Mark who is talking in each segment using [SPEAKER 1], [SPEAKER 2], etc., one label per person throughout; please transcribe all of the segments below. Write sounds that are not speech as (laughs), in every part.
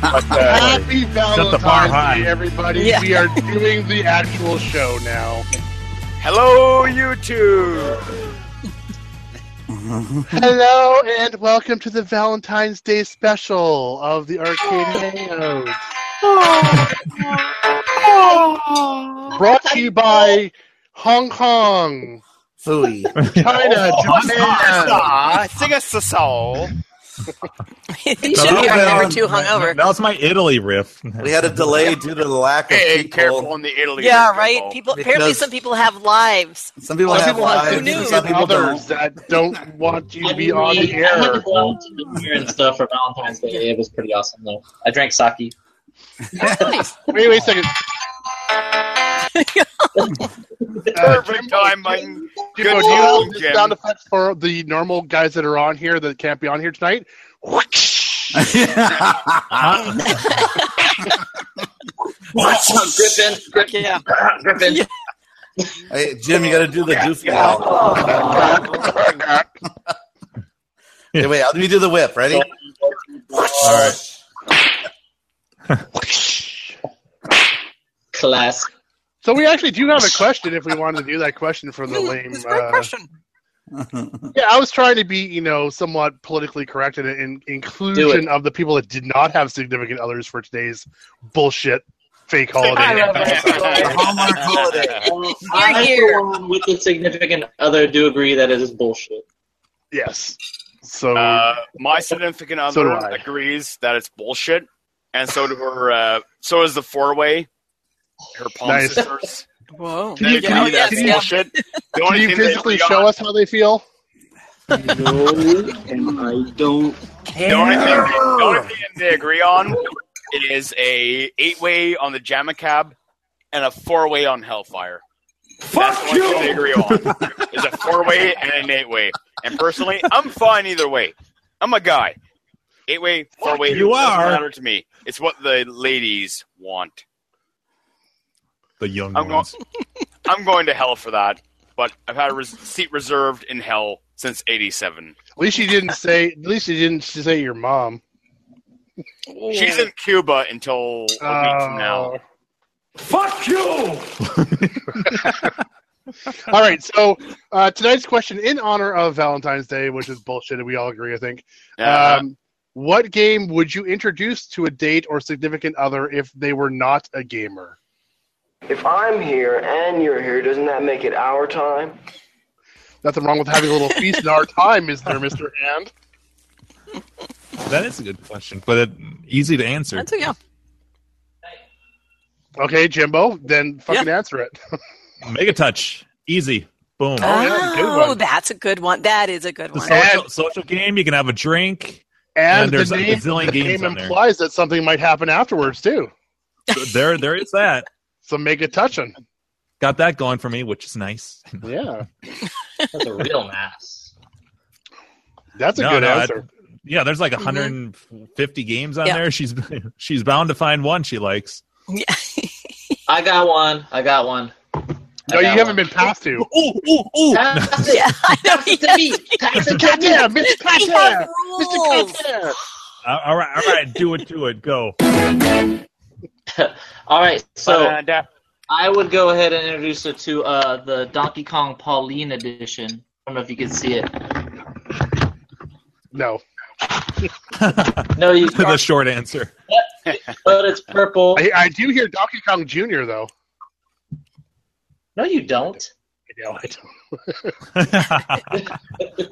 [SPEAKER 1] But, uh,
[SPEAKER 2] (laughs)
[SPEAKER 3] Happy
[SPEAKER 4] Set the bar high.
[SPEAKER 3] Valentine's Day, everybody.
[SPEAKER 2] Yeah.
[SPEAKER 3] We are doing the actual show now.
[SPEAKER 1] hello, YouTube.
[SPEAKER 3] Hello, and welcome to the Valentine's Day special of the Arcade Hangout. Brought to you by Hong Kong,
[SPEAKER 5] Fooey.
[SPEAKER 3] China, Japan.
[SPEAKER 1] Ah, sing us a song.
[SPEAKER 2] you should be our number two hungover.
[SPEAKER 4] That was my Italy riff.
[SPEAKER 5] We had a delay due to the lack of
[SPEAKER 1] Hey,
[SPEAKER 5] people.
[SPEAKER 1] careful on the Italy.
[SPEAKER 2] Yeah, right. People apparently
[SPEAKER 5] Because-
[SPEAKER 2] some people have lives.
[SPEAKER 5] Some people
[SPEAKER 3] Some
[SPEAKER 5] have
[SPEAKER 3] people have
[SPEAKER 5] lives,
[SPEAKER 2] good news.
[SPEAKER 5] some
[SPEAKER 3] And
[SPEAKER 5] people
[SPEAKER 3] (laughs)
[SPEAKER 5] don't.
[SPEAKER 3] others that don't want you to be
[SPEAKER 6] I
[SPEAKER 3] on the
[SPEAKER 6] mean, I went to
[SPEAKER 3] air.
[SPEAKER 6] Guam to New Year and stuff for Valentine's Day. It was pretty awesome though. I drank sake.
[SPEAKER 3] Wait, wait a second. Uh,
[SPEAKER 1] Perfect
[SPEAKER 3] Jimbo,
[SPEAKER 1] timing.
[SPEAKER 3] Jimbo, do
[SPEAKER 1] Good
[SPEAKER 3] you
[SPEAKER 1] job,
[SPEAKER 3] have the
[SPEAKER 1] Jim.
[SPEAKER 3] sound effects for the normal guys that are on here that can't be on here
[SPEAKER 1] (laughs)
[SPEAKER 3] tonight?
[SPEAKER 6] Watch out, Griffin. Griffin.
[SPEAKER 2] Yeah.
[SPEAKER 6] Griffin.
[SPEAKER 2] Yeah.
[SPEAKER 5] hey, Jim, you got to do the goofy one. Hey, wait, let me do the whip. Ready?
[SPEAKER 4] All right.
[SPEAKER 3] (laughs)
[SPEAKER 6] Class.
[SPEAKER 3] So we actually do have a question if we wanted to do that question for the lame.
[SPEAKER 2] It's Hmm, a great
[SPEAKER 3] uh,
[SPEAKER 2] question.
[SPEAKER 3] Yeah, I was trying to be, you know, somewhat politically correct and in inclusion of the people that did not have significant others for today's bullshit fake
[SPEAKER 2] (laughs)
[SPEAKER 3] holiday.
[SPEAKER 5] The Hallmark holiday.
[SPEAKER 6] I,
[SPEAKER 2] here.
[SPEAKER 6] for one, with the significant other, do agree that it is bullshit.
[SPEAKER 3] yes. So
[SPEAKER 1] Uh, my significant
[SPEAKER 3] So do
[SPEAKER 1] other
[SPEAKER 3] I.
[SPEAKER 1] agrees that it's bullshit, and so do her. Uh, so is the four way. Her palm
[SPEAKER 3] Nice.
[SPEAKER 1] sisters.
[SPEAKER 2] Whoa.
[SPEAKER 3] Can you-
[SPEAKER 1] They
[SPEAKER 3] can
[SPEAKER 1] agree
[SPEAKER 3] you-
[SPEAKER 1] that's
[SPEAKER 3] can you-
[SPEAKER 1] bullshit. The
[SPEAKER 3] can
[SPEAKER 1] only
[SPEAKER 3] you
[SPEAKER 1] thing they
[SPEAKER 3] physically
[SPEAKER 1] agree
[SPEAKER 3] show
[SPEAKER 1] on-
[SPEAKER 3] us how they feel?
[SPEAKER 6] No, and I don't.
[SPEAKER 1] The only thing, the only thing they agree on is a eight way on the Jamma Cab and a four way on Hellfire. That's the only thing they agree on is a four way and an eight way. And personally, I'm fine either way. I'm a guy. Eight way, four way.
[SPEAKER 4] You are.
[SPEAKER 1] matter to me. It's what the ladies want.
[SPEAKER 4] The young
[SPEAKER 1] I'm
[SPEAKER 4] ones.
[SPEAKER 1] I'm going to hell for that. But I've had a res- seat reserved in hell since '87.
[SPEAKER 3] At least you didn't say. At least you didn't say your mom.
[SPEAKER 1] She's in Cuba until a week from now.
[SPEAKER 4] Oh.
[SPEAKER 3] Fuck you! (laughs) all right, so uh, tonight's question, in honor of Valentine's Day, which is bullshit, and we all agree, I think.
[SPEAKER 1] Uh,
[SPEAKER 3] Um, what game would you introduce to a date or significant other if they were not a gamer?
[SPEAKER 7] If I'm here and you're here, doesn't that make it our time?
[SPEAKER 3] Nothing wrong with having a little feast in
[SPEAKER 1] (laughs)
[SPEAKER 3] our time, is there, Mister Hand?
[SPEAKER 4] That is a good question, but it, easy to answer.
[SPEAKER 2] That's a, yeah.
[SPEAKER 3] Okay, Jimbo, then fucking answer it.
[SPEAKER 4] Mega touch. Easy. Boom.
[SPEAKER 3] yeah, that's a good
[SPEAKER 2] Oh,
[SPEAKER 3] one.
[SPEAKER 2] that's a good one. That is a good
[SPEAKER 4] The
[SPEAKER 2] one.
[SPEAKER 4] social, social game. You can have a drink.
[SPEAKER 3] And,
[SPEAKER 4] there's
[SPEAKER 3] the
[SPEAKER 4] a
[SPEAKER 3] name,
[SPEAKER 4] gazillion
[SPEAKER 3] the
[SPEAKER 4] games
[SPEAKER 3] name
[SPEAKER 4] on there.
[SPEAKER 3] implies that something might happen afterwards too.
[SPEAKER 4] there, there is that.
[SPEAKER 3] So make a touch
[SPEAKER 4] (laughs)
[SPEAKER 3] on.
[SPEAKER 4] Got that going for me, which is nice. (laughs)
[SPEAKER 3] Yeah,
[SPEAKER 6] That's a real mass.
[SPEAKER 3] that's a
[SPEAKER 4] No,
[SPEAKER 3] good
[SPEAKER 4] no, I-
[SPEAKER 3] answer.
[SPEAKER 4] Yeah, there's like 150 games on
[SPEAKER 2] Mm-hmm. Yeah.
[SPEAKER 4] there. She's (laughs) she's bound to find one she likes.
[SPEAKER 2] Yeah.
[SPEAKER 6] I got one. I got one. I
[SPEAKER 3] no,
[SPEAKER 6] got
[SPEAKER 3] you haven't
[SPEAKER 6] one.
[SPEAKER 3] been passed
[SPEAKER 4] (laughs)
[SPEAKER 3] to.
[SPEAKER 4] Ooh, ooh, ooh.
[SPEAKER 3] (laughs)
[SPEAKER 6] Pass it.
[SPEAKER 2] yeah. I know.
[SPEAKER 6] Pass it to me. Pass it to me.
[SPEAKER 3] Goddamn, Mister
[SPEAKER 2] (laughs) He has
[SPEAKER 3] Cotter, Mister
[SPEAKER 2] rules.
[SPEAKER 3] Cotter.
[SPEAKER 4] Uh, all right, all right, do it, do it, go. (laughs)
[SPEAKER 6] All right.
[SPEAKER 4] (laughs)
[SPEAKER 6] So.
[SPEAKER 1] ba-da-da.
[SPEAKER 6] I would go ahead and introduce her to uh, the Donkey Kong Pauline edition. I don't know if you can see it.
[SPEAKER 3] No, (laughs)
[SPEAKER 6] No, you
[SPEAKER 4] the
[SPEAKER 6] can't,
[SPEAKER 4] short answer. (laughs)
[SPEAKER 6] but it's
[SPEAKER 4] Oh.
[SPEAKER 6] purple.
[SPEAKER 3] I, I do hear Donkey Kong Junior though.
[SPEAKER 6] No, you don't.
[SPEAKER 3] No, I don't.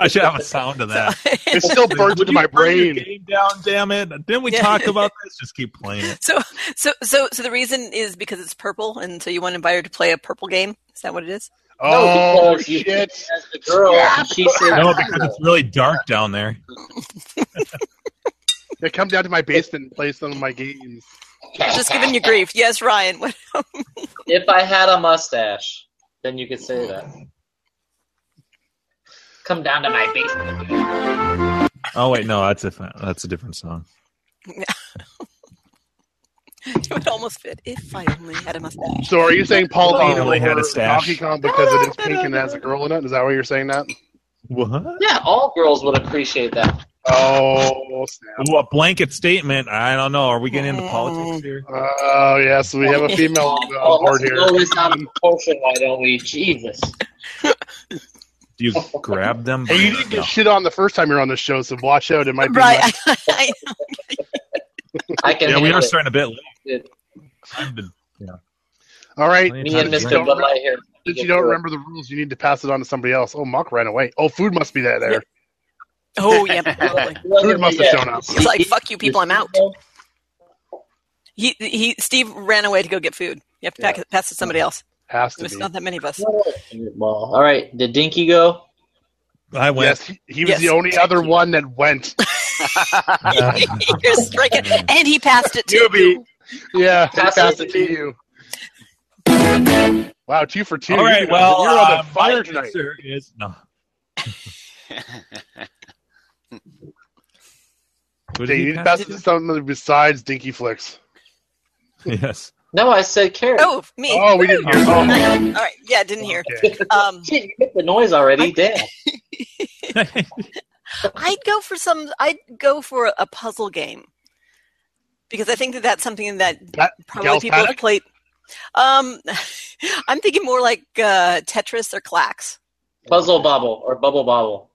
[SPEAKER 4] I should have a sound to that.
[SPEAKER 2] (laughs)
[SPEAKER 3] It's
[SPEAKER 4] (laughs)
[SPEAKER 3] still burnt
[SPEAKER 4] Would
[SPEAKER 3] into
[SPEAKER 4] you
[SPEAKER 3] my
[SPEAKER 4] turn your
[SPEAKER 3] brain.
[SPEAKER 4] game down, damn it! Didn't we
[SPEAKER 2] Yeah.
[SPEAKER 4] talk about this? Just keep playing
[SPEAKER 3] (laughs)
[SPEAKER 4] it.
[SPEAKER 2] So, so, so, so the reason is because it's purple, and so you want to invite her to play a purple game. Is that what it is?
[SPEAKER 3] Oh
[SPEAKER 6] because you
[SPEAKER 3] shit!
[SPEAKER 6] think As the girl, and she said,
[SPEAKER 4] No, because it's really dark down there.
[SPEAKER 3] They come down to my basement and play some of my games.
[SPEAKER 2] Just giving you grief. Yes, Ryan. (laughs) What?
[SPEAKER 6] "If I had a mustache, then you could say that." Come down to my basement.
[SPEAKER 4] Oh wait, no, that's a that's a different song.
[SPEAKER 2] It would almost fit if I only had a mustache.
[SPEAKER 3] So are you saying Paul
[SPEAKER 4] Oh,
[SPEAKER 3] Deen
[SPEAKER 4] really had a
[SPEAKER 3] over
[SPEAKER 4] stash.
[SPEAKER 3] Donkey Kong because it is pink and has a girl in it? Is that why you're saying that?
[SPEAKER 4] What?
[SPEAKER 6] Yeah, all girls would appreciate that.
[SPEAKER 3] Oh, snap.
[SPEAKER 4] Ooh, a blanket statement. I don't know. Are we getting into politics here?
[SPEAKER 3] Oh, yes, we have a female on
[SPEAKER 6] Oh,
[SPEAKER 3] board
[SPEAKER 6] let's
[SPEAKER 4] (laughs)
[SPEAKER 3] here.
[SPEAKER 6] blow this out of proportion, why don't we? Jesus.
[SPEAKER 4] Do you grab them? by
[SPEAKER 3] Hey, you
[SPEAKER 4] the-
[SPEAKER 3] didn't get shit on the first time you're on the show, so watch out. It might be.
[SPEAKER 2] Right.
[SPEAKER 3] less-
[SPEAKER 2] (laughs) I, I,
[SPEAKER 6] I can
[SPEAKER 4] yeah, we are
[SPEAKER 6] handle it.
[SPEAKER 4] starting a bit late.
[SPEAKER 6] Good.
[SPEAKER 4] Time to-
[SPEAKER 3] All right.
[SPEAKER 4] plenty of
[SPEAKER 6] Me and
[SPEAKER 4] time to
[SPEAKER 6] Mr.
[SPEAKER 4] drink.
[SPEAKER 6] Bud Light here.
[SPEAKER 3] Since you don't remember the rules, you need to pass it on to somebody else. Oh, Muck ran away. Oh, food must be there. there.
[SPEAKER 2] oh yeah.
[SPEAKER 3] (laughs)
[SPEAKER 2] probably.
[SPEAKER 3] Food must have shown up.
[SPEAKER 2] It's like fuck you, people. I'm out. He he. Steve ran away to go get food. You have to pack, pass it to somebody else.
[SPEAKER 3] Has to
[SPEAKER 2] There's
[SPEAKER 3] be.
[SPEAKER 2] not that many of us.
[SPEAKER 6] All right, did Dinky go?
[SPEAKER 4] I went.
[SPEAKER 3] Yes, he, he was
[SPEAKER 2] Yes.
[SPEAKER 3] the only other one that
[SPEAKER 2] (laughs)
[SPEAKER 3] went.
[SPEAKER 4] (laughs)
[SPEAKER 3] (laughs)
[SPEAKER 2] You're striking, and he passed it to
[SPEAKER 1] Newbie.
[SPEAKER 3] Yeah, he
[SPEAKER 6] Pass
[SPEAKER 3] passed
[SPEAKER 6] it
[SPEAKER 3] it to you. Wow, two for two.
[SPEAKER 4] All right.
[SPEAKER 3] You're-
[SPEAKER 4] Well,
[SPEAKER 3] you're on
[SPEAKER 4] uh,
[SPEAKER 3] the fire
[SPEAKER 4] my
[SPEAKER 3] tonight.
[SPEAKER 4] answer is- no. Who
[SPEAKER 3] Yeah,
[SPEAKER 4] did
[SPEAKER 3] you
[SPEAKER 4] he
[SPEAKER 3] need to
[SPEAKER 4] pass
[SPEAKER 3] pass it
[SPEAKER 4] to?
[SPEAKER 3] to something besides Dinky Flicks.
[SPEAKER 4] Yes.
[SPEAKER 6] No, I said carrot.
[SPEAKER 2] Oh, me.
[SPEAKER 3] Oh, we didn't
[SPEAKER 2] (laughs)
[SPEAKER 3] hear.
[SPEAKER 2] All
[SPEAKER 3] Oh,
[SPEAKER 2] right. Yeah, I didn't hear.
[SPEAKER 3] okay.
[SPEAKER 2] Um,
[SPEAKER 6] (laughs) Shit, you hit the noise already. Damn.
[SPEAKER 2] I'd go for some. I'd go for a puzzle game because I think that that's something that
[SPEAKER 3] Pat-
[SPEAKER 2] probably
[SPEAKER 3] Gal's
[SPEAKER 2] people have
[SPEAKER 3] Paddock?
[SPEAKER 2] played. Um, (laughs) I'm thinking more like uh, Tetris or Clacks.
[SPEAKER 6] Puzzle bobble or bubble bobble.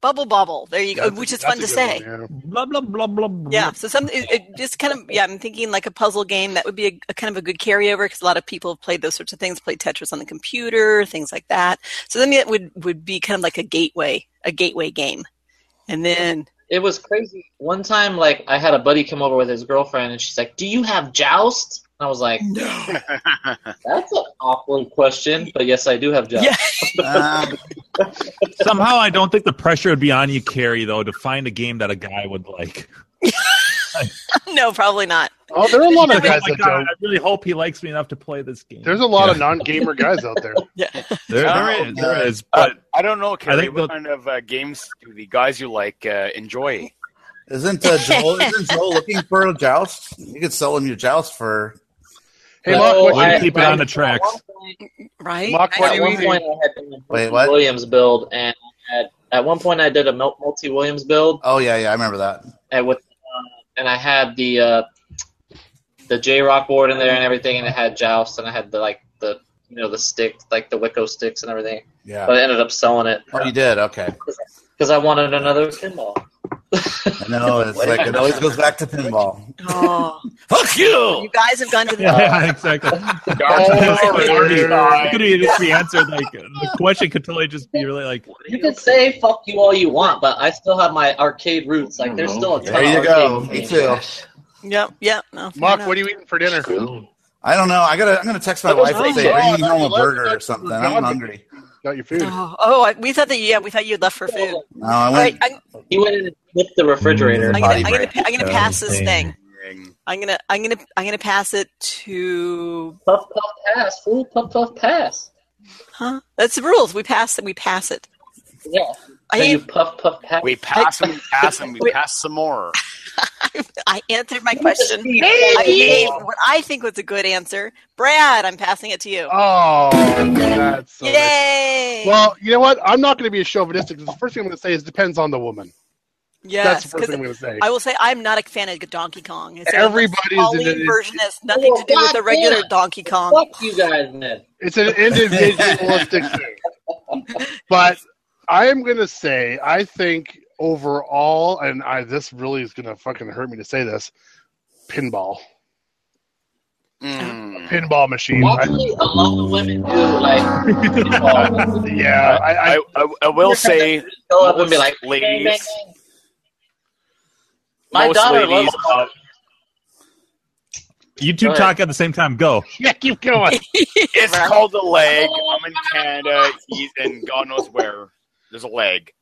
[SPEAKER 2] Bubble Bobble. There you go,
[SPEAKER 3] That's a-
[SPEAKER 2] which is
[SPEAKER 3] that's
[SPEAKER 2] fun
[SPEAKER 3] a
[SPEAKER 2] to
[SPEAKER 3] good
[SPEAKER 2] say.
[SPEAKER 3] one, yeah.
[SPEAKER 4] blah blah blah blah. blah.
[SPEAKER 2] Yeah. So some it, it just kind of yeah. I'm thinking like a puzzle game that would be a, a kind of a good carryover because a lot of people have played those sorts of things, played Tetris on the computer, things like that. So then it would would be kind of like a gateway, a gateway game, and then
[SPEAKER 6] It was crazy. One time, like I had a buddy come over with his girlfriend, and she's like, "Do you have joust?" And I was like,
[SPEAKER 4] uh,
[SPEAKER 6] "That's an awkward question, but yes, I do have joust."
[SPEAKER 2] Yeah.
[SPEAKER 5] (laughs) Uh,
[SPEAKER 4] Somehow, I don't think the pressure would be on you, Carrie, though, to find a game that a guy would like.
[SPEAKER 2] (laughs) no, probably not.
[SPEAKER 3] Oh, there are a lot
[SPEAKER 4] Oh
[SPEAKER 3] of guys
[SPEAKER 4] my
[SPEAKER 3] that
[SPEAKER 4] God,
[SPEAKER 3] don't.
[SPEAKER 4] I really hope he likes me enough to play this game.
[SPEAKER 3] There's a lot of non-gamer guys out
[SPEAKER 6] (laughs)
[SPEAKER 3] there.
[SPEAKER 4] there, there
[SPEAKER 1] Oh,
[SPEAKER 4] is, there is,
[SPEAKER 1] Uh,
[SPEAKER 4] but
[SPEAKER 3] (laughs)
[SPEAKER 1] I don't know, Kerry.
[SPEAKER 4] think
[SPEAKER 1] What
[SPEAKER 4] the-
[SPEAKER 1] kind of uh, games do the guys you like uh, enjoy?
[SPEAKER 5] isn't uh, Joel? Isn't Joel looking for a joust? You could sell him your joust for.
[SPEAKER 3] Hey,
[SPEAKER 6] No,
[SPEAKER 3] Mark, what
[SPEAKER 4] way
[SPEAKER 6] Oh, I-
[SPEAKER 4] to keep it on the tracks.
[SPEAKER 6] At one point,
[SPEAKER 2] Right?
[SPEAKER 3] Mark,
[SPEAKER 2] I
[SPEAKER 3] what do
[SPEAKER 2] know.
[SPEAKER 6] at
[SPEAKER 3] you
[SPEAKER 6] one
[SPEAKER 3] eating?
[SPEAKER 6] point, I had done a
[SPEAKER 5] Wait,
[SPEAKER 6] Monty
[SPEAKER 5] what?
[SPEAKER 6] Williams build, and I had, at one point, I did a multi Williams build,
[SPEAKER 5] Oh yeah, yeah, I remember that.
[SPEAKER 6] and with uh, and I had the uh, the J Rock board in there and everything, and it had joust, and I had the like the you know the stick, like the Wicco sticks and everything.
[SPEAKER 5] Yeah.
[SPEAKER 6] But I ended up selling it
[SPEAKER 5] oh, you did. Okay.
[SPEAKER 6] because I wanted another pinball.
[SPEAKER 5] I know. It's like it always goes back to pinball.
[SPEAKER 3] (laughs)
[SPEAKER 2] Oh,
[SPEAKER 5] Fuck you.
[SPEAKER 2] you guys have gone to the.
[SPEAKER 4] yeah, yeah, (laughs) exactly.
[SPEAKER 3] Oh,
[SPEAKER 1] Dark
[SPEAKER 4] It could be just the answer. Like the question could totally just be really like,
[SPEAKER 6] You can say "fuck you" all you want, but I still have my arcade roots. Like there's still a ton
[SPEAKER 5] Mm-hmm. There you
[SPEAKER 6] of
[SPEAKER 5] go.
[SPEAKER 6] arcade
[SPEAKER 5] Me
[SPEAKER 6] games.
[SPEAKER 5] too.
[SPEAKER 2] Yep, yep. No, fair
[SPEAKER 3] Mark,
[SPEAKER 2] enough.
[SPEAKER 3] what are you eating for dinner?
[SPEAKER 5] I don't know. I gotta. I'm gonna text my wife and say,
[SPEAKER 3] Oh,
[SPEAKER 5] "Bring me
[SPEAKER 3] that's
[SPEAKER 5] home a
[SPEAKER 3] the
[SPEAKER 5] burger
[SPEAKER 3] last
[SPEAKER 5] or something."
[SPEAKER 3] time you
[SPEAKER 5] I'm
[SPEAKER 3] were
[SPEAKER 5] hungry.
[SPEAKER 3] Got your food.
[SPEAKER 2] Oh, oh, I, we thought that. Yeah, we thought you'd left for food. All
[SPEAKER 5] No, I
[SPEAKER 2] right,
[SPEAKER 5] went.
[SPEAKER 2] I'm,
[SPEAKER 6] He went in and flipped the
[SPEAKER 2] I'm
[SPEAKER 6] refrigerator.
[SPEAKER 2] gonna,
[SPEAKER 5] Body
[SPEAKER 2] I'm gonna,
[SPEAKER 5] break.
[SPEAKER 2] I'm gonna pass this
[SPEAKER 4] Something.
[SPEAKER 2] thing. I'm gonna, I'm gonna, I'm gonna pass it to.
[SPEAKER 6] Puff puff pass. Ooh, puff puff pass.
[SPEAKER 2] Huh? That's the rules. We pass it. We pass it.
[SPEAKER 6] Yeah.
[SPEAKER 2] I,
[SPEAKER 6] Then you
[SPEAKER 2] an-
[SPEAKER 6] puff puff pass.
[SPEAKER 1] We pass and we pass and we
[SPEAKER 2] Wait.
[SPEAKER 1] pass some more.
[SPEAKER 2] I answered my question. I
[SPEAKER 6] Hey!
[SPEAKER 2] gave what I think was a good answer. Brad, I'm passing it to you.
[SPEAKER 3] Oh, that's so rich.
[SPEAKER 2] Yay!
[SPEAKER 3] Well, you know what? I'm not going to be a chauvinistic. 'cause The first thing I'm going to say is depends on the woman.
[SPEAKER 2] yes,
[SPEAKER 3] that's the first
[SPEAKER 2] 'cause
[SPEAKER 3] thing I'm going to say.
[SPEAKER 2] I will say I'm not a fan of Donkey Kong. It's like
[SPEAKER 3] Everybody's
[SPEAKER 2] the
[SPEAKER 3] in
[SPEAKER 2] Pauline
[SPEAKER 3] it.
[SPEAKER 2] version has nothing to do with the regular Donkey Kong.
[SPEAKER 6] Fuck you guys, man.
[SPEAKER 3] It's an
[SPEAKER 2] (laughs)
[SPEAKER 3] individualistic thing. But I am going to say, I think overall, and I this really is going to fucking hurt me to say this, pinball,
[SPEAKER 1] Mm.
[SPEAKER 3] pinball machine. I-
[SPEAKER 6] Actually, a lot of women do like
[SPEAKER 5] (laughs)
[SPEAKER 6] pinball.
[SPEAKER 3] yeah, I, I,
[SPEAKER 1] I, I, I will (laughs) say
[SPEAKER 6] go up and be like,
[SPEAKER 1] Most
[SPEAKER 6] "Bang, bang,
[SPEAKER 1] ladies-
[SPEAKER 6] bang." My
[SPEAKER 1] most
[SPEAKER 6] daughter
[SPEAKER 1] ladies
[SPEAKER 6] loves
[SPEAKER 1] out-
[SPEAKER 4] you two
[SPEAKER 6] All right.
[SPEAKER 4] talk at the same time. Go.
[SPEAKER 3] yeah, keep going.
[SPEAKER 1] it's
[SPEAKER 2] Right.
[SPEAKER 1] called a leg. I'm in Canada. He's in God knows where. There's a leg.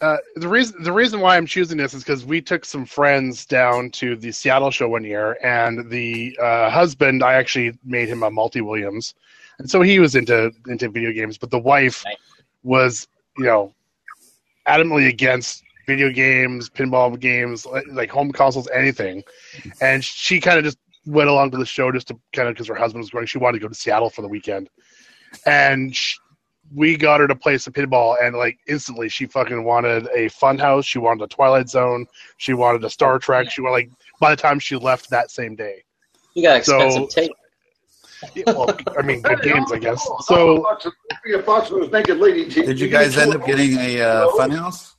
[SPEAKER 3] Uh, the reason the reason why I'm choosing this is because we took some friends down to the Seattle show one year, and the uh, husband I actually made him a multi Williams, and so he was into into video games, but the wife
[SPEAKER 6] Nice.
[SPEAKER 3] was you know adamantly against video games, pinball games, li- like home consoles, anything, and she kind of just went along to the show just to kind of because her husband was going. She wanted to go to Seattle for the weekend, and sh we got her to play some pinball, and like instantly, she fucking wanted a Funhouse. She wanted a Twilight Zone. She wanted a Star Trek. She wanted like by the time she left that same day.
[SPEAKER 6] You got
[SPEAKER 3] So-
[SPEAKER 6] expensive tape.
[SPEAKER 3] Yeah, well, I mean, good
[SPEAKER 8] Hey,
[SPEAKER 3] games, I
[SPEAKER 8] I'm
[SPEAKER 3] guess.
[SPEAKER 8] a- I'm
[SPEAKER 3] So
[SPEAKER 8] a boxer. Be a boxer with naked lady.
[SPEAKER 5] Did you guys end up getting a uh, funhouse?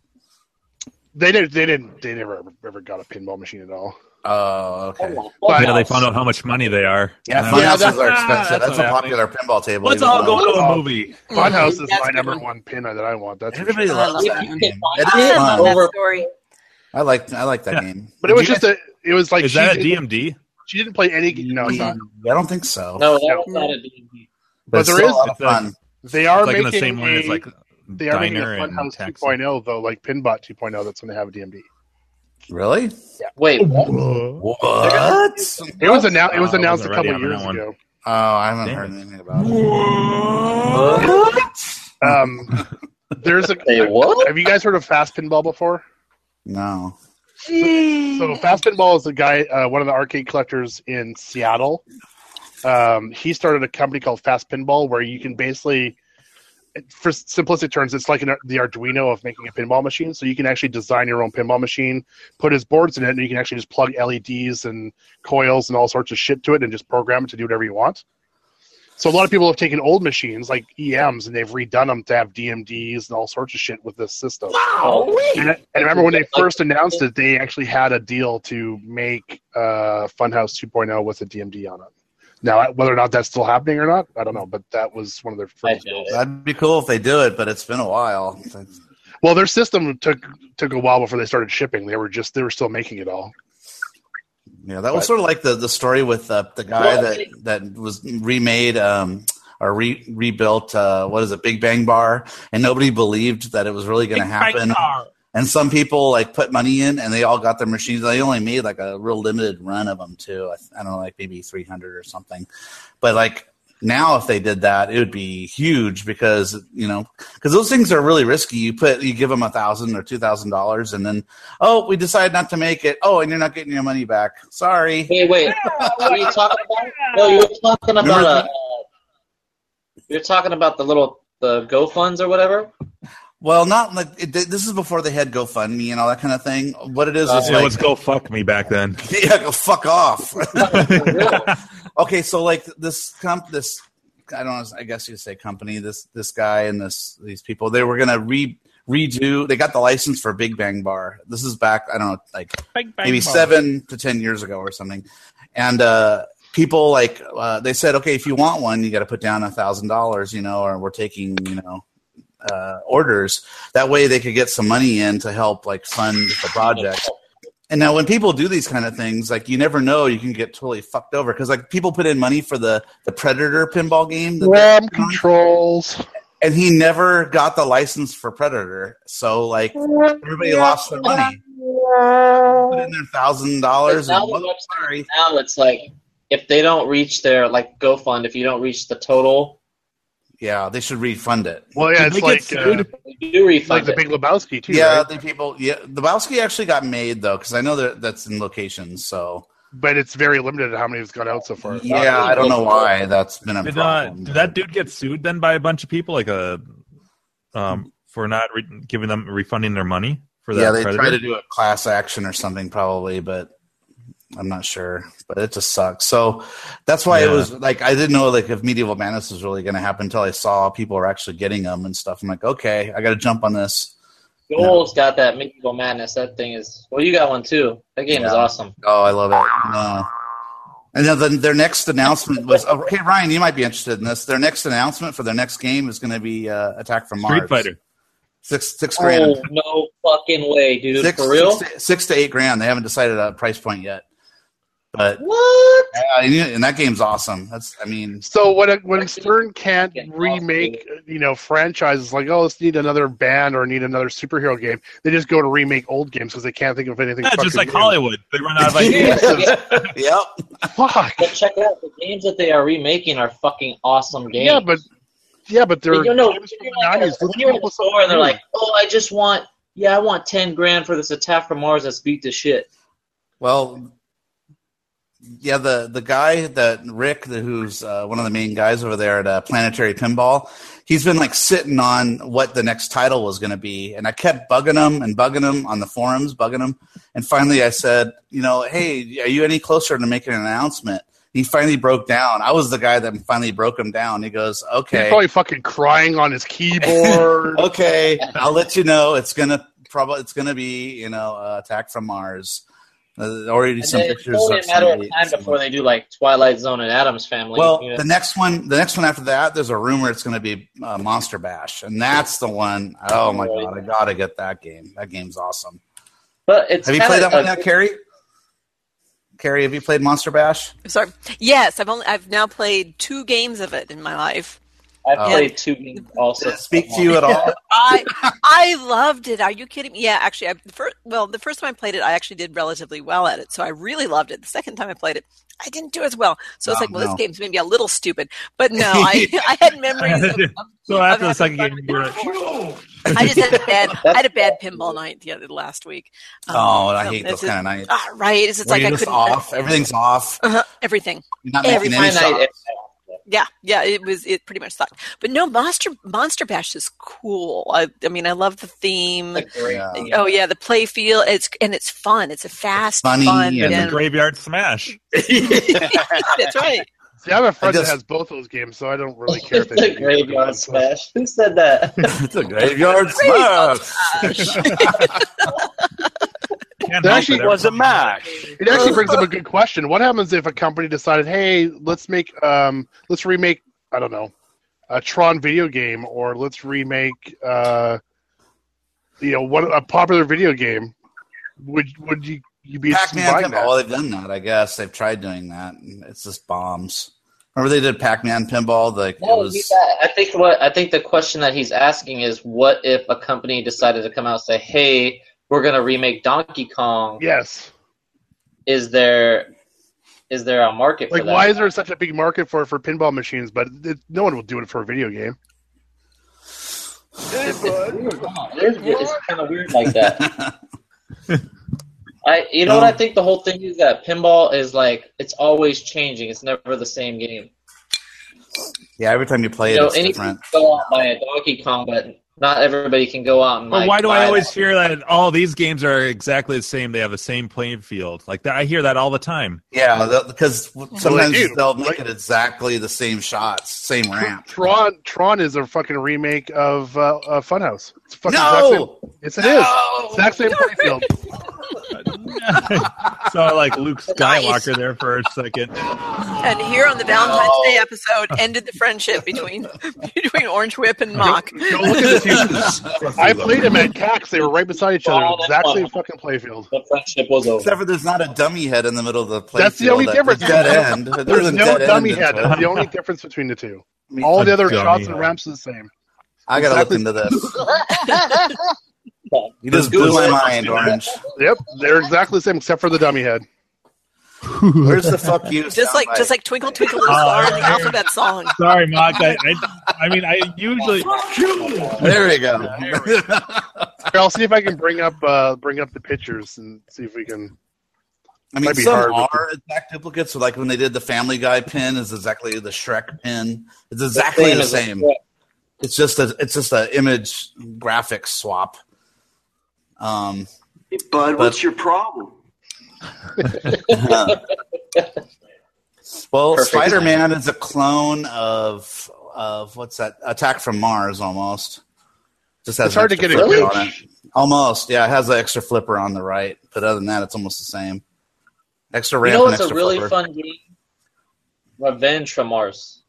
[SPEAKER 3] they did. They didn't. They never ever- ever got a pinball machine at all.
[SPEAKER 5] Oh, okay.
[SPEAKER 3] But
[SPEAKER 4] Yeah, they found out how much money they are.
[SPEAKER 5] Yeah,
[SPEAKER 3] Yeah,
[SPEAKER 5] funhouses
[SPEAKER 3] that's-
[SPEAKER 5] are
[SPEAKER 4] ah,
[SPEAKER 5] expensive.
[SPEAKER 4] that's
[SPEAKER 5] That's,
[SPEAKER 4] what
[SPEAKER 5] a popular pinball table.
[SPEAKER 4] Let's
[SPEAKER 5] even
[SPEAKER 4] all
[SPEAKER 5] though-
[SPEAKER 4] go to a movie.
[SPEAKER 3] Funhouse is
[SPEAKER 2] Mm, That's
[SPEAKER 3] my
[SPEAKER 2] good
[SPEAKER 3] number
[SPEAKER 2] one.
[SPEAKER 3] one pin that I want. That's for sure.
[SPEAKER 5] Everybody
[SPEAKER 2] I
[SPEAKER 5] loves
[SPEAKER 2] love
[SPEAKER 5] that
[SPEAKER 2] that.
[SPEAKER 5] game. It is
[SPEAKER 2] I love
[SPEAKER 5] fun.
[SPEAKER 2] that story.
[SPEAKER 5] I like I like that
[SPEAKER 4] Yeah.
[SPEAKER 5] game.
[SPEAKER 3] But it was
[SPEAKER 5] Did you
[SPEAKER 3] just a. It was like
[SPEAKER 4] Is
[SPEAKER 3] she,
[SPEAKER 4] that a
[SPEAKER 3] didn't,
[SPEAKER 4] DMD?
[SPEAKER 3] she didn't play any. No, it's
[SPEAKER 5] guys-
[SPEAKER 3] not.
[SPEAKER 5] I don't think so.
[SPEAKER 6] No, that
[SPEAKER 3] No.
[SPEAKER 1] Hmm.
[SPEAKER 6] was not a DVD.
[SPEAKER 5] but,
[SPEAKER 3] but
[SPEAKER 5] it's
[SPEAKER 3] there
[SPEAKER 5] still
[SPEAKER 3] is-
[SPEAKER 5] a lot of
[SPEAKER 4] It's like-
[SPEAKER 5] fun.
[SPEAKER 3] They are
[SPEAKER 4] It's like in
[SPEAKER 3] making
[SPEAKER 4] the same way
[SPEAKER 3] a,
[SPEAKER 4] as like
[SPEAKER 3] they are making a
[SPEAKER 4] Diner and
[SPEAKER 3] Funhouse
[SPEAKER 4] Taxi.
[SPEAKER 3] 2.0 though, like Pinbot 2.0. That's going to have a DMD.
[SPEAKER 5] Really?
[SPEAKER 6] Wait,
[SPEAKER 3] oh.
[SPEAKER 6] what?
[SPEAKER 3] It
[SPEAKER 5] What?
[SPEAKER 3] was announced. It was
[SPEAKER 4] Uh, I
[SPEAKER 3] announced a
[SPEAKER 4] wasn't
[SPEAKER 3] couple
[SPEAKER 4] ready on
[SPEAKER 3] years
[SPEAKER 4] that one.
[SPEAKER 3] ago.
[SPEAKER 5] Oh, I haven't
[SPEAKER 4] Damn
[SPEAKER 5] heard
[SPEAKER 4] it.
[SPEAKER 5] anything about it.
[SPEAKER 3] Um, there's a.
[SPEAKER 6] Say what?
[SPEAKER 3] Have you guys heard of Fast Pinball before?
[SPEAKER 5] No.
[SPEAKER 3] So Fast Pinball is a guy, uh, one of the arcade collectors in Seattle. Um, he started a company called Fast Pinball, where you can basically, for simplistic terms, it's like an, the Arduino of making a pinball machine. So you can actually design your own pinball machine, put his boards in it, and you can actually just plug LEDs and coils and all sorts of shit to it, and just program it to do whatever you want. So a lot of people have taken old machines like EMs and they've redone them to have DMDs and all sorts of shit with this system. And, I- and I remember when they first announced it, they actually had a deal to make uh, Funhouse 2.0 with a DMD on it. Now, whether or not that's still happening or not, I don't know, but that was one of their
[SPEAKER 6] I
[SPEAKER 3] first.
[SPEAKER 6] doubt it.
[SPEAKER 5] That'd be cool if they do it, but it's been a while.
[SPEAKER 3] Well, their system took took a while before they started shipping. They were just they were still making it all.
[SPEAKER 5] Yeah, that was sort of like the, the story with uh, the guy that, that was remade um, or re- rebuilt, uh, what is it, Big Bang Bar, and nobody believed that it was really going to happen. And some people like put money in, and they all got their machines. They only made like a real limited run of them too. I, I don't know, like maybe three hundred or something. But like now, if they did that, it would be huge because you know because those things are really risky. You put you give them a thousand or two thousand dollars, and then oh, we decided not to make it. Oh, and you're not getting your money back. Sorry.
[SPEAKER 6] Hey, wait. What are you talking about? No, you were talking about a. Uh, you're talking about the little the GoFunds
[SPEAKER 5] (laughs)
[SPEAKER 6] or whatever.
[SPEAKER 5] Well, not like it, this is before they had GoFundMe and all that kind of thing. What it is is
[SPEAKER 4] Uh, It
[SPEAKER 5] like,
[SPEAKER 4] was go fuck me back (laughs) then.
[SPEAKER 5] (laughs) yeah, go fuck off. (laughs)
[SPEAKER 4] yeah,
[SPEAKER 5] okay, so like this comp this I don't know, I guess you say company, this this guy and this these people, they were gonna re redo they got the license for Big Bang Bar. This is back, I don't know, like maybe seven to ten years ago or something. And uh people like uh, they said, Okay, if you want one, you gotta put down a thousand dollars, you know, or we're taking, you know, uh, orders. That way they could get some money in to help like fund the project. And now, when people do these kind of things, like you never know, you can get totally fucked over because like people put in money for the the Predator pinball game, that
[SPEAKER 3] RAM controls.
[SPEAKER 5] they- and he never got the license for Predator, so like everybody lost their money. Put in their thousand dollars and
[SPEAKER 6] Now the
[SPEAKER 5] well,
[SPEAKER 6] website-
[SPEAKER 5] sorry,
[SPEAKER 6] Now it's like if they don't reach their like GoFund, if you don't reach the total,
[SPEAKER 5] yeah, they should refund it.
[SPEAKER 3] Well, yeah,
[SPEAKER 4] Did
[SPEAKER 3] it's
[SPEAKER 4] they
[SPEAKER 3] like
[SPEAKER 4] get
[SPEAKER 3] uh,
[SPEAKER 4] sued?
[SPEAKER 6] you do
[SPEAKER 3] like
[SPEAKER 6] refund
[SPEAKER 3] the
[SPEAKER 6] it.
[SPEAKER 3] Big Lebowski too.
[SPEAKER 5] yeah,
[SPEAKER 3] right?
[SPEAKER 5] the people. Yeah, the Bowski actually got made though, because I know that that's in locations. So
[SPEAKER 3] but it's very limited how many has gone out so far.
[SPEAKER 5] yeah, I don't know why that's been a
[SPEAKER 4] Did, uh,
[SPEAKER 5] problem.
[SPEAKER 4] did that dude get sued then by a bunch of people, like a, um, for not re- giving them refunding their money for that?
[SPEAKER 5] yeah, they
[SPEAKER 4] predator?
[SPEAKER 5] try to do a class action or something probably, but I'm not sure. But it just sucks. So that's why it
[SPEAKER 4] Yeah.
[SPEAKER 5] was like I didn't know like if medieval madness was really going to happen until I saw people were actually getting them and stuff. I'm like, okay, I got to jump on this.
[SPEAKER 6] Joel's got that medieval madness. That thing is. Well, you got one too. That game is
[SPEAKER 5] Yeah.
[SPEAKER 6] awesome.
[SPEAKER 5] Oh, I love it. No. And then the, their next announcement was oh, okay, Ryan, you might be interested in this. Their next announcement for their next game is going to be uh, Attack from Mars.
[SPEAKER 4] Street Fighter.
[SPEAKER 5] Six six grand.
[SPEAKER 6] Oh no fucking way, dude!
[SPEAKER 5] six,
[SPEAKER 6] For real?
[SPEAKER 5] six to- six to eight grand. They haven't decided a price point yet. But
[SPEAKER 6] what?
[SPEAKER 5] Yeah, Uh, and, you- and that game's awesome. That's, I mean,
[SPEAKER 3] So when a, when Stern can't
[SPEAKER 6] Get lost,
[SPEAKER 3] remake, you know, franchises like oh, let's need another band or need another superhero game, they just go to remake old games because they can't think of anything.
[SPEAKER 4] Yeah,
[SPEAKER 3] fucking
[SPEAKER 4] just like
[SPEAKER 3] new.
[SPEAKER 4] Hollywood. They run out of
[SPEAKER 6] (laughs)
[SPEAKER 4] ideas.
[SPEAKER 3] Jesus.
[SPEAKER 5] (laughs) yep.
[SPEAKER 3] Fuck.
[SPEAKER 6] But check it out the games that they are remaking are fucking awesome games.
[SPEAKER 3] Yeah, but yeah, but they're
[SPEAKER 6] But you know, when
[SPEAKER 3] games from
[SPEAKER 6] you're,
[SPEAKER 3] the
[SPEAKER 6] like,
[SPEAKER 3] 90s.
[SPEAKER 6] when
[SPEAKER 3] Let's
[SPEAKER 6] you're
[SPEAKER 3] come
[SPEAKER 6] in
[SPEAKER 3] up
[SPEAKER 6] the
[SPEAKER 3] with
[SPEAKER 6] store and they're
[SPEAKER 3] something
[SPEAKER 6] like, "Oh, I just want, yeah, I want ten grand for this attack from Mars. Let's beat the shit."
[SPEAKER 5] Well, yeah, the the guy that Rick, the, who's uh, one of the main guys over there at uh, Planetary Pinball, he's been like sitting on what the next title was going to be, and I kept bugging him and bugging him on the forums, bugging him, and finally I said, you know, hey, are you any closer to making an announcement? He finally broke down. I was the guy that finally broke him down. He goes,
[SPEAKER 3] He's
[SPEAKER 5] okay, Oh,
[SPEAKER 3] probably fucking crying on his
[SPEAKER 5] (laughs)
[SPEAKER 3] keyboard.
[SPEAKER 5] okay, I'll let you know. It's gonna probably it's gonna be you know uh, Attack from Mars. Uh, already
[SPEAKER 6] And
[SPEAKER 5] some
[SPEAKER 6] then it's
[SPEAKER 5] pictures.
[SPEAKER 6] only
[SPEAKER 5] of
[SPEAKER 6] a matter of
[SPEAKER 5] somebody-
[SPEAKER 6] time before they do like Twilight Zone and Adam's Family.
[SPEAKER 5] Well,
[SPEAKER 6] you know.
[SPEAKER 5] the next one, the next one after that, there's a rumor it's going to be uh, Monster Bash, and that's the one oh my god, I gotta get that game. That game's awesome.
[SPEAKER 6] but it's
[SPEAKER 5] Have you
[SPEAKER 6] kinda
[SPEAKER 5] played that one
[SPEAKER 6] a-
[SPEAKER 5] now, Carrie? Carrie, have you played Monster Bash?
[SPEAKER 2] Sorry. Yes, I've only I've now played two games of it in my life.
[SPEAKER 6] I've
[SPEAKER 5] Oh.
[SPEAKER 6] played two games also.
[SPEAKER 5] Did it speak to you at
[SPEAKER 2] (laughs)
[SPEAKER 5] all?
[SPEAKER 2] I I loved it. Are you kidding me? Yeah, actually, I, the first well, the first time I played it, I actually did relatively well at it, so I really loved it. The second time I played it, I didn't do as well. So
[SPEAKER 5] Oh,
[SPEAKER 2] it's like, well,
[SPEAKER 5] no.
[SPEAKER 2] this game's maybe a little stupid, but no,
[SPEAKER 5] (laughs)
[SPEAKER 2] I I had memories. Of, of,
[SPEAKER 4] So after the
[SPEAKER 2] I've
[SPEAKER 4] second
[SPEAKER 2] had
[SPEAKER 4] game, you were like,
[SPEAKER 2] I just had a
[SPEAKER 5] (laughs)
[SPEAKER 2] bad I had a bad pinball night the other last week. Um,
[SPEAKER 5] Oh, I
[SPEAKER 2] so
[SPEAKER 5] hate
[SPEAKER 2] it's
[SPEAKER 5] those kind of nights.
[SPEAKER 2] just- ah, right, it's just
[SPEAKER 5] Where
[SPEAKER 2] like
[SPEAKER 5] you're
[SPEAKER 2] I
[SPEAKER 5] just
[SPEAKER 2] couldn't
[SPEAKER 5] off. Everything's off.
[SPEAKER 2] Uh-huh, everything.
[SPEAKER 5] You're not
[SPEAKER 2] Every
[SPEAKER 5] making any
[SPEAKER 6] Twilight,
[SPEAKER 5] shots.
[SPEAKER 2] Yeah, yeah, it was. It pretty much sucked. But no, Monster Monster Bash is cool. I, I mean, I love the theme.
[SPEAKER 6] it's a great
[SPEAKER 5] Yeah.
[SPEAKER 6] game.
[SPEAKER 2] oh yeah, the play feel. It's and it's fun. It's a fast,
[SPEAKER 5] funny
[SPEAKER 2] fun.
[SPEAKER 5] and
[SPEAKER 4] it's a
[SPEAKER 5] (laughs)
[SPEAKER 2] and-
[SPEAKER 4] graveyard smash.
[SPEAKER 2] that's right.
[SPEAKER 3] See, I have a friend
[SPEAKER 5] just-
[SPEAKER 3] that has both those games, so I don't really care if
[SPEAKER 6] (laughs) (laughs) It's
[SPEAKER 3] they
[SPEAKER 6] a
[SPEAKER 3] do either of
[SPEAKER 6] graveyard
[SPEAKER 3] those.
[SPEAKER 6] smash. Who said
[SPEAKER 5] (laughs)
[SPEAKER 6] that?
[SPEAKER 5] it's a graveyard smash.
[SPEAKER 4] Can't
[SPEAKER 3] That
[SPEAKER 4] help
[SPEAKER 3] actually
[SPEAKER 4] it.
[SPEAKER 1] was a match.
[SPEAKER 3] It actually brings up a good question. What happens if a company decided, hey, let's make, um, let's remake, I don't know, a Tron video game, or let's remake, uh, you know, what a popular video game? Would would you you be interested in
[SPEAKER 5] Pac-Man.
[SPEAKER 3] buying
[SPEAKER 5] Pinball. Well,
[SPEAKER 3] that?
[SPEAKER 5] they've done that. I guess they've tried doing that. and It's just bombs. Remember they did Pac-Man pinball. Like
[SPEAKER 6] No,
[SPEAKER 5] it was.
[SPEAKER 6] we got- I think what I think the question that he's asking is, what if a company decided to come out and say, "Hey, we're going to remake Donkey Kong"?
[SPEAKER 3] Yes.
[SPEAKER 6] Is there is there a market
[SPEAKER 3] Like,
[SPEAKER 6] for that?
[SPEAKER 3] why is there such a big market for for pinball machines, but it, no one will do it for a video game?
[SPEAKER 6] It's, it's weird. Wow, it is weird. It's kind of weird
[SPEAKER 4] (laughs)
[SPEAKER 6] like that. I, you know what
[SPEAKER 4] Um,
[SPEAKER 6] I think the whole thing is that pinball is like it's always changing. It's never the same game.
[SPEAKER 5] (laughs) yeah, every time you play it,
[SPEAKER 6] You know,
[SPEAKER 5] it's
[SPEAKER 6] anyone
[SPEAKER 5] different.
[SPEAKER 6] can go out and buy a Donkey Kong, but not everybody can go out and.
[SPEAKER 4] But
[SPEAKER 6] like,
[SPEAKER 4] why do
[SPEAKER 6] buy
[SPEAKER 4] I
[SPEAKER 6] it.
[SPEAKER 4] always hear that all these games are exactly the same? They have the same playing field. Like that, I hear that all the time.
[SPEAKER 5] Yeah, th- because sometimes
[SPEAKER 3] do.
[SPEAKER 5] they'll make
[SPEAKER 3] Like-
[SPEAKER 5] it exactly the same shots, same ramp.
[SPEAKER 3] Tron Tron is a fucking remake of uh, uh, Funhouse. It's (laughs) fucking exact same-
[SPEAKER 5] No,
[SPEAKER 3] Yes, it is. Exact same playfield.
[SPEAKER 4] so like
[SPEAKER 5] (laughs)
[SPEAKER 4] Luke Skywalker there for a second. (laughs)
[SPEAKER 2] And here on the Valentine's Day
[SPEAKER 5] Oh.
[SPEAKER 2] episode ended the friendship between (laughs) between Orange Whip and Mock.
[SPEAKER 3] Go look at the pictures. I played them at CAX. They were right beside each other.
[SPEAKER 6] Well, that's
[SPEAKER 3] Exact same
[SPEAKER 6] fine.
[SPEAKER 3] fucking playfield.
[SPEAKER 6] The friendship was over.
[SPEAKER 5] except for there's not a dummy head in the middle of the play.
[SPEAKER 3] That's the
[SPEAKER 5] field
[SPEAKER 3] only
[SPEAKER 5] at
[SPEAKER 3] difference.
[SPEAKER 5] Dead
[SPEAKER 3] (laughs)
[SPEAKER 5] end.
[SPEAKER 3] There's
[SPEAKER 5] a
[SPEAKER 3] no
[SPEAKER 5] dead end
[SPEAKER 3] dummy
[SPEAKER 5] in
[SPEAKER 3] head.
[SPEAKER 5] Tron.
[SPEAKER 3] That's the only difference between the
[SPEAKER 6] (laughs)
[SPEAKER 3] two. All the
[SPEAKER 4] A
[SPEAKER 3] other
[SPEAKER 4] dummy
[SPEAKER 3] shots and
[SPEAKER 4] head.
[SPEAKER 3] ramps are the same.
[SPEAKER 5] I gotta
[SPEAKER 3] Exactly.
[SPEAKER 5] look into this. You just blew my mind, Orange.
[SPEAKER 3] Yep, they're exactly the same except for the dummy head.
[SPEAKER 5] Where's the fuck you?
[SPEAKER 2] Just like just like Twinkle Twinkle Little
[SPEAKER 4] Oh,
[SPEAKER 2] Star in
[SPEAKER 4] I
[SPEAKER 2] the
[SPEAKER 4] hear-
[SPEAKER 2] alphabet song.
[SPEAKER 4] Sorry, Mock. I, I, I mean, I usually
[SPEAKER 5] there we go.
[SPEAKER 1] There we
[SPEAKER 3] Here, I'll see if I can bring up uh, bring up the pictures and see if we can.
[SPEAKER 5] I mean,
[SPEAKER 3] Might be
[SPEAKER 5] some
[SPEAKER 3] hard, but-
[SPEAKER 5] are exact duplicates. So, like when they did the Family Guy pin, is exactly the Shrek pin. It's exactly the same. It's just a it's just a image graphic swap. Um, (laughs)
[SPEAKER 7] Bud, what's your problem?
[SPEAKER 5] well,
[SPEAKER 6] Perfect.
[SPEAKER 5] Spider Man is a clone of of what's that Attack from Mars almost. Just has
[SPEAKER 3] It's
[SPEAKER 5] an
[SPEAKER 3] hard to
[SPEAKER 5] extra
[SPEAKER 3] get a
[SPEAKER 5] flipper
[SPEAKER 3] glitch.
[SPEAKER 5] on it. Almost, yeah, it has an extra flipper on the right, but other than that, it's almost the same. Extra
[SPEAKER 6] You
[SPEAKER 5] ramp.
[SPEAKER 6] know,
[SPEAKER 5] and
[SPEAKER 6] it's a
[SPEAKER 5] extra
[SPEAKER 6] really
[SPEAKER 5] flipper.
[SPEAKER 6] fun game. Revenge from Mars.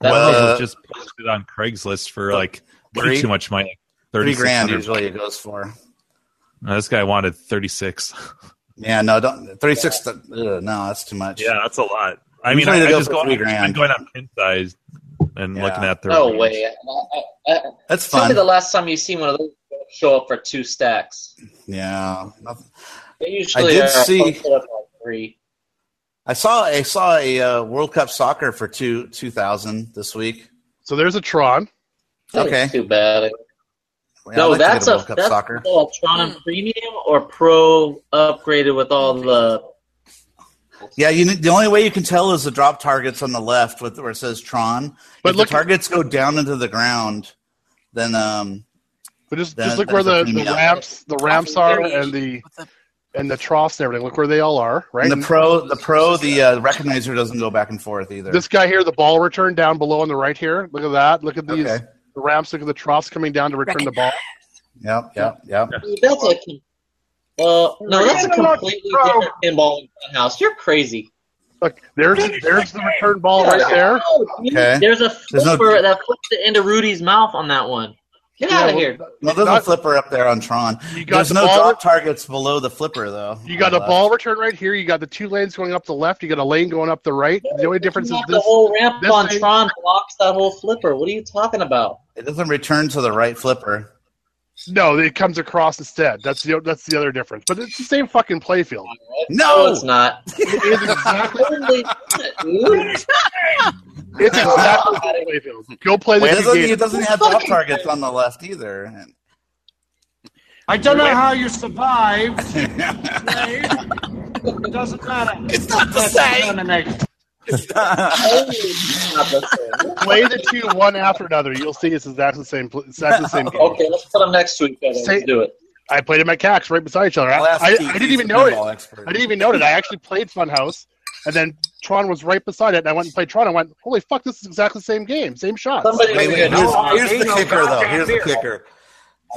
[SPEAKER 6] That
[SPEAKER 5] Well,
[SPEAKER 6] was-
[SPEAKER 5] uh,
[SPEAKER 4] was just posted on Craigslist for like way
[SPEAKER 5] Three-
[SPEAKER 4] too much money.
[SPEAKER 5] Three grand
[SPEAKER 4] 3,600.
[SPEAKER 5] usually it goes for.
[SPEAKER 4] No, this guy wanted thirty six.
[SPEAKER 5] (laughs) Yeah, no, don't thirty six. no, that's too much.
[SPEAKER 4] that's a lot. I
[SPEAKER 5] I'm
[SPEAKER 4] mean, I,
[SPEAKER 5] trying to
[SPEAKER 4] I
[SPEAKER 5] go
[SPEAKER 4] just
[SPEAKER 5] for
[SPEAKER 4] go on,
[SPEAKER 5] three
[SPEAKER 4] I've been
[SPEAKER 5] grand.
[SPEAKER 4] going on pin size and
[SPEAKER 5] Yeah.
[SPEAKER 4] looking at the
[SPEAKER 6] no
[SPEAKER 4] range.
[SPEAKER 6] way. I, I, I,
[SPEAKER 5] that's
[SPEAKER 6] tell me
[SPEAKER 5] fun.
[SPEAKER 6] the last time you've seen one of those show up for two stacks.
[SPEAKER 5] yeah, nothing-
[SPEAKER 6] They usually
[SPEAKER 5] did
[SPEAKER 6] are
[SPEAKER 5] see-
[SPEAKER 6] posted up like three.
[SPEAKER 5] I saw I saw a uh, World Cup soccer for two two thousand this week.
[SPEAKER 3] So there's a Tron.
[SPEAKER 6] That
[SPEAKER 5] Okay.
[SPEAKER 6] was too bad.
[SPEAKER 5] Yeah, I'd
[SPEAKER 6] no,
[SPEAKER 5] like to
[SPEAKER 6] that's
[SPEAKER 5] get
[SPEAKER 6] a,
[SPEAKER 5] World Cup
[SPEAKER 6] that's
[SPEAKER 5] soccer.
[SPEAKER 6] still a Tron Premium or Pro upgraded with all the
[SPEAKER 5] Yeah, you need, the only way you can tell is the drop targets on the left with where it says Tron.
[SPEAKER 3] But
[SPEAKER 5] if
[SPEAKER 3] look-
[SPEAKER 5] the targets go down into the ground, then um
[SPEAKER 3] But just
[SPEAKER 5] That-
[SPEAKER 3] just look
[SPEAKER 5] that
[SPEAKER 3] where
[SPEAKER 5] is a
[SPEAKER 3] the, the
[SPEAKER 5] premium.
[SPEAKER 3] ramps the ramps are and the and the troughs and everything. Look where they all are, right?
[SPEAKER 5] and the pro the pro the uh, recognizer doesn't go back and forth either.
[SPEAKER 3] this guy here, the ball return down below on the right here. Look at that. Look at these
[SPEAKER 5] Okay.
[SPEAKER 3] the ramps. Look at the troughs coming down to return the ball.
[SPEAKER 5] Yep, yep, yep.
[SPEAKER 6] That's a. com- Uh, no, that's a completely different pinball in front house. You're crazy.
[SPEAKER 3] Look, there's there's the return ball right there.
[SPEAKER 6] No, dude,
[SPEAKER 5] Okay.
[SPEAKER 6] There's a
[SPEAKER 5] There's no-
[SPEAKER 6] flipper that flipped it into Rudy's mouth on that one. Get
[SPEAKER 3] Yeah,
[SPEAKER 6] out of
[SPEAKER 3] well,
[SPEAKER 6] here.
[SPEAKER 5] Well, there's a
[SPEAKER 3] Not-
[SPEAKER 5] flipper up there on Tron.
[SPEAKER 3] You got
[SPEAKER 5] There's
[SPEAKER 3] the
[SPEAKER 5] no
[SPEAKER 3] ball.
[SPEAKER 5] drop targets below the flipper though.
[SPEAKER 3] you got
[SPEAKER 5] on
[SPEAKER 3] a
[SPEAKER 5] the
[SPEAKER 3] ball
[SPEAKER 5] left.
[SPEAKER 3] return right here. You got the two lanes going up the left. You got a lane going up the right. The only difference is
[SPEAKER 6] Not the
[SPEAKER 3] this.
[SPEAKER 6] whole ramp
[SPEAKER 3] this
[SPEAKER 6] on
[SPEAKER 3] thing-
[SPEAKER 6] Tron blocks that whole flipper. What are you talking about?
[SPEAKER 5] It doesn't return to the right flipper.
[SPEAKER 3] No, it comes across instead. That's the that's the other difference. But it's the same fucking playfield.
[SPEAKER 5] No!
[SPEAKER 6] it's not.
[SPEAKER 3] It is exactly
[SPEAKER 6] Totally not, dude.
[SPEAKER 3] (laughs)
[SPEAKER 6] (laughs)
[SPEAKER 3] it's exactly the same playfield. Go play the
[SPEAKER 5] It
[SPEAKER 3] two
[SPEAKER 5] doesn't,
[SPEAKER 3] games.
[SPEAKER 5] it doesn't have drop targets on the
[SPEAKER 3] (laughs)
[SPEAKER 5] left either.
[SPEAKER 9] I don't know how you survived. Dave. it doesn't matter. It's not the same.
[SPEAKER 6] Totally not the same.
[SPEAKER 3] Play the two one after another. You'll see it's exactly the same. pl- It's exactly the same game.
[SPEAKER 6] Okay, let's put them next to each other.
[SPEAKER 3] Say-
[SPEAKER 6] Let's do it.
[SPEAKER 3] I played them at CAX right beside each other. I,
[SPEAKER 5] I'll ask
[SPEAKER 3] I,
[SPEAKER 5] Steve,
[SPEAKER 3] I
[SPEAKER 5] he's
[SPEAKER 3] didn't even
[SPEAKER 5] the
[SPEAKER 3] know it.
[SPEAKER 5] pinball expert.
[SPEAKER 3] I didn't even know it. I actually played Funhouse, and then Tron was right beside it. And I went and played Tron. I went, holy fuck, this is exactly the same game, same shot.
[SPEAKER 6] Somebody
[SPEAKER 5] Wait, wait, here's,
[SPEAKER 9] No,
[SPEAKER 5] here's the
[SPEAKER 9] no
[SPEAKER 5] kicker, though.
[SPEAKER 9] goddamn
[SPEAKER 5] Here's the
[SPEAKER 9] beer.
[SPEAKER 5] kicker.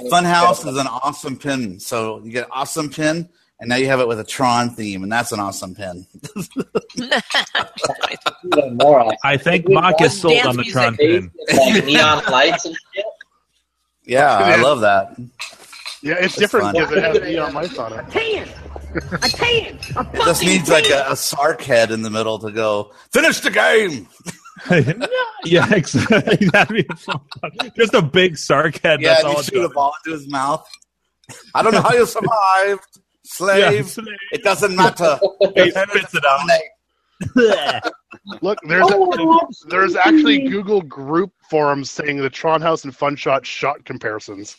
[SPEAKER 5] Funhouse is an awesome pin. So you get awesome pin, and now you have it with a Tron theme, and that's an awesome pin.
[SPEAKER 6] even more.
[SPEAKER 4] I think Mock is sold on the
[SPEAKER 2] Dance
[SPEAKER 4] Tron
[SPEAKER 6] Like
[SPEAKER 4] pin.
[SPEAKER 6] neon lights and shit.
[SPEAKER 5] Yeah,
[SPEAKER 3] (laughs)
[SPEAKER 5] I love that.
[SPEAKER 3] yeah, it's different
[SPEAKER 5] fun.
[SPEAKER 3] because it has neon lights on it.
[SPEAKER 5] It just needs like a, a Sark head in the middle to go finish the game.
[SPEAKER 4] (laughs) yeah, exactly. (laughs) That'd be so fun. Just a big sarc head.
[SPEAKER 5] Yeah,
[SPEAKER 4] that's
[SPEAKER 5] and
[SPEAKER 4] all
[SPEAKER 5] you
[SPEAKER 4] it's
[SPEAKER 5] shoot a ball into his mouth. I don't know how
[SPEAKER 3] (laughs)
[SPEAKER 5] you survived,
[SPEAKER 4] Yeah,
[SPEAKER 5] slave.
[SPEAKER 4] slave.
[SPEAKER 5] It
[SPEAKER 4] (laughs)
[SPEAKER 5] doesn't matter.
[SPEAKER 4] He spits it out. (laughs)
[SPEAKER 3] Look, there's
[SPEAKER 6] Oh,
[SPEAKER 3] a, there's actually Google group forums saying the Tron House and Funshot shot comparisons.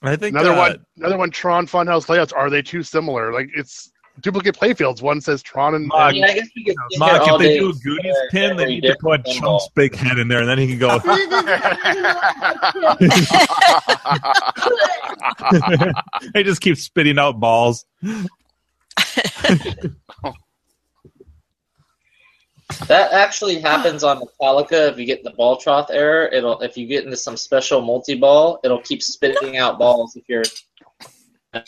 [SPEAKER 4] I think
[SPEAKER 3] Another
[SPEAKER 4] uh,
[SPEAKER 3] one, another one. Tron Funhouse layouts are they too similar? Like it's duplicate playfields. One says Tron and,
[SPEAKER 4] Mog.
[SPEAKER 6] (laughs) I mean, I guess we could sit here
[SPEAKER 4] Mock,
[SPEAKER 6] all
[SPEAKER 4] if they
[SPEAKER 6] day
[SPEAKER 4] do a
[SPEAKER 6] and
[SPEAKER 4] Goonies
[SPEAKER 6] compare
[SPEAKER 4] pin, they
[SPEAKER 6] every
[SPEAKER 4] need to put
[SPEAKER 6] different pinball.
[SPEAKER 4] Chunk's big head in there, and then he can go. (laughs) they just keep spitting out balls.
[SPEAKER 6] That actually happens on Metallica. If you get the ball trough error, it'll if you get into some special multi ball, it'll keep spitting out balls if you're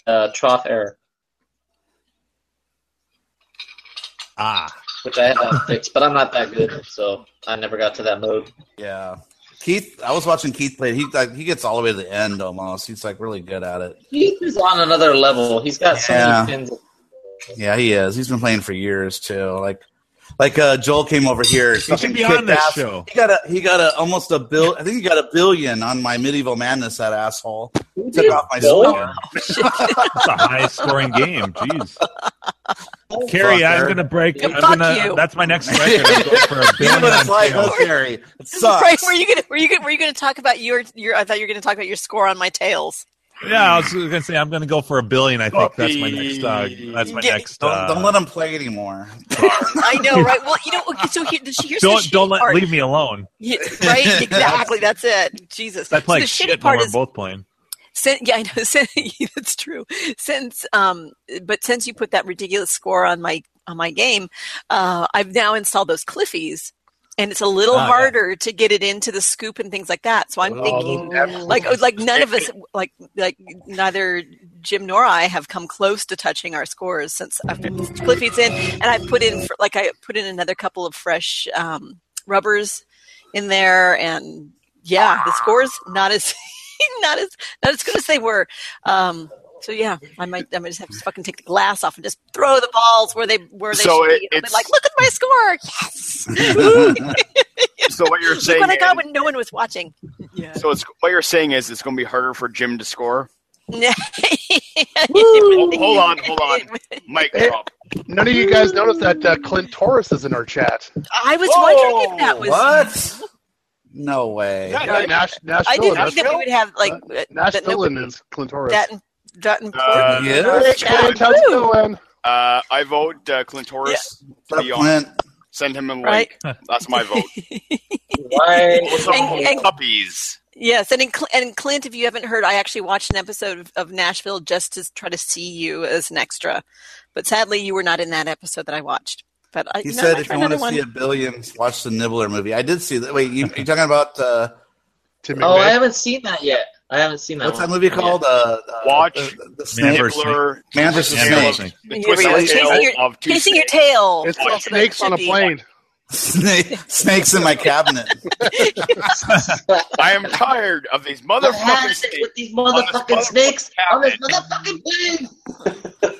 [SPEAKER 6] uh, trough error,
[SPEAKER 4] Ah,
[SPEAKER 6] which I had that fixed, but I'm not that good, so I never got to that mode.
[SPEAKER 5] Yeah. Keith, I was watching Keith play. He like, he gets all the way to the end almost. He's like really good at it.
[SPEAKER 6] Keith is on another level. He's got so
[SPEAKER 5] Yeah.
[SPEAKER 6] many pins.
[SPEAKER 5] Yeah, he is. He's been playing for years too. Like, like uh, Joel came over here. He
[SPEAKER 4] should be on this show.
[SPEAKER 5] He got a he got a almost a bill. I think he got a billion on my medieval madness. That asshole took off my score.
[SPEAKER 4] that's a high scoring game. Jeez. Carrie, I'm
[SPEAKER 5] Fucker.
[SPEAKER 4] gonna break. I'm
[SPEAKER 2] Yeah, fuck
[SPEAKER 4] gonna.
[SPEAKER 2] you.
[SPEAKER 4] That's my next
[SPEAKER 5] (laughs)
[SPEAKER 4] record. I'm going for a
[SPEAKER 5] You know
[SPEAKER 4] billion
[SPEAKER 5] what it's
[SPEAKER 4] on
[SPEAKER 5] like,
[SPEAKER 4] sale.
[SPEAKER 5] huh, Gary? It
[SPEAKER 2] This is right.
[SPEAKER 5] sucks.
[SPEAKER 2] Were you gonna were you gonna, were you gonna talk about your your? I thought you were gonna talk about your score on my tails.
[SPEAKER 4] Yeah, I was gonna say I'm gonna go for a billion. I think that's my next. Uh, that's my
[SPEAKER 2] Yeah.
[SPEAKER 4] next.
[SPEAKER 5] Don't,
[SPEAKER 4] Uh,
[SPEAKER 5] don't let him play anymore.
[SPEAKER 2] I know, right? Well, you know. okay, So here, the, here's the
[SPEAKER 4] don't
[SPEAKER 2] shitty
[SPEAKER 4] don't let
[SPEAKER 2] part.
[SPEAKER 4] leave me alone.
[SPEAKER 2] Yeah, right? Exactly. that's it. Jesus.
[SPEAKER 4] I play like
[SPEAKER 2] so the
[SPEAKER 4] shit
[SPEAKER 2] shitty
[SPEAKER 4] when
[SPEAKER 2] part
[SPEAKER 4] we're
[SPEAKER 2] is
[SPEAKER 4] both playing.
[SPEAKER 2] Since, yeah, I know. (laughs) Since, that's true. Since, um, but since you put that ridiculous score on my on my game, uh, I've now installed those Cliffies, and it's a little
[SPEAKER 4] Oh, yeah.
[SPEAKER 2] harder to get it into the scoop and things like that. So I'm
[SPEAKER 3] Oh,
[SPEAKER 2] thinking, like, oh, like none of us, like, like neither Jim nor I have come close to touching our scores since I've put Cliffies in, and I put in, for, like, I put in another couple of fresh um, rubbers in there, and yeah, the scores not as (laughs) not as not as good as they were. Um, so yeah, I might I might just have to fucking take the glass off and just throw the balls where they where they
[SPEAKER 1] So
[SPEAKER 2] should
[SPEAKER 1] it-
[SPEAKER 2] be. I'll be
[SPEAKER 1] it's-
[SPEAKER 2] like, look at my score! (laughs)
[SPEAKER 1] (laughs)
[SPEAKER 2] Yes,
[SPEAKER 5] (laughs)
[SPEAKER 1] so what you're
[SPEAKER 2] look
[SPEAKER 1] saying?
[SPEAKER 2] what I got
[SPEAKER 1] is-
[SPEAKER 2] when no one was watching. Yeah,
[SPEAKER 1] so it's what you're saying is it's going to be harder for Jim to score.
[SPEAKER 2] hold,
[SPEAKER 1] hold on, hold on. Mike
[SPEAKER 3] Hey.
[SPEAKER 1] drop.
[SPEAKER 3] none of you guys noticed that uh, Clint Torres is in our chat.
[SPEAKER 2] I was
[SPEAKER 5] Whoa,
[SPEAKER 2] wondering if that was.
[SPEAKER 5] what? No way.
[SPEAKER 3] Yeah, Nash,
[SPEAKER 2] (laughs) I
[SPEAKER 3] Nashville.
[SPEAKER 2] didn't think that we would have like
[SPEAKER 3] Nash
[SPEAKER 2] that,
[SPEAKER 3] Dillon is Clint Torres.
[SPEAKER 2] that that important.
[SPEAKER 1] Uh,
[SPEAKER 5] Yeah.
[SPEAKER 3] Hey, Clint, how's it going?
[SPEAKER 1] Uh, I vote uh, Clintoris to be on. Send him a link.
[SPEAKER 2] Right.
[SPEAKER 1] That's my
[SPEAKER 2] (laughs)
[SPEAKER 1] vote.
[SPEAKER 6] Right.
[SPEAKER 1] What's up,
[SPEAKER 2] And- and-
[SPEAKER 1] puppies?
[SPEAKER 2] Yes, and in Cl- and Clint, if you haven't heard, I actually watched an episode of, of Nashville just to try to see you as an extra, but sadly, you were not in that episode that I watched. But I,
[SPEAKER 5] He
[SPEAKER 2] no,
[SPEAKER 5] said,
[SPEAKER 2] I
[SPEAKER 5] "If
[SPEAKER 2] tried
[SPEAKER 5] you want to
[SPEAKER 2] another one.
[SPEAKER 5] see a billion, watch the Nibbler movie." I did see that. Wait, you, you talking about uh,
[SPEAKER 3] Tim
[SPEAKER 6] Oh, I
[SPEAKER 3] McVeigh.
[SPEAKER 6] haven't seen that yet. I haven't seen that.
[SPEAKER 5] what's that
[SPEAKER 6] one.
[SPEAKER 5] movie called? Uh, uh,
[SPEAKER 1] Watch
[SPEAKER 5] the, the, the
[SPEAKER 4] Man
[SPEAKER 5] snake.
[SPEAKER 4] versus
[SPEAKER 1] Nibbler,
[SPEAKER 5] Man versus
[SPEAKER 4] Yeah,
[SPEAKER 1] Tale of-
[SPEAKER 5] snake.
[SPEAKER 1] the
[SPEAKER 2] Here
[SPEAKER 1] twist
[SPEAKER 2] we go.
[SPEAKER 1] and
[SPEAKER 2] Chasing
[SPEAKER 1] tale
[SPEAKER 2] your-
[SPEAKER 1] of two
[SPEAKER 2] chasing your
[SPEAKER 1] snakes.
[SPEAKER 2] tail.
[SPEAKER 3] It's
[SPEAKER 2] That's
[SPEAKER 3] like
[SPEAKER 2] what it
[SPEAKER 3] snakes on
[SPEAKER 2] Oh,
[SPEAKER 3] a
[SPEAKER 2] should be.
[SPEAKER 3] plane.
[SPEAKER 5] (laughs) Snake. Snakes in my cabinet.
[SPEAKER 1] I am tired of these
[SPEAKER 6] What happened
[SPEAKER 1] motherfucking snakes.
[SPEAKER 6] with these motherfucking snakks on this motherfucking plane?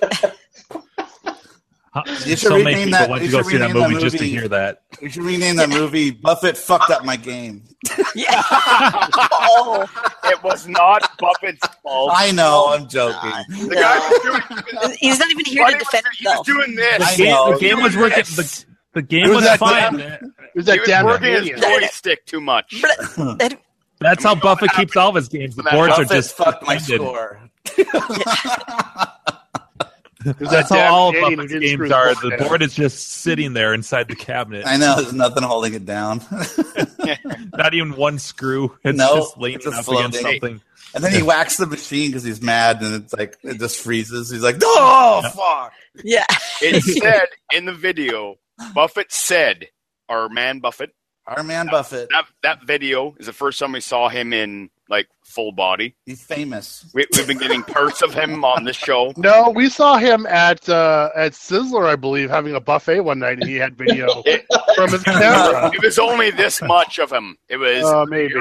[SPEAKER 4] Huh,
[SPEAKER 5] You should
[SPEAKER 4] so many
[SPEAKER 5] rename
[SPEAKER 4] people
[SPEAKER 5] that-
[SPEAKER 4] want to
[SPEAKER 5] you
[SPEAKER 4] go
[SPEAKER 5] should
[SPEAKER 4] see that
[SPEAKER 5] rename
[SPEAKER 4] movie,
[SPEAKER 5] that
[SPEAKER 4] just to
[SPEAKER 5] movie.
[SPEAKER 4] hear that.
[SPEAKER 5] We should rename that movie. Buffett fucked up my game.
[SPEAKER 2] Yeah.
[SPEAKER 1] It was not
[SPEAKER 2] (laughs)
[SPEAKER 1] Buffett's fault.
[SPEAKER 5] I know.
[SPEAKER 2] Oh
[SPEAKER 5] I'm joking.
[SPEAKER 1] the guy was doing, he was-
[SPEAKER 2] He's not even here
[SPEAKER 1] Buddy
[SPEAKER 2] to
[SPEAKER 1] was-
[SPEAKER 2] defend
[SPEAKER 1] he was
[SPEAKER 2] (laughs) himself.
[SPEAKER 1] doing this.
[SPEAKER 4] The
[SPEAKER 5] I
[SPEAKER 4] game,
[SPEAKER 5] know.
[SPEAKER 4] the game was working. The, the game
[SPEAKER 3] Who's
[SPEAKER 4] was
[SPEAKER 3] that
[SPEAKER 4] fine.
[SPEAKER 3] Who's
[SPEAKER 1] He
[SPEAKER 3] that
[SPEAKER 1] was
[SPEAKER 3] damn
[SPEAKER 1] working his
[SPEAKER 3] comedian?
[SPEAKER 1] joystick too much.
[SPEAKER 2] But that-
[SPEAKER 4] That's how Buffett keeps all of his games. The
[SPEAKER 1] That
[SPEAKER 4] boards are
[SPEAKER 5] Buffett
[SPEAKER 4] just
[SPEAKER 5] fucked my
[SPEAKER 4] ended.
[SPEAKER 5] score.
[SPEAKER 3] Who's that
[SPEAKER 4] That's how
[SPEAKER 3] damn
[SPEAKER 4] all
[SPEAKER 3] comedian who
[SPEAKER 4] Buffett's
[SPEAKER 3] didn't screw
[SPEAKER 4] games are.
[SPEAKER 3] board
[SPEAKER 4] The
[SPEAKER 3] down?
[SPEAKER 4] board is just sitting there inside the cabinet.
[SPEAKER 5] I know. There's nothing holding it down. (laughs)
[SPEAKER 4] Not even one screw. It's
[SPEAKER 5] No,
[SPEAKER 4] just leaning
[SPEAKER 5] it's just
[SPEAKER 4] up against
[SPEAKER 5] floating.
[SPEAKER 4] something.
[SPEAKER 5] and then he whacks the machine because he's mad, and it's like it just freezes. He's like, "No, fuck."
[SPEAKER 2] yeah. (laughs)
[SPEAKER 1] It said in the video, Buffett said, or man Buffett,
[SPEAKER 5] Our man Buffett.
[SPEAKER 1] that, that video is the first time we saw him in like full body.
[SPEAKER 5] He's famous.
[SPEAKER 1] We, we've been getting parts of him on this show.
[SPEAKER 3] No, we saw him at uh, at Sizzler, I believe, having a buffet one night, and he had video
[SPEAKER 1] It-
[SPEAKER 3] from his camera.
[SPEAKER 1] It was only this much of him. It was
[SPEAKER 3] Uh, maybe.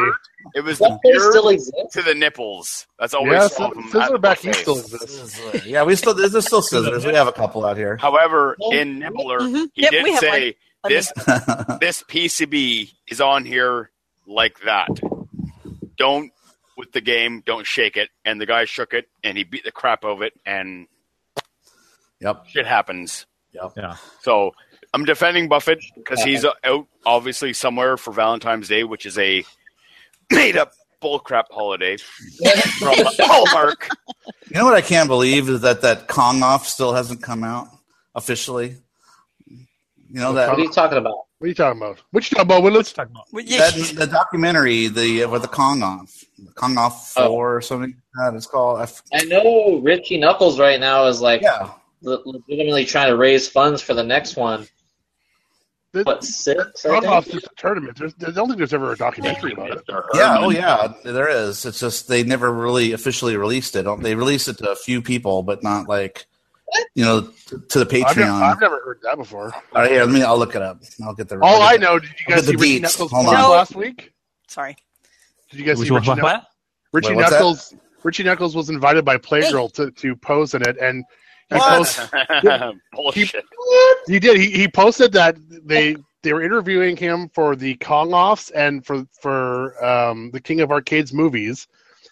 [SPEAKER 1] it was the
[SPEAKER 6] That place
[SPEAKER 1] beard
[SPEAKER 6] still exists.
[SPEAKER 1] to the nipples. That's all
[SPEAKER 3] Yeah,
[SPEAKER 1] we saw
[SPEAKER 3] Sizz-
[SPEAKER 1] of him. at the
[SPEAKER 3] Sizzler back
[SPEAKER 1] buffet.
[SPEAKER 3] east still exists.
[SPEAKER 5] Yeah, we still there's still scissors. We have a couple out here. (laughs)
[SPEAKER 1] However, in Nibbler,
[SPEAKER 2] Mhm.
[SPEAKER 1] he
[SPEAKER 2] Yep, we
[SPEAKER 1] did
[SPEAKER 2] have
[SPEAKER 1] say
[SPEAKER 2] one.
[SPEAKER 1] this this PCB is on here like that. Don't with the game, don't shake it. And the guy shook it and he beat the crap out of it and
[SPEAKER 5] yep.
[SPEAKER 1] shit happens.
[SPEAKER 5] Yep.
[SPEAKER 4] Yeah.
[SPEAKER 1] So I'm defending Buffett because he's out obviously somewhere for Valentine's Day, which is a made up bullcrap holiday
[SPEAKER 3] (laughs)
[SPEAKER 1] from Hallmark.
[SPEAKER 5] You know what I can't believe is that that Kong off still hasn't come out officially. You know
[SPEAKER 6] What are
[SPEAKER 5] that
[SPEAKER 6] you talking about?
[SPEAKER 3] What are you talking about? What you talking about, Willis?
[SPEAKER 4] Talk about-
[SPEAKER 2] Well, yeah.
[SPEAKER 5] that the documentary the with the Kong off, Kong off
[SPEAKER 6] Oh.
[SPEAKER 5] four or something. Like that it's called. I f-
[SPEAKER 6] I know Richie Knuckles right now is like
[SPEAKER 5] yeah.
[SPEAKER 6] le- legitimately trying to raise funds for the next one.
[SPEAKER 3] The-
[SPEAKER 6] What six? I
[SPEAKER 3] Kong
[SPEAKER 6] think?
[SPEAKER 3] off's just a tournament. There's, I don't think there's ever a documentary about it.
[SPEAKER 5] Yeah, oh yeah, there is. It's just they never really officially released it. They released it to a few people, but not like you know to the
[SPEAKER 3] I've, ne-
[SPEAKER 5] Patreon.
[SPEAKER 3] I've never heard that before.
[SPEAKER 5] All right, here, let me. I'll look it up. I'll get the.
[SPEAKER 3] All I know, did you
[SPEAKER 5] Look at
[SPEAKER 3] guys
[SPEAKER 5] the
[SPEAKER 3] see Richie
[SPEAKER 5] deets.
[SPEAKER 3] Knuckles'
[SPEAKER 5] Hold
[SPEAKER 3] porn
[SPEAKER 2] on.
[SPEAKER 3] last week?
[SPEAKER 2] Sorry.
[SPEAKER 3] Did you guys
[SPEAKER 4] Which
[SPEAKER 3] see
[SPEAKER 4] one-
[SPEAKER 3] Richie,
[SPEAKER 4] what?
[SPEAKER 3] Knuck- Richie
[SPEAKER 5] Wait, what's that?
[SPEAKER 3] Knuckles? Richie Knuckles was invited by Playgirl to, to pose in it, and he,
[SPEAKER 5] What?
[SPEAKER 3] posed-
[SPEAKER 1] um, (laughs) Bullshit.
[SPEAKER 3] he did. He, he posted that they they were interviewing him for the Kong offs and for for um, the King of Arcades movies,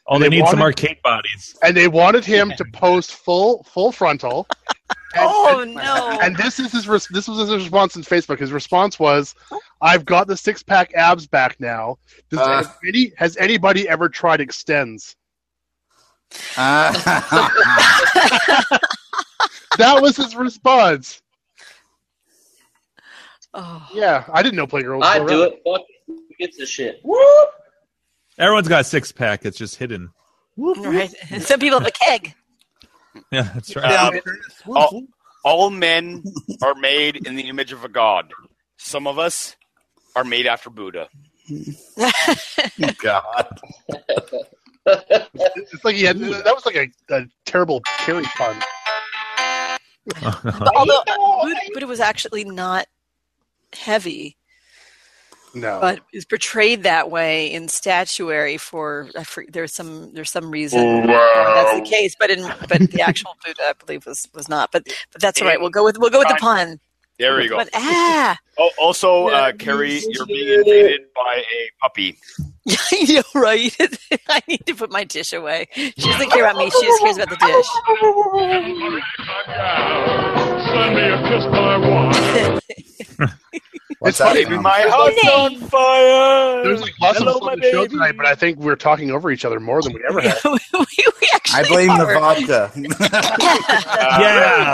[SPEAKER 4] Oh, they
[SPEAKER 3] They
[SPEAKER 4] need some
[SPEAKER 3] wanted-
[SPEAKER 4] arcade bodies.
[SPEAKER 3] and they wanted him to post full full frontal. And-
[SPEAKER 2] Oh no.
[SPEAKER 3] And this is his res- this was his response on Facebook. His response was, "I've got the six pack abs back now. Does
[SPEAKER 5] Uh.
[SPEAKER 3] has, any, has anybody ever tried extends?"
[SPEAKER 5] Ah.
[SPEAKER 3] That was his response.
[SPEAKER 2] oh.
[SPEAKER 3] Yeah, I didn't know Playgirl.
[SPEAKER 6] I do it. Fuck it. Who gives a shit? (laughs) Whoop.
[SPEAKER 4] Everyone's got a six pack. It's just hidden. (laughs)
[SPEAKER 2] (laughs) Right. Some people have a keg.
[SPEAKER 4] Yeah, that's right.
[SPEAKER 5] (laughs) Yeah.
[SPEAKER 1] Oh. All men are made in the image of a god. Some of us are made after Buddha.
[SPEAKER 5] God.
[SPEAKER 3] It's like he had, that was like a, a terrible carry pun.
[SPEAKER 2] Although Buddha, Buddha was actually not heavy.
[SPEAKER 3] No,
[SPEAKER 2] but is portrayed that way in statuary for, I for there's some there's some reason that's the case but in but the actual buddha i believe was was not but but that's all right we'll go with we'll go with the pun
[SPEAKER 1] There we go.
[SPEAKER 2] but ah (laughs)
[SPEAKER 1] Oh, also, uh, Carrie, you're being invaded by a puppy.
[SPEAKER 2] you're right (laughs) i need to put my dish away she doesn't care about me she just cares about the dish
[SPEAKER 8] Send me a pistol I want.
[SPEAKER 5] What's that?
[SPEAKER 1] Baby,
[SPEAKER 5] from?
[SPEAKER 1] my house on fire.
[SPEAKER 3] there's like lots
[SPEAKER 1] Hello,
[SPEAKER 3] of stuff
[SPEAKER 1] my
[SPEAKER 3] on the show
[SPEAKER 1] baby.
[SPEAKER 3] tonight, but I think we're talking over each other more than we ever have.
[SPEAKER 2] (laughs) we, we
[SPEAKER 5] I
[SPEAKER 2] actually
[SPEAKER 5] blame the
[SPEAKER 2] are.
[SPEAKER 5] vodka.
[SPEAKER 2] (laughs)
[SPEAKER 4] yeah,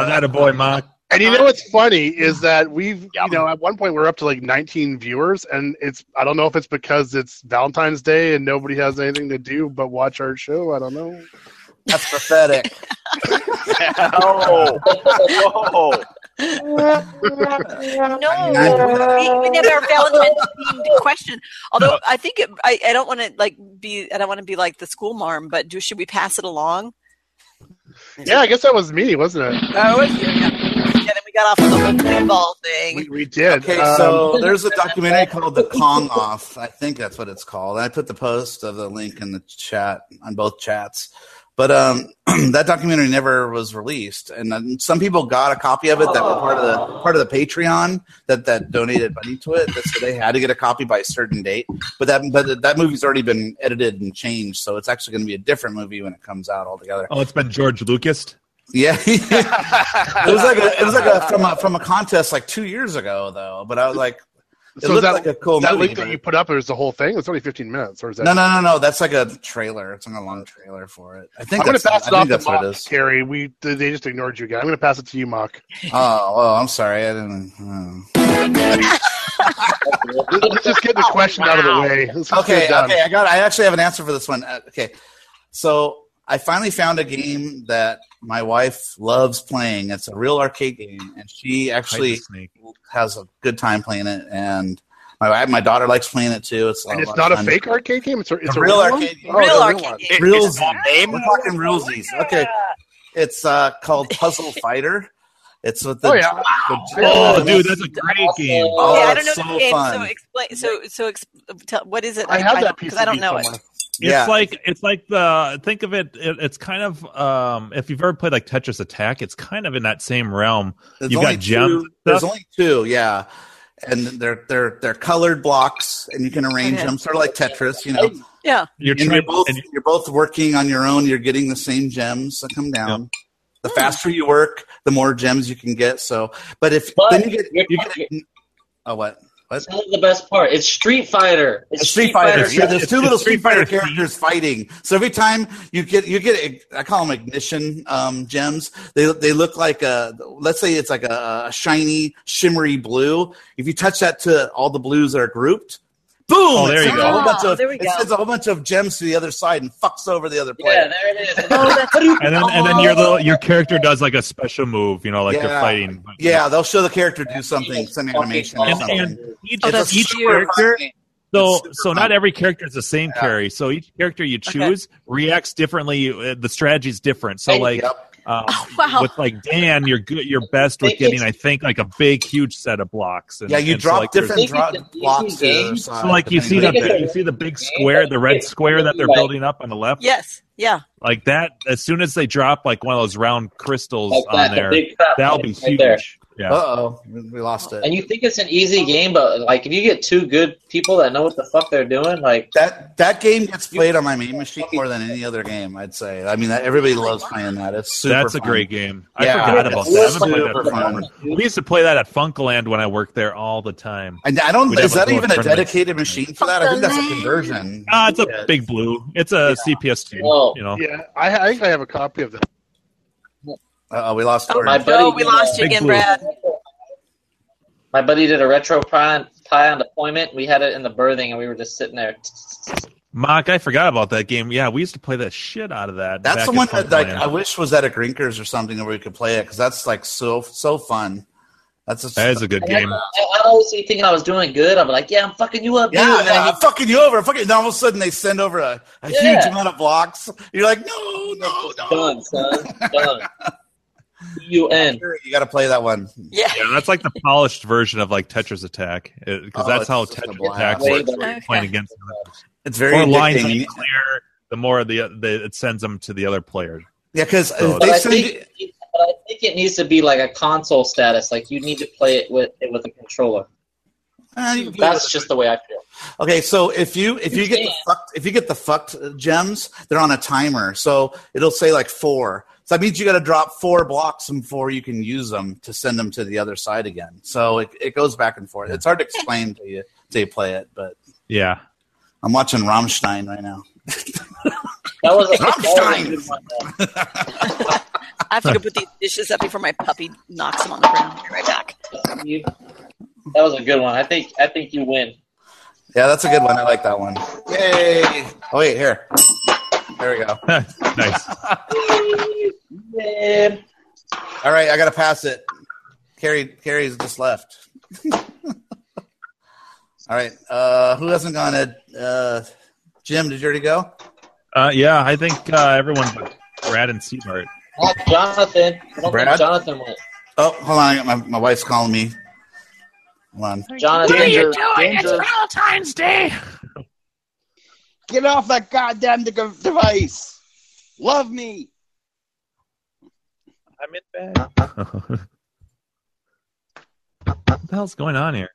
[SPEAKER 4] that a boy, Mark.
[SPEAKER 3] And you know what's funny is that we've,
[SPEAKER 1] Yeah.
[SPEAKER 3] you know, at one point we are up to like 19 viewers, and it's I don't know if it's because it's Valentine's Day and nobody has anything to do but watch our show. I don't know.
[SPEAKER 5] That's pathetic.
[SPEAKER 1] (laughs) oh, oh.
[SPEAKER 2] No, we, we never
[SPEAKER 3] (laughs)
[SPEAKER 2] our Valentine's themed question. Although I think it, I, I don't want to like be I don't want to be like the school marm, but do should we pass it along?
[SPEAKER 3] Yeah, I guess that was me, wasn't it?
[SPEAKER 2] Oh, it's- yeah. And then we got off on the whole pinball thing.
[SPEAKER 3] We, we did.
[SPEAKER 5] Okay,
[SPEAKER 3] Um, (laughs)
[SPEAKER 5] so there's a documentary called The Kong Off. I think that's what it's called. I put the post of the link in the chat on both chats. But um, (clears throat) that documentary never was released, and then some people got a copy of it that were part of the part of the Patreon that that donated money to it. That's- So they had to get a copy by a certain date. But that but that movie's already been edited and changed, so it's actually going to be a different movie when it comes out altogether.
[SPEAKER 4] Oh, it's been George Lucas.
[SPEAKER 5] Yeah, (laughs) it was like a, it was like a from a from a contest like two years ago though. But I was like, it
[SPEAKER 3] so
[SPEAKER 5] looked
[SPEAKER 3] that,
[SPEAKER 5] like a cool
[SPEAKER 3] that
[SPEAKER 5] movie.
[SPEAKER 3] link that
[SPEAKER 5] but-
[SPEAKER 3] you put up is the whole thing. It's only 15 minutes, or is that?
[SPEAKER 5] no, no, no, no. That's like a trailer. It's like a long trailer for it. I think
[SPEAKER 3] I'm going
[SPEAKER 5] that's,
[SPEAKER 3] to pass
[SPEAKER 5] I
[SPEAKER 3] it
[SPEAKER 5] think
[SPEAKER 3] off to
[SPEAKER 5] that's what it
[SPEAKER 3] Mock,
[SPEAKER 5] is.
[SPEAKER 3] Carrie. We they they just ignored you again. I'm going to pass it to you, Mock.
[SPEAKER 5] (laughs) Oh, well, I'm sorry. I didn't. oh.
[SPEAKER 3] Let's let's just get this question out of the way. Let's just get
[SPEAKER 5] Okay,
[SPEAKER 3] it done.
[SPEAKER 5] okay. I got. I actually have an answer for this one. Uh, okay, so I finally found a game that my wife loves playing. It's a real arcade game, and she actually
[SPEAKER 4] Hide the snake.
[SPEAKER 5] has a good time playing it. And my my daughter likes playing it too. It's a
[SPEAKER 3] And
[SPEAKER 5] lot
[SPEAKER 3] it's
[SPEAKER 5] of
[SPEAKER 3] not a
[SPEAKER 5] fun.
[SPEAKER 3] fake arcade game. It's a, it's
[SPEAKER 5] A
[SPEAKER 3] a
[SPEAKER 5] real
[SPEAKER 3] one?
[SPEAKER 5] arcade game.
[SPEAKER 3] Oh,
[SPEAKER 2] Real
[SPEAKER 3] it's a
[SPEAKER 2] arcade
[SPEAKER 3] one.
[SPEAKER 2] game.
[SPEAKER 1] It-
[SPEAKER 5] Real
[SPEAKER 1] it's not name.
[SPEAKER 5] We're talking realsies. Okay. It's uh, called Puzzle Fighter. It's with the.
[SPEAKER 3] Oh, yeah.
[SPEAKER 5] the-
[SPEAKER 4] Oh, dude, that's a great game.
[SPEAKER 5] Oh,
[SPEAKER 2] yeah, I don't
[SPEAKER 5] it's
[SPEAKER 2] know
[SPEAKER 5] so
[SPEAKER 2] the game.
[SPEAKER 5] fun.
[SPEAKER 2] So explain. So so ex- tell, what is it?
[SPEAKER 3] I have that piece
[SPEAKER 2] because
[SPEAKER 3] of
[SPEAKER 2] I don't
[SPEAKER 3] meat
[SPEAKER 2] know
[SPEAKER 3] somewhere.
[SPEAKER 2] it. (laughs)
[SPEAKER 5] Yeah.
[SPEAKER 4] It's like it's like the think of it, it. It's kind of um if you've ever played like Tetris Attack, it's kind of in that same realm.
[SPEAKER 5] There's
[SPEAKER 4] You've
[SPEAKER 5] only
[SPEAKER 4] got gems
[SPEAKER 5] two-
[SPEAKER 4] and
[SPEAKER 5] There's
[SPEAKER 4] stuff?
[SPEAKER 5] only two, yeah, and they're they're they're colored blocks, and you can arrange
[SPEAKER 2] Okay.
[SPEAKER 5] them sort of like Tetris, you know.
[SPEAKER 2] Yeah,
[SPEAKER 4] You're
[SPEAKER 5] And you're
[SPEAKER 4] trying
[SPEAKER 5] both
[SPEAKER 4] and you-
[SPEAKER 5] you're both working on your own. You're getting the same gems that come down. The faster you work, the more gems you can get. So, but if
[SPEAKER 6] But
[SPEAKER 5] then you get
[SPEAKER 6] you're-
[SPEAKER 5] you get oh what
[SPEAKER 6] That's the best part. It's Street Fighter. It's
[SPEAKER 5] Street Fighter.
[SPEAKER 4] Fighter.
[SPEAKER 5] Yeah, there's two
[SPEAKER 4] It's
[SPEAKER 5] little
[SPEAKER 4] Street
[SPEAKER 5] Street Fighter
[SPEAKER 4] Fighter
[SPEAKER 5] characters fighting. So every time you get you get I call them ignition um, gems. They they look like a let's say it's like a, a shiny shimmery blue. If you touch that to all the blues that are grouped, boom!
[SPEAKER 4] Oh, there
[SPEAKER 5] it
[SPEAKER 4] you
[SPEAKER 5] sends
[SPEAKER 4] go.
[SPEAKER 5] A whole bunch
[SPEAKER 2] Oh,
[SPEAKER 5] of,
[SPEAKER 2] there we
[SPEAKER 5] it
[SPEAKER 2] go.
[SPEAKER 5] sends a whole bunch of gems to the other side and fucks over the other
[SPEAKER 6] Yeah,
[SPEAKER 5] player.
[SPEAKER 6] there it is.
[SPEAKER 4] and then and then your little your character does like a special move, you know, like
[SPEAKER 5] Yeah.
[SPEAKER 4] they're fighting. but-
[SPEAKER 5] Yeah, they'll show the character do something, some animation or
[SPEAKER 4] And,
[SPEAKER 5] something.
[SPEAKER 4] and each,
[SPEAKER 2] Oh, that's
[SPEAKER 4] each
[SPEAKER 2] cute.
[SPEAKER 4] character, so
[SPEAKER 5] It's super
[SPEAKER 4] so not
[SPEAKER 5] fun.
[SPEAKER 4] every character is the same
[SPEAKER 5] Yeah.
[SPEAKER 4] carry. So each character you
[SPEAKER 2] Okay.
[SPEAKER 4] choose reacts differently. uh, The strategy's different. So
[SPEAKER 6] Hey,
[SPEAKER 4] like
[SPEAKER 5] Yep.
[SPEAKER 4] um,
[SPEAKER 2] Oh, wow.
[SPEAKER 4] with like Dan, you're good. You're best with getting, I think, like a big, huge set of blocks. And,
[SPEAKER 5] Yeah, you
[SPEAKER 4] and
[SPEAKER 5] drop
[SPEAKER 4] so, like, there's-
[SPEAKER 5] different dro-
[SPEAKER 6] there's- Think it's an easy
[SPEAKER 5] blocks. to
[SPEAKER 6] game.
[SPEAKER 5] the other
[SPEAKER 6] So,
[SPEAKER 5] side,
[SPEAKER 4] So like you see that
[SPEAKER 5] depending on the-
[SPEAKER 6] Think it's
[SPEAKER 4] you
[SPEAKER 6] a-
[SPEAKER 4] see the big square, the red
[SPEAKER 6] it's
[SPEAKER 4] square that they're
[SPEAKER 6] like-
[SPEAKER 4] building up on the left.
[SPEAKER 2] Yes. Yeah.
[SPEAKER 4] Like that, as soon as they drop like one of those round crystals
[SPEAKER 6] Like that,
[SPEAKER 4] on
[SPEAKER 6] the
[SPEAKER 4] there,
[SPEAKER 6] big fat
[SPEAKER 4] that'll
[SPEAKER 6] one
[SPEAKER 4] be
[SPEAKER 6] right there.
[SPEAKER 4] huge. Yeah.
[SPEAKER 5] Uh oh, we lost it.
[SPEAKER 6] And you think it's an easy game, but like if you get two good people that know what the fuck they're doing, like
[SPEAKER 5] That that game gets played on my main machine more than any other game. I'd say. I mean, that, everybody loves playing that. It's super.
[SPEAKER 4] That's a
[SPEAKER 5] fun.
[SPEAKER 4] great game.
[SPEAKER 5] Yeah,
[SPEAKER 4] I forgot about that.
[SPEAKER 5] it's
[SPEAKER 4] I haven't played
[SPEAKER 5] super
[SPEAKER 4] that forever.
[SPEAKER 5] fun.
[SPEAKER 4] We used to play that at Funkoland when I worked there all the time.
[SPEAKER 5] And I don't.
[SPEAKER 4] We'd
[SPEAKER 5] Is
[SPEAKER 4] have a
[SPEAKER 5] that
[SPEAKER 4] little
[SPEAKER 5] even a
[SPEAKER 4] tournament.
[SPEAKER 5] dedicated machine for that? I think that's a conversion. Uh,
[SPEAKER 4] Ah, it's a
[SPEAKER 5] Yeah.
[SPEAKER 4] big blue. It's a CPS2.
[SPEAKER 6] Oh.
[SPEAKER 4] You know,
[SPEAKER 3] Yeah, I, I think I have a copy of that.
[SPEAKER 5] Uh-oh, uh, we lost.
[SPEAKER 6] my
[SPEAKER 5] Orange.
[SPEAKER 6] buddy.
[SPEAKER 2] Oh, we
[SPEAKER 6] did a-
[SPEAKER 2] lost you
[SPEAKER 4] Big
[SPEAKER 2] again,
[SPEAKER 4] blue.
[SPEAKER 2] Brad.
[SPEAKER 6] My buddy did a retro pie pie on deployment. We had it in the birthing, and we were just sitting there.
[SPEAKER 4] Mock, I forgot about that game. Yeah, we used to play the shit out of that.
[SPEAKER 5] That's
[SPEAKER 4] back
[SPEAKER 5] the
[SPEAKER 4] at
[SPEAKER 5] one that like
[SPEAKER 4] Funkoland.
[SPEAKER 5] I wish was at a Grinkers or something where we could play it because that's like so so fun. That's a,
[SPEAKER 4] That is a good game.
[SPEAKER 6] I, I always see thinking I was doing good. I'm like, yeah, I'm fucking you up, dude.
[SPEAKER 5] yeah,
[SPEAKER 6] And then
[SPEAKER 5] yeah,
[SPEAKER 6] he-
[SPEAKER 5] I'm fucking you over. Fucking, and all of a sudden they send over a, a huge
[SPEAKER 6] Yeah.
[SPEAKER 5] amount of blocks. You're like, no, no, no.
[SPEAKER 6] (laughs)
[SPEAKER 5] (laughs)
[SPEAKER 6] Done, son. Done. You end.
[SPEAKER 5] You got to play that one.
[SPEAKER 2] Yeah.
[SPEAKER 4] Yeah, that's like the polished version of like Tetris Attack because
[SPEAKER 5] Oh,
[SPEAKER 4] that's
[SPEAKER 5] it's
[SPEAKER 4] how
[SPEAKER 5] just a
[SPEAKER 4] Tetris
[SPEAKER 5] blast.
[SPEAKER 4] Attack
[SPEAKER 6] Way
[SPEAKER 4] works. where
[SPEAKER 2] better.
[SPEAKER 4] you're Playing
[SPEAKER 2] Okay.
[SPEAKER 4] against them.
[SPEAKER 5] It's very
[SPEAKER 4] more lines
[SPEAKER 5] addicting.
[SPEAKER 4] you clear, the more the, the it sends them to the other player.
[SPEAKER 5] Yeah, because
[SPEAKER 4] So-
[SPEAKER 6] But
[SPEAKER 5] they
[SPEAKER 6] I,
[SPEAKER 5] send you,
[SPEAKER 6] think, but I think it needs to be like a console status. Like you need to play it with it with a controller.
[SPEAKER 5] Ah, you can do
[SPEAKER 6] That's just the way I feel.
[SPEAKER 5] Okay, so if you if you get the fucked if you get the fucked gems, they're on a timer. So it'll say like four. So that means you got to drop four blocks before you can use them to send them to the other side again. So it, it goes back and forth. It's hard to explain to you to play it, but
[SPEAKER 4] Yeah,
[SPEAKER 5] I'm watching Rammstein right now.
[SPEAKER 6] That was a,
[SPEAKER 5] Rammstein.
[SPEAKER 6] that was a good one, though.
[SPEAKER 2] I have to go put these dishes up before my puppy knocks them on the ground. Be right back.
[SPEAKER 6] You- that was a good one. I think I think you win.
[SPEAKER 5] Yeah, that's a good one. I like that one. Yay! Oh wait, here. There we go.
[SPEAKER 4] nice. (laughs)
[SPEAKER 6] Yeah.
[SPEAKER 5] All right, I gotta pass it. Carrie, Carrie's just left. All right, uh, who hasn't gone? Ed? Uh, Jim, did you already go?
[SPEAKER 4] Uh, yeah, I think uh, everyone but Brad and Seabart. (laughs)
[SPEAKER 6] Not Jonathan. I don't
[SPEAKER 5] Brad?
[SPEAKER 6] think Jonathan went.
[SPEAKER 5] Oh, hold on, I got my, my wife's calling me. Hold on.
[SPEAKER 6] Jonathan.
[SPEAKER 1] danger.
[SPEAKER 9] Get off that goddamn de- device. Love me.
[SPEAKER 4] I'm in bed. what the hell's going on here?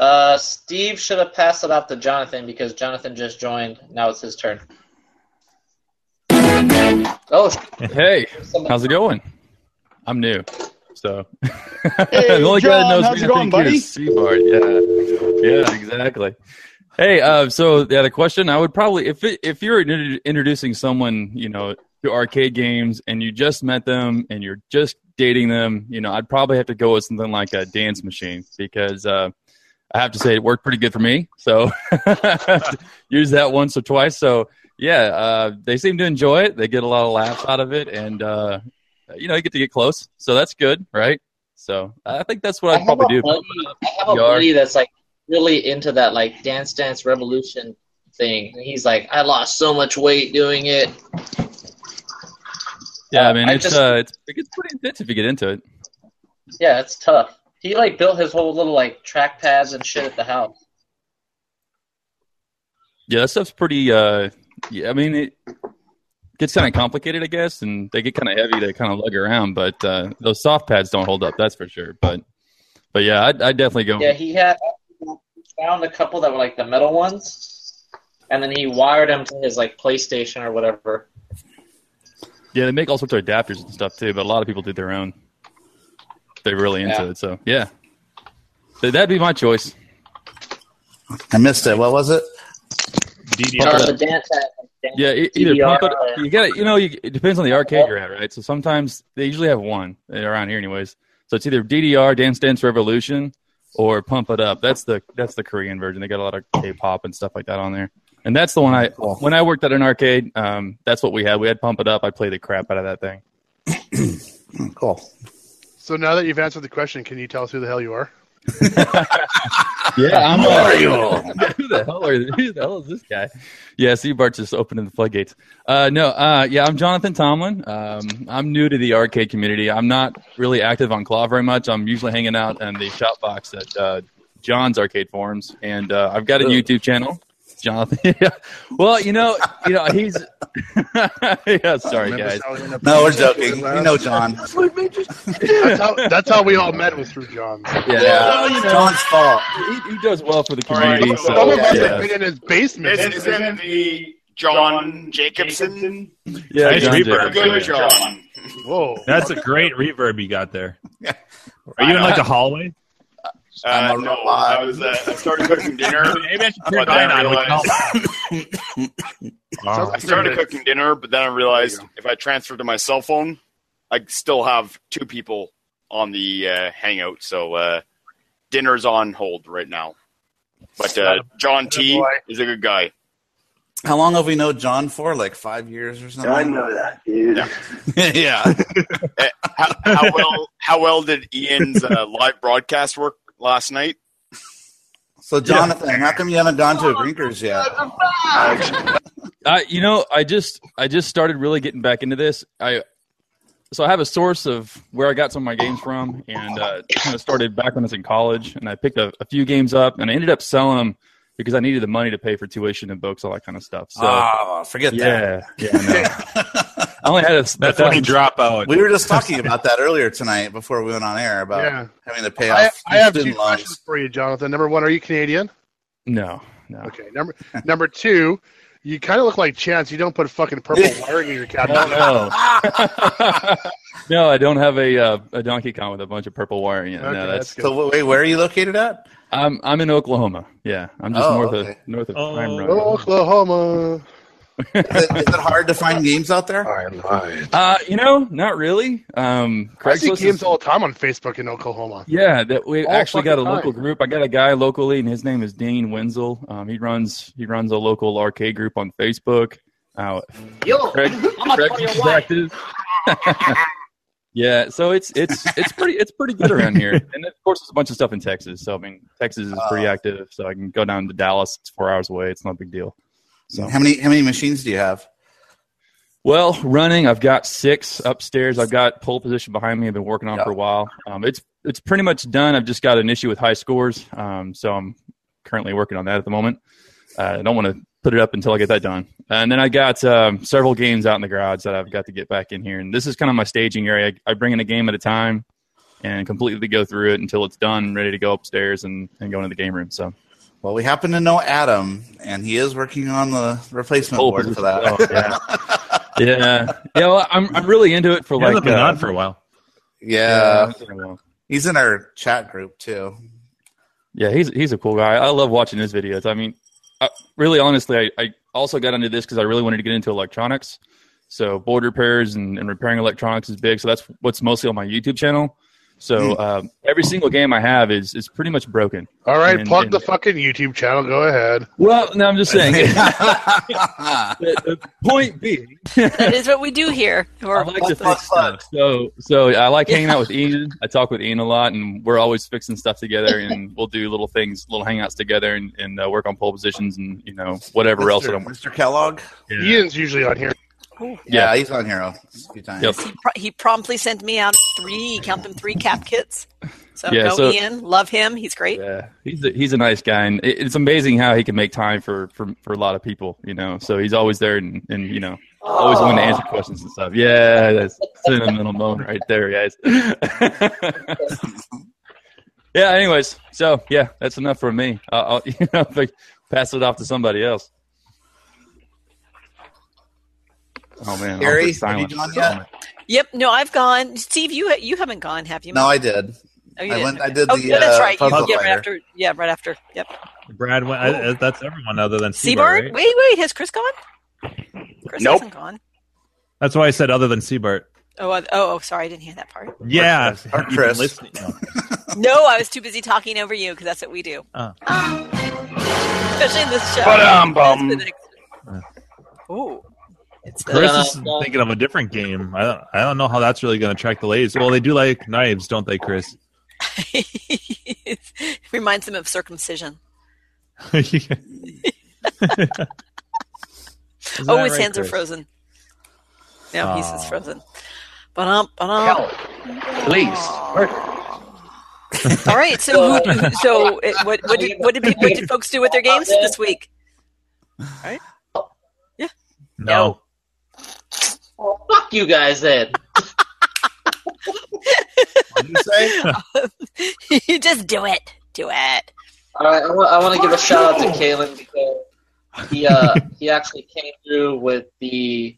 [SPEAKER 6] Uh, Steve should have passed it off to Jonathan because Jonathan just joined. Now it's his turn. Oh, sh-
[SPEAKER 10] Hey,
[SPEAKER 6] somebody-
[SPEAKER 10] how's it going? I'm new, so (laughs) the only guy
[SPEAKER 9] John,
[SPEAKER 10] that knows
[SPEAKER 9] how's
[SPEAKER 10] me,
[SPEAKER 9] it
[SPEAKER 10] I
[SPEAKER 9] going,
[SPEAKER 10] think,
[SPEAKER 9] buddy?
[SPEAKER 10] is Seabart. Yeah, yeah, exactly. Hey, uh, so yeah, the question I would probably if it, if you're introdu- introducing someone, you know, to arcade games, and you just met them, and you're just dating them, you know, I'd probably have to go with something like a dance machine because uh, I have to say it worked pretty good for me. So (laughs) use that once or twice. So yeah, uh, they seem to enjoy it. They get a lot of laughs out of it, and uh, you know, you get to get close. So that's good, right? So I think that's what
[SPEAKER 6] I
[SPEAKER 10] I'd
[SPEAKER 6] have
[SPEAKER 10] probably
[SPEAKER 6] a
[SPEAKER 10] do.
[SPEAKER 6] buddy. I have a
[SPEAKER 10] You are.
[SPEAKER 6] buddy that's like really into that like Dance Dance Revolution thing. And he's like, I lost so much weight doing it.
[SPEAKER 10] Yeah,
[SPEAKER 6] Uh,
[SPEAKER 10] man,
[SPEAKER 6] I
[SPEAKER 10] it's
[SPEAKER 6] just-
[SPEAKER 10] uh, it's it gets pretty intense if you get into it.
[SPEAKER 6] Yeah, it's tough. He like built his whole little like track pads and shit at the house.
[SPEAKER 10] Yeah, that stuff's pretty. Uh, yeah, I mean, it gets kind of complicated, I guess, and they get kind of heavy. They kind of lug around, but uh, those soft pads don't hold up. That's for sure. But but yeah, I'd, I'd definitely go.
[SPEAKER 6] Yeah, he had found a couple that were like the metal ones, and then he wired them to his like PlayStation or whatever.
[SPEAKER 10] Yeah, they make all sorts of adapters and stuff too, but a lot of people do their own. They're really into
[SPEAKER 6] Yeah.
[SPEAKER 10] it, so yeah. Th- That'd be my choice.
[SPEAKER 5] I missed it. What was it?
[SPEAKER 6] Uh,
[SPEAKER 10] Yeah.
[SPEAKER 6] the dance pad, like, dance-
[SPEAKER 10] Yeah, e- either
[SPEAKER 6] DDR.
[SPEAKER 10] pump it. You got to You know, you, it depends on the arcade you're at, right? So sometimes they usually have one around here, anyways. So it's either DDR Dance Dance Revolution or Pump It Up. That's the that's the Korean version. They got a lot of K-pop and stuff like that on there. And that's the one I when I worked at an arcade. Um, that's what we had. We had Pump It Up. I played the crap out of that thing.
[SPEAKER 5] Cool.
[SPEAKER 3] So now that you've answered the question, can you tell us who the hell you are?
[SPEAKER 10] Yeah, I'm
[SPEAKER 5] Mario.
[SPEAKER 10] (laughs) who the hell are who the hell is this guy? Yeah, see Bart's just opening the floodgates. Uh, no, uh, yeah, I'm Jonathan Tomlin. Um, I'm new to the arcade community. I'm not really active on Claw very much. I'm usually hanging out in the shop box at uh, John's Arcade Forums, and uh, I've got a
[SPEAKER 5] Ugh.
[SPEAKER 10] YouTube channel. Jonathan, (laughs) yeah. well, you know, you know, he's (laughs) yeah. Sorry, guys.
[SPEAKER 5] No, we're joking. You know John.
[SPEAKER 3] That's how, that's how we all met was through John.
[SPEAKER 10] (laughs) Yeah,
[SPEAKER 5] Yeah, John's fault.
[SPEAKER 10] He, he does well for the
[SPEAKER 1] All right,
[SPEAKER 10] community.
[SPEAKER 1] so-
[SPEAKER 10] so,
[SPEAKER 3] Some of us
[SPEAKER 10] yeah,
[SPEAKER 3] have been in his basement.
[SPEAKER 1] This is going to be John Jacobson.
[SPEAKER 10] yeah,
[SPEAKER 4] Nice
[SPEAKER 10] John
[SPEAKER 4] reverb.
[SPEAKER 10] Jacobs, yeah.
[SPEAKER 1] Good John.
[SPEAKER 3] Whoa.
[SPEAKER 4] That's a great reverb you got there.
[SPEAKER 5] Yeah.
[SPEAKER 4] Are you in like a hallway?
[SPEAKER 1] (laughs) Uh,
[SPEAKER 5] I'm a
[SPEAKER 1] no,
[SPEAKER 5] robot.
[SPEAKER 1] I was uh, I started cooking dinner.
[SPEAKER 4] (laughs) Maybe I should
[SPEAKER 1] But
[SPEAKER 4] turn
[SPEAKER 1] then
[SPEAKER 4] mine
[SPEAKER 1] I
[SPEAKER 4] on. we
[SPEAKER 1] realized-
[SPEAKER 4] (laughs) can all-
[SPEAKER 1] I started cooking dinner, but then I realized if I transferred to my cell phone, I still have two people on the uh, Hangout. So uh, dinner's on hold right now. But uh, John T is a good guy.
[SPEAKER 5] How long have we known John for? Like five years or
[SPEAKER 7] I
[SPEAKER 5] something.
[SPEAKER 7] know that, dude.
[SPEAKER 1] Yeah.
[SPEAKER 5] (laughs) yeah.
[SPEAKER 1] How, how well? How well did Ian's uh, live broadcast work last night?
[SPEAKER 5] So Jonathan, how come you haven't gone to a Grinkers yet?
[SPEAKER 10] I, you know, I just I just started really getting back into this. I so I have a source of where I got some of my games from, and uh, kind of started back when I was in college, and I picked a, a few games up, and I ended up selling them because I needed the money to pay for tuition and books, all that kind of stuff. So
[SPEAKER 5] oh, forget
[SPEAKER 10] yeah, yeah,
[SPEAKER 5] (laughs)
[SPEAKER 10] no. I only had a
[SPEAKER 4] That's when you drop out.
[SPEAKER 5] that. We were
[SPEAKER 10] (laughs)
[SPEAKER 5] just talking about that earlier tonight before we went on air about
[SPEAKER 3] Yeah.
[SPEAKER 5] having to pay
[SPEAKER 3] I,
[SPEAKER 5] off
[SPEAKER 3] I have two
[SPEAKER 5] student
[SPEAKER 3] questions
[SPEAKER 5] loans.
[SPEAKER 3] for you, Jonathan. Number one, are you Canadian?
[SPEAKER 10] no, no.
[SPEAKER 3] Okay. Number number two, you kind of look like Chance. You don't put fucking
[SPEAKER 5] (laughs)
[SPEAKER 3] purple wiring in your
[SPEAKER 10] Oh,
[SPEAKER 3] cabinet.
[SPEAKER 10] no. (laughs) no, I don't have a uh, a Donkey Kong with a bunch of purple wiring in it.
[SPEAKER 3] Okay,
[SPEAKER 10] no, that's
[SPEAKER 3] that's good.
[SPEAKER 5] So wait, where are you located at?
[SPEAKER 10] I'm I'm in Oklahoma. Yeah, I'm just
[SPEAKER 5] Oh,
[SPEAKER 10] north
[SPEAKER 5] okay.
[SPEAKER 10] of north of
[SPEAKER 5] Oh.
[SPEAKER 10] Prime Rock.
[SPEAKER 3] Oklahoma.
[SPEAKER 5] is, it, is it hard to find games out there?
[SPEAKER 10] Uh, you know, not really. Um,
[SPEAKER 3] I see
[SPEAKER 10] Craigslist
[SPEAKER 3] games
[SPEAKER 10] is-
[SPEAKER 3] all the time on Facebook in Oklahoma.
[SPEAKER 10] yeah, that we
[SPEAKER 3] All
[SPEAKER 10] actually got a
[SPEAKER 3] fucking
[SPEAKER 10] local
[SPEAKER 3] time.
[SPEAKER 10] group. I got a guy locally, and his name is Dean Wenzel. Um, he runs he runs a local arcade group on Facebook. Uh,
[SPEAKER 8] Yo, I'm gonna throw your wife.
[SPEAKER 10] (laughs) yeah, so it's it's it's pretty it's pretty good
[SPEAKER 3] (laughs)
[SPEAKER 10] around here. And of course, there's a bunch of stuff in Texas. So I mean, Texas is pretty
[SPEAKER 3] Uh,
[SPEAKER 10] active. So I can go down to Dallas. It's four hours away. It's not a big deal. So
[SPEAKER 5] How many how many machines do you have?
[SPEAKER 10] Well, running, I've got six upstairs. I've got pole position behind me. I've been working on for a while. Um, it's it's pretty much done. I've just got an issue with high scores, um, so I'm currently working on that at the moment. Uh, I don't want to put it up until I get that done. And then I got um, several games out in the garage that I've got to get back in here. And this is kind of my staging area. I, I bring in a game at a time and completely go through it until it's done, and ready to go upstairs and, and go into the game room. So
[SPEAKER 5] Well, we happen to know Adam, and he is working on the replacement
[SPEAKER 10] Oh,
[SPEAKER 5] board for that.
[SPEAKER 10] oh, yeah.
[SPEAKER 5] (laughs)
[SPEAKER 10] yeah, yeah. Well, I'm I'm really into it for
[SPEAKER 5] Yeah,
[SPEAKER 10] like uh,
[SPEAKER 5] they've been on
[SPEAKER 10] for a while.
[SPEAKER 5] Yeah.
[SPEAKER 10] it's been a while.
[SPEAKER 5] He's in our chat group too.
[SPEAKER 10] Yeah, he's he's a cool guy. I love watching his videos. I mean, I, really honestly, I, I also got into this because I really wanted to get into electronics. So board repairs and, and repairing electronics is big. So that's what's mostly on my YouTube channel. So
[SPEAKER 3] Hmm.
[SPEAKER 10] um, every single game I have is is pretty much broken.
[SPEAKER 3] All right,
[SPEAKER 10] And-
[SPEAKER 3] plug
[SPEAKER 10] and-
[SPEAKER 3] the fucking YouTube channel. Go ahead.
[SPEAKER 10] Well, no, I'm
[SPEAKER 5] (laughs)
[SPEAKER 10] just saying. (laughs) the, the point being,
[SPEAKER 2] that is what we do here. We're-
[SPEAKER 10] I like to fix stuff. So, so I like hanging out with Ian. I talk with Ian a lot, and we're always fixing stuff together. And we'll do little things, little hangouts together, and, and uh, work on pole positions, and you know whatever else that I'm
[SPEAKER 5] Mr. Kellogg.
[SPEAKER 3] Ian's usually
[SPEAKER 4] (laughs)
[SPEAKER 3] on here.
[SPEAKER 2] Oh.
[SPEAKER 5] Yeah,
[SPEAKER 10] Yeah.
[SPEAKER 5] he's on here a few times.
[SPEAKER 10] Yep.
[SPEAKER 2] Pro- he promptly sent me out three, count them three cap kits. So
[SPEAKER 10] Yeah,
[SPEAKER 2] go
[SPEAKER 10] so-
[SPEAKER 2] Ian, love him, he's great.
[SPEAKER 10] Yeah, he's a, he's a nice guy, and it, it's amazing how he can make time for, for for a lot of people. You know, so he's always there, and, and you know, always willing to answer questions and stuff. Yeah, that's sentimental moment right there, guys. (laughs) yeah. Anyways, so yeah, that's enough for me. I'll, (laughs) I'll you know like, pass it off to somebody else. Oh man,
[SPEAKER 5] Harry,
[SPEAKER 10] awkward
[SPEAKER 5] have you gone
[SPEAKER 10] silence.
[SPEAKER 5] yet?
[SPEAKER 2] Yep, no, I've gone. Steve, you you haven't gone, have you?
[SPEAKER 5] No, I did.
[SPEAKER 2] Oh, you
[SPEAKER 5] I
[SPEAKER 2] did.
[SPEAKER 5] went. I did
[SPEAKER 2] oh,
[SPEAKER 5] the.
[SPEAKER 2] yeah, that's
[SPEAKER 5] uh,
[SPEAKER 2] right. You-
[SPEAKER 5] puzzle
[SPEAKER 2] yeah, right
[SPEAKER 5] fighter.
[SPEAKER 2] after. Yeah, right after. Yep.
[SPEAKER 4] Brad, went, I, I- that's everyone other than Seabart.
[SPEAKER 2] Seabart?
[SPEAKER 4] right?
[SPEAKER 2] Wait, wait, has Chris gone? Chris
[SPEAKER 4] Nope.
[SPEAKER 2] hasn't gone.
[SPEAKER 4] That's why I said other than Seabart.
[SPEAKER 2] Oh, I- oh, oh, sorry, I didn't hear that part.
[SPEAKER 4] Yeah,
[SPEAKER 5] Or
[SPEAKER 4] have you been
[SPEAKER 5] Chris.
[SPEAKER 6] (laughs)
[SPEAKER 4] listening? No.
[SPEAKER 2] No, I was too busy talking over you because that's what we do,
[SPEAKER 4] Oh.
[SPEAKER 2] especially in this show.
[SPEAKER 1] Ba-dum-bum.
[SPEAKER 2] That's been ex- Ooh, (laughs) it's the-
[SPEAKER 4] Chris is thinking of a different game. I don't, I don't know how that's really going to attract the ladies. Well, they do like knives, don't they, Chris? (laughs)
[SPEAKER 2] reminds him of circumcision.
[SPEAKER 4] Isn't
[SPEAKER 2] oh,
[SPEAKER 4] that
[SPEAKER 2] his
[SPEAKER 4] right,
[SPEAKER 2] hands are
[SPEAKER 4] Chris?
[SPEAKER 2] frozen. No, he's just
[SPEAKER 4] Oh.
[SPEAKER 2] frozen. Ba-dum, ba-dum. All right. So, who, who- so it, what, what, did, what, did, what did folks do with their games this week?
[SPEAKER 4] No.
[SPEAKER 6] Well, Oh, fuck you guys then.
[SPEAKER 2] you (laughs) just do it. Do it.
[SPEAKER 6] All right, I want to give a shout out to Kalen because he
[SPEAKER 5] (laughs)
[SPEAKER 6] uh, he actually came through with the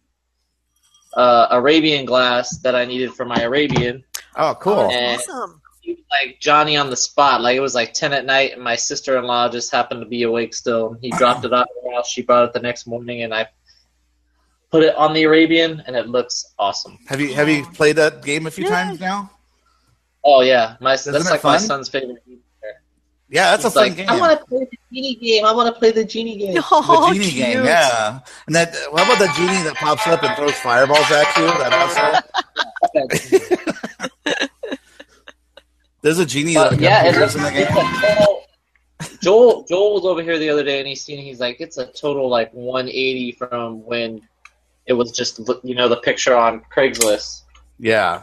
[SPEAKER 6] uh, Arabian glass that I needed for my Arabian.
[SPEAKER 5] Oh, cool.
[SPEAKER 6] And
[SPEAKER 2] Awesome.
[SPEAKER 6] like Johnny on the spot, like it was like ten at night, and my sister in law just happened to be awake still.
[SPEAKER 5] (laughs)
[SPEAKER 6] and He dropped it off at her house. She brought it the next morning, and I put it on the Arabian, and it looks awesome.
[SPEAKER 5] Have you have you played that game a few times now?
[SPEAKER 6] Oh yeah, my
[SPEAKER 5] Isn't
[SPEAKER 6] that's
[SPEAKER 5] it
[SPEAKER 6] like my
[SPEAKER 5] fun?
[SPEAKER 6] son's favorite. game.
[SPEAKER 5] Yeah, that's a
[SPEAKER 6] He's
[SPEAKER 5] fun
[SPEAKER 6] like,
[SPEAKER 5] game.
[SPEAKER 6] I want to play the genie game. I want to play the
[SPEAKER 5] (laughs)
[SPEAKER 6] genie game.
[SPEAKER 2] (laughs) Oh,
[SPEAKER 5] the genie
[SPEAKER 2] cute.
[SPEAKER 5] game, yeah. And that how about the genie that pops up and throws fireballs at you? That also. There's a genie
[SPEAKER 6] Uh,
[SPEAKER 5] that
[SPEAKER 6] yeah, it
[SPEAKER 5] appears
[SPEAKER 6] looks
[SPEAKER 5] in the
[SPEAKER 6] like it's
[SPEAKER 5] game.
[SPEAKER 6] a total- Joel Joel was over here the other day and he's seen he's like it's a total like 180 from when it was just you know the picture on Craigslist.
[SPEAKER 5] Yeah.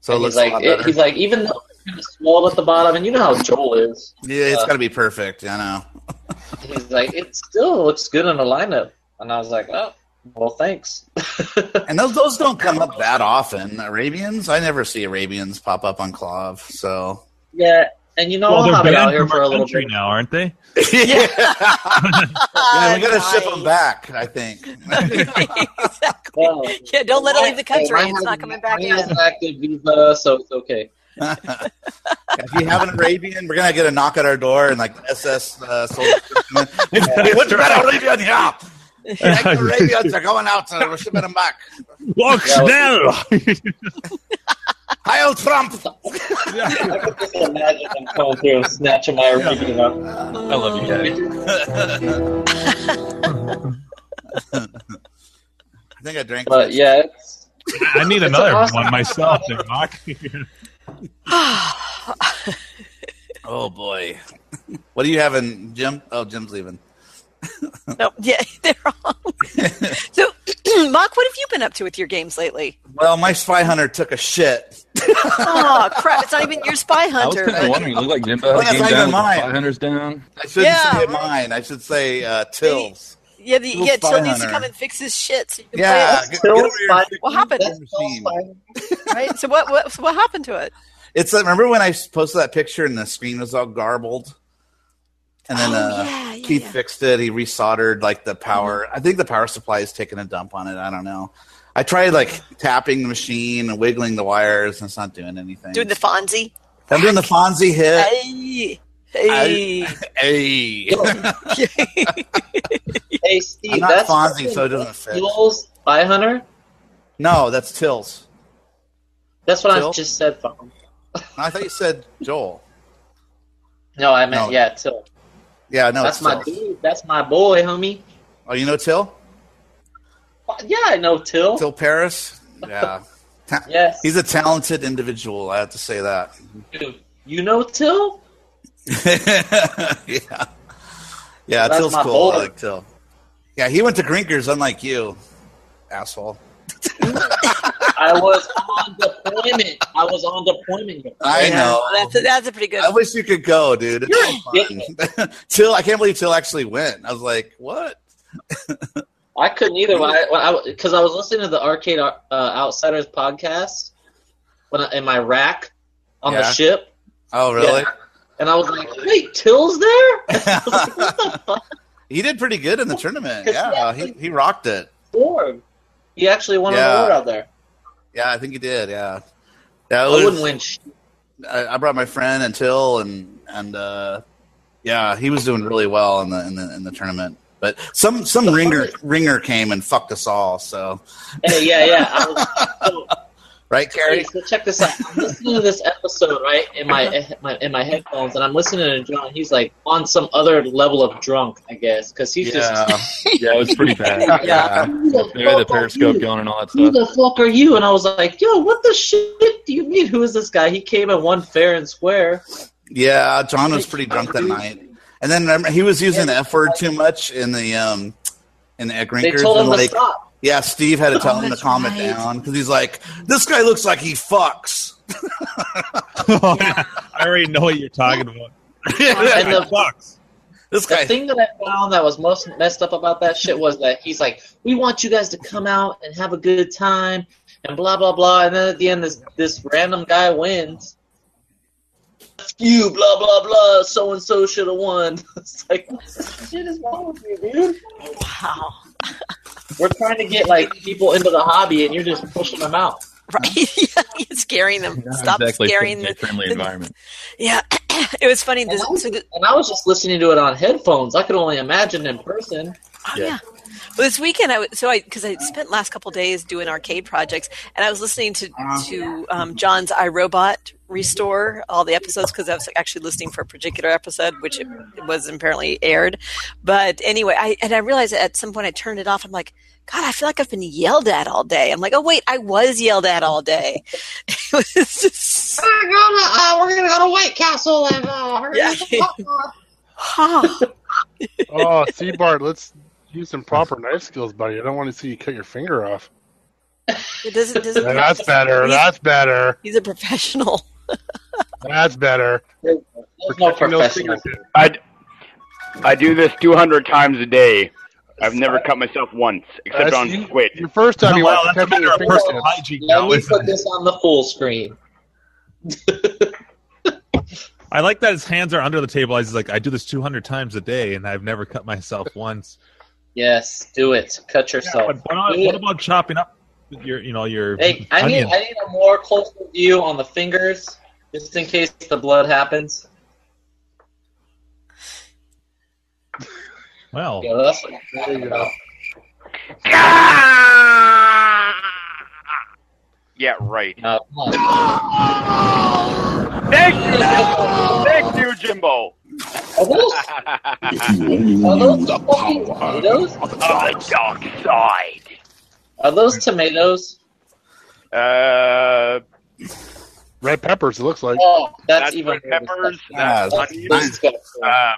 [SPEAKER 5] So it
[SPEAKER 6] And
[SPEAKER 5] looks
[SPEAKER 6] he's
[SPEAKER 5] a
[SPEAKER 6] like
[SPEAKER 5] lot
[SPEAKER 6] it-
[SPEAKER 5] better.
[SPEAKER 6] he's like even though it's kinda small at the bottom and you know how Joel is.
[SPEAKER 5] yeah, it's
[SPEAKER 6] uh,
[SPEAKER 5] got to be perfect. I know.
[SPEAKER 6] He's like it still looks good in the lineup and I was like oh well thanks. (laughs)
[SPEAKER 5] And those those don't come up that often. Arabians, I never see Arabians pop up on Clav. So (laughs)
[SPEAKER 6] Yeah, and you know
[SPEAKER 4] well,
[SPEAKER 6] I'll
[SPEAKER 4] they're
[SPEAKER 6] have it out
[SPEAKER 4] banned
[SPEAKER 6] here
[SPEAKER 4] from
[SPEAKER 6] for a
[SPEAKER 4] our
[SPEAKER 6] little
[SPEAKER 4] country
[SPEAKER 6] bit.
[SPEAKER 4] now, aren't (laughs) they?
[SPEAKER 5] yeah, we
[SPEAKER 6] (laughs)
[SPEAKER 5] gotta
[SPEAKER 2] Oh,
[SPEAKER 5] ship them back. I think.
[SPEAKER 2] exactly. (laughs)
[SPEAKER 6] Well,
[SPEAKER 2] Yeah, (laughs) don't let it leave the
[SPEAKER 6] Hey,
[SPEAKER 2] country.
[SPEAKER 6] mine
[SPEAKER 2] It's
[SPEAKER 6] has-
[SPEAKER 2] not coming back
[SPEAKER 6] mine
[SPEAKER 2] in.
[SPEAKER 6] has an active visa, so it's okay.
[SPEAKER 5] if you have an Arabian, we're gonna get a knock at our door and like the SS uh, soldiers. What's better Arabian here? Like the Arabians are going out, so we should get them back.
[SPEAKER 4] Walk
[SPEAKER 5] schnell. Heil Trump!
[SPEAKER 6] I could just imagine them coming through and snatching my Arabian up.
[SPEAKER 10] I love you
[SPEAKER 5] guys. I think I drank.
[SPEAKER 6] But
[SPEAKER 5] this.
[SPEAKER 6] yeah, it's,
[SPEAKER 4] I need another one myself, there, Mark. (laughs)
[SPEAKER 5] Oh boy. What are you having, Jim? Oh, Jim's leaving.
[SPEAKER 2] No, yeah, (laughs) they're wrong. so, (clears throat) Mark, what have you been up to with your games lately?
[SPEAKER 5] Well, my spy hunter took a shit.
[SPEAKER 2] Oh crap! It's not even your spy
[SPEAKER 10] I was
[SPEAKER 2] hunter.
[SPEAKER 10] kind of wondering. It looked like Jimbo
[SPEAKER 5] Well,
[SPEAKER 10] had a
[SPEAKER 5] that's not even
[SPEAKER 10] game down. with the
[SPEAKER 5] mine.
[SPEAKER 10] Spy
[SPEAKER 5] (laughs)
[SPEAKER 10] Hunters down.
[SPEAKER 5] I shouldn't
[SPEAKER 2] Yeah,
[SPEAKER 5] say mine. I should say uh, Till's.
[SPEAKER 2] yeah, the,
[SPEAKER 5] Little
[SPEAKER 2] yeah.
[SPEAKER 5] spy
[SPEAKER 2] Till needs to
[SPEAKER 5] hunter.
[SPEAKER 2] come and fix his shit. So you can
[SPEAKER 5] Yeah,
[SPEAKER 2] play
[SPEAKER 5] get, get over here.
[SPEAKER 2] it. What happened?
[SPEAKER 5] Machine.
[SPEAKER 2] Right. So what? What? What happened to it?
[SPEAKER 5] It's uh, remember when I posted that picture and the screen was all garbled, and then
[SPEAKER 2] Oh,
[SPEAKER 5] uh,
[SPEAKER 2] yeah, yeah, Mm-hmm.
[SPEAKER 5] Keith
[SPEAKER 2] yeah.
[SPEAKER 5] fixed it. He resoldered like the power. I think the power supply is taking a dump on it. I don't know. I tried like tapping the machine and wiggling the wires, and it's not doing anything.
[SPEAKER 2] Doing the Fonzie.
[SPEAKER 5] I'm doing the Fonzie hit.
[SPEAKER 2] Hey. Hey.
[SPEAKER 5] Hey,
[SPEAKER 2] (laughs)
[SPEAKER 6] (laughs) hey, Steve,
[SPEAKER 5] I'm not
[SPEAKER 6] that's
[SPEAKER 5] Fonzie, so it doesn't fit.
[SPEAKER 6] Jules Spy Hunter.
[SPEAKER 5] no, that's Tills.
[SPEAKER 6] That's what
[SPEAKER 5] Till?
[SPEAKER 6] I just said. Fuck 'em.
[SPEAKER 5] I thought you said Joel.
[SPEAKER 6] No, I meant
[SPEAKER 5] No.
[SPEAKER 6] yeah, Till.
[SPEAKER 5] Yeah, no,
[SPEAKER 6] that's
[SPEAKER 5] it's
[SPEAKER 6] my
[SPEAKER 5] Tills.
[SPEAKER 6] dude. That's my boy, homie.
[SPEAKER 5] Oh, you know Till?
[SPEAKER 6] Why- Yeah, I know Till.
[SPEAKER 5] Till Paris?
[SPEAKER 2] (laughs)
[SPEAKER 5] Yeah. Ta-
[SPEAKER 6] Yes,
[SPEAKER 5] He's a talented individual. I have to say that. (laughs)
[SPEAKER 6] dude. You know Till?
[SPEAKER 5] yeah. Yeah,
[SPEAKER 6] That's
[SPEAKER 5] Till's
[SPEAKER 6] my
[SPEAKER 5] cool.
[SPEAKER 6] boy.
[SPEAKER 5] I like Till. Yeah, he went to Grinkers, unlike you, asshole.
[SPEAKER 6] I was on deployment. I was on deployment.
[SPEAKER 5] I know.
[SPEAKER 2] That's a, that's a pretty good.
[SPEAKER 5] I wish you could go, dude. It's so fun. (laughs) Till, I can't believe Till actually went. I was like, what?
[SPEAKER 6] I couldn't either when I because I, was listening to the Arcade uh, Outsiders podcast when I, in my rack on
[SPEAKER 5] Yeah.
[SPEAKER 6] the ship,
[SPEAKER 5] Oh, really?
[SPEAKER 6] and I was like, "Wait, Till's there? (laughs)
[SPEAKER 5] he did pretty good in the tournament.
[SPEAKER 6] Because he
[SPEAKER 5] Yeah, he,
[SPEAKER 6] actually-
[SPEAKER 5] he rocked it.
[SPEAKER 6] Org. He actually won an
[SPEAKER 5] Yeah.
[SPEAKER 6] award out there.
[SPEAKER 5] Yeah, I think he did. Yeah. Yeah, it
[SPEAKER 6] I
[SPEAKER 5] was-
[SPEAKER 6] wouldn't win. sh-
[SPEAKER 5] I, I brought my friend and Till and and uh, yeah, he was doing really well in the in the in the tournament. But some some ringer ringer came and fucked us all. So
[SPEAKER 6] Hey, yeah, yeah.
[SPEAKER 5] (laughs)
[SPEAKER 6] I was, so,
[SPEAKER 5] right, Carrie.
[SPEAKER 6] Hey, so check this out. I'm listening to this episode right in my, my in my headphones, and I'm listening to John. He's like on some other level of drunk, I guess, because he's just (laughs)
[SPEAKER 5] Yeah,
[SPEAKER 10] Yeah, it was
[SPEAKER 5] (laughs)
[SPEAKER 10] pretty bad.
[SPEAKER 5] yeah.
[SPEAKER 6] Who the
[SPEAKER 10] They had the
[SPEAKER 6] fuck are
[SPEAKER 10] periscope
[SPEAKER 6] you?
[SPEAKER 10] going and all that
[SPEAKER 6] Who
[SPEAKER 10] stuff.
[SPEAKER 6] the fuck are you? And I was like, Yo, what the shit do you mean? Who is this guy? He came and won fair and square.
[SPEAKER 5] Yeah, John was pretty drunk that night, and then remember, he was using the f word too much in the um in the at
[SPEAKER 6] They
[SPEAKER 5] Grinkers.
[SPEAKER 6] told
[SPEAKER 5] and
[SPEAKER 6] him to
[SPEAKER 5] like, (laughs)
[SPEAKER 6] stop.
[SPEAKER 5] yeah, Steve had to tell him to
[SPEAKER 2] that's
[SPEAKER 5] calm
[SPEAKER 2] right.
[SPEAKER 5] it down because he's like, this guy looks like he fucks.
[SPEAKER 4] I already know what you're talking about.
[SPEAKER 6] And the-
[SPEAKER 4] Fox.
[SPEAKER 5] This
[SPEAKER 6] The
[SPEAKER 5] guy.
[SPEAKER 6] thing that I found that was most messed up about that shit was that he's like, We want you guys to come out and have a good time and blah blah blah and then at the end this this random guy wins. F You blah blah blah, so and so should have won. (laughs) It's like what the shit is wrong with you, dude?
[SPEAKER 2] Wow.
[SPEAKER 6] We're trying to get like people into the hobby and you're just pushing them out.
[SPEAKER 2] Right. (laughs) yeah, it's scaring them.
[SPEAKER 10] Not
[SPEAKER 2] Stop
[SPEAKER 10] exactly
[SPEAKER 2] scaring
[SPEAKER 10] a
[SPEAKER 2] them.
[SPEAKER 10] friendly
[SPEAKER 2] the-
[SPEAKER 10] environment.
[SPEAKER 2] Yeah. (coughs) it was funny. This, so the-
[SPEAKER 6] And I was just listening to it on headphones. I could only imagine in person.
[SPEAKER 2] Oh yeah.
[SPEAKER 10] Yeah.
[SPEAKER 2] Well, this weekend I was so I because I spent last couple days doing arcade projects, and I was listening to to um, John's iRobot restore all the episodes because I was actually listening for a particular episode, which it, it was apparently aired. But anyway, I and I realized at some point I turned it off. I'm like. God, I feel like I've been yelled at all day. I'm like, oh wait, I was yelled at all day. (laughs) It was just,
[SPEAKER 6] We're gonna, uh, we're gonna go to White Castle and uh, we're
[SPEAKER 2] Yeah. huh.
[SPEAKER 3] Oh, Seabart, let's use some proper knife skills, buddy. I don't want to see you cut your finger off.
[SPEAKER 2] It doesn't. doesn't
[SPEAKER 3] Yeah, that's better. That's better.
[SPEAKER 2] He's a professional. (laughs)
[SPEAKER 3] That's better.
[SPEAKER 6] There's no
[SPEAKER 3] Protecting those
[SPEAKER 6] professional.
[SPEAKER 3] fingertips.
[SPEAKER 1] I, d- I do this 200 times a day. I've never cut myself once, except
[SPEAKER 3] That's-
[SPEAKER 1] on
[SPEAKER 3] you-
[SPEAKER 1] Squid.
[SPEAKER 3] Your first time you
[SPEAKER 4] Well,
[SPEAKER 3] were
[SPEAKER 4] that's a
[SPEAKER 3] protecting
[SPEAKER 4] matter
[SPEAKER 3] your
[SPEAKER 4] of personal
[SPEAKER 3] fingertips.
[SPEAKER 4] hygiene
[SPEAKER 6] Let
[SPEAKER 4] now,
[SPEAKER 6] me
[SPEAKER 4] isn't
[SPEAKER 6] put
[SPEAKER 4] it?
[SPEAKER 6] this on the full screen.
[SPEAKER 4] I like that his hands are under the table. He's like, I do this 200 times a day, and I've never cut myself once.
[SPEAKER 6] Yes, do it. Cut yourself.
[SPEAKER 4] But what,
[SPEAKER 6] Do
[SPEAKER 4] what
[SPEAKER 6] it.
[SPEAKER 4] about chopping up your, you know, your
[SPEAKER 6] Hey, I need
[SPEAKER 4] onion?
[SPEAKER 6] I need a more closer view on the fingers Just in case the blood happens.
[SPEAKER 4] Well,
[SPEAKER 6] Yeah, that's what I'm talking about.
[SPEAKER 1] (laughs) Yeah, right.
[SPEAKER 6] Thank
[SPEAKER 1] you, thank you, (laughs) Jimbo.
[SPEAKER 6] Are those, are those fucking tomatoes?
[SPEAKER 1] dark side.
[SPEAKER 6] Are those tomatoes?
[SPEAKER 1] Uh,
[SPEAKER 3] Red peppers, it looks like.
[SPEAKER 6] Oh, that's,
[SPEAKER 1] that's
[SPEAKER 6] even
[SPEAKER 1] red peppers.
[SPEAKER 5] Yeah,
[SPEAKER 1] That's onions. Uh,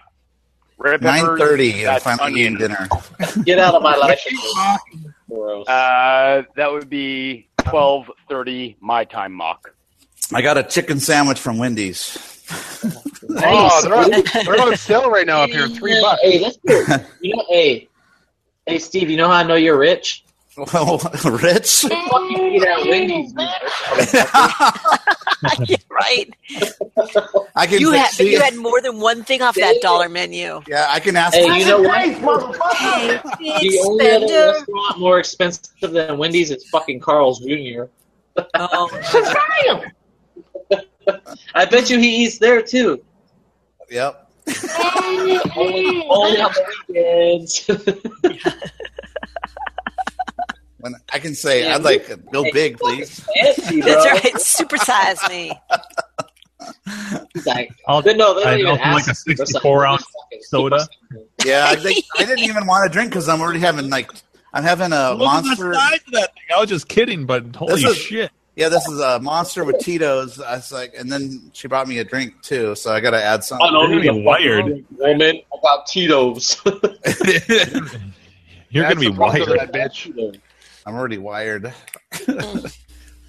[SPEAKER 1] red
[SPEAKER 5] Nine
[SPEAKER 1] peppers.
[SPEAKER 5] thirty.
[SPEAKER 1] That's
[SPEAKER 5] I'm eating
[SPEAKER 1] onion.
[SPEAKER 5] dinner.
[SPEAKER 6] Get out of my life.
[SPEAKER 1] Uh, that would be twelve thirty my time, (laughs) mock.
[SPEAKER 5] I got a chicken sandwich from Wendy's. (laughs)
[SPEAKER 3] Oh, they're on, they're on sale right now up
[SPEAKER 1] (laughs)
[SPEAKER 3] here. Three bucks.
[SPEAKER 6] Hey, that's good. You know, hey, hey, Steve. You know how I know you're rich?
[SPEAKER 5] Well,
[SPEAKER 2] (laughs)
[SPEAKER 5] Rich.
[SPEAKER 6] You fucking eat at Wendy's.
[SPEAKER 2] right?
[SPEAKER 5] I (laughs) can
[SPEAKER 2] You had, but
[SPEAKER 5] see
[SPEAKER 2] you
[SPEAKER 5] if-
[SPEAKER 2] had more than one thing off that dollar menu.
[SPEAKER 5] Yeah, I can ask.
[SPEAKER 6] Hey, you know what?
[SPEAKER 8] motherfucker!
[SPEAKER 6] The only other restaurant more expensive than Wendy's is fucking Carl's Jr.
[SPEAKER 2] (laughs) Oh,
[SPEAKER 8] Shazam!
[SPEAKER 6] (laughs) I bet you he eats there too.
[SPEAKER 5] Yep.
[SPEAKER 6] Only, only on the weekends. (laughs)
[SPEAKER 5] When I can say,
[SPEAKER 6] Yeah,
[SPEAKER 5] I'd like to go
[SPEAKER 6] Hey,
[SPEAKER 5] big,
[SPEAKER 6] you
[SPEAKER 5] please.
[SPEAKER 6] fucking Fancy, bro.
[SPEAKER 2] that's right. Supersize me.
[SPEAKER 6] He's like,
[SPEAKER 4] I'll-
[SPEAKER 6] but no, they
[SPEAKER 4] I'd
[SPEAKER 6] don't even
[SPEAKER 4] also
[SPEAKER 6] ask
[SPEAKER 4] like a
[SPEAKER 6] us. They're just
[SPEAKER 4] 64 ounce
[SPEAKER 6] fucking
[SPEAKER 4] soda.
[SPEAKER 5] Yeah, I, think, I didn't even want to drink because I'm already having like I'm having a
[SPEAKER 4] Look at the
[SPEAKER 5] monster.
[SPEAKER 4] size of that thing. I was just kidding, but holy
[SPEAKER 5] This is-
[SPEAKER 4] shit!
[SPEAKER 5] Yeah, this is a monster with Tito's. I was like, and then she brought me a drink too, so I got to add something.
[SPEAKER 6] I don't
[SPEAKER 4] You're
[SPEAKER 6] need
[SPEAKER 4] gonna be
[SPEAKER 6] a
[SPEAKER 4] wired.
[SPEAKER 6] fucking Woman
[SPEAKER 4] (laughs)
[SPEAKER 6] about Tito's.
[SPEAKER 4] You're
[SPEAKER 3] That's
[SPEAKER 4] gonna be
[SPEAKER 3] the problem with
[SPEAKER 4] wired.
[SPEAKER 3] That bitch.
[SPEAKER 5] I'm already wired.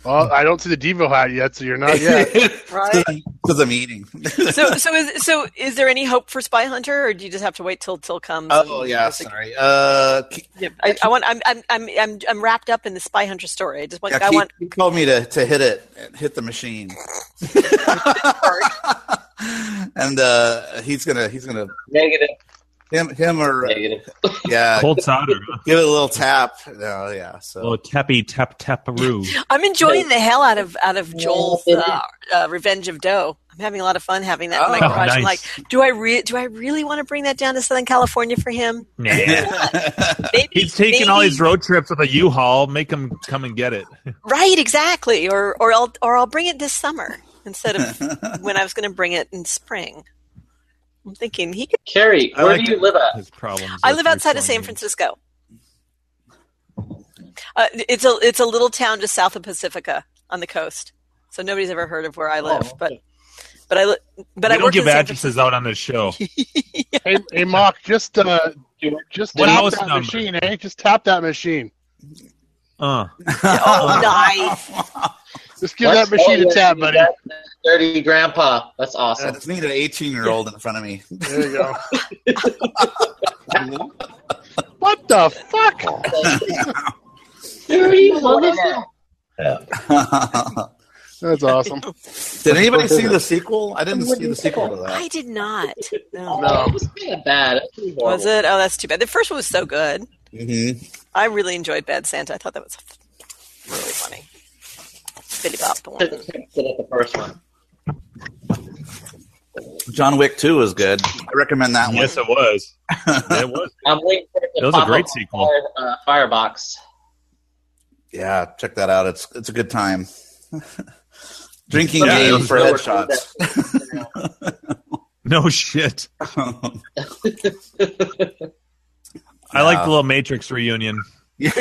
[SPEAKER 3] Well, I don't see the Devo hat yet, so you're
[SPEAKER 2] Oh,
[SPEAKER 3] not
[SPEAKER 1] (laughs)
[SPEAKER 3] yet.
[SPEAKER 2] Right.
[SPEAKER 5] (laughs) Because I'm eating.
[SPEAKER 2] (laughs)
[SPEAKER 5] (laughs)
[SPEAKER 2] So, so is so is there any hope for Spy Hunter, or do you just have to wait till till comes?
[SPEAKER 5] oh yeah, sorry. Uh, Ke-
[SPEAKER 2] Yeah, I, I want. I'm, I'm. I'm. I'm. I'm wrapped up in the Spy Hunter story. I just want.
[SPEAKER 5] yeah,
[SPEAKER 2] I
[SPEAKER 5] Keith
[SPEAKER 2] want.
[SPEAKER 5] told me to, to hit it, hit the machine. (laughs) and uh, he's gonna he's gonna
[SPEAKER 6] Negative.
[SPEAKER 5] him him or
[SPEAKER 6] Negative.
[SPEAKER 5] yeah
[SPEAKER 4] Cold solder.
[SPEAKER 5] give it a little tap. No, yeah. So (laughs)
[SPEAKER 4] Oh, tappy tap (laughs) taparoo.
[SPEAKER 2] I'm enjoying the hell out of out of
[SPEAKER 6] Yeah,
[SPEAKER 2] Joel's
[SPEAKER 6] baby.
[SPEAKER 2] uh, uh, Revenge of Doe. I'm having a lot of fun having that in my
[SPEAKER 5] Oh,
[SPEAKER 2] garage. I'm like,
[SPEAKER 4] nice.
[SPEAKER 2] do I re- do I really want to bring that down to Southern California for him?
[SPEAKER 4] Nah.
[SPEAKER 2] Maybe,
[SPEAKER 4] He's taking all
[SPEAKER 2] maybe-
[SPEAKER 4] his road trips with a U-Haul. Make him come and get it.
[SPEAKER 2] right, exactly. Or or I'll or I'll bring it this summer instead of when I was going to bring it in spring. I'm thinking he could.
[SPEAKER 6] Carrie,
[SPEAKER 4] I
[SPEAKER 6] where
[SPEAKER 4] like
[SPEAKER 6] do you live at?
[SPEAKER 4] His problems.
[SPEAKER 2] I
[SPEAKER 4] with
[SPEAKER 2] live outside of
[SPEAKER 4] reforming.
[SPEAKER 2] San Francisco. Uh, it's a it's a little town just south of Pacifica on the coast, so nobody's ever heard of where I live.
[SPEAKER 6] Oh,
[SPEAKER 2] but but I li-
[SPEAKER 4] we
[SPEAKER 2] but I
[SPEAKER 4] don't
[SPEAKER 2] work
[SPEAKER 4] give
[SPEAKER 2] in San
[SPEAKER 4] addresses out on this
[SPEAKER 2] (laughs)
[SPEAKER 4] show.
[SPEAKER 3] hey, hey, Mock, just uh, just
[SPEAKER 4] What
[SPEAKER 3] tap
[SPEAKER 4] house
[SPEAKER 3] that
[SPEAKER 4] number?
[SPEAKER 3] machine, eh? Just tap that machine.
[SPEAKER 4] Uh,
[SPEAKER 2] Francisco.
[SPEAKER 4] (laughs)
[SPEAKER 2] Oh, nice!
[SPEAKER 3] Just give that machine a tap, buddy.
[SPEAKER 6] Dirty grandpa. That's
[SPEAKER 5] I
[SPEAKER 6] awesome.
[SPEAKER 5] just need an 18 year old in front of me. (laughs)
[SPEAKER 3] There you go.
[SPEAKER 6] (laughs)
[SPEAKER 3] what the fuck?
[SPEAKER 6] Dirty motherfucker.
[SPEAKER 3] That's (laughs) awesome.
[SPEAKER 5] Did anybody see the sequel? I didn't see the sequel to that.
[SPEAKER 2] I did not. No.
[SPEAKER 6] Oh, It was kind of bad. It was, horrible.
[SPEAKER 2] Was it? Oh, that's too bad. The first one was so good.
[SPEAKER 5] Mm-hmm.
[SPEAKER 2] I really enjoyed Bad Santa. I thought that was really funny. Billy Bob Thornton.
[SPEAKER 6] Sit at the first one.
[SPEAKER 5] John Wick 2 is good. I recommend that
[SPEAKER 4] yes, it (laughs) was. It was.
[SPEAKER 6] I'm waiting for it to
[SPEAKER 4] That was a
[SPEAKER 6] pop
[SPEAKER 4] great
[SPEAKER 6] up on
[SPEAKER 4] sequel.
[SPEAKER 6] Fire, uh, Firebox.
[SPEAKER 5] one. Yeah, check that out. It's it's a good time. (laughs) Drinking
[SPEAKER 4] Yeah, it
[SPEAKER 5] game
[SPEAKER 4] was
[SPEAKER 5] for
[SPEAKER 6] good.
[SPEAKER 5] headshots.
[SPEAKER 4] No shit. I like the little Matrix reunion.
[SPEAKER 5] (laughs) yeah.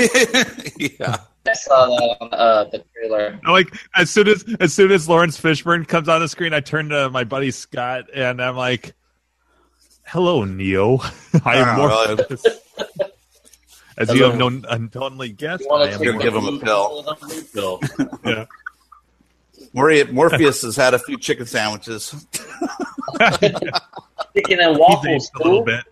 [SPEAKER 6] (laughs) I saw that on uh, the trailer.
[SPEAKER 4] Like as soon as as soon as Lawrence Fishburne comes on the screen, I turn to my buddy Scott and I'm like, "Hello, Neo. I am
[SPEAKER 5] Oh,
[SPEAKER 4] Morpheus." As you have no unknowingly guessed,
[SPEAKER 6] You
[SPEAKER 4] I
[SPEAKER 6] wanna
[SPEAKER 4] am
[SPEAKER 6] take
[SPEAKER 5] Here, give him a
[SPEAKER 6] blue
[SPEAKER 5] pill.
[SPEAKER 6] blue pill.
[SPEAKER 5] Mor- Morpheus has had a few chicken (laughs) sandwiches.
[SPEAKER 4] Morpheus.
[SPEAKER 6] Chicken and
[SPEAKER 4] He's
[SPEAKER 6] waffles.
[SPEAKER 4] aged a little
[SPEAKER 6] too.
[SPEAKER 4] bit.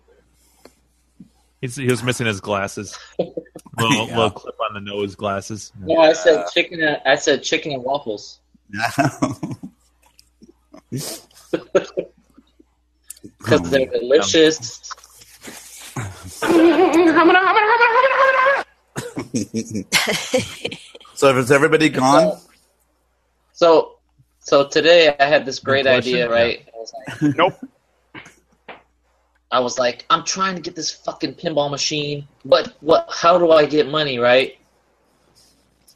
[SPEAKER 4] He's, he was missing his
[SPEAKER 2] (laughs)
[SPEAKER 4] glasses. Little,
[SPEAKER 5] Yeah.
[SPEAKER 4] little clip on the nose glasses.
[SPEAKER 6] No, I said chicken. And, I said chicken and waffles. because
[SPEAKER 4] Hmm.
[SPEAKER 6] they're delicious.
[SPEAKER 5] so is everybody gone?
[SPEAKER 6] So, So today I had this great
[SPEAKER 10] question?
[SPEAKER 6] idea,
[SPEAKER 10] Yeah.
[SPEAKER 6] right? I was
[SPEAKER 10] (laughs)
[SPEAKER 6] like, nope. I was like, I'm trying to get this fucking pinball machine, but what? How do I get money, right?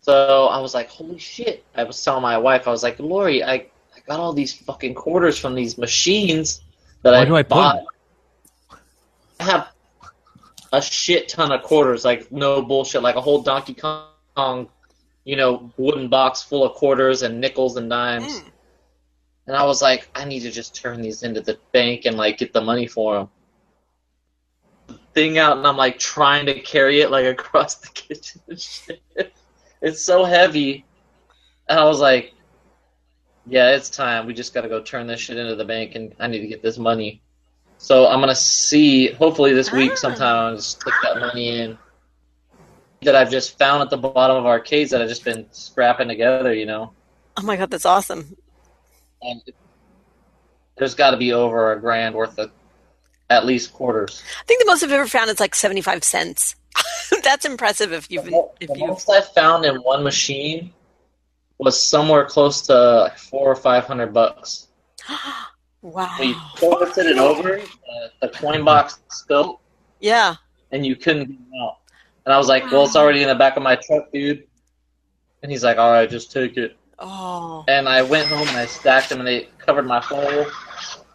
[SPEAKER 6] So I was like, holy shit! I was telling my wife, I was like, Lori, I, I got all these fucking quarters from these machines that
[SPEAKER 10] Where
[SPEAKER 6] I
[SPEAKER 10] do I put
[SPEAKER 6] bought. I have a shit ton of quarters, like no bullshit, like a whole Donkey Kong, you know, wooden box full of quarters and nickels and
[SPEAKER 2] Mm.
[SPEAKER 6] dimes. And I was like, I need to just turn these into the bank and like get the money for them. Thing out, and I'm like trying to carry it like (laughs) across the kitchen. and shit. It's so heavy, and I was like, "Yeah, it's time. We just got to go turn this shit into the bank, and I need to get this money." So I'm gonna see. Hopefully this week, sometime I'll just stick that money in that I've just found at the bottom of arcades that I've just been scrapping together. You know.
[SPEAKER 2] Oh my god, that's awesome.
[SPEAKER 6] And there's got to be over a grand worth of at least quarters.
[SPEAKER 2] I think the most I've ever found is like seventy-five cents. (laughs) that's impressive if you've been, if
[SPEAKER 6] The
[SPEAKER 2] you've
[SPEAKER 6] most I found in one machine was somewhere close to like four or five hundred bucks.
[SPEAKER 2] wow.
[SPEAKER 6] We tilted it over, uh, the coin box spilt,
[SPEAKER 2] Yeah.
[SPEAKER 6] and you couldn't get it out. And I was like, "Well, it's already in the back of my truck, dude." And he's like, "All right, just take it."
[SPEAKER 2] Oh.
[SPEAKER 6] And I went home and I stacked them, and they covered my whole.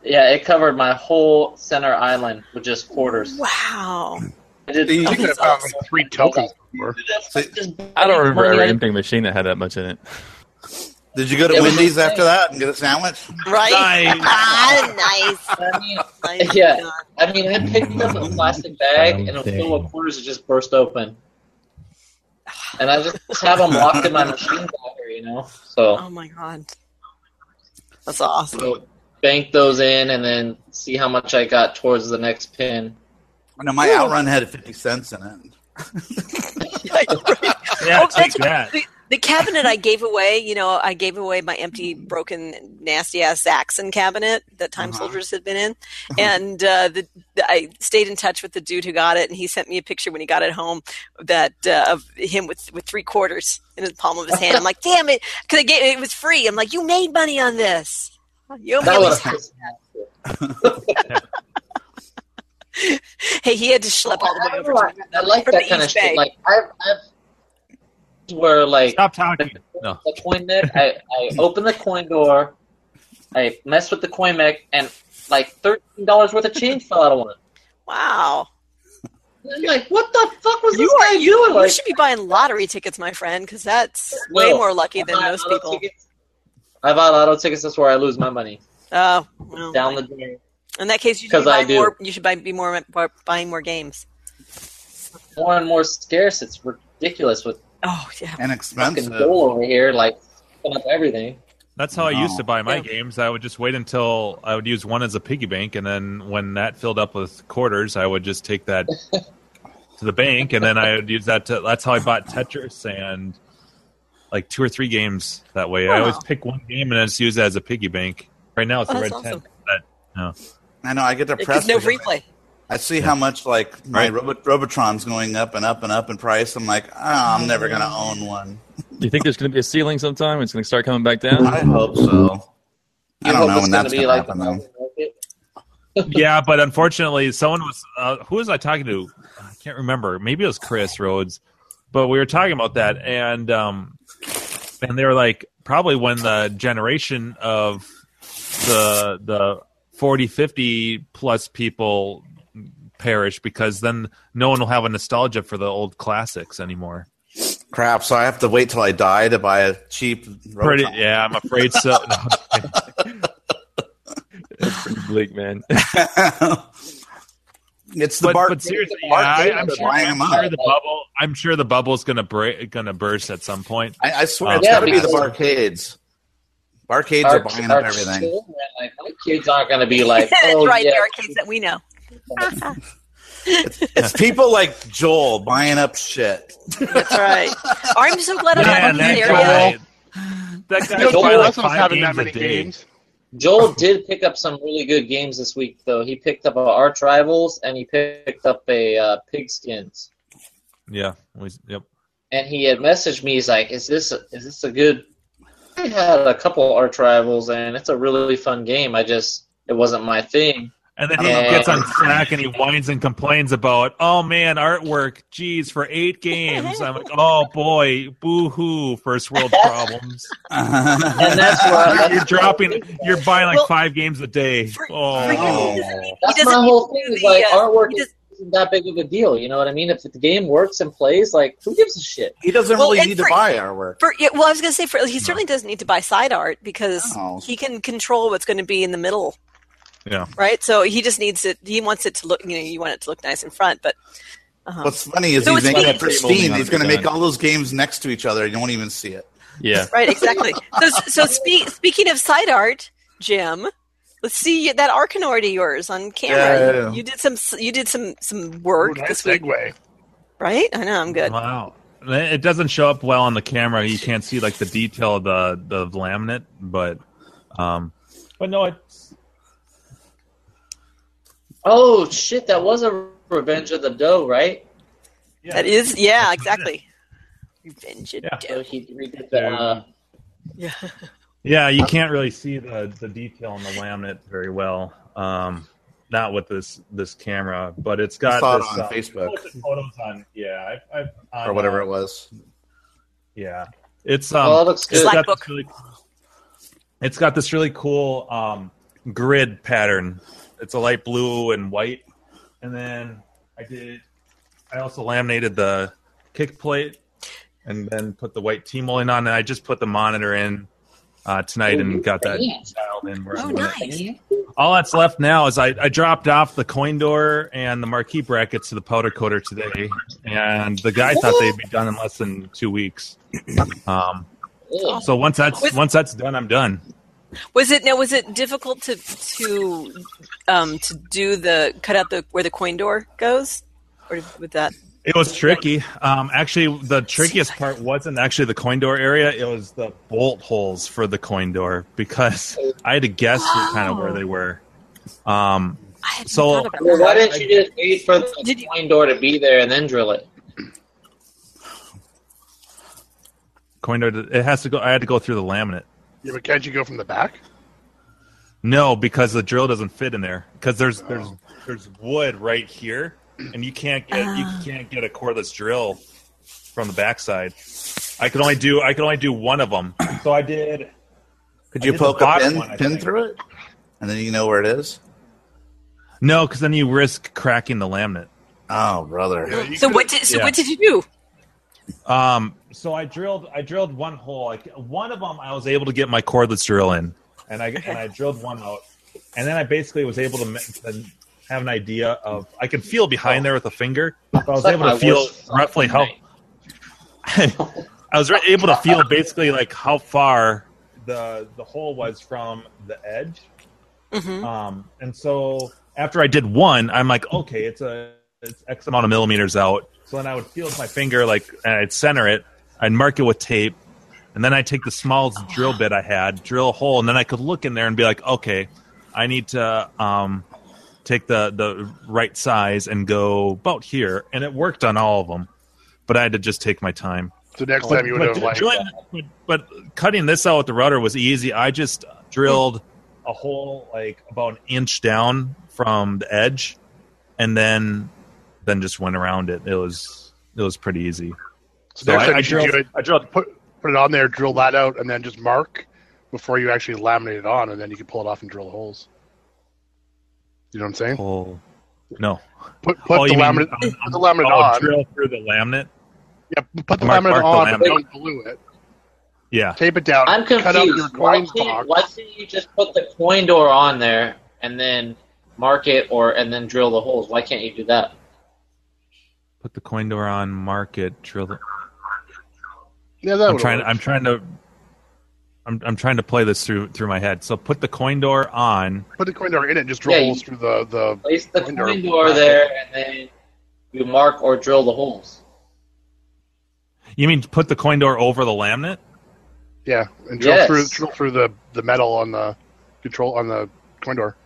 [SPEAKER 6] Yeah, it covered my whole center island with just quarters.
[SPEAKER 2] Wow.
[SPEAKER 6] I did
[SPEAKER 3] You could have found like three tokens.
[SPEAKER 10] I don't remember ever anything machine that had that much in it.
[SPEAKER 5] Did you go to
[SPEAKER 10] It was
[SPEAKER 5] Wendy's
[SPEAKER 10] insane.
[SPEAKER 5] after that and get a sandwich?
[SPEAKER 2] Right?
[SPEAKER 10] Nice.
[SPEAKER 2] (laughs) Ah, nice.
[SPEAKER 6] (laughs) yeah, I mean, I picked up a plastic bag and a full of quarters that just burst open, and I just have them locked in my machine locker, you know. So
[SPEAKER 2] Oh my god. That's awesome. (laughs)
[SPEAKER 6] So bank those in, and then see how much I got towards the next pin.
[SPEAKER 5] No, my outrun had fifty cents in it.
[SPEAKER 4] Yeah,
[SPEAKER 2] Oh,
[SPEAKER 4] take
[SPEAKER 2] that's right.
[SPEAKER 4] that.
[SPEAKER 2] The, the cabinet I gave away, you know, I gave away my empty, broken, nasty ass Saxon cabinet that Time Soldiers had been in, and uh, the, the, I stayed in touch with the dude who got it, and he sent me a picture when he got it home that uh, of him with with three quarters in the palm of his hand. I'm like, damn it, because I gave it was free. I'm like, you made money on this. You owe me
[SPEAKER 6] That
[SPEAKER 2] at
[SPEAKER 6] was
[SPEAKER 2] least- (laughs) hey, he had to schlep all the way over. To,
[SPEAKER 6] I like
[SPEAKER 2] from
[SPEAKER 6] that
[SPEAKER 2] the
[SPEAKER 6] kind of
[SPEAKER 2] East
[SPEAKER 6] shit.
[SPEAKER 2] Bay.
[SPEAKER 6] Like I've, I've where like
[SPEAKER 4] Stop talking.
[SPEAKER 10] No.
[SPEAKER 6] the coin neck. I, I open the coin door. I mess with the coin neck, and like thirteen dollars worth of change fell out of one.
[SPEAKER 2] wow.
[SPEAKER 6] And I'm like, what the fuck was
[SPEAKER 2] You
[SPEAKER 6] this
[SPEAKER 2] are
[SPEAKER 6] guy doing?
[SPEAKER 2] you,
[SPEAKER 6] Like,
[SPEAKER 2] should be buying lottery tickets, my friend, because that's way
[SPEAKER 6] No.
[SPEAKER 2] more lucky than
[SPEAKER 6] I bought
[SPEAKER 2] most
[SPEAKER 6] auto
[SPEAKER 2] people.
[SPEAKER 6] tickets. I bought auto tickets. That's where I lose my money.
[SPEAKER 2] Oh, well,
[SPEAKER 6] Down the drain.
[SPEAKER 2] in that case, you should
[SPEAKER 6] 'Cause I
[SPEAKER 2] buy
[SPEAKER 6] do.
[SPEAKER 2] more. You should buy, be more buying more games.
[SPEAKER 6] More and more scarce. It's ridiculous with
[SPEAKER 2] Oh yeah,
[SPEAKER 5] And
[SPEAKER 6] fucking
[SPEAKER 5] expensive.
[SPEAKER 6] Dole over here, like fucking up everything.
[SPEAKER 4] That's how I used to buy my
[SPEAKER 2] Yeah.
[SPEAKER 4] games. I would just wait until I would use one as a piggy bank, and then when that filled up with quarters, I would just take that to the bank, and then I would use that to. That's how I bought Tetris and like two or three games that way. I always
[SPEAKER 2] Wow.
[SPEAKER 4] pick one game and I just use that as a piggy bank. Right now, it's
[SPEAKER 2] Oh,
[SPEAKER 4] the red
[SPEAKER 2] that's awesome.
[SPEAKER 4] ten. That, no.
[SPEAKER 5] I know. I get
[SPEAKER 2] there's
[SPEAKER 5] depressed.
[SPEAKER 2] no
[SPEAKER 5] because
[SPEAKER 2] replay.
[SPEAKER 5] I see how much like my Robot- Robotron's going up and up and up in price. I'm like, oh, I'm never gonna own one.
[SPEAKER 10] Do you think there's going to be a ceiling sometime? It's going to start coming back
[SPEAKER 8] (laughs)
[SPEAKER 10] down.
[SPEAKER 5] I hope so. I
[SPEAKER 6] You
[SPEAKER 5] don't
[SPEAKER 6] hope
[SPEAKER 5] know when
[SPEAKER 6] it's gonna
[SPEAKER 5] that's
[SPEAKER 6] be
[SPEAKER 5] gonna
[SPEAKER 6] like
[SPEAKER 5] happen
[SPEAKER 6] the
[SPEAKER 5] though.
[SPEAKER 6] market.
[SPEAKER 4] yeah, but unfortunately, someone was uh, who was I talking to? I can't remember. Maybe it was Chris Rhodes, but we were talking about that, and um, and they were like, probably when the generation of the the 40, 50 plus people perish, because then no one will have a nostalgia for the old classics anymore.
[SPEAKER 5] Crap. So I have to wait till I die to buy a cheap. Robotron.
[SPEAKER 4] Pretty, yeah, I'm afraid
[SPEAKER 5] (laughs)
[SPEAKER 4] so. No.
[SPEAKER 10] Pretty
[SPEAKER 8] (laughs)
[SPEAKER 10] bleak, man.
[SPEAKER 5] (laughs) it's the
[SPEAKER 4] but,
[SPEAKER 5] bar.
[SPEAKER 4] but seriously,
[SPEAKER 5] the
[SPEAKER 4] yeah,
[SPEAKER 5] bar-
[SPEAKER 4] I, am
[SPEAKER 5] they're
[SPEAKER 4] sure,
[SPEAKER 5] buying 'em
[SPEAKER 4] I'm sure
[SPEAKER 5] up.
[SPEAKER 4] the bubble. I'm sure the bubble's gonna break, gonna burst at some point.
[SPEAKER 5] I, I swear,
[SPEAKER 4] Oh.
[SPEAKER 5] it's
[SPEAKER 6] Yeah,
[SPEAKER 5] got to be the barcades.
[SPEAKER 6] because-
[SPEAKER 5] Barcades
[SPEAKER 6] Our-
[SPEAKER 5] are buying up
[SPEAKER 6] our
[SPEAKER 5] everything.
[SPEAKER 6] children, like, my kids aren't going
[SPEAKER 2] (laughs)
[SPEAKER 6] to be like,
[SPEAKER 2] That's
[SPEAKER 6] oh,
[SPEAKER 2] right,
[SPEAKER 6] yeah.
[SPEAKER 2] there are kids that we know.
[SPEAKER 5] It's people like Joel buying up shit. (laughs)
[SPEAKER 2] That's right. I'm so glad I'm
[SPEAKER 4] Yeah,
[SPEAKER 2] not
[SPEAKER 4] and
[SPEAKER 2] in
[SPEAKER 4] that
[SPEAKER 2] this area.
[SPEAKER 4] guy, that guy
[SPEAKER 3] You know,
[SPEAKER 4] played
[SPEAKER 3] Joel
[SPEAKER 4] like
[SPEAKER 3] Wesson was
[SPEAKER 4] five
[SPEAKER 3] having
[SPEAKER 4] games
[SPEAKER 3] that many
[SPEAKER 4] a day.
[SPEAKER 3] games.
[SPEAKER 6] Joel did pick up some really good games this week, though. He picked up a Arch Rivals and he picked up a uh, Pigskins.
[SPEAKER 4] Yeah, we, yep.
[SPEAKER 6] And he had messaged me, he's like, is this a, is this a good had a couple arch rivals, and it's a really fun game. I just it wasn't my thing.
[SPEAKER 4] And then he gets on Slack and he whines and complains about, oh man, artwork, geez, for eight games. I'm like, oh boy, boo hoo, first world problems.
[SPEAKER 6] and that's why
[SPEAKER 4] you're, you're dropping, you're buying like five games a day. oh,
[SPEAKER 6] That's my whole thing. Is like
[SPEAKER 2] uh,
[SPEAKER 6] artwork isn't that big of a deal. You know what I mean? If the game works and plays, like who gives a shit?
[SPEAKER 5] He doesn't
[SPEAKER 2] Well,
[SPEAKER 5] really
[SPEAKER 2] and
[SPEAKER 5] need
[SPEAKER 2] for-
[SPEAKER 5] to buy our work.
[SPEAKER 2] For yeah, well, I was gonna say for he certainly doesn't need to buy side art because he can control what's going to be in the middle,
[SPEAKER 4] yeah.
[SPEAKER 2] right? So he just needs it. He wants it to look. You know, you want it to look nice in front, but uh-huh.
[SPEAKER 5] What's funny is
[SPEAKER 2] So
[SPEAKER 5] he's
[SPEAKER 2] it's
[SPEAKER 5] making
[SPEAKER 2] neat.
[SPEAKER 5] it pristine. He's going to make
[SPEAKER 10] 100%.
[SPEAKER 5] all those games next to each other. and You won't even see it.
[SPEAKER 10] Yeah.
[SPEAKER 2] right, exactly. so, so spe- speaking of side art, Jim, let's see you- that Arkanoid of yours on camera.
[SPEAKER 5] Yeah, yeah, yeah.
[SPEAKER 2] You did some. You did some some work
[SPEAKER 3] nice
[SPEAKER 2] this week,
[SPEAKER 3] segue.
[SPEAKER 2] right? I know. I'm good.
[SPEAKER 4] Wow. It doesn't show up well on the camera. You can't see like the detail of the, the laminate, but um, but no, it's
[SPEAKER 6] Oh shit, that was a Revenge of the Doe, right?
[SPEAKER 2] That is, yeah, exactly. Revenge it.
[SPEAKER 4] Yeah.
[SPEAKER 6] So he redid the. Uh,
[SPEAKER 2] Yeah.
[SPEAKER 4] yeah,
[SPEAKER 5] Uh,
[SPEAKER 4] you can't really see the, the detail in the laminate very well. Um, not with this this camera, but it's got
[SPEAKER 5] I saw it
[SPEAKER 4] this,
[SPEAKER 5] on
[SPEAKER 4] uh,
[SPEAKER 5] Facebook
[SPEAKER 4] photos on yeah, I, I, on,
[SPEAKER 5] or whatever
[SPEAKER 4] uh,
[SPEAKER 5] it was.
[SPEAKER 4] Yeah, it's um,
[SPEAKER 6] oh, that looks
[SPEAKER 4] it's
[SPEAKER 6] good.
[SPEAKER 4] got
[SPEAKER 2] Slackbook.
[SPEAKER 4] this really, it's got this really cool um, grid pattern. It's a light blue and white, and then I did. I also laminated the kick plate, and then put the white team molding on, and I just put the monitor in uh, tonight and got that dialed in. Where I
[SPEAKER 2] Oh,
[SPEAKER 4] want it.
[SPEAKER 2] nice.
[SPEAKER 4] All that's left now is I, I dropped off the coin door and the marquee brackets to the powder coater today, and the guy thought they'd be done in less than two weeks. Um,
[SPEAKER 6] Ew.
[SPEAKER 4] so once that's
[SPEAKER 2] With-
[SPEAKER 4] once that's done, I'm done.
[SPEAKER 2] Was it now? Was it difficult to to um to do the cut out the where the coin door goes, or with that?
[SPEAKER 4] It was tricky. Um, actually, the trickiest part wasn't actually the coin door area; it was the bolt holes for the coin door because I had to guess kind of where they were. Um,
[SPEAKER 2] I had
[SPEAKER 4] So-
[SPEAKER 2] thought about
[SPEAKER 6] Well,
[SPEAKER 2] that.
[SPEAKER 6] why didn't you just wait for
[SPEAKER 2] Did
[SPEAKER 6] the
[SPEAKER 2] you-
[SPEAKER 6] coin door to be there and then drill it?
[SPEAKER 4] coin door. It has to go. I had to go through the laminate.
[SPEAKER 3] Yeah, but can't you go from the back?
[SPEAKER 4] No, because the drill doesn't fit in there. Because there's there's there's wood right here, and you can't get you can't get a cordless drill from the backside. I could only do I could only do one of them. So I did.
[SPEAKER 5] Could
[SPEAKER 4] I
[SPEAKER 5] you
[SPEAKER 4] did the
[SPEAKER 5] poke a
[SPEAKER 4] bottom
[SPEAKER 5] pin,
[SPEAKER 4] one, I
[SPEAKER 5] pin
[SPEAKER 4] think.
[SPEAKER 5] through it? And then you know where it is?
[SPEAKER 4] No, because then you risk cracking the laminate.
[SPEAKER 5] Oh, brother.
[SPEAKER 2] So what did so
[SPEAKER 4] yeah.
[SPEAKER 2] what did you do?
[SPEAKER 4] Um, so I drilled I drilled one hole. Like one of them, I was able to get my cordless drill in, and I and I drilled one out, and then I basically was able to, ma- to have an idea of I could feel behind there with a finger. But I was
[SPEAKER 6] Suck
[SPEAKER 4] able
[SPEAKER 6] my
[SPEAKER 4] to feel
[SPEAKER 6] worst
[SPEAKER 4] roughly how
[SPEAKER 6] fucking
[SPEAKER 4] (laughs) I was re- able to feel basically like how far the the hole was from the edge.
[SPEAKER 2] Mhm.
[SPEAKER 4] Um, and so after I did one, I'm like, okay, it's a it's X amount of millimeters out. So then I would feel with my finger like, and I'd center it, I'd mark it with tape, and then I would take the smallest drill bit I had, drill a hole, and then I could look in there and be like, okay, I need to um, take the the right size and go about here, and it worked on all of them. But I had to just take my time.
[SPEAKER 3] So next time you would have like
[SPEAKER 4] drilling- but, but cutting this out with the rudder was easy. I just drilled a hole like about an inch down from the edge, and then then just went around it. It was it was pretty easy.
[SPEAKER 3] so next
[SPEAKER 4] I-
[SPEAKER 3] time
[SPEAKER 4] I
[SPEAKER 3] you should do
[SPEAKER 4] drilled-
[SPEAKER 3] it.
[SPEAKER 4] I drilled
[SPEAKER 3] Put put it on there, drill that out, and then just mark before you actually laminate it on, and then you can pull it off and drill the holes. You know what I'm saying?
[SPEAKER 4] hole. No,
[SPEAKER 3] Put put
[SPEAKER 4] Oh,
[SPEAKER 3] the
[SPEAKER 4] you mean-
[SPEAKER 3] laminate put the laminate
[SPEAKER 4] oh,
[SPEAKER 3] on.
[SPEAKER 4] drill through the laminate.
[SPEAKER 3] Yeah, put the
[SPEAKER 4] Mark- mark
[SPEAKER 3] laminate
[SPEAKER 4] the
[SPEAKER 3] on,
[SPEAKER 4] laminate.
[SPEAKER 3] but don't glue it.
[SPEAKER 4] Yeah,
[SPEAKER 3] Tape it down.
[SPEAKER 6] I'm
[SPEAKER 3] Cut out your
[SPEAKER 6] confused. Why
[SPEAKER 3] coin box.
[SPEAKER 6] can't, why can't you just put the coin door on there and then mark it or and then drill the holes? Why can't you do that?
[SPEAKER 4] put the coin door on. Mark it. Drill. The,
[SPEAKER 3] Yeah, that
[SPEAKER 4] I'm
[SPEAKER 3] would
[SPEAKER 4] trying.
[SPEAKER 3] work.
[SPEAKER 4] I'm trying to. I'm, I'm trying to play this through through my head. So put the coin door on.
[SPEAKER 3] Put the coin door in it. Just drill
[SPEAKER 6] Yeah, you-
[SPEAKER 3] holes through the the.
[SPEAKER 6] Place the
[SPEAKER 3] Coin door.
[SPEAKER 6] coin door there and then you mark or drill the holes.
[SPEAKER 4] You mean put the coin door over the laminate?
[SPEAKER 3] Yeah, and drill
[SPEAKER 6] Yes.
[SPEAKER 3] through drill through the the metal on the control on the coin door.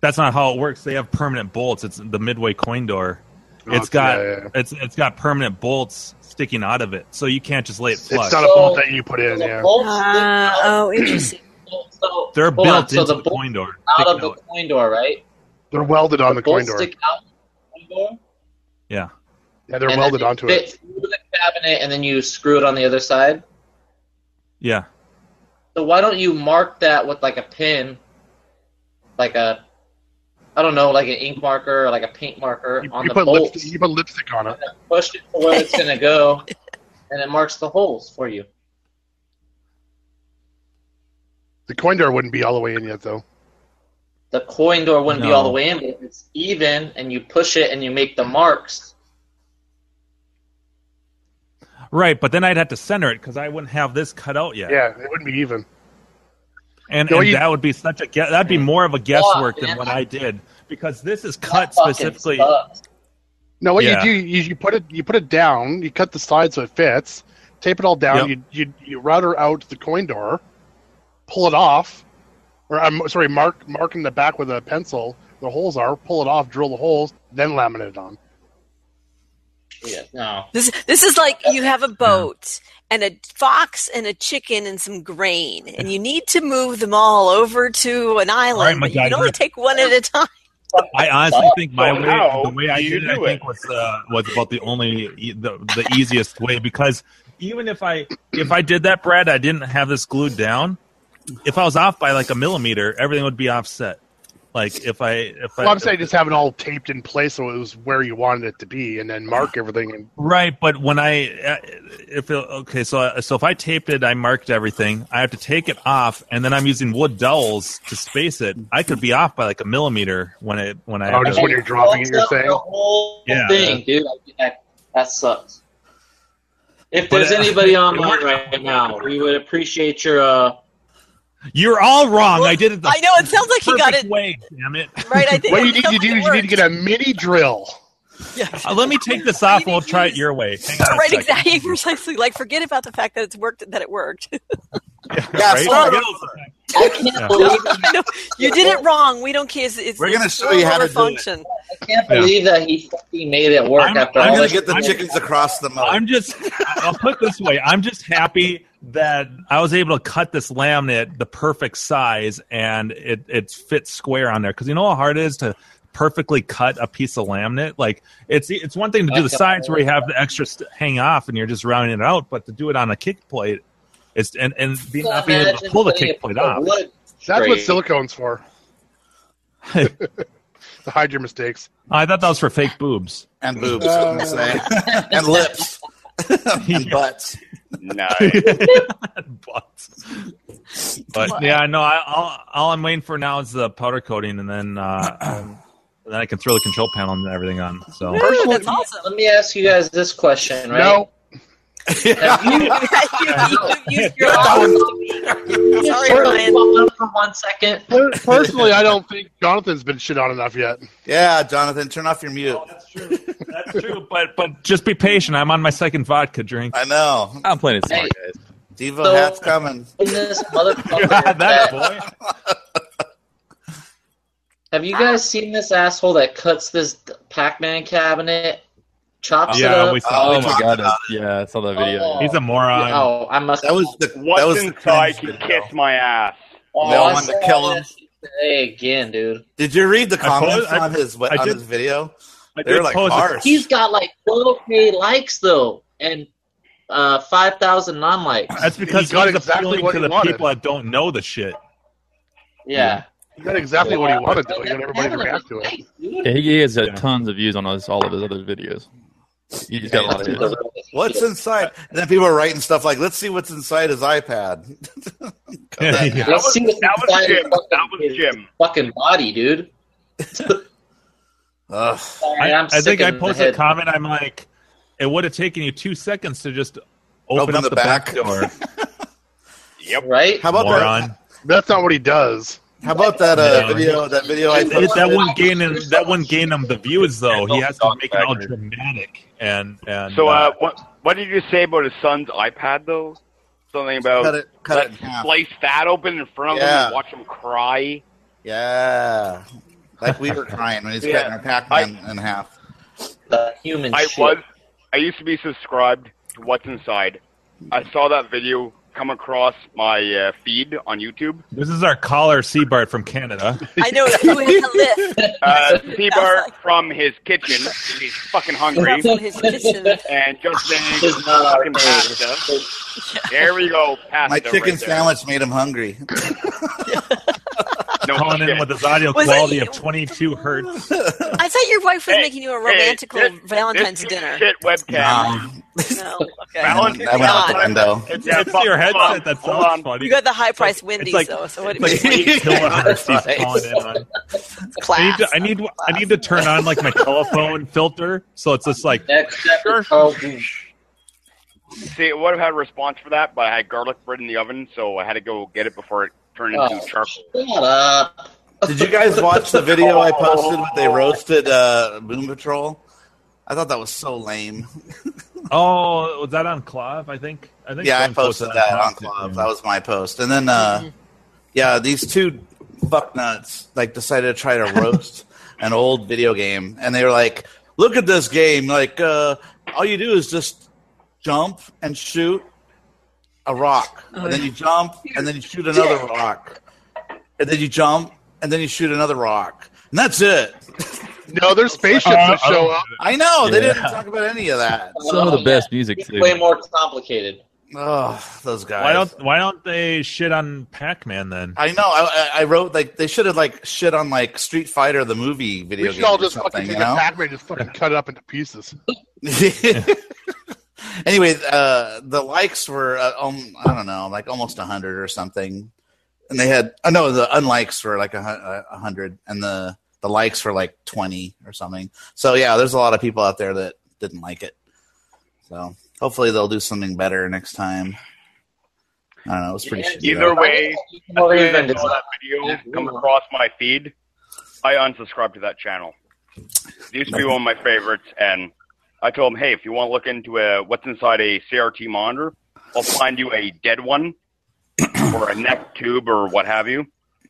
[SPEAKER 4] That's not how it works. They have permanent bolts. It's the midway coin door. It's
[SPEAKER 3] Okay,
[SPEAKER 4] got
[SPEAKER 3] Oh, yeah,
[SPEAKER 4] it's it's got permanent bolts sticking out of it, so you can't just lay it flush.
[SPEAKER 3] It's not a bolt that you put in. Yeah.
[SPEAKER 2] Uh, oh, interesting.
[SPEAKER 6] So,
[SPEAKER 4] They're
[SPEAKER 6] hold
[SPEAKER 4] built
[SPEAKER 6] on, so
[SPEAKER 4] into
[SPEAKER 6] the
[SPEAKER 4] the,
[SPEAKER 6] bolts
[SPEAKER 4] coin door.
[SPEAKER 6] out of the coin door, right?
[SPEAKER 3] They're welded on the coin
[SPEAKER 6] Bolts
[SPEAKER 3] door.
[SPEAKER 6] stick out of the coin door.
[SPEAKER 4] Yeah.
[SPEAKER 3] Yeah, they're
[SPEAKER 6] and then
[SPEAKER 3] welded
[SPEAKER 6] you
[SPEAKER 3] onto
[SPEAKER 6] fit
[SPEAKER 3] it.
[SPEAKER 6] through the cabinet, and then you screw it on the other side.
[SPEAKER 4] Yeah.
[SPEAKER 6] So why don't you mark that with like a pin, like a, I don't know, like an ink marker or like a paint marker on
[SPEAKER 3] You
[SPEAKER 6] the
[SPEAKER 3] put,
[SPEAKER 6] bolt,
[SPEAKER 3] lipstick, you put lipstick on it.
[SPEAKER 6] push it to where it's gonna
[SPEAKER 4] (laughs)
[SPEAKER 6] go, and it marks the holes for you.
[SPEAKER 3] The coin door wouldn't be all the way in yet, though.
[SPEAKER 6] The coin door wouldn't be
[SPEAKER 3] No.
[SPEAKER 6] all the way in, but if it's even, and you push it and you make the marks.
[SPEAKER 4] Right, but then I'd have to center it because I wouldn't have this cut out yet.
[SPEAKER 3] Yeah, it wouldn't be even.
[SPEAKER 4] and,
[SPEAKER 3] No,
[SPEAKER 4] and
[SPEAKER 3] you-
[SPEAKER 4] that would be such a gue- that'd be more of a guesswork
[SPEAKER 3] man.
[SPEAKER 4] than what I did because this is cut
[SPEAKER 3] fucking
[SPEAKER 4] specifically.
[SPEAKER 3] sucks. No, what
[SPEAKER 4] Yeah.
[SPEAKER 3] you do, you, you put it, you put it down. You cut the side so it fits. Tape it all
[SPEAKER 4] Yep.
[SPEAKER 3] down. You, you you router out the coin door, pull it off, or I'm sorry, mark mark in the back with a pencil where the holes are. Pull it off, drill the holes, then laminate it on.
[SPEAKER 6] Yeah, no.
[SPEAKER 2] This this is like you have a boat and a fox and a chicken and some grain, and you need to move them all over to an island.
[SPEAKER 4] my
[SPEAKER 2] but you can
[SPEAKER 4] God,
[SPEAKER 2] only
[SPEAKER 4] you're-
[SPEAKER 2] take one at a time.
[SPEAKER 4] I honestly think my
[SPEAKER 2] So
[SPEAKER 4] way,
[SPEAKER 2] how
[SPEAKER 4] the way I
[SPEAKER 2] do you
[SPEAKER 4] did it, I
[SPEAKER 2] do it?
[SPEAKER 4] think was uh, was about the only e- the, the easiest way because even if I if I did that, Brad, I didn't have this glued down. If I was off by like a millimeter, everything would be offset. Like if I if
[SPEAKER 3] Well,
[SPEAKER 4] I
[SPEAKER 3] I'm saying just have it all taped in place so it was where you wanted it to be, and then mark everything. And
[SPEAKER 4] Right, but when I uh, if it, okay, so so if I taped it, I marked everything. I have to take it off, and then I'm using wood dowels to space it. I could be off by like a millimeter when it when I
[SPEAKER 3] Oh, just when you're dropping it, you're saying?
[SPEAKER 6] The whole
[SPEAKER 4] Yeah.
[SPEAKER 6] thing, dude. Like, That, that sucks. If
[SPEAKER 4] But,
[SPEAKER 6] there's
[SPEAKER 4] uh,
[SPEAKER 6] anybody
[SPEAKER 4] it
[SPEAKER 6] online right now, we would appreciate your. uh
[SPEAKER 4] You're all wrong. I did it. The
[SPEAKER 2] I know it sounds like he got it
[SPEAKER 4] way. Damn it!
[SPEAKER 2] right. I think
[SPEAKER 3] what
[SPEAKER 2] it
[SPEAKER 3] you need
[SPEAKER 2] sounds
[SPEAKER 3] to do
[SPEAKER 2] like
[SPEAKER 3] is you need to
[SPEAKER 2] (laughs)
[SPEAKER 3] get a mini drill.
[SPEAKER 4] Uh, let me take this off. We'll try it your way. Hang on a
[SPEAKER 2] right
[SPEAKER 4] second.
[SPEAKER 2] exactly (laughs) precisely like forget about the fact that it's worked that it worked. (laughs)
[SPEAKER 4] Yeah, right?
[SPEAKER 2] sorry.
[SPEAKER 4] Forget
[SPEAKER 2] No, I know. you did it wrong. We don't care. It's, it's,
[SPEAKER 5] We're gonna
[SPEAKER 2] it's
[SPEAKER 5] show you how to
[SPEAKER 2] over
[SPEAKER 5] do it.
[SPEAKER 2] function. (laughs)
[SPEAKER 6] I can't believe that he fucking made it work
[SPEAKER 4] I'm-
[SPEAKER 6] after
[SPEAKER 4] I'm
[SPEAKER 6] all
[SPEAKER 4] gonna
[SPEAKER 6] this
[SPEAKER 4] get the
[SPEAKER 6] time.
[SPEAKER 4] chickens
[SPEAKER 5] across the moat.
[SPEAKER 4] I'm just. I'll put it this way. I'm just happy that I was able to cut this laminate the perfect size, and it it fits square on there. Because you know how hard it is to perfectly cut a piece of laminate. Like it's it's one thing to do the sides where you have the extra st- hang off, and you're just rounding it out. But to do it on a kick plate, it's and and be, not being able to pull the kick plate off.
[SPEAKER 3] That's what
[SPEAKER 4] Great. (laughs)
[SPEAKER 3] silicone's for. (laughs) to hide your mistakes.
[SPEAKER 4] I thought that was for fake boobs (laughs)
[SPEAKER 5] and boobs. I'm
[SPEAKER 4] Uh,
[SPEAKER 5] gonna say. and lips (laughs) and butts.
[SPEAKER 1] No.
[SPEAKER 4] But yeah, no, I, all, all I'm waiting for now is the powder coating, and then uh, um, then I can throw the control panel and everything on.
[SPEAKER 6] (laughs)
[SPEAKER 4] So
[SPEAKER 6] Personally, Let me ask you guys this question, right?
[SPEAKER 4] No. (laughs)
[SPEAKER 6] Have
[SPEAKER 5] (laughs)
[SPEAKER 6] you,
[SPEAKER 4] (laughs)
[SPEAKER 2] Sorry,
[SPEAKER 6] Ryan. For one second.
[SPEAKER 3] Personally, I don't think Jonathan's been shit on enough yet.
[SPEAKER 5] Yeah, Jonathan, turn off your mute.
[SPEAKER 4] that's true, but but just be patient. I'm on my second vodka
[SPEAKER 5] (laughs)
[SPEAKER 4] drink. (laughs)
[SPEAKER 5] I know.
[SPEAKER 10] I'm playing it
[SPEAKER 6] smart,
[SPEAKER 10] guys.
[SPEAKER 5] Devo
[SPEAKER 6] So-
[SPEAKER 5] hat's coming.
[SPEAKER 6] this
[SPEAKER 4] (laughs)
[SPEAKER 6] motherfucker
[SPEAKER 5] That
[SPEAKER 6] Have you guys seen this asshole that cuts this Pac-Man cabinet, chops it
[SPEAKER 10] yeah,
[SPEAKER 6] up?
[SPEAKER 10] we saw. Oh, my god! that's- Yeah, I saw that video.
[SPEAKER 6] Oh.
[SPEAKER 1] He's a
[SPEAKER 10] moron.
[SPEAKER 6] Oh, I must.
[SPEAKER 5] That was the.
[SPEAKER 1] What's inside can kiss my ass.
[SPEAKER 6] Oh,
[SPEAKER 5] They all
[SPEAKER 6] I
[SPEAKER 5] wanted to
[SPEAKER 6] saw
[SPEAKER 5] kill
[SPEAKER 6] that shit Today again, dude.
[SPEAKER 5] Did you read the
[SPEAKER 6] I posted-
[SPEAKER 5] comments
[SPEAKER 6] I-
[SPEAKER 5] on his
[SPEAKER 6] I
[SPEAKER 5] on
[SPEAKER 6] did-
[SPEAKER 5] his video? They're like harsh.
[SPEAKER 6] He's got like 12k likes though, and uh, 5,000
[SPEAKER 4] (laughs)
[SPEAKER 6] non-likes.
[SPEAKER 4] That's because he
[SPEAKER 6] got
[SPEAKER 4] was
[SPEAKER 6] exactly
[SPEAKER 4] appealing
[SPEAKER 6] what
[SPEAKER 4] to
[SPEAKER 6] he
[SPEAKER 4] the
[SPEAKER 6] wanted.
[SPEAKER 4] people that don't know the shit.
[SPEAKER 6] Yeah.
[SPEAKER 3] He got exactly what he wanted, though. He got everybody to react to it.
[SPEAKER 10] Yeah, he, he has uh, tons of views on his, all of his other videos. He's got a lot of views.
[SPEAKER 5] What's inside? And then people are writing stuff like, "Let's see what's inside his iPad." (laughs)
[SPEAKER 4] (laughs)
[SPEAKER 1] That was, that was Jim. That was Jim.
[SPEAKER 6] Fucking body, dude.
[SPEAKER 5] Ugh.
[SPEAKER 4] I,
[SPEAKER 6] I'm
[SPEAKER 4] I think
[SPEAKER 6] sick
[SPEAKER 4] I
[SPEAKER 6] in the
[SPEAKER 4] posted a
[SPEAKER 6] head.
[SPEAKER 4] comment. I'm like, it would have taken you two seconds to just open,
[SPEAKER 5] Open
[SPEAKER 4] up
[SPEAKER 5] the
[SPEAKER 4] the, back, (laughs)
[SPEAKER 5] back.
[SPEAKER 4] door.
[SPEAKER 1] Yep.
[SPEAKER 6] Right?
[SPEAKER 5] How about
[SPEAKER 4] Moron.
[SPEAKER 3] That's not what he does.
[SPEAKER 5] How about that uh,
[SPEAKER 4] No.
[SPEAKER 5] video? That video I
[SPEAKER 4] It- that
[SPEAKER 5] posted?
[SPEAKER 4] wouldn't gain him. That wouldn't gain him the views though. He has to make it all dramatic and and.
[SPEAKER 1] So, uh, what what did you say about his son's iPad though? Something about
[SPEAKER 5] Cut it- cut
[SPEAKER 1] let-
[SPEAKER 5] it in half.
[SPEAKER 1] slice that open in front of him
[SPEAKER 5] Yeah.
[SPEAKER 1] and watch him cry.
[SPEAKER 5] Yeah, like we were crying when he's
[SPEAKER 1] Yeah.
[SPEAKER 5] cutting our Pac-Man in half.
[SPEAKER 6] the human
[SPEAKER 11] I
[SPEAKER 6] shit.
[SPEAKER 11] was. I used to be subscribed to What's Inside. I saw that video come across my uh, feed on
[SPEAKER 2] (laughs)
[SPEAKER 11] YouTube.
[SPEAKER 4] This is our caller, Seabart from
[SPEAKER 6] (laughs)
[SPEAKER 4] Canada.
[SPEAKER 2] I know it's doing the lift.
[SPEAKER 11] Uh, Seabart from his kitchen. He's fucking hungry.
[SPEAKER 2] From his kitchen.
[SPEAKER 11] And just saying fucking pasta. There we go, pasta.
[SPEAKER 5] My chicken
[SPEAKER 11] right there.
[SPEAKER 5] sandwich made him hungry.
[SPEAKER 6] Oh,
[SPEAKER 4] calling in with his audio
[SPEAKER 2] Was it-
[SPEAKER 4] quality of 22 hertz.
[SPEAKER 2] (laughs) I thought your wife was making you a romantical Valentine's dinner.
[SPEAKER 11] Shit webcam.
[SPEAKER 5] (laughs)
[SPEAKER 2] No, okay.
[SPEAKER 11] Valentine's
[SPEAKER 5] That went out the
[SPEAKER 2] God.
[SPEAKER 5] window.
[SPEAKER 11] It's,
[SPEAKER 4] It's your headset that sounds
[SPEAKER 2] You
[SPEAKER 4] funny.
[SPEAKER 2] got the high price Wendy's
[SPEAKER 4] like-
[SPEAKER 2] though, so what
[SPEAKER 4] (laughs) It's (laughs) like
[SPEAKER 2] (laughs)
[SPEAKER 4] eight kilohertz he's calling in on. I need, (laughs)
[SPEAKER 2] class?
[SPEAKER 4] to, I need I need to turn on like my telephone filter, so it's just like
[SPEAKER 6] Next chapter. Oh, dude.
[SPEAKER 11] See, it would have had a response for that, but I had garlic bread in the oven, so I had to go get it before it turned into
[SPEAKER 6] Oh,
[SPEAKER 11] charcoal.
[SPEAKER 6] Shut up.
[SPEAKER 5] Did you guys watch the video I posted? when They roasted uh, Boom Patrol. I thought that was so lame.
[SPEAKER 4] oh, was that on Clav? I think I think
[SPEAKER 5] Yeah, I
[SPEAKER 4] someone
[SPEAKER 5] posted that on
[SPEAKER 4] Clav,
[SPEAKER 5] Club.
[SPEAKER 4] yeah.
[SPEAKER 5] That was my post. And then, uh, yeah, these two fucknuts like decided to try to roast an old video game, and they were like, "Look at this game! Like, uh, all you do is just jump and shoot a rock, and then you jump, and then you shoot another rock, and then you jump, and then you shoot another rock, and that's it."
[SPEAKER 3] No, there's spaceships
[SPEAKER 4] Uh,
[SPEAKER 3] that show
[SPEAKER 4] uh,
[SPEAKER 3] up.
[SPEAKER 5] I know they
[SPEAKER 10] Yeah.
[SPEAKER 5] didn't talk about any of that.
[SPEAKER 10] Some of the best music
[SPEAKER 6] Oh, It's
[SPEAKER 10] too.
[SPEAKER 6] way more complicated.
[SPEAKER 5] Oh, those guys!
[SPEAKER 4] Why don't Why don't they shit on Pac Man then?
[SPEAKER 5] I know. I, I I wrote like they should have like shit on like Street Fighter the movie video
[SPEAKER 3] We should
[SPEAKER 5] game
[SPEAKER 3] all
[SPEAKER 5] or
[SPEAKER 3] just
[SPEAKER 5] something,
[SPEAKER 3] fucking
[SPEAKER 5] you
[SPEAKER 3] take
[SPEAKER 5] know.
[SPEAKER 3] a Pac-Man and just fucking cut it up into pieces.
[SPEAKER 5] (laughs) anyway, uh, the likes were uh, um, I don't know, like almost hundred or something, and they had uh, no the unlikes were like a hun- uh, a hundred, and the the likes were like twenty or something. So yeah, there's a lot of people out there that didn't like it. So hopefully they'll do something better next time. I don't know. It was pretty.
[SPEAKER 6] Yeah,
[SPEAKER 5] shitty,
[SPEAKER 11] Either
[SPEAKER 5] though.
[SPEAKER 11] way,
[SPEAKER 6] Well,
[SPEAKER 11] as
[SPEAKER 6] they've
[SPEAKER 11] soon as
[SPEAKER 6] been
[SPEAKER 11] I saw that
[SPEAKER 6] Yeah.
[SPEAKER 11] video come across my feed, I unsubscribed to that channel. It used to be one of my favorites, and I told him, hey, if you want to look into a, what's inside a CRT monitor, I'll find you a dead
[SPEAKER 6] (clears throat)
[SPEAKER 11] one or a neck tube or what have you.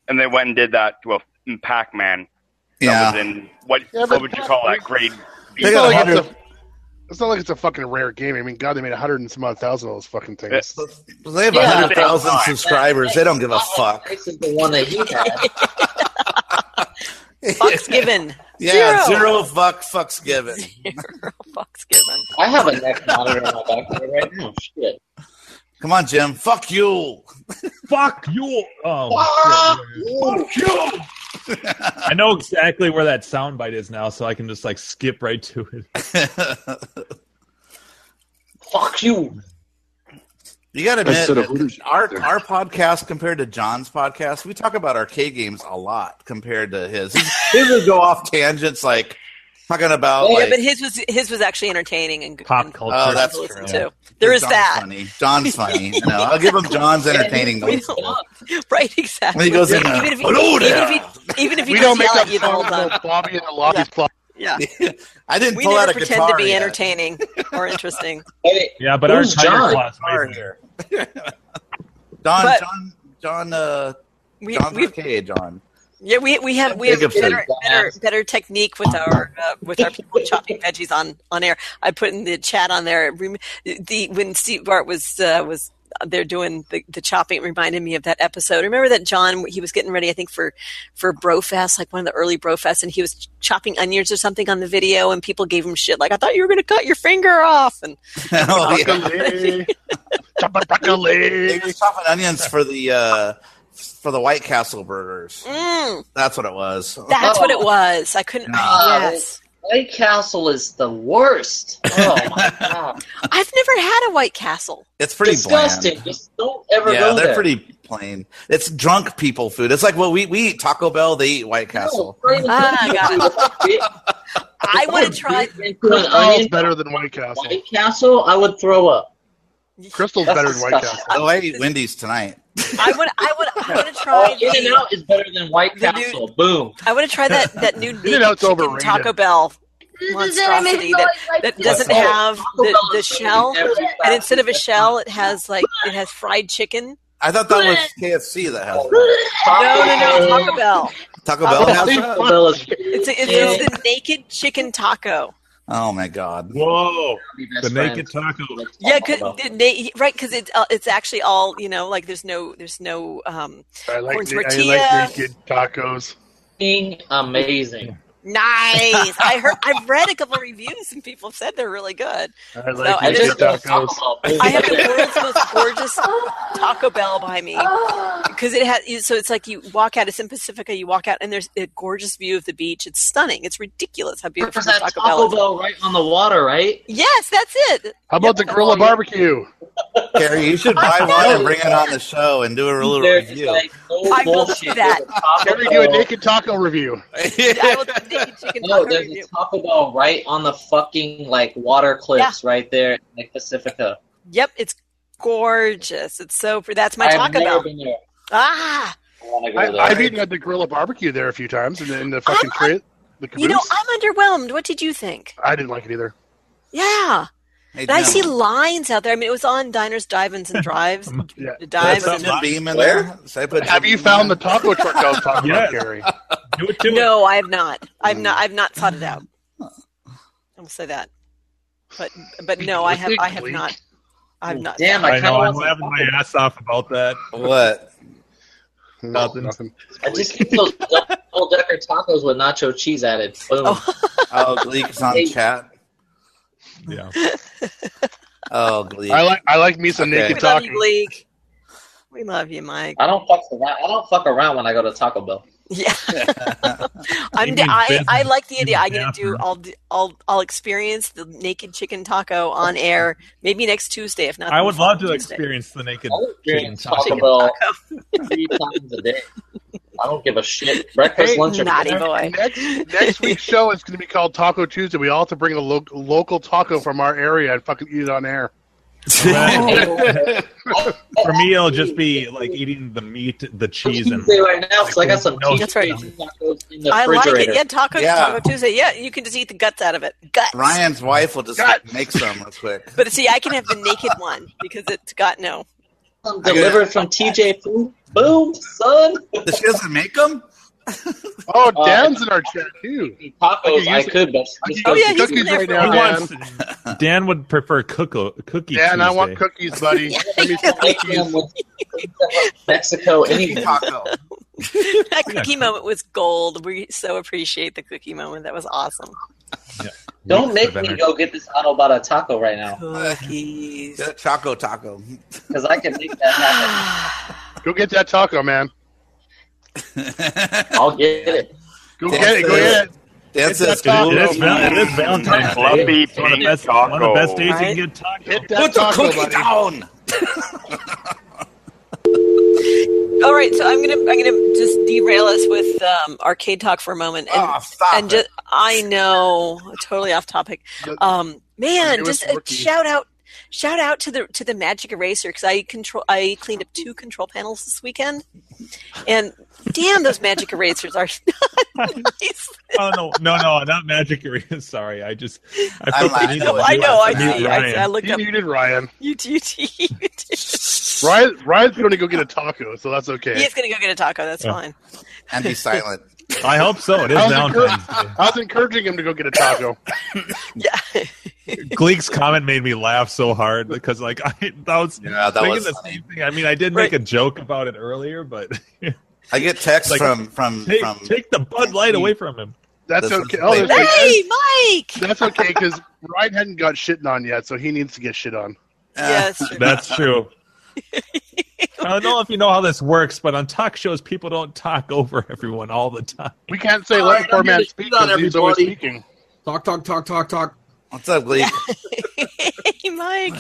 [SPEAKER 11] And they went and did that to a f***ing Pac-Man that
[SPEAKER 5] yeah,
[SPEAKER 11] was in, what,
[SPEAKER 3] Yeah, but
[SPEAKER 11] what would you call that, grade B?
[SPEAKER 5] They
[SPEAKER 3] It's
[SPEAKER 5] got
[SPEAKER 3] not,
[SPEAKER 5] a
[SPEAKER 3] like it's,
[SPEAKER 5] hundred-
[SPEAKER 3] a, it's not like it's a fucking rare game. I mean, God, they made a hundred and some odd thousand of those fucking things.
[SPEAKER 11] It's-
[SPEAKER 5] they have a
[SPEAKER 6] Yeah.
[SPEAKER 5] hundred thousand
[SPEAKER 11] Yeah.
[SPEAKER 5] subscribers. They don't give a fuck.
[SPEAKER 6] This is the one that he had.
[SPEAKER 4] (laughs)
[SPEAKER 2] Fucks given. (laughs)
[SPEAKER 5] Yeah,
[SPEAKER 2] Zero.
[SPEAKER 5] zero fuck fucks given.
[SPEAKER 2] Fucks given.
[SPEAKER 6] I have a neck monitor in my backyard right now. Shit.
[SPEAKER 5] Come on, Jim. Fuck you. (laughs)
[SPEAKER 4] Fuck you! Oh,
[SPEAKER 6] Fuck
[SPEAKER 4] shit. I know exactly where that soundbite is now, so I can just like skip right to it.
[SPEAKER 6] Fuck you.
[SPEAKER 5] you got to
[SPEAKER 12] I said a
[SPEAKER 5] admit,
[SPEAKER 12] Hooters-
[SPEAKER 5] our our podcast compared to John's podcast, we talk about arcade games a lot compared to his. His would go off tangents, like talking about
[SPEAKER 2] Oh, yeah,
[SPEAKER 5] like.
[SPEAKER 2] but his was his was actually entertaining and
[SPEAKER 4] Pop
[SPEAKER 2] and
[SPEAKER 4] culture.
[SPEAKER 2] fun
[SPEAKER 5] Oh, that's
[SPEAKER 2] to listen
[SPEAKER 5] true.
[SPEAKER 2] to. There is
[SPEAKER 5] John's
[SPEAKER 2] that.
[SPEAKER 5] Funny. John's funny.
[SPEAKER 2] (laughs)
[SPEAKER 5] You know, I'll give him John's entertaining.
[SPEAKER 2] We
[SPEAKER 5] notes.
[SPEAKER 2] don't- right, exactly.
[SPEAKER 5] When he goes in,
[SPEAKER 2] even,
[SPEAKER 5] uh,
[SPEAKER 2] if he,
[SPEAKER 5] "Hello
[SPEAKER 2] even
[SPEAKER 5] there."
[SPEAKER 2] if he, even if he
[SPEAKER 3] we
[SPEAKER 2] does
[SPEAKER 3] don't make
[SPEAKER 2] yell
[SPEAKER 3] that
[SPEAKER 2] at you the whole
[SPEAKER 3] song
[SPEAKER 2] time.
[SPEAKER 3] about Bobby and the lobby's club.
[SPEAKER 5] (laughs)
[SPEAKER 2] Yeah,
[SPEAKER 5] I didn't
[SPEAKER 2] we
[SPEAKER 5] pull out
[SPEAKER 2] never
[SPEAKER 5] a
[SPEAKER 2] pretend to
[SPEAKER 5] guitar
[SPEAKER 2] be
[SPEAKER 5] yet.
[SPEAKER 2] entertaining or
[SPEAKER 5] (laughs)
[SPEAKER 2] interesting.
[SPEAKER 6] Hey,
[SPEAKER 4] Yeah, but our
[SPEAKER 6] Who's
[SPEAKER 4] tiger
[SPEAKER 6] John?
[SPEAKER 4] claws
[SPEAKER 5] Guitar
[SPEAKER 4] amazing.
[SPEAKER 5] here. (laughs) Don,
[SPEAKER 2] But-
[SPEAKER 5] John, John, uh,
[SPEAKER 2] We,
[SPEAKER 5] John's
[SPEAKER 2] we
[SPEAKER 5] arcade, John.
[SPEAKER 2] yeah, we, we have we have
[SPEAKER 5] Jacobson.
[SPEAKER 2] better, better better technique with our uh, with our people chopping veggies on on air. I put in the chat on there. rem- The when Steve Bart was uh, was there doing the, the chopping, it reminded me of that episode. Remember that John? He was getting ready, I think for for Brofest, like one of the early Brofest, and he was chopping onions or something on the video, and people gave him shit like, "I thought you were going to cut your finger off," and
[SPEAKER 5] (laughs) oh, yeah.
[SPEAKER 3] (laughs)
[SPEAKER 5] They
[SPEAKER 3] Chocolate.
[SPEAKER 5] were chopping onions for the uh, for the White Castle burgers.
[SPEAKER 2] mm,
[SPEAKER 5] That's what it was.
[SPEAKER 2] That's
[SPEAKER 6] Oh.
[SPEAKER 2] what it was. I couldn't.
[SPEAKER 5] Ah.
[SPEAKER 2] yes,
[SPEAKER 6] White Castle is the worst. Oh
[SPEAKER 5] (laughs)
[SPEAKER 6] my god.
[SPEAKER 2] I've never had a White Castle.
[SPEAKER 5] It's pretty
[SPEAKER 6] Disgusting. Just don't ever
[SPEAKER 5] bland. Yeah,
[SPEAKER 6] go
[SPEAKER 5] they're
[SPEAKER 6] there.
[SPEAKER 5] pretty plain. It's drunk people food. It's like what we we eat Taco Bell, they eat White Castle.
[SPEAKER 2] Ah, I want to try.
[SPEAKER 3] Crystal's better than White Castle.
[SPEAKER 6] White Castle, I would throw up.
[SPEAKER 3] Crystal's
[SPEAKER 6] That's
[SPEAKER 3] better than White
[SPEAKER 6] disgusting.
[SPEAKER 3] Castle.
[SPEAKER 5] Oh, I eat Wendy's tonight.
[SPEAKER 2] I want. I want. I
[SPEAKER 6] (laughs)
[SPEAKER 2] want to
[SPEAKER 6] Oh,
[SPEAKER 2] try.
[SPEAKER 6] In and
[SPEAKER 2] the,
[SPEAKER 6] Out is better than White
[SPEAKER 2] The
[SPEAKER 6] Castle. Boom.
[SPEAKER 2] I want to try that that new
[SPEAKER 3] In-N-Out's
[SPEAKER 2] naked chicken
[SPEAKER 3] overrated.
[SPEAKER 2] Taco Bell monstrosity that, that doesn't have the, the shell, and instead of a shell, it has like it has fried chicken.
[SPEAKER 5] I thought that was KFC that has that.
[SPEAKER 2] No, no, no, Taco Bell.
[SPEAKER 5] Taco Bell. Has that?
[SPEAKER 2] It's a, it's, it's the naked chicken taco.
[SPEAKER 5] Oh my god!
[SPEAKER 4] (laughs) Whoa!
[SPEAKER 6] The naked
[SPEAKER 4] taco.
[SPEAKER 2] Yeah, cause, did they, right, because it's uh, it's actually all you know. Like there's no there's no um,
[SPEAKER 3] I like,
[SPEAKER 2] orange
[SPEAKER 3] the, I
[SPEAKER 2] tortilla.
[SPEAKER 3] like naked tacos.
[SPEAKER 6] amazing.
[SPEAKER 2] Nice. I heard. I've read a couple reviews and people have said they're really good.
[SPEAKER 3] I
[SPEAKER 2] So
[SPEAKER 3] like
[SPEAKER 2] I
[SPEAKER 3] naked
[SPEAKER 2] just-
[SPEAKER 3] tacos.
[SPEAKER 2] I have the world's most gorgeous Taco Bell by me because it has. So it's like you walk out. It's in Pacifica. You walk out and there's a gorgeous view of the beach. It's stunning. It's ridiculous how beautiful
[SPEAKER 6] There's that
[SPEAKER 2] Taco,
[SPEAKER 6] Taco
[SPEAKER 2] Bell is.
[SPEAKER 6] Bell right on the water, right?
[SPEAKER 2] Yes, that's
[SPEAKER 6] (laughs)
[SPEAKER 2] it.
[SPEAKER 3] How about the gorilla barbecue?
[SPEAKER 5] Gary, you should buy one and bring it on the show and do a little
[SPEAKER 6] There is,
[SPEAKER 5] review.
[SPEAKER 6] like, no
[SPEAKER 2] I will
[SPEAKER 6] bullshit.
[SPEAKER 2] do that.
[SPEAKER 6] There's a Taco
[SPEAKER 3] Gary, do a
[SPEAKER 2] Oh.
[SPEAKER 6] Bell-
[SPEAKER 3] naked taco review.
[SPEAKER 2] I will do naked chicken
[SPEAKER 6] No,
[SPEAKER 2] taco
[SPEAKER 6] there's
[SPEAKER 2] review.
[SPEAKER 6] a Taco Bell right on the fucking like water cliffs right there in like Pacifica.
[SPEAKER 2] Yep, it's gorgeous. It's so. pre- That's my
[SPEAKER 6] I've
[SPEAKER 2] Taco
[SPEAKER 6] never
[SPEAKER 2] Bell.
[SPEAKER 6] been there.
[SPEAKER 2] Ah,
[SPEAKER 6] I want to go
[SPEAKER 3] I,
[SPEAKER 6] there.
[SPEAKER 3] I've eaten at the gorilla barbecue there a few times, and then the fucking crate, the caboose.
[SPEAKER 2] you know I'm underwhelmed. What did you think?
[SPEAKER 3] I didn't like it either.
[SPEAKER 2] Yeah.
[SPEAKER 5] Hey,
[SPEAKER 2] And I
[SPEAKER 5] Jim.
[SPEAKER 2] see lines out there. I mean, it was on diners, dive-ins, and drives.
[SPEAKER 3] Yeah.
[SPEAKER 2] dives.
[SPEAKER 5] Put
[SPEAKER 2] And
[SPEAKER 5] Jim Beam in there. Should I put
[SPEAKER 3] Have
[SPEAKER 5] Jim
[SPEAKER 3] you
[SPEAKER 5] Beam
[SPEAKER 3] found the
[SPEAKER 5] in
[SPEAKER 3] taco truck I was talking
[SPEAKER 4] Yes.
[SPEAKER 3] about, (laughs) Gary?
[SPEAKER 4] Do it too.
[SPEAKER 2] No, I have not. I've not. I've not sought it out. I will say that. But but no, I have. I have not. I've not.
[SPEAKER 6] Damn, I
[SPEAKER 4] I
[SPEAKER 6] kind
[SPEAKER 4] know.
[SPEAKER 6] of
[SPEAKER 4] I'm
[SPEAKER 6] want
[SPEAKER 4] laughing my ass off about that.
[SPEAKER 5] there? What?
[SPEAKER 4] Nothing.
[SPEAKER 6] I just eat those double decker tacos with nacho cheese added. Boom.
[SPEAKER 5] Oh, Gleek's on chat.
[SPEAKER 4] Yeah.
[SPEAKER 5] Oh, Gleek.
[SPEAKER 3] I like I like me some
[SPEAKER 5] Okay.
[SPEAKER 2] We
[SPEAKER 3] naked
[SPEAKER 2] love
[SPEAKER 3] taco.
[SPEAKER 2] you, Bleak. We love you, Mike. (laughs)
[SPEAKER 6] I don't fuck around. I don't fuck around when I go to Taco Bell.
[SPEAKER 4] (laughs)
[SPEAKER 2] Yeah, I'm.
[SPEAKER 4] You
[SPEAKER 2] d-
[SPEAKER 4] mean
[SPEAKER 2] I,
[SPEAKER 4] business,
[SPEAKER 2] I like the idea.
[SPEAKER 4] mean
[SPEAKER 2] I'm gonna do.
[SPEAKER 4] bathroom.
[SPEAKER 2] I'll d- I'll I'll experience the naked chicken taco on air. Maybe next Tuesday, if not.
[SPEAKER 4] I
[SPEAKER 2] the
[SPEAKER 4] would love to
[SPEAKER 2] following Tuesday.
[SPEAKER 4] experience the naked
[SPEAKER 6] I
[SPEAKER 4] chicken
[SPEAKER 6] experience
[SPEAKER 4] taco.
[SPEAKER 6] Taco Bell (laughs) three times a day. I don't give a shit. Breakfast,
[SPEAKER 3] Hey,
[SPEAKER 6] lunch, and
[SPEAKER 2] Naughty
[SPEAKER 6] dinner.
[SPEAKER 2] boy.
[SPEAKER 3] Next next
[SPEAKER 2] (laughs)
[SPEAKER 3] week's show is going to be called Taco Tuesday. We all have to bring a lo- local taco from our area and fucking eat it on air.
[SPEAKER 4] (laughs) For me, it'll just be like eating the meat, the cheese, and
[SPEAKER 6] Tuesday right now because I got some
[SPEAKER 4] No,
[SPEAKER 2] That's right.
[SPEAKER 6] cheese tacos in the
[SPEAKER 2] I like
[SPEAKER 6] refrigerator.
[SPEAKER 2] it. Yeah, taco
[SPEAKER 5] Yeah.
[SPEAKER 2] taco Tuesday. Yeah, you can just eat the guts out of it. Guts.
[SPEAKER 5] Ryan's wife will just
[SPEAKER 3] God.
[SPEAKER 5] make some real quick.
[SPEAKER 2] But see, I can have the naked one because it's got no.
[SPEAKER 6] Some delivered from TJ Food. Boom, son.
[SPEAKER 5] This doesn't make them.
[SPEAKER 3] Oh,
[SPEAKER 6] Uh,
[SPEAKER 3] Dan's in our chat too.
[SPEAKER 6] Tacos, I
[SPEAKER 3] use it.
[SPEAKER 6] could, but
[SPEAKER 3] I can
[SPEAKER 6] just
[SPEAKER 2] Oh,
[SPEAKER 3] use
[SPEAKER 2] yeah, he's
[SPEAKER 3] cookies
[SPEAKER 2] in there
[SPEAKER 3] right
[SPEAKER 2] for
[SPEAKER 3] now,
[SPEAKER 2] a
[SPEAKER 3] Dan.
[SPEAKER 2] while.
[SPEAKER 4] He wants- Dan would prefer cook- cookie.
[SPEAKER 3] Dan, I want
[SPEAKER 4] Tuesday.
[SPEAKER 3] cookies,
[SPEAKER 8] (laughs)
[SPEAKER 3] buddy. Let me some
[SPEAKER 6] don't make
[SPEAKER 3] cookies.
[SPEAKER 6] them with
[SPEAKER 2] (laughs)
[SPEAKER 6] Mexico
[SPEAKER 5] Cookie
[SPEAKER 6] anyway.
[SPEAKER 5] taco.
[SPEAKER 2] That
[SPEAKER 4] Yeah.
[SPEAKER 2] cookie moment was gold. We so appreciate the cookie moment. That was awesome. (sighs)
[SPEAKER 6] Don't make
[SPEAKER 4] Weeks of
[SPEAKER 6] me
[SPEAKER 4] energy.
[SPEAKER 6] go get this Autobata taco right now
[SPEAKER 2] Cookies.
[SPEAKER 5] Get a Choco taco. (laughs)
[SPEAKER 6] because I can make
[SPEAKER 2] (laughs)
[SPEAKER 6] that happen.
[SPEAKER 3] Go get that taco, man.
[SPEAKER 6] I'll get it.
[SPEAKER 3] Go get it. Go get it. It's
[SPEAKER 5] That's
[SPEAKER 3] that
[SPEAKER 5] it.
[SPEAKER 3] taco.
[SPEAKER 4] It is, val- it is Valentine's Day.
[SPEAKER 11] Fluffy
[SPEAKER 4] It's one of the
[SPEAKER 11] pink
[SPEAKER 4] best, one of the
[SPEAKER 11] taco.
[SPEAKER 4] best days
[SPEAKER 2] Right?
[SPEAKER 4] you can get taco.
[SPEAKER 3] Hit that
[SPEAKER 5] Put the
[SPEAKER 3] taco,
[SPEAKER 5] cookie
[SPEAKER 3] buddy.
[SPEAKER 5] down.
[SPEAKER 2] All right, so I'm gonna I'm gonna just derail us with um, arcade talk for a moment. And,
[SPEAKER 4] Ah,
[SPEAKER 5] Oh, stop
[SPEAKER 2] and just I know totally off topic.
[SPEAKER 3] The-
[SPEAKER 2] Um, man,
[SPEAKER 3] newest
[SPEAKER 2] just a
[SPEAKER 3] rookie.
[SPEAKER 2] shout out. Shout out to the to the Magic Eraser because I control I cleaned up two control panels this weekend, and damn those Magic Erasers are (laughs) nice.
[SPEAKER 4] Oh no, no, no, not Magic Arena. (laughs) Sorry, I just I
[SPEAKER 5] I
[SPEAKER 4] felt
[SPEAKER 5] lied.
[SPEAKER 4] the need
[SPEAKER 5] No,
[SPEAKER 4] to
[SPEAKER 2] I
[SPEAKER 4] do
[SPEAKER 2] know I
[SPEAKER 4] it. Mute
[SPEAKER 2] see I,
[SPEAKER 4] Ryan.
[SPEAKER 2] I looked
[SPEAKER 3] You
[SPEAKER 2] up
[SPEAKER 3] muted Ryan.
[SPEAKER 2] you do- you (laughs) do- you do.
[SPEAKER 3] Ryan. Ryan's going to go get a taco, so that's okay.
[SPEAKER 2] He's gonna go get a taco. That's
[SPEAKER 4] Yeah.
[SPEAKER 2] fine.
[SPEAKER 5] And be silent.
[SPEAKER 4] I hope so. It is
[SPEAKER 3] I was, encouraging,
[SPEAKER 4] Valentine's Day.
[SPEAKER 3] I was encouraging him to go get a taco.
[SPEAKER 2] (laughs) Yeah.
[SPEAKER 4] Gleek's comment made me laugh so hard because like (laughs) I, I was
[SPEAKER 5] Yeah, that
[SPEAKER 4] thinking
[SPEAKER 5] was
[SPEAKER 4] the
[SPEAKER 5] funny.
[SPEAKER 4] same thing. I mean, I did make a joke about it earlier, but (laughs)
[SPEAKER 5] I get texts
[SPEAKER 4] Like,
[SPEAKER 5] from from
[SPEAKER 4] take,
[SPEAKER 5] from.
[SPEAKER 4] take the Bud Light away from him.
[SPEAKER 3] That's
[SPEAKER 5] This is
[SPEAKER 3] okay.
[SPEAKER 5] the
[SPEAKER 3] Oh,
[SPEAKER 5] thing.
[SPEAKER 3] that's okay.
[SPEAKER 2] hey, Mike.
[SPEAKER 3] That's okay because Ryan hadn't got shitting on yet, so he needs to get shit on.
[SPEAKER 2] Yes. (laughs)
[SPEAKER 4] That's (laughs) true. I don't know if you know how this works, but on talk shows, people don't talk over everyone all the time.
[SPEAKER 3] We can't say
[SPEAKER 8] All
[SPEAKER 3] let
[SPEAKER 8] right,
[SPEAKER 3] the poor
[SPEAKER 8] I'm
[SPEAKER 3] man
[SPEAKER 8] gonna
[SPEAKER 3] speak
[SPEAKER 8] shit on
[SPEAKER 3] because he's always
[SPEAKER 8] everybody.
[SPEAKER 3] speaking.
[SPEAKER 8] Talk, talk, talk, talk, talk.
[SPEAKER 5] What's up, Gleek?
[SPEAKER 2] hey, Mike.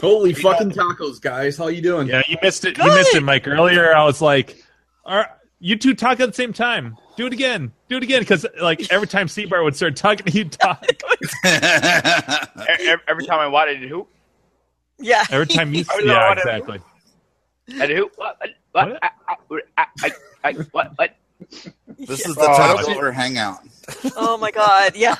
[SPEAKER 8] Holy fucking tacos, guys! How you doing?
[SPEAKER 4] Yeah, you missed it. You missed it, Mike. Earlier, I was like, "Are you two talk at the same time? Do it again. Do it again." Because like every time Seabar would start talking, he'd (laughs) talk.
[SPEAKER 5] That's
[SPEAKER 11] E- e- Every time I what I did who?
[SPEAKER 2] Yeah.
[SPEAKER 4] Every time you,
[SPEAKER 11] I don't know
[SPEAKER 4] yeah,
[SPEAKER 11] what I-
[SPEAKER 4] exactly.
[SPEAKER 11] I did who? What? What?
[SPEAKER 4] What?
[SPEAKER 11] I- I- I- I- What? What?
[SPEAKER 5] (laughs) This is the
[SPEAKER 3] Oh, I
[SPEAKER 5] top
[SPEAKER 3] don't-
[SPEAKER 5] over hangout.
[SPEAKER 2] Oh my God. Yeah.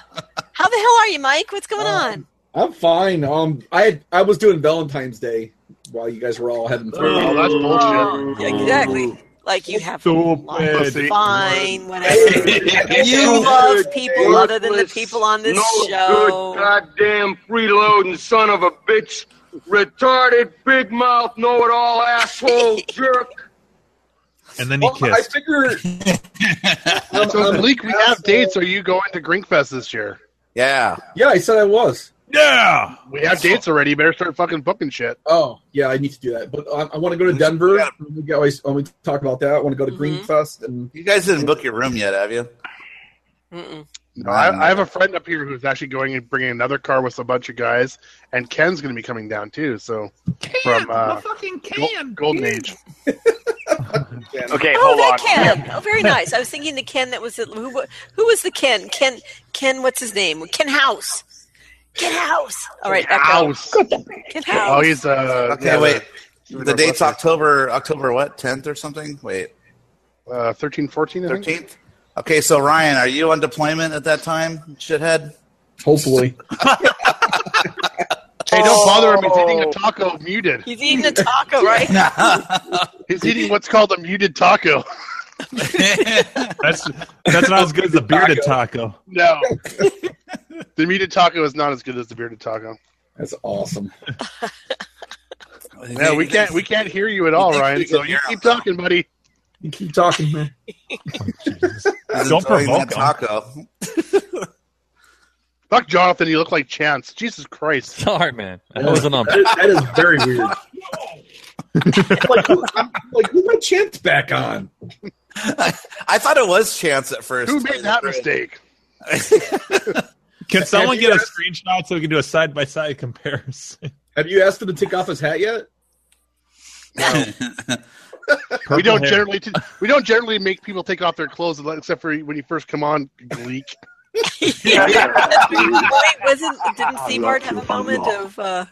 [SPEAKER 2] How the hell are you, Mike? What's going on?
[SPEAKER 8] I'm fine. Um, I I was doing Valentine's Day while you guys were all heading through.
[SPEAKER 4] Oh.
[SPEAKER 3] Oh, that's bullshit.
[SPEAKER 2] Yeah, exactly. Like you have
[SPEAKER 13] Stupid.
[SPEAKER 2] lots of fine, whatever. (laughs) you love people other than the people on this
[SPEAKER 13] no
[SPEAKER 2] show.
[SPEAKER 13] good goddamn freeloading son of a bitch, retarded big mouth know-it-all
[SPEAKER 2] (laughs)
[SPEAKER 13] asshole jerk.
[SPEAKER 4] And then he
[SPEAKER 8] I
[SPEAKER 4] kissed.
[SPEAKER 8] figure
[SPEAKER 3] so, Bleak, Um, we have dates. Are you going to Grinkfest this year?
[SPEAKER 5] Yeah.
[SPEAKER 8] Yeah, I said I was.
[SPEAKER 4] Yeah.
[SPEAKER 3] We have dates already. You better start fucking booking shit.
[SPEAKER 8] Oh, yeah, I need to do that. But um, I want to go to Denver. When we, go- when we talk about that, I want to go to Greenfest. And
[SPEAKER 5] you guys didn't book your room yet, have you?
[SPEAKER 3] No, I, I have a friend up here who's actually going and bringing another car with a bunch of guys, and Ken's going to be coming down too. So from uh,
[SPEAKER 2] fucking
[SPEAKER 3] Gol- Golden Age.
[SPEAKER 14] Okay,
[SPEAKER 2] oh,
[SPEAKER 14] hold
[SPEAKER 2] that
[SPEAKER 14] on.
[SPEAKER 2] Ken. Oh, very nice. I was thinking the Ken that was the, who? wa- Who was the Ken? Ken? Ken? What's his name? Ken House. Ken House. All right, back out.
[SPEAKER 3] House.
[SPEAKER 2] Ken (laughs) House.
[SPEAKER 3] Oh, he's uh,
[SPEAKER 5] Okay,
[SPEAKER 3] yeah,
[SPEAKER 5] wait.
[SPEAKER 3] the-
[SPEAKER 5] The date's October, October what, 10th or something? Wait,
[SPEAKER 3] Uh, 13, 14, I think.
[SPEAKER 5] 13th? Okay, so Ryan, are you on deployment at that time, shithead?
[SPEAKER 8] Hopefully.
[SPEAKER 3] Hey, don't bother him. He's eating a taco (laughs) muted.
[SPEAKER 2] He's eating a taco, right?
[SPEAKER 3] He's eating what's called a muted taco. (laughs)
[SPEAKER 4] That's that's not as good as the bearded taco.
[SPEAKER 3] (laughs) No. the muted taco is not as good as the bearded taco.
[SPEAKER 8] That's awesome.
[SPEAKER 3] Yeah, we can't we can't hear you at all, Ryan. So you keep talking, buddy.
[SPEAKER 8] You keep talking, man.
[SPEAKER 5] He's
[SPEAKER 4] Don't
[SPEAKER 5] enjoying
[SPEAKER 4] provoke
[SPEAKER 5] that
[SPEAKER 4] him.
[SPEAKER 5] taco. (laughs)
[SPEAKER 3] Fuck Jonathan, you look like Chance. Jesus Christ.
[SPEAKER 10] (laughs) Sorry, man. I um, wasn't on.
[SPEAKER 8] That is, that is very weird. like, who- I'm like, who my chance back on?
[SPEAKER 5] I thought it was Chance at first.
[SPEAKER 3] Who made that mistake?
[SPEAKER 4] Can someone
[SPEAKER 8] you
[SPEAKER 4] get a
[SPEAKER 8] guys-
[SPEAKER 4] screenshot so we can do a side by side comparison?
[SPEAKER 8] Have you asked him to take off his hat yet?
[SPEAKER 5] (laughs)
[SPEAKER 3] we don't
[SPEAKER 4] hair.
[SPEAKER 3] generally t- we don't generally make people take off their clothes unless- except for when you first come on, Gleek.
[SPEAKER 2] Wait, wasn't didn't Seabart have a moment of? Uh,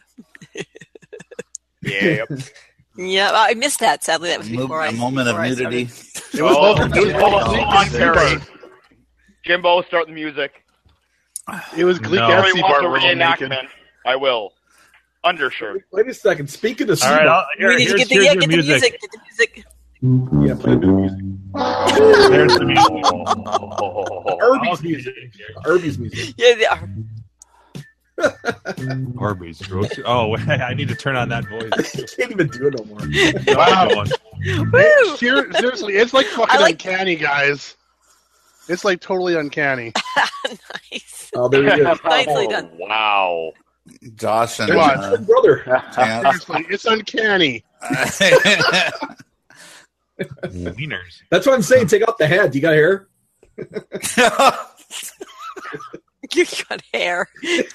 [SPEAKER 14] Yeah.
[SPEAKER 2] yeah, I missed that. Sadly, that was
[SPEAKER 5] Mo-
[SPEAKER 2] before
[SPEAKER 5] a
[SPEAKER 2] I-
[SPEAKER 5] moment of
[SPEAKER 2] before I
[SPEAKER 5] nudity.
[SPEAKER 3] It was
[SPEAKER 14] Oh,
[SPEAKER 3] both, it was
[SPEAKER 14] yeah.
[SPEAKER 3] both
[SPEAKER 14] Oh,
[SPEAKER 3] Gleek
[SPEAKER 14] on
[SPEAKER 3] and Seabart.
[SPEAKER 1] Jimbo, start the music.
[SPEAKER 3] It was Gleek
[SPEAKER 4] No.
[SPEAKER 3] and
[SPEAKER 1] Everybody
[SPEAKER 3] Seabart were
[SPEAKER 1] wants a
[SPEAKER 3] all naked.
[SPEAKER 1] reenactment. I will. Undershirt.
[SPEAKER 8] Wait a second. Speaking of
[SPEAKER 4] All right,
[SPEAKER 8] Seabart-
[SPEAKER 4] I'll, here,
[SPEAKER 2] we need to
[SPEAKER 4] here's,
[SPEAKER 2] get the,
[SPEAKER 4] here's
[SPEAKER 2] yeah,
[SPEAKER 4] your
[SPEAKER 2] get the
[SPEAKER 4] music.
[SPEAKER 2] music. Get the music.
[SPEAKER 8] yeah, play a bit of music.
[SPEAKER 4] There's the music.
[SPEAKER 8] Arby's music. Arby's music.
[SPEAKER 2] Yeah, they are.
[SPEAKER 4] Arby's roast. Oh, (laughs) wait, I need to turn on
[SPEAKER 8] (laughs)
[SPEAKER 4] that voice.
[SPEAKER 8] I can't even do it no more.
[SPEAKER 4] Wow.
[SPEAKER 2] Woo!
[SPEAKER 3] Ser- seriously, it's
[SPEAKER 2] (laughs)
[SPEAKER 3] like fucking
[SPEAKER 2] like-
[SPEAKER 3] uncanny, guys. It's like totally
[SPEAKER 2] (laughs)
[SPEAKER 3] uncanny.
[SPEAKER 2] nice.
[SPEAKER 8] Oh, there
[SPEAKER 1] (laughs)
[SPEAKER 8] he is.
[SPEAKER 2] Nicely done.
[SPEAKER 1] Wow.
[SPEAKER 5] Josh and
[SPEAKER 3] Come on.
[SPEAKER 5] uh,
[SPEAKER 8] Brother.
[SPEAKER 5] Chance.
[SPEAKER 3] Seriously, it's uncanny.
[SPEAKER 4] Wieners.
[SPEAKER 8] That's what I'm saying. Take off the hat. You got hair?
[SPEAKER 5] (laughs)
[SPEAKER 2] You got hair.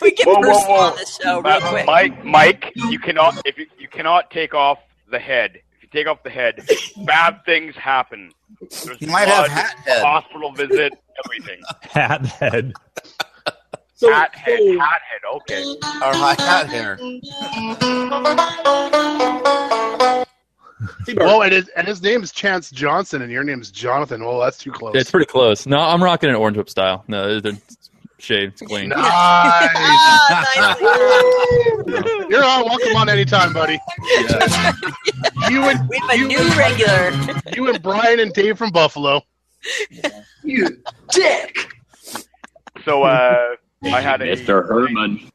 [SPEAKER 2] We get
[SPEAKER 1] Whoa, whoa,
[SPEAKER 2] personal
[SPEAKER 1] whoa.
[SPEAKER 2] on this show real
[SPEAKER 1] Uh,
[SPEAKER 2] quick.
[SPEAKER 1] Mike, Mike, you cannot if you, you cannot take off the head. If you take off the head, bad things happen. There's
[SPEAKER 5] He might have
[SPEAKER 1] blood,
[SPEAKER 5] hat head.
[SPEAKER 1] hospital visit, everything.
[SPEAKER 4] Hat head.
[SPEAKER 8] So,
[SPEAKER 1] Hat head,
[SPEAKER 8] so-
[SPEAKER 1] hat head. Okay.
[SPEAKER 5] Our high hat hair.
[SPEAKER 8] Seabart,
[SPEAKER 3] Oh, and his, and his name's Chance Johnson, and your name's Jonathan. Well, that's too close.
[SPEAKER 2] (laughs)
[SPEAKER 10] Yeah, it's pretty close. No, I'm rocking an orange whip style. No, it's it's shade. It's clean.
[SPEAKER 3] nice.
[SPEAKER 2] Ah, nicely done.
[SPEAKER 3] You're on. Welcome on anytime,
[SPEAKER 2] (laughs)
[SPEAKER 3] buddy. You and
[SPEAKER 2] We have a
[SPEAKER 3] you,
[SPEAKER 2] new regular.
[SPEAKER 3] you and Brian and Dave from Buffalo.
[SPEAKER 1] So uh, I had a Mr. Herman.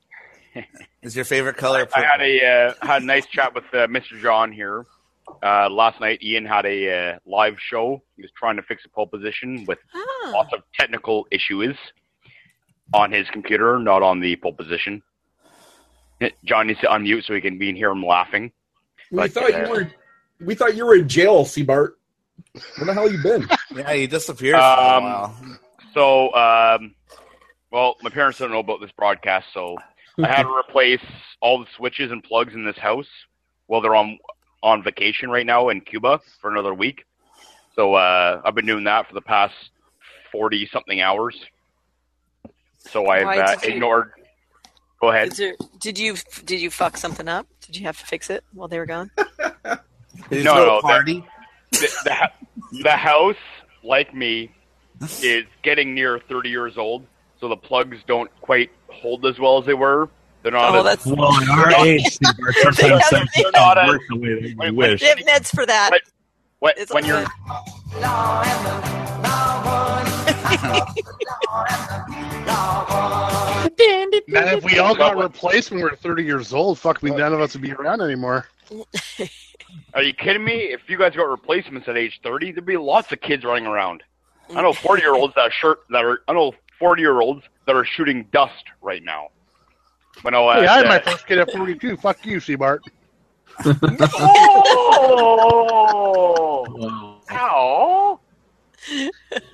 [SPEAKER 5] Is your favorite color
[SPEAKER 1] I
[SPEAKER 5] purple?
[SPEAKER 1] had a uh, had a nice chat with uh, Mr. John here. Uh, last night, Ian had a uh, live show. He was trying to fix a pole position with
[SPEAKER 2] Ah,
[SPEAKER 1] lots of technical issues on his computer, not on the pole position. John needs to unmute so he can be hear him laughing.
[SPEAKER 8] we
[SPEAKER 1] Like,
[SPEAKER 8] thought
[SPEAKER 1] uh,
[SPEAKER 8] you were we thought you were in jail, Seabart. Where the hell you been?
[SPEAKER 5] Yeah, he disappeared for a
[SPEAKER 1] Um,
[SPEAKER 5] while.
[SPEAKER 1] So, um, well, my parents don't know about this broadcast, so I had to replace all the switches and plugs in this house. Well, they're on on vacation right now in Cuba for another week. So uh, I've been doing that for the past forty something hours. So I've
[SPEAKER 2] Why
[SPEAKER 1] uh,
[SPEAKER 2] did you-
[SPEAKER 1] ignored. Go ahead.
[SPEAKER 2] (laughs) is there- did you did you fuck something up? Did you have to fix it while they were gone?
[SPEAKER 5] His
[SPEAKER 1] no,
[SPEAKER 5] little
[SPEAKER 1] no, that-
[SPEAKER 5] party.
[SPEAKER 1] the, the, hou- the house, like me, is getting near 30 years old, so the plugs don't quite hold as well as they were. They're not.
[SPEAKER 2] Oh,
[SPEAKER 1] as,
[SPEAKER 2] that's
[SPEAKER 4] Well, at our age, Steve, our sometimes
[SPEAKER 2] They have-
[SPEAKER 4] sensitive
[SPEAKER 1] they're not
[SPEAKER 4] don't
[SPEAKER 1] a-
[SPEAKER 4] work the way that we
[SPEAKER 1] Wait,
[SPEAKER 4] wish.
[SPEAKER 2] they have nets for that.
[SPEAKER 1] But- What, when you're
[SPEAKER 3] Man, if we all got replaced when we were 30 years old, fuck me, none of us would be around anymore.
[SPEAKER 11] Are you kidding me? If you guys got replacements at age 30, there'd be lots of kids running around. I know 40 year olds that are shirt that are I know 40 year olds that are shooting dust right now. But no, uh,
[SPEAKER 3] hey, I had
[SPEAKER 11] uh,
[SPEAKER 3] my first kid at 42. (laughs) Fuck you, Seabart.
[SPEAKER 1] oh, ow.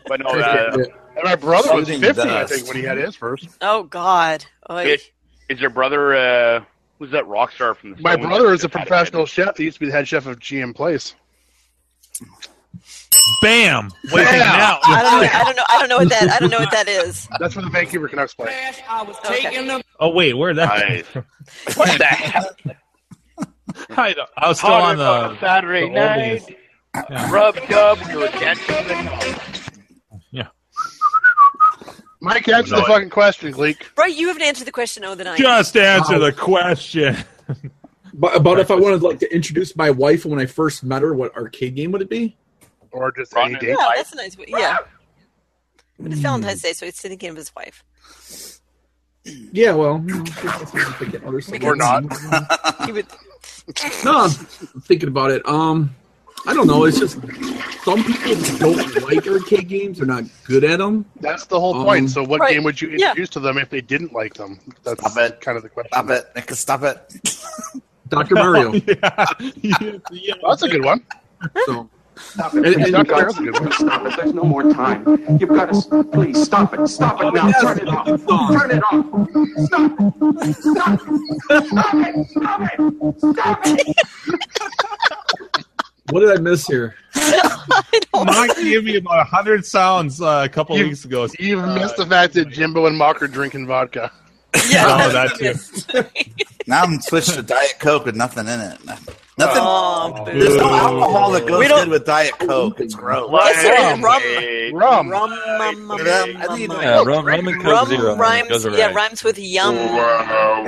[SPEAKER 11] but no, uh,
[SPEAKER 3] And my brother was 50, I think, when he had his first.
[SPEAKER 2] Oh God. Oy.
[SPEAKER 11] Is, is your brother? Uh, who's that rock star from the?
[SPEAKER 3] My
[SPEAKER 11] Stones
[SPEAKER 3] brother
[SPEAKER 11] that
[SPEAKER 3] is a
[SPEAKER 11] just had
[SPEAKER 3] professional chef. He used to be the head chef of GM Place.
[SPEAKER 4] Bam!
[SPEAKER 2] I don't, know. I don't know. I don't know. I don't know what that. I don't know what that
[SPEAKER 3] (laughs)
[SPEAKER 2] is.
[SPEAKER 3] That's where the Vancouver Canucks play.
[SPEAKER 9] I was taking them.
[SPEAKER 4] Oh wait, where that? came from?
[SPEAKER 5] (laughs)
[SPEAKER 11] What the hell?
[SPEAKER 4] I, don't- I was still
[SPEAKER 11] Hard
[SPEAKER 4] on the
[SPEAKER 11] on a Saturday
[SPEAKER 4] the old days.
[SPEAKER 11] night. Rub dub, we were dancing.
[SPEAKER 3] Mike, answer
[SPEAKER 4] No,
[SPEAKER 3] the
[SPEAKER 4] I-
[SPEAKER 3] fucking question, Gleek.
[SPEAKER 2] Right, you haven't answered the question. Oh, the nine.
[SPEAKER 4] Just answer the (laughs) question.
[SPEAKER 8] But about if I wanted like to introduce my wife when I first met her, what arcade game would it be?
[SPEAKER 3] Or just
[SPEAKER 11] Run
[SPEAKER 3] any
[SPEAKER 11] it.
[SPEAKER 3] day.
[SPEAKER 2] Yeah, that's a nice. way. Yeah. But it's Valentine's Day, so he's thinking of his wife.
[SPEAKER 8] Yeah, well, you know, that's what I'm thinking. Other stuff.
[SPEAKER 3] Or not.
[SPEAKER 2] He would.
[SPEAKER 8] No, I'm thinking about it. Um, I don't know. It's just some people don't like arcade games. They're not good at them.
[SPEAKER 3] That's the whole
[SPEAKER 8] Um,
[SPEAKER 3] point. So, what
[SPEAKER 2] Right,
[SPEAKER 3] game would you
[SPEAKER 2] yeah.
[SPEAKER 3] introduce to them if they didn't like them? That's
[SPEAKER 5] Stop it.
[SPEAKER 3] kind of the question.
[SPEAKER 5] Stop it, Nick, stop it.
[SPEAKER 8] Dr.
[SPEAKER 4] (laughs)
[SPEAKER 8] Mario.
[SPEAKER 4] yeah.
[SPEAKER 3] Well, that's a good one.
[SPEAKER 8] So,
[SPEAKER 3] And,
[SPEAKER 8] And- and-
[SPEAKER 3] that's a good one.
[SPEAKER 9] Stop it. There's no more time. You've got to. s- Please stop it. Stop it now. Turn it off. Turn it off. Stop it. Stop it. Stop it. Stop it. Stop it.
[SPEAKER 8] what did I miss here?
[SPEAKER 4] Mike gave me about hundred sounds uh, a couple
[SPEAKER 3] You-
[SPEAKER 4] weeks ago.
[SPEAKER 3] You've missed the fact that Jimbo and Mock are drinking vodka.
[SPEAKER 2] Yeah.
[SPEAKER 4] Oh, that too.
[SPEAKER 2] (laughs)
[SPEAKER 5] Now I'm switched to Diet Coke with nothing in it. Nothing.
[SPEAKER 2] Oh, boo.
[SPEAKER 5] There's no alcohol that goes
[SPEAKER 2] We don't-
[SPEAKER 5] good with Diet Coke. It's gross.
[SPEAKER 2] Yes, there is. Rum.
[SPEAKER 11] Right.
[SPEAKER 3] Rum.
[SPEAKER 2] Rum, rum, rum,
[SPEAKER 5] Yeah, I
[SPEAKER 2] rum,
[SPEAKER 5] think you
[SPEAKER 2] rum.
[SPEAKER 10] Yeah, rum, rum and Coke
[SPEAKER 2] Rum
[SPEAKER 10] Zero.
[SPEAKER 2] rhymes.
[SPEAKER 10] Those are
[SPEAKER 2] Yeah,
[SPEAKER 10] right.
[SPEAKER 2] rhymes with
[SPEAKER 8] Um,
[SPEAKER 2] yum.
[SPEAKER 11] Wow.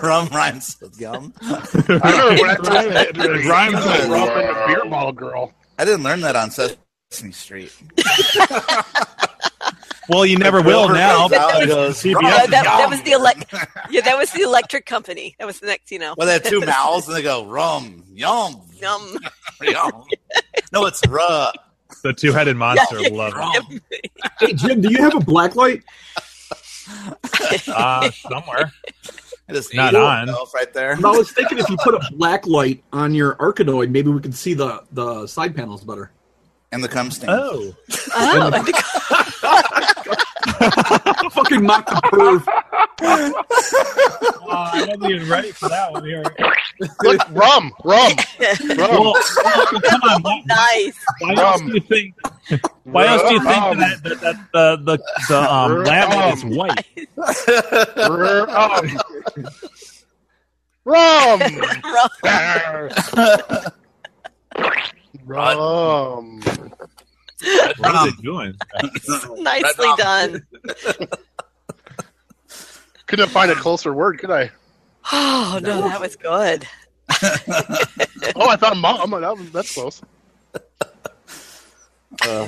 [SPEAKER 5] (laughs) Rum rhymes with yum.
[SPEAKER 3] I remember (laughs) when I tried it. It rhymes with rum and a beer ball girl.
[SPEAKER 5] I didn't learn that on Sesame Street.
[SPEAKER 4] Well, you never will now.
[SPEAKER 5] Now it goes,
[SPEAKER 4] CBS
[SPEAKER 5] "Rum,
[SPEAKER 2] Uh, that, that
[SPEAKER 5] yum."
[SPEAKER 2] was the elect. Yeah, that was the electric company. That was the next, you know.
[SPEAKER 5] Well, they have two mouths and they go rum, yum,
[SPEAKER 2] Yum.
[SPEAKER 5] yum. No, it's ruh.
[SPEAKER 4] The two-headed monster. Love it.
[SPEAKER 8] Hey, Jim, do you have a black light?
[SPEAKER 4] Uh, somewhere.
[SPEAKER 5] I just
[SPEAKER 4] Not
[SPEAKER 5] ate
[SPEAKER 4] on.
[SPEAKER 5] myself right there.
[SPEAKER 8] And I was thinking if you put a black light on your Arkanoid, maybe we could see the, the side panels better.
[SPEAKER 5] And the cum stain. (laughs)
[SPEAKER 4] Oh.
[SPEAKER 2] (laughs) Oh, I think-
[SPEAKER 8] Fucking mock the proof.
[SPEAKER 4] I wasn't even ready for that one here.
[SPEAKER 3] Look, rum, rum, rum.
[SPEAKER 4] Well, well, come on. Why,
[SPEAKER 2] nice.
[SPEAKER 4] why else do you think? Why else do you think
[SPEAKER 3] Rum.
[SPEAKER 4] that, that, that the the the um, lamp is white?
[SPEAKER 3] Rum. (laughs) Rum.
[SPEAKER 2] Rum.
[SPEAKER 3] Rum.
[SPEAKER 4] What is it doing?
[SPEAKER 2] Nicely done. (sighs)
[SPEAKER 3] Couldn't find a closer word, could I?
[SPEAKER 2] Oh no, that was good.
[SPEAKER 3] Oh, I found mom. That was, that's close.
[SPEAKER 5] All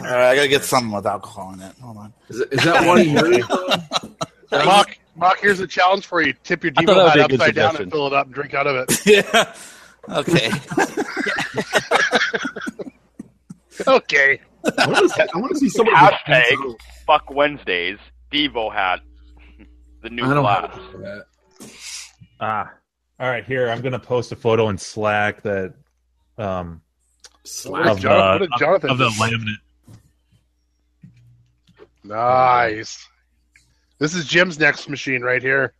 [SPEAKER 5] right, I gotta get something with alcohol in it. Hold on.
[SPEAKER 8] Is, is that one
[SPEAKER 4] (laughs)
[SPEAKER 8] here?
[SPEAKER 3] Mock, mock, here's a challenge for you. Tip your
[SPEAKER 10] I thought
[SPEAKER 3] Devo hat
[SPEAKER 10] that would be a good
[SPEAKER 3] upside down
[SPEAKER 10] suggestion.
[SPEAKER 3] and fill it up. and Drink out of it. (laughs)
[SPEAKER 5] Yeah. Okay.
[SPEAKER 3] Okay.
[SPEAKER 8] I want to, I want to see somebody.
[SPEAKER 11] Hashtag fuck Wednesdays. Devo hat. (laughs) The new
[SPEAKER 8] I don't
[SPEAKER 11] class.
[SPEAKER 8] have that.
[SPEAKER 4] Ah. All right, here I'm gonna post a photo in Slack that um
[SPEAKER 3] What
[SPEAKER 4] of
[SPEAKER 3] did
[SPEAKER 4] the,
[SPEAKER 3] Jon- what did Jonathan
[SPEAKER 4] of the
[SPEAKER 3] do?
[SPEAKER 4] laminate.
[SPEAKER 3] Nice. This is Jim's next machine right here.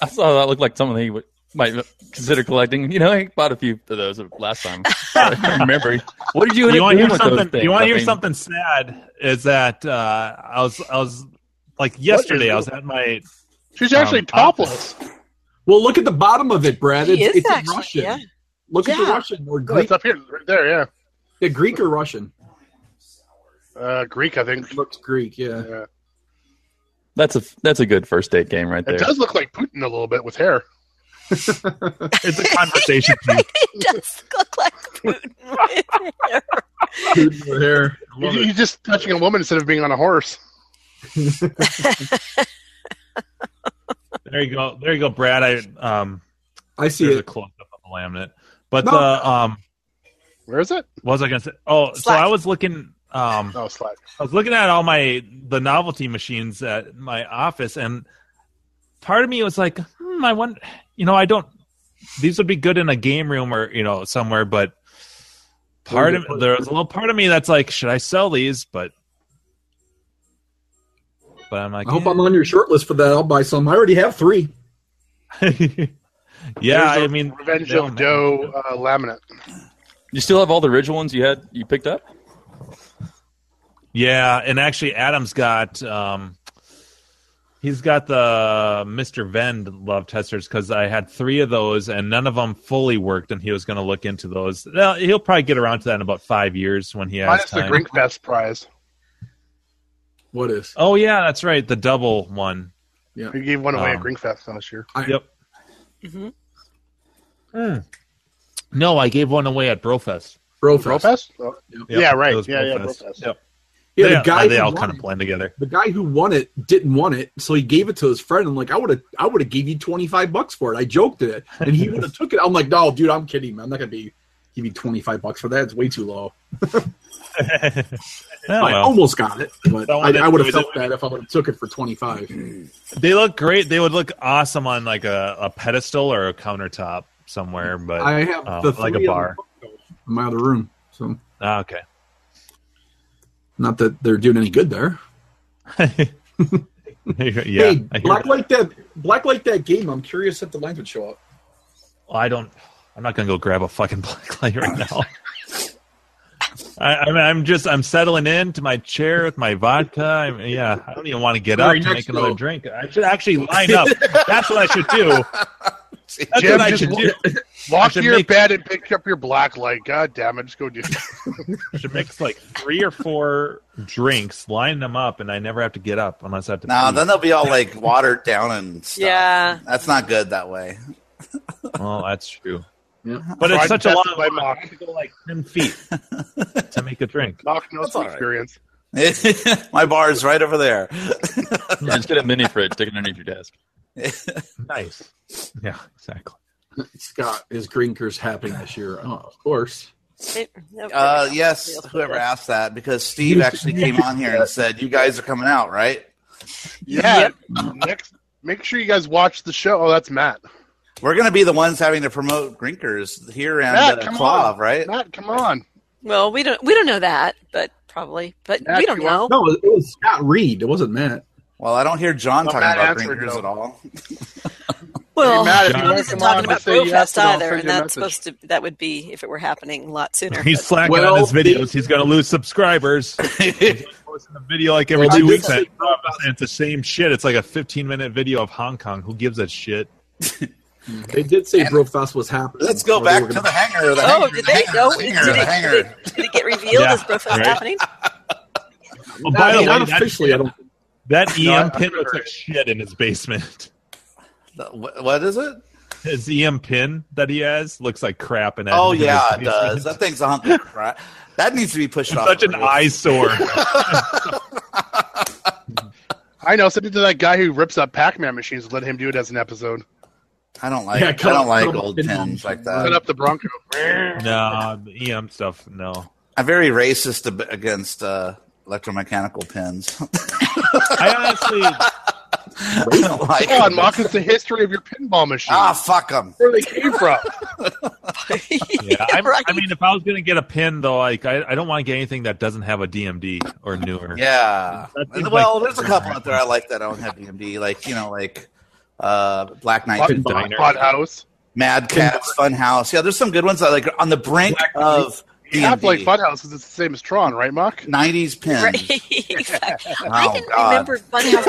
[SPEAKER 10] I saw that looked like something he would, might consider collecting. You know, I bought a few of those last time.
[SPEAKER 2] (laughs)
[SPEAKER 10] I can't remember. What did you end
[SPEAKER 4] you
[SPEAKER 10] up
[SPEAKER 4] want to hear
[SPEAKER 10] doing with those
[SPEAKER 4] something?
[SPEAKER 10] things?
[SPEAKER 4] You want
[SPEAKER 10] I
[SPEAKER 4] to hear
[SPEAKER 10] mean,
[SPEAKER 4] something sad? Is that uh, I was I was like yesterday I was at my
[SPEAKER 3] She's actually
[SPEAKER 4] Um,
[SPEAKER 3] topless.
[SPEAKER 8] Well, look at the bottom of it, Brad.
[SPEAKER 2] He
[SPEAKER 8] It's,
[SPEAKER 2] is
[SPEAKER 8] it's in
[SPEAKER 2] actually,
[SPEAKER 8] Russian.
[SPEAKER 2] yeah.
[SPEAKER 8] Look at the
[SPEAKER 2] Yeah. (laughs)
[SPEAKER 8] Russian or
[SPEAKER 3] Oh, it's
[SPEAKER 8] Greek.
[SPEAKER 3] up here, right there. Yeah.
[SPEAKER 8] Yeah, Greek or Russian?
[SPEAKER 3] Uh, Greek, I think.
[SPEAKER 8] It looks Greek. Yeah.
[SPEAKER 3] Yeah.
[SPEAKER 10] That's a that's a good first date game right
[SPEAKER 3] It
[SPEAKER 10] there.
[SPEAKER 3] does look like Putin a little bit with hair.
[SPEAKER 8] (laughs)
[SPEAKER 4] it's a conversation. piece.
[SPEAKER 2] It does look like
[SPEAKER 8] hair.
[SPEAKER 3] You're just touching a woman instead of being on a horse.
[SPEAKER 4] There you go. There you go, Brad. I um,
[SPEAKER 8] I see
[SPEAKER 4] there's
[SPEAKER 8] it.
[SPEAKER 4] a close up of the laminate, but
[SPEAKER 8] No.
[SPEAKER 4] the um,
[SPEAKER 3] where is it?
[SPEAKER 4] What was I gonna say? Oh, so
[SPEAKER 3] Slack.
[SPEAKER 4] I was looking. Um,
[SPEAKER 3] oh, Slack.
[SPEAKER 4] I was looking at all my the novelty machines at my office, and part of me was like, hmm, I wonder. You know, I don't. These would be good in a game room or you know somewhere, but part of there was a little part of me that's like, should I sell these? But but I'm like,
[SPEAKER 8] I hope I'm on your short list for that. I'll buy some. I already have three.
[SPEAKER 4] (laughs) yeah,
[SPEAKER 3] There's
[SPEAKER 4] I
[SPEAKER 3] a
[SPEAKER 4] mean,
[SPEAKER 3] Revenge
[SPEAKER 4] they'll
[SPEAKER 3] of Doe uh, laminate.
[SPEAKER 10] You still have all the original ones you had you picked up?
[SPEAKER 4] Yeah, and actually, Adam's got um, he's got the Mister Vend love testers because I had three of those and none of them fully worked, and he was going to look into those. Now, he'll probably get around to that in about five years when he has
[SPEAKER 3] Minus the
[SPEAKER 4] time.
[SPEAKER 3] Grinkfest prize.
[SPEAKER 8] What is?
[SPEAKER 4] oh yeah, that's right, the double one.
[SPEAKER 8] Yeah,
[SPEAKER 3] we gave one away at
[SPEAKER 4] Um,
[SPEAKER 3] Grinkfest last year.
[SPEAKER 4] Yep.
[SPEAKER 2] Mm-hmm.
[SPEAKER 4] No, I gave one away at Brofest.
[SPEAKER 8] Brofest.
[SPEAKER 3] Brofest? Oh,
[SPEAKER 4] Yep,
[SPEAKER 3] Yeah,
[SPEAKER 4] it
[SPEAKER 3] right.
[SPEAKER 4] was
[SPEAKER 3] Yeah, yeah,
[SPEAKER 4] Brofest.
[SPEAKER 3] Brofest.
[SPEAKER 4] Yep.
[SPEAKER 8] Yeah,
[SPEAKER 4] They-
[SPEAKER 8] the guy
[SPEAKER 4] they
[SPEAKER 8] who
[SPEAKER 4] all
[SPEAKER 8] won
[SPEAKER 4] kind
[SPEAKER 8] it.
[SPEAKER 4] of blend together.
[SPEAKER 8] The guy who won it didn't want it, so he gave it to his friend. I'm like, I would have, I would have gave you twenty five bucks for it. I joked at it, and he would have took it. I'm like, no, dude, I'm kidding. man. I'm not gonna be give you twenty five bucks for that. It's way
[SPEAKER 4] (laughs)
[SPEAKER 8] too low. (laughs) I
[SPEAKER 4] Oh, well.
[SPEAKER 8] almost got it, but
[SPEAKER 4] Someone
[SPEAKER 8] I, I would have
[SPEAKER 4] enjoys
[SPEAKER 8] felt bad if I would have took it for twenty five.
[SPEAKER 4] They look great. They would look awesome on like a, a pedestal or a countertop somewhere, but
[SPEAKER 8] I have
[SPEAKER 4] uh,
[SPEAKER 8] the
[SPEAKER 4] like a
[SPEAKER 8] three of
[SPEAKER 4] bar.
[SPEAKER 8] in my other room, so
[SPEAKER 4] Ah, okay.
[SPEAKER 8] not that they're doing any good there.
[SPEAKER 4] (laughs) yeah.
[SPEAKER 8] hey,
[SPEAKER 4] I, hear
[SPEAKER 8] black
[SPEAKER 4] that.
[SPEAKER 8] like that, black like that game. I'm curious if the lines would show up.
[SPEAKER 4] Well, I don't. I'm not gonna go grab a fucking (laughs) black light right now. I, I'm, I'm just. I'm settling into my chair with my vodka. I'm, yeah, I don't even want to get
[SPEAKER 8] Very
[SPEAKER 4] up to
[SPEAKER 8] next
[SPEAKER 4] make another
[SPEAKER 8] row.
[SPEAKER 4] drink. I should
[SPEAKER 8] (laughs)
[SPEAKER 4] actually line up. That's what I should do. That's
[SPEAKER 3] Jim,
[SPEAKER 4] what I
[SPEAKER 3] just
[SPEAKER 4] should
[SPEAKER 3] wa-
[SPEAKER 4] do. I
[SPEAKER 3] Walk to
[SPEAKER 4] should
[SPEAKER 3] your
[SPEAKER 4] make-
[SPEAKER 3] bed and pick up your black light. God damn it,
[SPEAKER 4] (laughs)
[SPEAKER 3] just go do
[SPEAKER 4] I should mix like three or four drinks, line them up, and I never have to get up unless I have to.
[SPEAKER 5] No,
[SPEAKER 4] pee.
[SPEAKER 5] then they'll be all like watered down and stuff.
[SPEAKER 2] Yeah.
[SPEAKER 5] That's not good that way. (laughs)
[SPEAKER 4] Well, that's true.
[SPEAKER 8] Yeah.
[SPEAKER 4] But it's
[SPEAKER 3] Tried
[SPEAKER 4] such a
[SPEAKER 3] and
[SPEAKER 4] long
[SPEAKER 3] tested by
[SPEAKER 4] walk. I
[SPEAKER 3] Mock.
[SPEAKER 4] have to go like ten feet to make a drink.
[SPEAKER 3] Mock knows
[SPEAKER 5] That's
[SPEAKER 3] from
[SPEAKER 5] all right.
[SPEAKER 3] experience.
[SPEAKER 5] My bar is right over there.
[SPEAKER 10] (laughs) Just get a mini fridge sticking underneath your desk.
[SPEAKER 4] Nice. Yeah, exactly.
[SPEAKER 8] Scott is Greenker's happy this year. Oh, of course.
[SPEAKER 5] Uh, yes, whoever asked that, because Steve actually came on here and said, You guys are coming out, right?
[SPEAKER 3] Yeah. Next, make sure you guys watch the show. Oh, that's Matt.
[SPEAKER 5] We're going to be the ones having to promote Grinkers here in
[SPEAKER 3] Matt,
[SPEAKER 5] uh,
[SPEAKER 3] come
[SPEAKER 5] Clav,
[SPEAKER 3] on.
[SPEAKER 5] right?
[SPEAKER 3] Matt, come on.
[SPEAKER 2] Well, we don't we don't know that, but probably, but
[SPEAKER 3] Matt,
[SPEAKER 2] we don't
[SPEAKER 3] you want-
[SPEAKER 2] know.
[SPEAKER 8] No, it was Scott Reed. It wasn't Matt.
[SPEAKER 5] Well, I don't hear John
[SPEAKER 3] Well,
[SPEAKER 5] talking
[SPEAKER 3] Matt
[SPEAKER 5] about
[SPEAKER 3] answered,
[SPEAKER 5] Grinkers
[SPEAKER 3] though.
[SPEAKER 5] at all.
[SPEAKER 2] Well,
[SPEAKER 3] Hey, Matt, if you
[SPEAKER 2] he
[SPEAKER 3] wanna
[SPEAKER 2] wasn't
[SPEAKER 3] come on,
[SPEAKER 2] talking about
[SPEAKER 3] just say yes
[SPEAKER 2] Brofest
[SPEAKER 3] and I'll
[SPEAKER 2] either,
[SPEAKER 3] send
[SPEAKER 2] and
[SPEAKER 3] you a
[SPEAKER 2] that's
[SPEAKER 3] message.
[SPEAKER 2] supposed to that would be if it were happening a lot sooner.
[SPEAKER 4] He's
[SPEAKER 2] but-
[SPEAKER 4] slacking
[SPEAKER 8] Well,
[SPEAKER 4] on his videos.
[SPEAKER 8] they-
[SPEAKER 4] He's going to lose subscribers. He's posting a video like every
[SPEAKER 8] Well,
[SPEAKER 4] two
[SPEAKER 8] they
[SPEAKER 4] weeks,
[SPEAKER 8] did
[SPEAKER 4] and it's the same shit. It's like a 15 minute video of Hong Kong. Who gives a shit?
[SPEAKER 8] They did say Brofest was happening.
[SPEAKER 5] Let's go
[SPEAKER 8] Or they
[SPEAKER 5] back
[SPEAKER 8] were
[SPEAKER 5] to
[SPEAKER 8] gonna-
[SPEAKER 5] the hangar. The
[SPEAKER 2] Oh,
[SPEAKER 5] hangar,
[SPEAKER 2] did
[SPEAKER 5] the
[SPEAKER 2] they?
[SPEAKER 5] hangar,
[SPEAKER 2] No,
[SPEAKER 5] the
[SPEAKER 2] did
[SPEAKER 5] hangar, the
[SPEAKER 2] it,
[SPEAKER 5] hangar.
[SPEAKER 2] did, it, did it get revealed
[SPEAKER 4] Yeah,
[SPEAKER 2] as Brofest
[SPEAKER 4] right.
[SPEAKER 2] happening?
[SPEAKER 4] Oh, by the
[SPEAKER 8] Not-
[SPEAKER 4] way,
[SPEAKER 8] not
[SPEAKER 4] that-
[SPEAKER 8] officially. I don't.
[SPEAKER 4] that
[SPEAKER 3] No,
[SPEAKER 4] EM
[SPEAKER 3] I-
[SPEAKER 4] pin
[SPEAKER 3] I
[SPEAKER 4] looks
[SPEAKER 3] heard
[SPEAKER 4] like shit in his basement. (laughs)
[SPEAKER 5] The- wh- what is it?
[SPEAKER 4] His EM pin that he has looks like crap. And
[SPEAKER 5] Oh yeah, it does.
[SPEAKER 4] (laughs)
[SPEAKER 5] That thing's a hunk of crap. That needs to be pushed off.
[SPEAKER 4] Such
[SPEAKER 5] the
[SPEAKER 4] an
[SPEAKER 5] roof.
[SPEAKER 4] eyesore.
[SPEAKER 3] I know. Send it to that guy who rips up Pac Man machines. Let him do it as an episode.
[SPEAKER 5] I don't like.
[SPEAKER 8] Yeah,
[SPEAKER 5] I
[SPEAKER 8] cut
[SPEAKER 5] don't
[SPEAKER 8] off-
[SPEAKER 5] like
[SPEAKER 8] cut off
[SPEAKER 5] old
[SPEAKER 8] the pin
[SPEAKER 5] pins
[SPEAKER 8] on.
[SPEAKER 3] Set
[SPEAKER 5] like that.
[SPEAKER 3] up the Bronco.
[SPEAKER 4] no, the EM stuff. No,
[SPEAKER 5] I'm very racist ab- against uh, electromechanical pins. (laughs)
[SPEAKER 4] I honestly,
[SPEAKER 5] I don't like.
[SPEAKER 3] Come on,
[SPEAKER 5] it.
[SPEAKER 3] Mock. It's the history of your pinball machine.
[SPEAKER 5] Ah, fuck them.
[SPEAKER 3] Where they came from.
[SPEAKER 4] yeah, I'm,
[SPEAKER 2] Right.
[SPEAKER 4] I mean, if I was going to get a pin though, like I, I don't want to get anything that doesn't have a DMD or newer.
[SPEAKER 5] Yeah.
[SPEAKER 4] That seems
[SPEAKER 5] Well,
[SPEAKER 4] like-
[SPEAKER 5] there's a couple out there I like that don't have DMD. Like you know, like uh, Black Knight,
[SPEAKER 3] Fucking
[SPEAKER 5] Diner,
[SPEAKER 3] Hot House.
[SPEAKER 5] Mad Cats, Funhouse. Yeah, there's some good ones. I like on the brink of
[SPEAKER 3] You have like
[SPEAKER 5] DMD.
[SPEAKER 3] Funhouse because it's the same as Tron, right, Mock?
[SPEAKER 5] 90s pins.
[SPEAKER 2] Right. (laughs) exactly.
[SPEAKER 5] Oh,
[SPEAKER 2] I didn't
[SPEAKER 5] God.
[SPEAKER 2] remember Funhouse.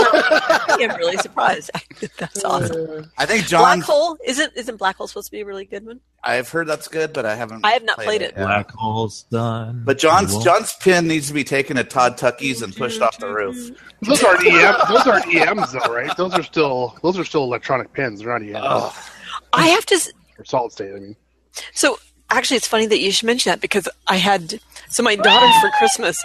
[SPEAKER 2] not being- I'm really surprised. (laughs) That's awesome.
[SPEAKER 5] I think
[SPEAKER 2] Black
[SPEAKER 5] John.
[SPEAKER 2] hole isn't isn't black hole supposed to be a really good one?
[SPEAKER 5] I've heard that's good, but I haven't.
[SPEAKER 2] I have not played it.
[SPEAKER 5] yet.
[SPEAKER 4] Black hole's done.
[SPEAKER 5] But John's
[SPEAKER 4] Well,
[SPEAKER 5] John's pin needs to be taken to Todd Tucky's and pushed off the roof.
[SPEAKER 3] Those aren't EM. Those aren't EMs though, right? Those are still E those are still electronic pins. They're not EMs.
[SPEAKER 5] Ugh.
[SPEAKER 2] I have to. s-
[SPEAKER 3] Or solid state. I mean,
[SPEAKER 2] So Actually, it's funny that you should mention that because I had so my daughter for Christmas.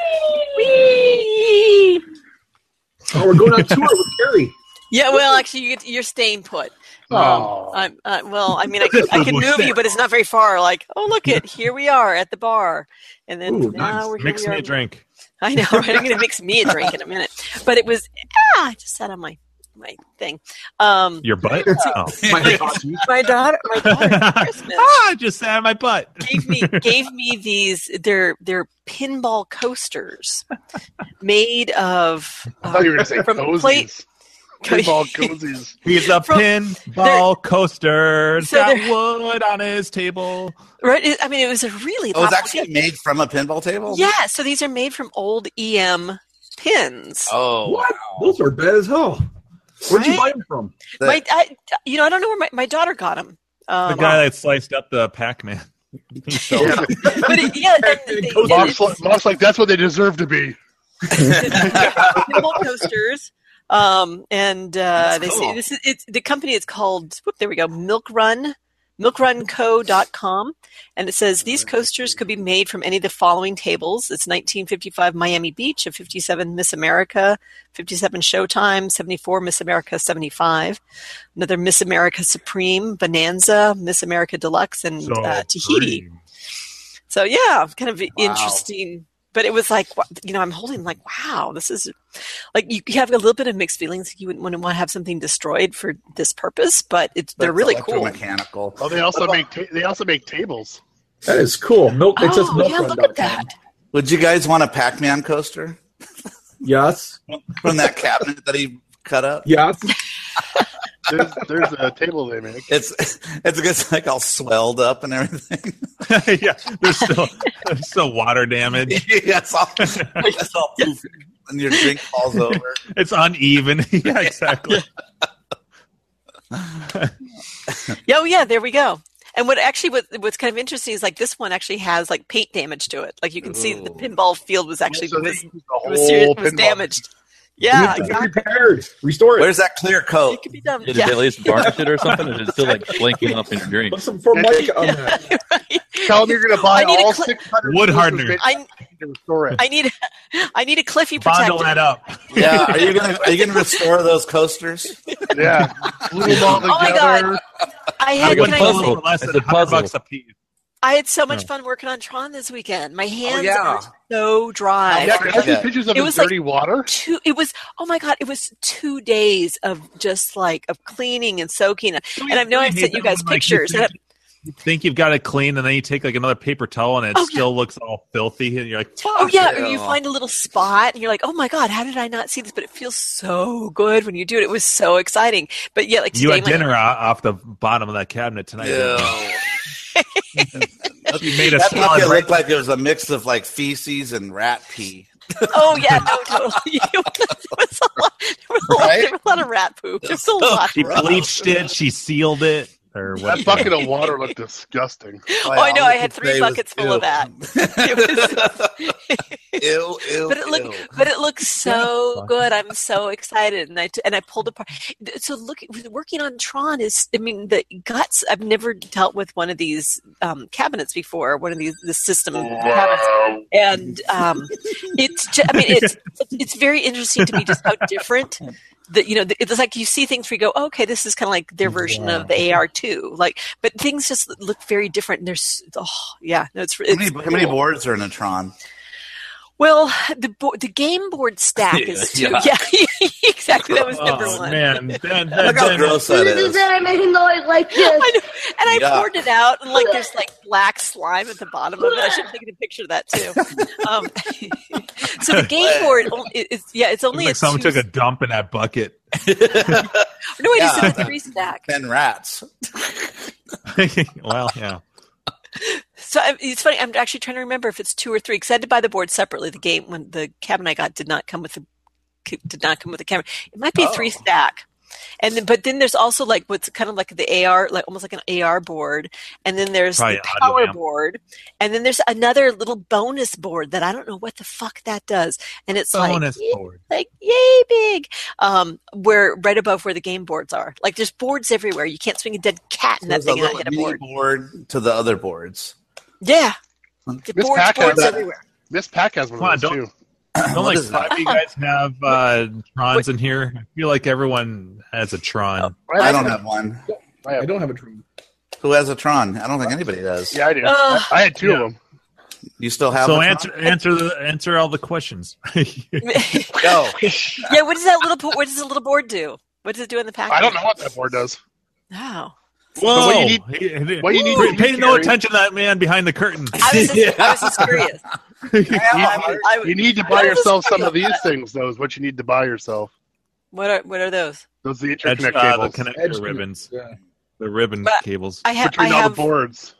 [SPEAKER 8] Oh, we're going on tour with Carrie.
[SPEAKER 2] Yeah, well, actually, you get, you're staying put.
[SPEAKER 8] Oh.
[SPEAKER 2] Um, uh, well, I mean, I could, I could move you, but it's not very far. Like, oh, look it, here we are at the bar, and then
[SPEAKER 4] Ooh,
[SPEAKER 2] now we're,
[SPEAKER 4] nice.
[SPEAKER 2] here
[SPEAKER 4] Mix
[SPEAKER 2] we
[SPEAKER 4] me
[SPEAKER 2] are.
[SPEAKER 4] a drink.
[SPEAKER 2] I know, right? I'm going to mix me a drink in a minute. But it was ah, I just sat on my my thing. Um,
[SPEAKER 4] Your butt? Oh.
[SPEAKER 2] (laughs) my daughter, my (laughs) daughter,
[SPEAKER 4] (laughs)
[SPEAKER 2] at Christmas
[SPEAKER 4] ah, just sat on my butt.
[SPEAKER 2] gave me gave me these their their pinball coasters made of
[SPEAKER 3] I
[SPEAKER 4] Oh,
[SPEAKER 3] thought you were going to (laughs) say
[SPEAKER 2] from
[SPEAKER 3] cozies.
[SPEAKER 2] plate.
[SPEAKER 3] (laughs) Pinball cozies.
[SPEAKER 4] He's a
[SPEAKER 2] From-
[SPEAKER 4] pinball coaster.
[SPEAKER 2] So
[SPEAKER 4] got
[SPEAKER 2] they're-
[SPEAKER 4] wood on his table.
[SPEAKER 2] Right? It- I mean, it was a really.
[SPEAKER 5] Oh, it's
[SPEAKER 2] thoughtful
[SPEAKER 5] actually made from a pinball table.
[SPEAKER 2] Yeah, so these are made from old EM pins.
[SPEAKER 5] Oh,
[SPEAKER 8] What? Those are bad as hell. Where'd you buy them from?
[SPEAKER 5] the-
[SPEAKER 2] my, I, you know, I don't know where my, my daughter got them.
[SPEAKER 4] The
[SPEAKER 2] Um,
[SPEAKER 4] guy that sliced up the Pac-Man. (laughs)
[SPEAKER 3] Yeah.
[SPEAKER 2] but it,
[SPEAKER 8] (laughs)
[SPEAKER 2] yeah, and they, they,
[SPEAKER 3] Mark's, like, Mark's like, that's what they deserve to be.
[SPEAKER 2] (laughs) pinball coasters. Um, and uh, they
[SPEAKER 5] cool.
[SPEAKER 2] say this is it's the company is called whoop, there we go Milk Run milkrunco.com and it says these coasters could be made from any of the following tables it's 1955 miami beach a 57 miss america 57 showtime 74 miss america 75 another miss america supreme bonanza miss america deluxe and uh, tahiti so yeah, kind of interesting. But it was like wha- you know, I'm holding like wow, this is like you you have a little bit of mixed feelings. You wouldn't want to want to have something destroyed for this purpose, but it's they're
[SPEAKER 5] That's
[SPEAKER 2] really cool.
[SPEAKER 5] Electromechanical.
[SPEAKER 3] Oh, they also make ta- they also make tables.
[SPEAKER 8] That is cool. Milk. It says
[SPEAKER 2] Oh
[SPEAKER 8] milk
[SPEAKER 2] yeah,
[SPEAKER 8] run
[SPEAKER 2] look
[SPEAKER 8] dot
[SPEAKER 2] at
[SPEAKER 8] com.
[SPEAKER 2] that.
[SPEAKER 5] Would you guys want a Pac-Man coaster (laughs)
[SPEAKER 8] Yes.
[SPEAKER 5] from that cabinet that he cut up?
[SPEAKER 8] Yes.
[SPEAKER 3] There's, there's a table they make.
[SPEAKER 5] It's it's it's like all swelled up and everything. (laughs)
[SPEAKER 4] yeah, there's still there's still water damage.
[SPEAKER 5] yeah, it's all, it's all poof, and your drink falls over.
[SPEAKER 4] It's uneven. (laughs) yeah, exactly.
[SPEAKER 2] Yeah, oh yeah, there we go. And what actually what, what's kind of interesting is like this one actually has like paint damage to it. Like you can see the pinball field was actually
[SPEAKER 3] So they
[SPEAKER 2] was,
[SPEAKER 3] use the
[SPEAKER 2] was, seri-
[SPEAKER 3] whole
[SPEAKER 2] was
[SPEAKER 3] pinball.
[SPEAKER 2] damaged. Yeah,
[SPEAKER 8] Get
[SPEAKER 2] exactly.
[SPEAKER 8] repaired. Restore it.
[SPEAKER 5] Where's that clear coat?
[SPEAKER 2] (laughs) It could be done.
[SPEAKER 10] Did
[SPEAKER 2] yeah.
[SPEAKER 10] it at least varnish it or something? Or Is it still
[SPEAKER 2] (laughs)
[SPEAKER 10] like blinking up in your drink?
[SPEAKER 8] Put some formica on that.
[SPEAKER 3] Tell them you're going to buy
[SPEAKER 2] (laughs) I need a
[SPEAKER 3] all
[SPEAKER 2] cl-
[SPEAKER 3] 600
[SPEAKER 4] Wood
[SPEAKER 3] pieces
[SPEAKER 4] hardener.
[SPEAKER 3] of it
[SPEAKER 2] I
[SPEAKER 3] to restore
[SPEAKER 2] (laughs)
[SPEAKER 3] it.
[SPEAKER 2] I need I need a Cliffy
[SPEAKER 4] Bundle that
[SPEAKER 2] protector.
[SPEAKER 4] up.
[SPEAKER 5] Yeah, are you gonna are you gonna restore those coasters?
[SPEAKER 3] Yeah. Glue them all
[SPEAKER 2] Oh my
[SPEAKER 3] together.
[SPEAKER 2] I
[SPEAKER 10] I
[SPEAKER 2] had
[SPEAKER 10] would
[SPEAKER 2] can I
[SPEAKER 10] puzzle.
[SPEAKER 2] say-
[SPEAKER 4] for less
[SPEAKER 10] It's
[SPEAKER 4] than
[SPEAKER 10] a
[SPEAKER 4] 100 bucks
[SPEAKER 10] puzzle.
[SPEAKER 4] a piece.
[SPEAKER 2] I had so much fun working on Tron this weekend. My hands
[SPEAKER 5] yeah.
[SPEAKER 2] are so dry.
[SPEAKER 3] yeah,
[SPEAKER 5] I
[SPEAKER 3] can I see
[SPEAKER 5] forgot.
[SPEAKER 3] pictures of
[SPEAKER 2] It
[SPEAKER 3] the
[SPEAKER 2] was like-
[SPEAKER 3] dirty water?
[SPEAKER 2] Two, it was oh my god! It was two days of just like of cleaning and soaking, and I know I've sent you guys
[SPEAKER 4] Like,
[SPEAKER 2] pictures.
[SPEAKER 4] you think, you think you've got it clean, and then you take like another paper towel, and it
[SPEAKER 2] Oh, yeah.
[SPEAKER 4] still looks all filthy, and you're like,
[SPEAKER 2] oh yeah, or
[SPEAKER 5] yeah.
[SPEAKER 2] you find a little spot, and you're like, oh my god, how did I not see this? But it feels so good when you do it. It was so exciting. But yeah, like
[SPEAKER 4] "You
[SPEAKER 2] today,
[SPEAKER 4] had
[SPEAKER 2] my-
[SPEAKER 4] dinner
[SPEAKER 2] (laughs)
[SPEAKER 4] o- off the bottom of that cabinet tonight." didn't you?
[SPEAKER 2] (laughs)
[SPEAKER 4] You made a
[SPEAKER 5] That
[SPEAKER 4] solid
[SPEAKER 5] bucket
[SPEAKER 4] break.
[SPEAKER 5] looked like it was a mix of like feces and rat pee.
[SPEAKER 2] Oh yeah, no, totally. (laughs) It was a lot, there was a lot,
[SPEAKER 5] Right?
[SPEAKER 2] there was a lot of rat poop. There was a lot.
[SPEAKER 4] She bleached it. She sealed it. Or
[SPEAKER 3] That
[SPEAKER 4] what?
[SPEAKER 3] bucket of water looked disgusting.
[SPEAKER 2] Oh, I know. I had three buckets full of that. It
[SPEAKER 5] (laughs)
[SPEAKER 2] was,
[SPEAKER 5] Ew,
[SPEAKER 2] (laughs)
[SPEAKER 5] ew,
[SPEAKER 2] but it
[SPEAKER 5] ew.
[SPEAKER 2] looked, but it looks so good. I'm so excited, and I t- and I pulled apart. So look, working on Tron is. I mean, the guts. I've never dealt with one of these um, cabinets before. One of these the system
[SPEAKER 5] Oh,
[SPEAKER 2] cabinets, and um, it's. Just, I mean, it's it's very interesting to me just how different. That you know, the- it's like you see things where you go, oh, okay, this is kind of like their version of the AR two, like, but things just look very different. And there's, oh, yeah, no, it's,
[SPEAKER 5] How
[SPEAKER 2] it's
[SPEAKER 5] many, how many
[SPEAKER 2] cool.
[SPEAKER 5] boards are in a Tron?
[SPEAKER 2] Well, the bo- the game
[SPEAKER 4] (laughs)
[SPEAKER 2] board stack is two. Yeah, (laughs) exactly. That was number
[SPEAKER 4] Oh,
[SPEAKER 2] one. (laughs)
[SPEAKER 4] man, then, then,
[SPEAKER 5] Look how
[SPEAKER 4] then-
[SPEAKER 5] gross that is.
[SPEAKER 2] I know. And I
[SPEAKER 5] Yeah.
[SPEAKER 2] poured it out, and like there's like black slime at the bottom of it. I should have taken a picture of that
[SPEAKER 4] (laughs)
[SPEAKER 2] too. Um, (laughs) so the game board on- i- is yeah, it's
[SPEAKER 4] It's
[SPEAKER 2] only
[SPEAKER 4] like
[SPEAKER 2] a
[SPEAKER 4] someone
[SPEAKER 2] two-
[SPEAKER 4] took a dump in that bucket. (laughs)
[SPEAKER 2] no, wait,
[SPEAKER 5] Yeah.
[SPEAKER 2] it's a three stack.
[SPEAKER 5] And rats.
[SPEAKER 4] well, yeah.
[SPEAKER 2] So I, it's funny. I'm actually trying to remember if it's two or three because I had to buy the board separately. The game when the cabinet I got did not come with the did not come with the camera. It might
[SPEAKER 4] Oh.
[SPEAKER 2] be a three stack. And then, but then there's also like what's kind of like the AR, like almost like an AR board, and then there's
[SPEAKER 4] Probably
[SPEAKER 2] the
[SPEAKER 4] an audio
[SPEAKER 2] power
[SPEAKER 4] amp.
[SPEAKER 2] board, and then there's another little bonus board that I don't know what the fuck that does, and it's
[SPEAKER 4] Bonus
[SPEAKER 2] like
[SPEAKER 4] board.
[SPEAKER 2] like yay big, um, where right above where the game boards are, like there's boards everywhere. You can't swing a dead cat in that
[SPEAKER 5] There's a
[SPEAKER 2] thing and
[SPEAKER 5] little
[SPEAKER 2] not hit a
[SPEAKER 5] mini
[SPEAKER 2] board.
[SPEAKER 5] board to the other boards. (clears throat)
[SPEAKER 2] Yeah.
[SPEAKER 8] Hmm.
[SPEAKER 3] Miss
[SPEAKER 2] boards,
[SPEAKER 3] Pack
[SPEAKER 2] boards
[SPEAKER 3] has
[SPEAKER 2] everywhere. (laughs)
[SPEAKER 3] Miss Pack has one
[SPEAKER 4] Come on,
[SPEAKER 3] of those too.
[SPEAKER 4] Don't like five of you guys have uh, Trons in here. I feel like everyone has a Tron.
[SPEAKER 5] I don't have one.
[SPEAKER 8] I don't have a Tron.
[SPEAKER 5] Who has a Tron? I don't think anybody does.
[SPEAKER 3] Yeah, I do.
[SPEAKER 2] Ugh.
[SPEAKER 3] I had two
[SPEAKER 4] Yeah.
[SPEAKER 3] of them.
[SPEAKER 5] You still have
[SPEAKER 4] so
[SPEAKER 5] a
[SPEAKER 4] answer
[SPEAKER 5] Tron?
[SPEAKER 4] answer the answer all the questions. (laughs)
[SPEAKER 5] Go.
[SPEAKER 2] Yeah. What does that little po- what does the little board do? What does it do in the package?
[SPEAKER 3] I don't know what that board does.
[SPEAKER 2] Oh.
[SPEAKER 4] Whoa!
[SPEAKER 3] what you need-
[SPEAKER 4] Hey,
[SPEAKER 3] what you need
[SPEAKER 4] pay
[SPEAKER 3] to do,
[SPEAKER 4] pay no
[SPEAKER 3] Gary-
[SPEAKER 4] attention to that man behind the curtain.
[SPEAKER 2] I was just, I was just
[SPEAKER 8] (laughs)
[SPEAKER 2] curious. I- I-
[SPEAKER 3] You need to buy
[SPEAKER 2] I was
[SPEAKER 3] yourself
[SPEAKER 2] just
[SPEAKER 3] some
[SPEAKER 2] (laughs)
[SPEAKER 3] of these things, though. Is what you need to buy yourself.
[SPEAKER 2] What are what are those?
[SPEAKER 3] Those are the
[SPEAKER 4] That's,
[SPEAKER 3] interconnect
[SPEAKER 4] uh, the
[SPEAKER 3] cables
[SPEAKER 4] connector
[SPEAKER 8] Edge-
[SPEAKER 4] ribbons,
[SPEAKER 8] Yeah.
[SPEAKER 4] the ribbon
[SPEAKER 2] But-
[SPEAKER 4] cables.
[SPEAKER 2] I have I
[SPEAKER 3] between all the
[SPEAKER 2] have
[SPEAKER 3] boards.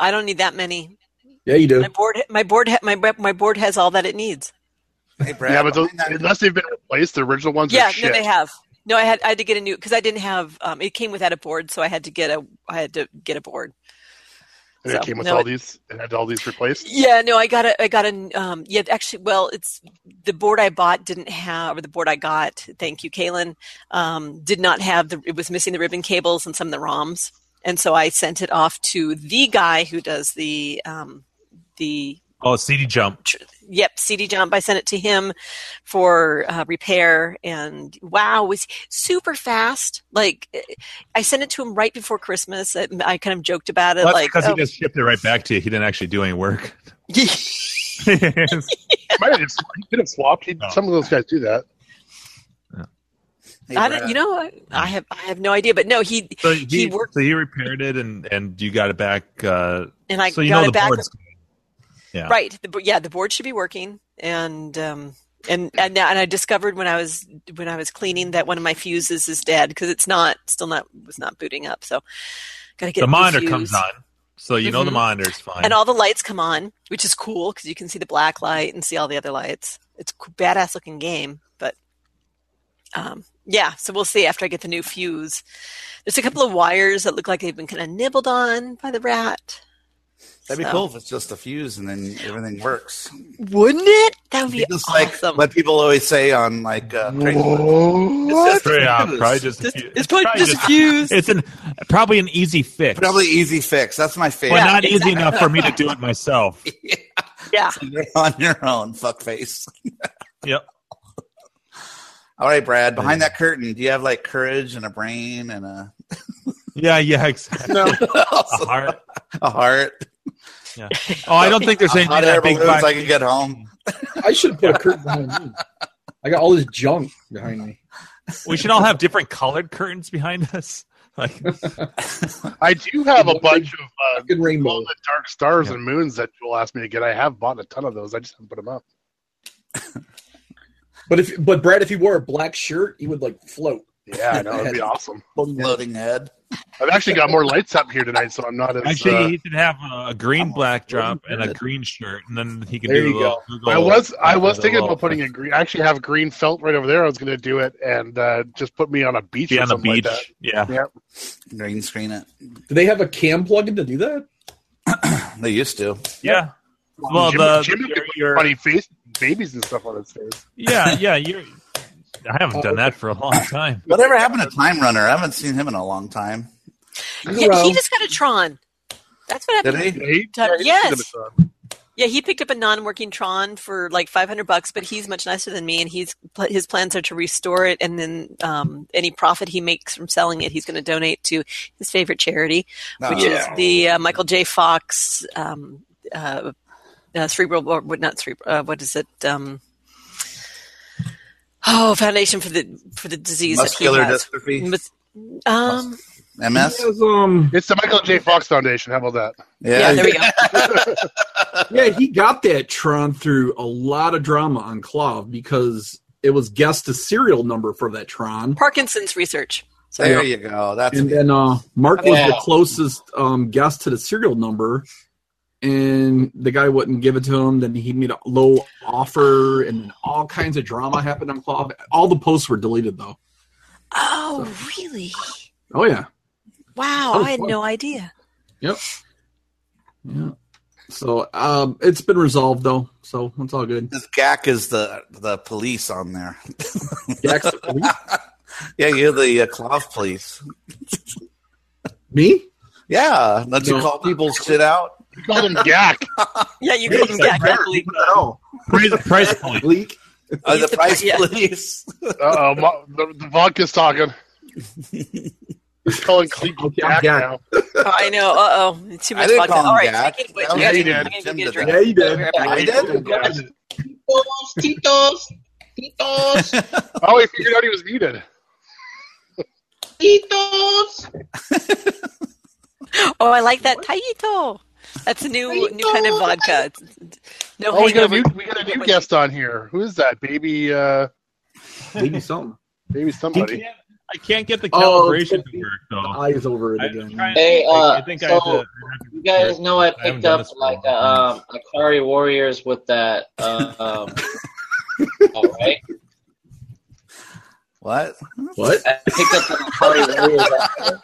[SPEAKER 2] I don't need that many.
[SPEAKER 8] Yeah, you do.
[SPEAKER 2] My board my board ha- my web- my board has all that it needs.
[SPEAKER 5] Hey, Brad.
[SPEAKER 3] yeah, but those,
[SPEAKER 5] why not-
[SPEAKER 3] unless they've been replaced, the original ones
[SPEAKER 2] yeah,
[SPEAKER 3] are shit.
[SPEAKER 2] no, they have. No, I had I had to get a new because I didn't have. Um, it came without a board, so I had to get a I had to get a board.
[SPEAKER 3] and
[SPEAKER 2] so,
[SPEAKER 3] it came with
[SPEAKER 2] no,
[SPEAKER 3] all
[SPEAKER 2] it-
[SPEAKER 3] these. It had all these replaced.
[SPEAKER 2] (laughs) Yeah, no, I got a I got a um yeah actually well it's the board I bought didn't have or the board I got thank you Kaylin um did not have the it was missing the ribbon cables and some of the ROMs and so I sent it off to the guy who does the um the
[SPEAKER 4] Oh, CD jump.
[SPEAKER 2] yep cd jump i sent it to him for uh, repair and wow it was super fast like i sent it to him right before christmas i, I kind of joked about it
[SPEAKER 4] Well, that's
[SPEAKER 2] like
[SPEAKER 4] because
[SPEAKER 2] oh.
[SPEAKER 4] he just shipped it right back to you. He didn't actually do any work. (laughs)
[SPEAKER 3] Might have just, he could have swapped. He,
[SPEAKER 4] No.
[SPEAKER 3] Some of those guys do that.
[SPEAKER 5] Hey,
[SPEAKER 2] (laughs) I
[SPEAKER 5] Brad.
[SPEAKER 2] don't, you know I- i have i have no idea but no he
[SPEAKER 4] So he,
[SPEAKER 2] He worked-
[SPEAKER 4] so he repaired it, and and you got it back. Uh,
[SPEAKER 2] and i
[SPEAKER 4] so you
[SPEAKER 2] got
[SPEAKER 4] know
[SPEAKER 2] it
[SPEAKER 4] the
[SPEAKER 2] back
[SPEAKER 4] board's good. Yeah.
[SPEAKER 2] right the, bo- yeah the board should be working and um and and, and i discovered when i was when i was cleaning that one of my fuses is dead because it's not still not was not booting up so gotta get
[SPEAKER 4] The
[SPEAKER 2] a new
[SPEAKER 4] monitor
[SPEAKER 2] fuse.
[SPEAKER 4] comes on, so you know the
[SPEAKER 2] Mhm.
[SPEAKER 4] monitor's fine.
[SPEAKER 2] and all the lights come on, which is cool because you can see the black light and see all the other lights. It's a badass looking game, but um, yeah. So we'll see after I get the new fuse. There's a couple of wires that look like they've been kind of nibbled on by the rat.
[SPEAKER 5] That'd be
[SPEAKER 2] So-
[SPEAKER 5] cool if it's just a fuse and then everything works.
[SPEAKER 2] wouldn't it? That would be
[SPEAKER 5] It's just
[SPEAKER 2] awesome.
[SPEAKER 5] like what people always say on like uh,
[SPEAKER 3] Whoa!
[SPEAKER 5] It's just a
[SPEAKER 4] yeah,
[SPEAKER 5] fuse.
[SPEAKER 4] probably just, (laughs)
[SPEAKER 2] Just-
[SPEAKER 4] it's
[SPEAKER 2] it's probably
[SPEAKER 4] probably
[SPEAKER 2] just a fuse.
[SPEAKER 4] It's an probably an easy fix.
[SPEAKER 5] Probably easy fix. That's my
[SPEAKER 4] but
[SPEAKER 5] favorite.
[SPEAKER 2] Yeah,
[SPEAKER 4] not easy
[SPEAKER 2] exactly.
[SPEAKER 4] enough for me to do it
[SPEAKER 2] (laughs)
[SPEAKER 4] myself.
[SPEAKER 2] yeah.
[SPEAKER 5] You're (laughs) on your own, fuckface. (laughs)
[SPEAKER 4] Yep.
[SPEAKER 5] All right, Brad. Behind that curtain, do you have like courage and a brain and a,
[SPEAKER 4] Yeah, yeah, exactly. (laughs) A heart.
[SPEAKER 5] a heart?
[SPEAKER 4] Oh, I don't think
[SPEAKER 8] Uh,
[SPEAKER 4] there's
[SPEAKER 5] A
[SPEAKER 4] anything
[SPEAKER 5] hot air
[SPEAKER 4] that big.
[SPEAKER 5] balloons
[SPEAKER 4] By,
[SPEAKER 5] I can get
[SPEAKER 4] (laughs)
[SPEAKER 5] home.
[SPEAKER 8] I should put a curtain behind me. I got all this junk behind me.
[SPEAKER 4] we should all have different colored curtains behind us. (laughs) Like,
[SPEAKER 3] I do have a bunch of uh,
[SPEAKER 8] Fucking
[SPEAKER 3] all
[SPEAKER 8] rainbow.
[SPEAKER 3] the dark stars
[SPEAKER 4] Yeah.
[SPEAKER 3] and moons that Joel asked me to get. I have bought a ton of those. I just haven't put them up.
[SPEAKER 8] But if but Brad, if he wore a black shirt, he would like float.
[SPEAKER 3] Yeah, I know (laughs) it'd be awesome.
[SPEAKER 5] Floating head.
[SPEAKER 3] I've actually got more lights up here tonight, so I'm not as.
[SPEAKER 4] actually,
[SPEAKER 3] uh,
[SPEAKER 4] he should have a, a green
[SPEAKER 8] Oh,
[SPEAKER 5] I'm
[SPEAKER 4] black
[SPEAKER 5] already
[SPEAKER 4] drop and a
[SPEAKER 5] good.
[SPEAKER 4] green shirt, and then he can
[SPEAKER 8] There
[SPEAKER 4] do.
[SPEAKER 8] you
[SPEAKER 4] a little Google-
[SPEAKER 3] I was I
[SPEAKER 4] uh,
[SPEAKER 3] was
[SPEAKER 4] the
[SPEAKER 3] thinking
[SPEAKER 4] little-
[SPEAKER 3] about putting a green. I actually have green felt right over there. I was going to do it and uh, just put me on a beach
[SPEAKER 4] be
[SPEAKER 3] or
[SPEAKER 4] on the
[SPEAKER 3] something
[SPEAKER 4] beach.
[SPEAKER 3] like that.
[SPEAKER 4] yeah.
[SPEAKER 5] Green screen it.
[SPEAKER 8] Do they have a cam plug-in to do that?
[SPEAKER 5] They used to.
[SPEAKER 4] Yeah. Well,
[SPEAKER 3] Jimmy,
[SPEAKER 4] the
[SPEAKER 3] Jimmy could
[SPEAKER 4] your-
[SPEAKER 3] put
[SPEAKER 4] your-
[SPEAKER 3] funny face babies and stuff on his face.
[SPEAKER 4] yeah, yeah, you're. I haven't done that for a
[SPEAKER 3] (laughs)
[SPEAKER 4] long time.
[SPEAKER 5] Whatever happened to Time Runner? I haven't seen him in a long time.
[SPEAKER 2] yeah. He just got a Tron. That's what
[SPEAKER 5] Did
[SPEAKER 2] happened.
[SPEAKER 5] he?
[SPEAKER 3] He-
[SPEAKER 2] Type-
[SPEAKER 3] yeah, he
[SPEAKER 2] yes.
[SPEAKER 3] did it.
[SPEAKER 2] Yeah, he picked up a non-working Tron for like 500 bucks, but he's much nicer than me, and he's pl- his plans are to restore it, and then um, any profit he makes from selling it, he's going to donate to his favorite charity,
[SPEAKER 5] No.
[SPEAKER 2] which is the uh, Michael J. Fox um, uh, uh, cerebral, or what not cerebral, uh, what is it? Um, oh, Foundation for the for the disease
[SPEAKER 5] Muscular
[SPEAKER 2] that he has.
[SPEAKER 5] dystrophy.
[SPEAKER 2] Mus- um,
[SPEAKER 5] MS.
[SPEAKER 8] Because, um,
[SPEAKER 3] It's the Michael J. Fox Foundation. How about that?
[SPEAKER 5] Yeah.
[SPEAKER 2] yeah, there we
[SPEAKER 5] (laughs)
[SPEAKER 2] go.
[SPEAKER 8] yeah, he got that Tron through a lot of drama on Clav because it was guessed a serial number for that Tron.
[SPEAKER 2] Parkinson's research.
[SPEAKER 5] There you go. That's
[SPEAKER 8] And then uh, Mark was the
[SPEAKER 5] Yeah.
[SPEAKER 8] closest um, guess to the serial number, and the guy wouldn't give it to him. Then he made a low offer, and all kinds of drama happened on Claw. All the posts were deleted, though.
[SPEAKER 2] Oh, really?
[SPEAKER 8] Oh yeah,
[SPEAKER 2] Wow,
[SPEAKER 8] Oh,
[SPEAKER 2] I had
[SPEAKER 8] fuck.
[SPEAKER 2] no idea.
[SPEAKER 8] yeah. So um, it's been resolved though, so it's all good.
[SPEAKER 5] This Gak is the the police on there.
[SPEAKER 8] Jack's the police.
[SPEAKER 5] yeah, you're the uh, cloth police.
[SPEAKER 8] Me?
[SPEAKER 5] Yeah, don't you call people shit out?
[SPEAKER 3] You called him Gak.
[SPEAKER 2] yeah, you called him Gak.
[SPEAKER 4] (laughs) Price, price point.
[SPEAKER 8] Leak.
[SPEAKER 5] Uh,
[SPEAKER 6] (laughs)
[SPEAKER 5] the price, please.
[SPEAKER 3] Uh oh, the, the vodka's talking. He's calling Cleveland
[SPEAKER 8] I'm
[SPEAKER 3] Gak
[SPEAKER 8] Gak.
[SPEAKER 3] now.
[SPEAKER 2] I know. Uh oh, too
[SPEAKER 5] I
[SPEAKER 2] much
[SPEAKER 5] didn't
[SPEAKER 2] vodka.
[SPEAKER 5] call him
[SPEAKER 2] All right,
[SPEAKER 5] Gak.
[SPEAKER 2] I can't wait.
[SPEAKER 5] That was
[SPEAKER 2] I
[SPEAKER 3] Jim
[SPEAKER 2] gotta-
[SPEAKER 5] did.
[SPEAKER 2] I gotta go
[SPEAKER 5] Jim
[SPEAKER 2] get
[SPEAKER 5] did
[SPEAKER 2] a drink.
[SPEAKER 8] Yeah, you did.
[SPEAKER 2] I'll be right back.
[SPEAKER 5] I did.
[SPEAKER 6] Titos, Titos, Titos,
[SPEAKER 3] Oh, he figured out he was muted.
[SPEAKER 6] Titos.
[SPEAKER 2] Oh, I like that Taito. That's a new new kind of vodka. It's- it's- No
[SPEAKER 3] Oh, we got a new,
[SPEAKER 2] hangover.
[SPEAKER 3] we got a new guest on here. Who is that? Baby, uh,
[SPEAKER 8] Maybe something.
[SPEAKER 3] baby somebody.
[SPEAKER 4] can't- I can't get the
[SPEAKER 8] Oh,
[SPEAKER 4] calibration
[SPEAKER 8] it's
[SPEAKER 4] to work
[SPEAKER 8] The
[SPEAKER 4] though.
[SPEAKER 8] eyes over it
[SPEAKER 4] I'm trying
[SPEAKER 8] again.
[SPEAKER 4] to- I,
[SPEAKER 6] Hey, uh,
[SPEAKER 4] think I
[SPEAKER 6] so-
[SPEAKER 4] have to, I have to-
[SPEAKER 6] You guys know I
[SPEAKER 4] haven't
[SPEAKER 6] picked
[SPEAKER 4] done
[SPEAKER 6] up
[SPEAKER 4] this for a
[SPEAKER 6] like
[SPEAKER 4] long
[SPEAKER 6] a, um, Akari Warriors with that. Uh, um, all right,
[SPEAKER 5] What?
[SPEAKER 8] What?
[SPEAKER 6] I picked up an Akari Warriors.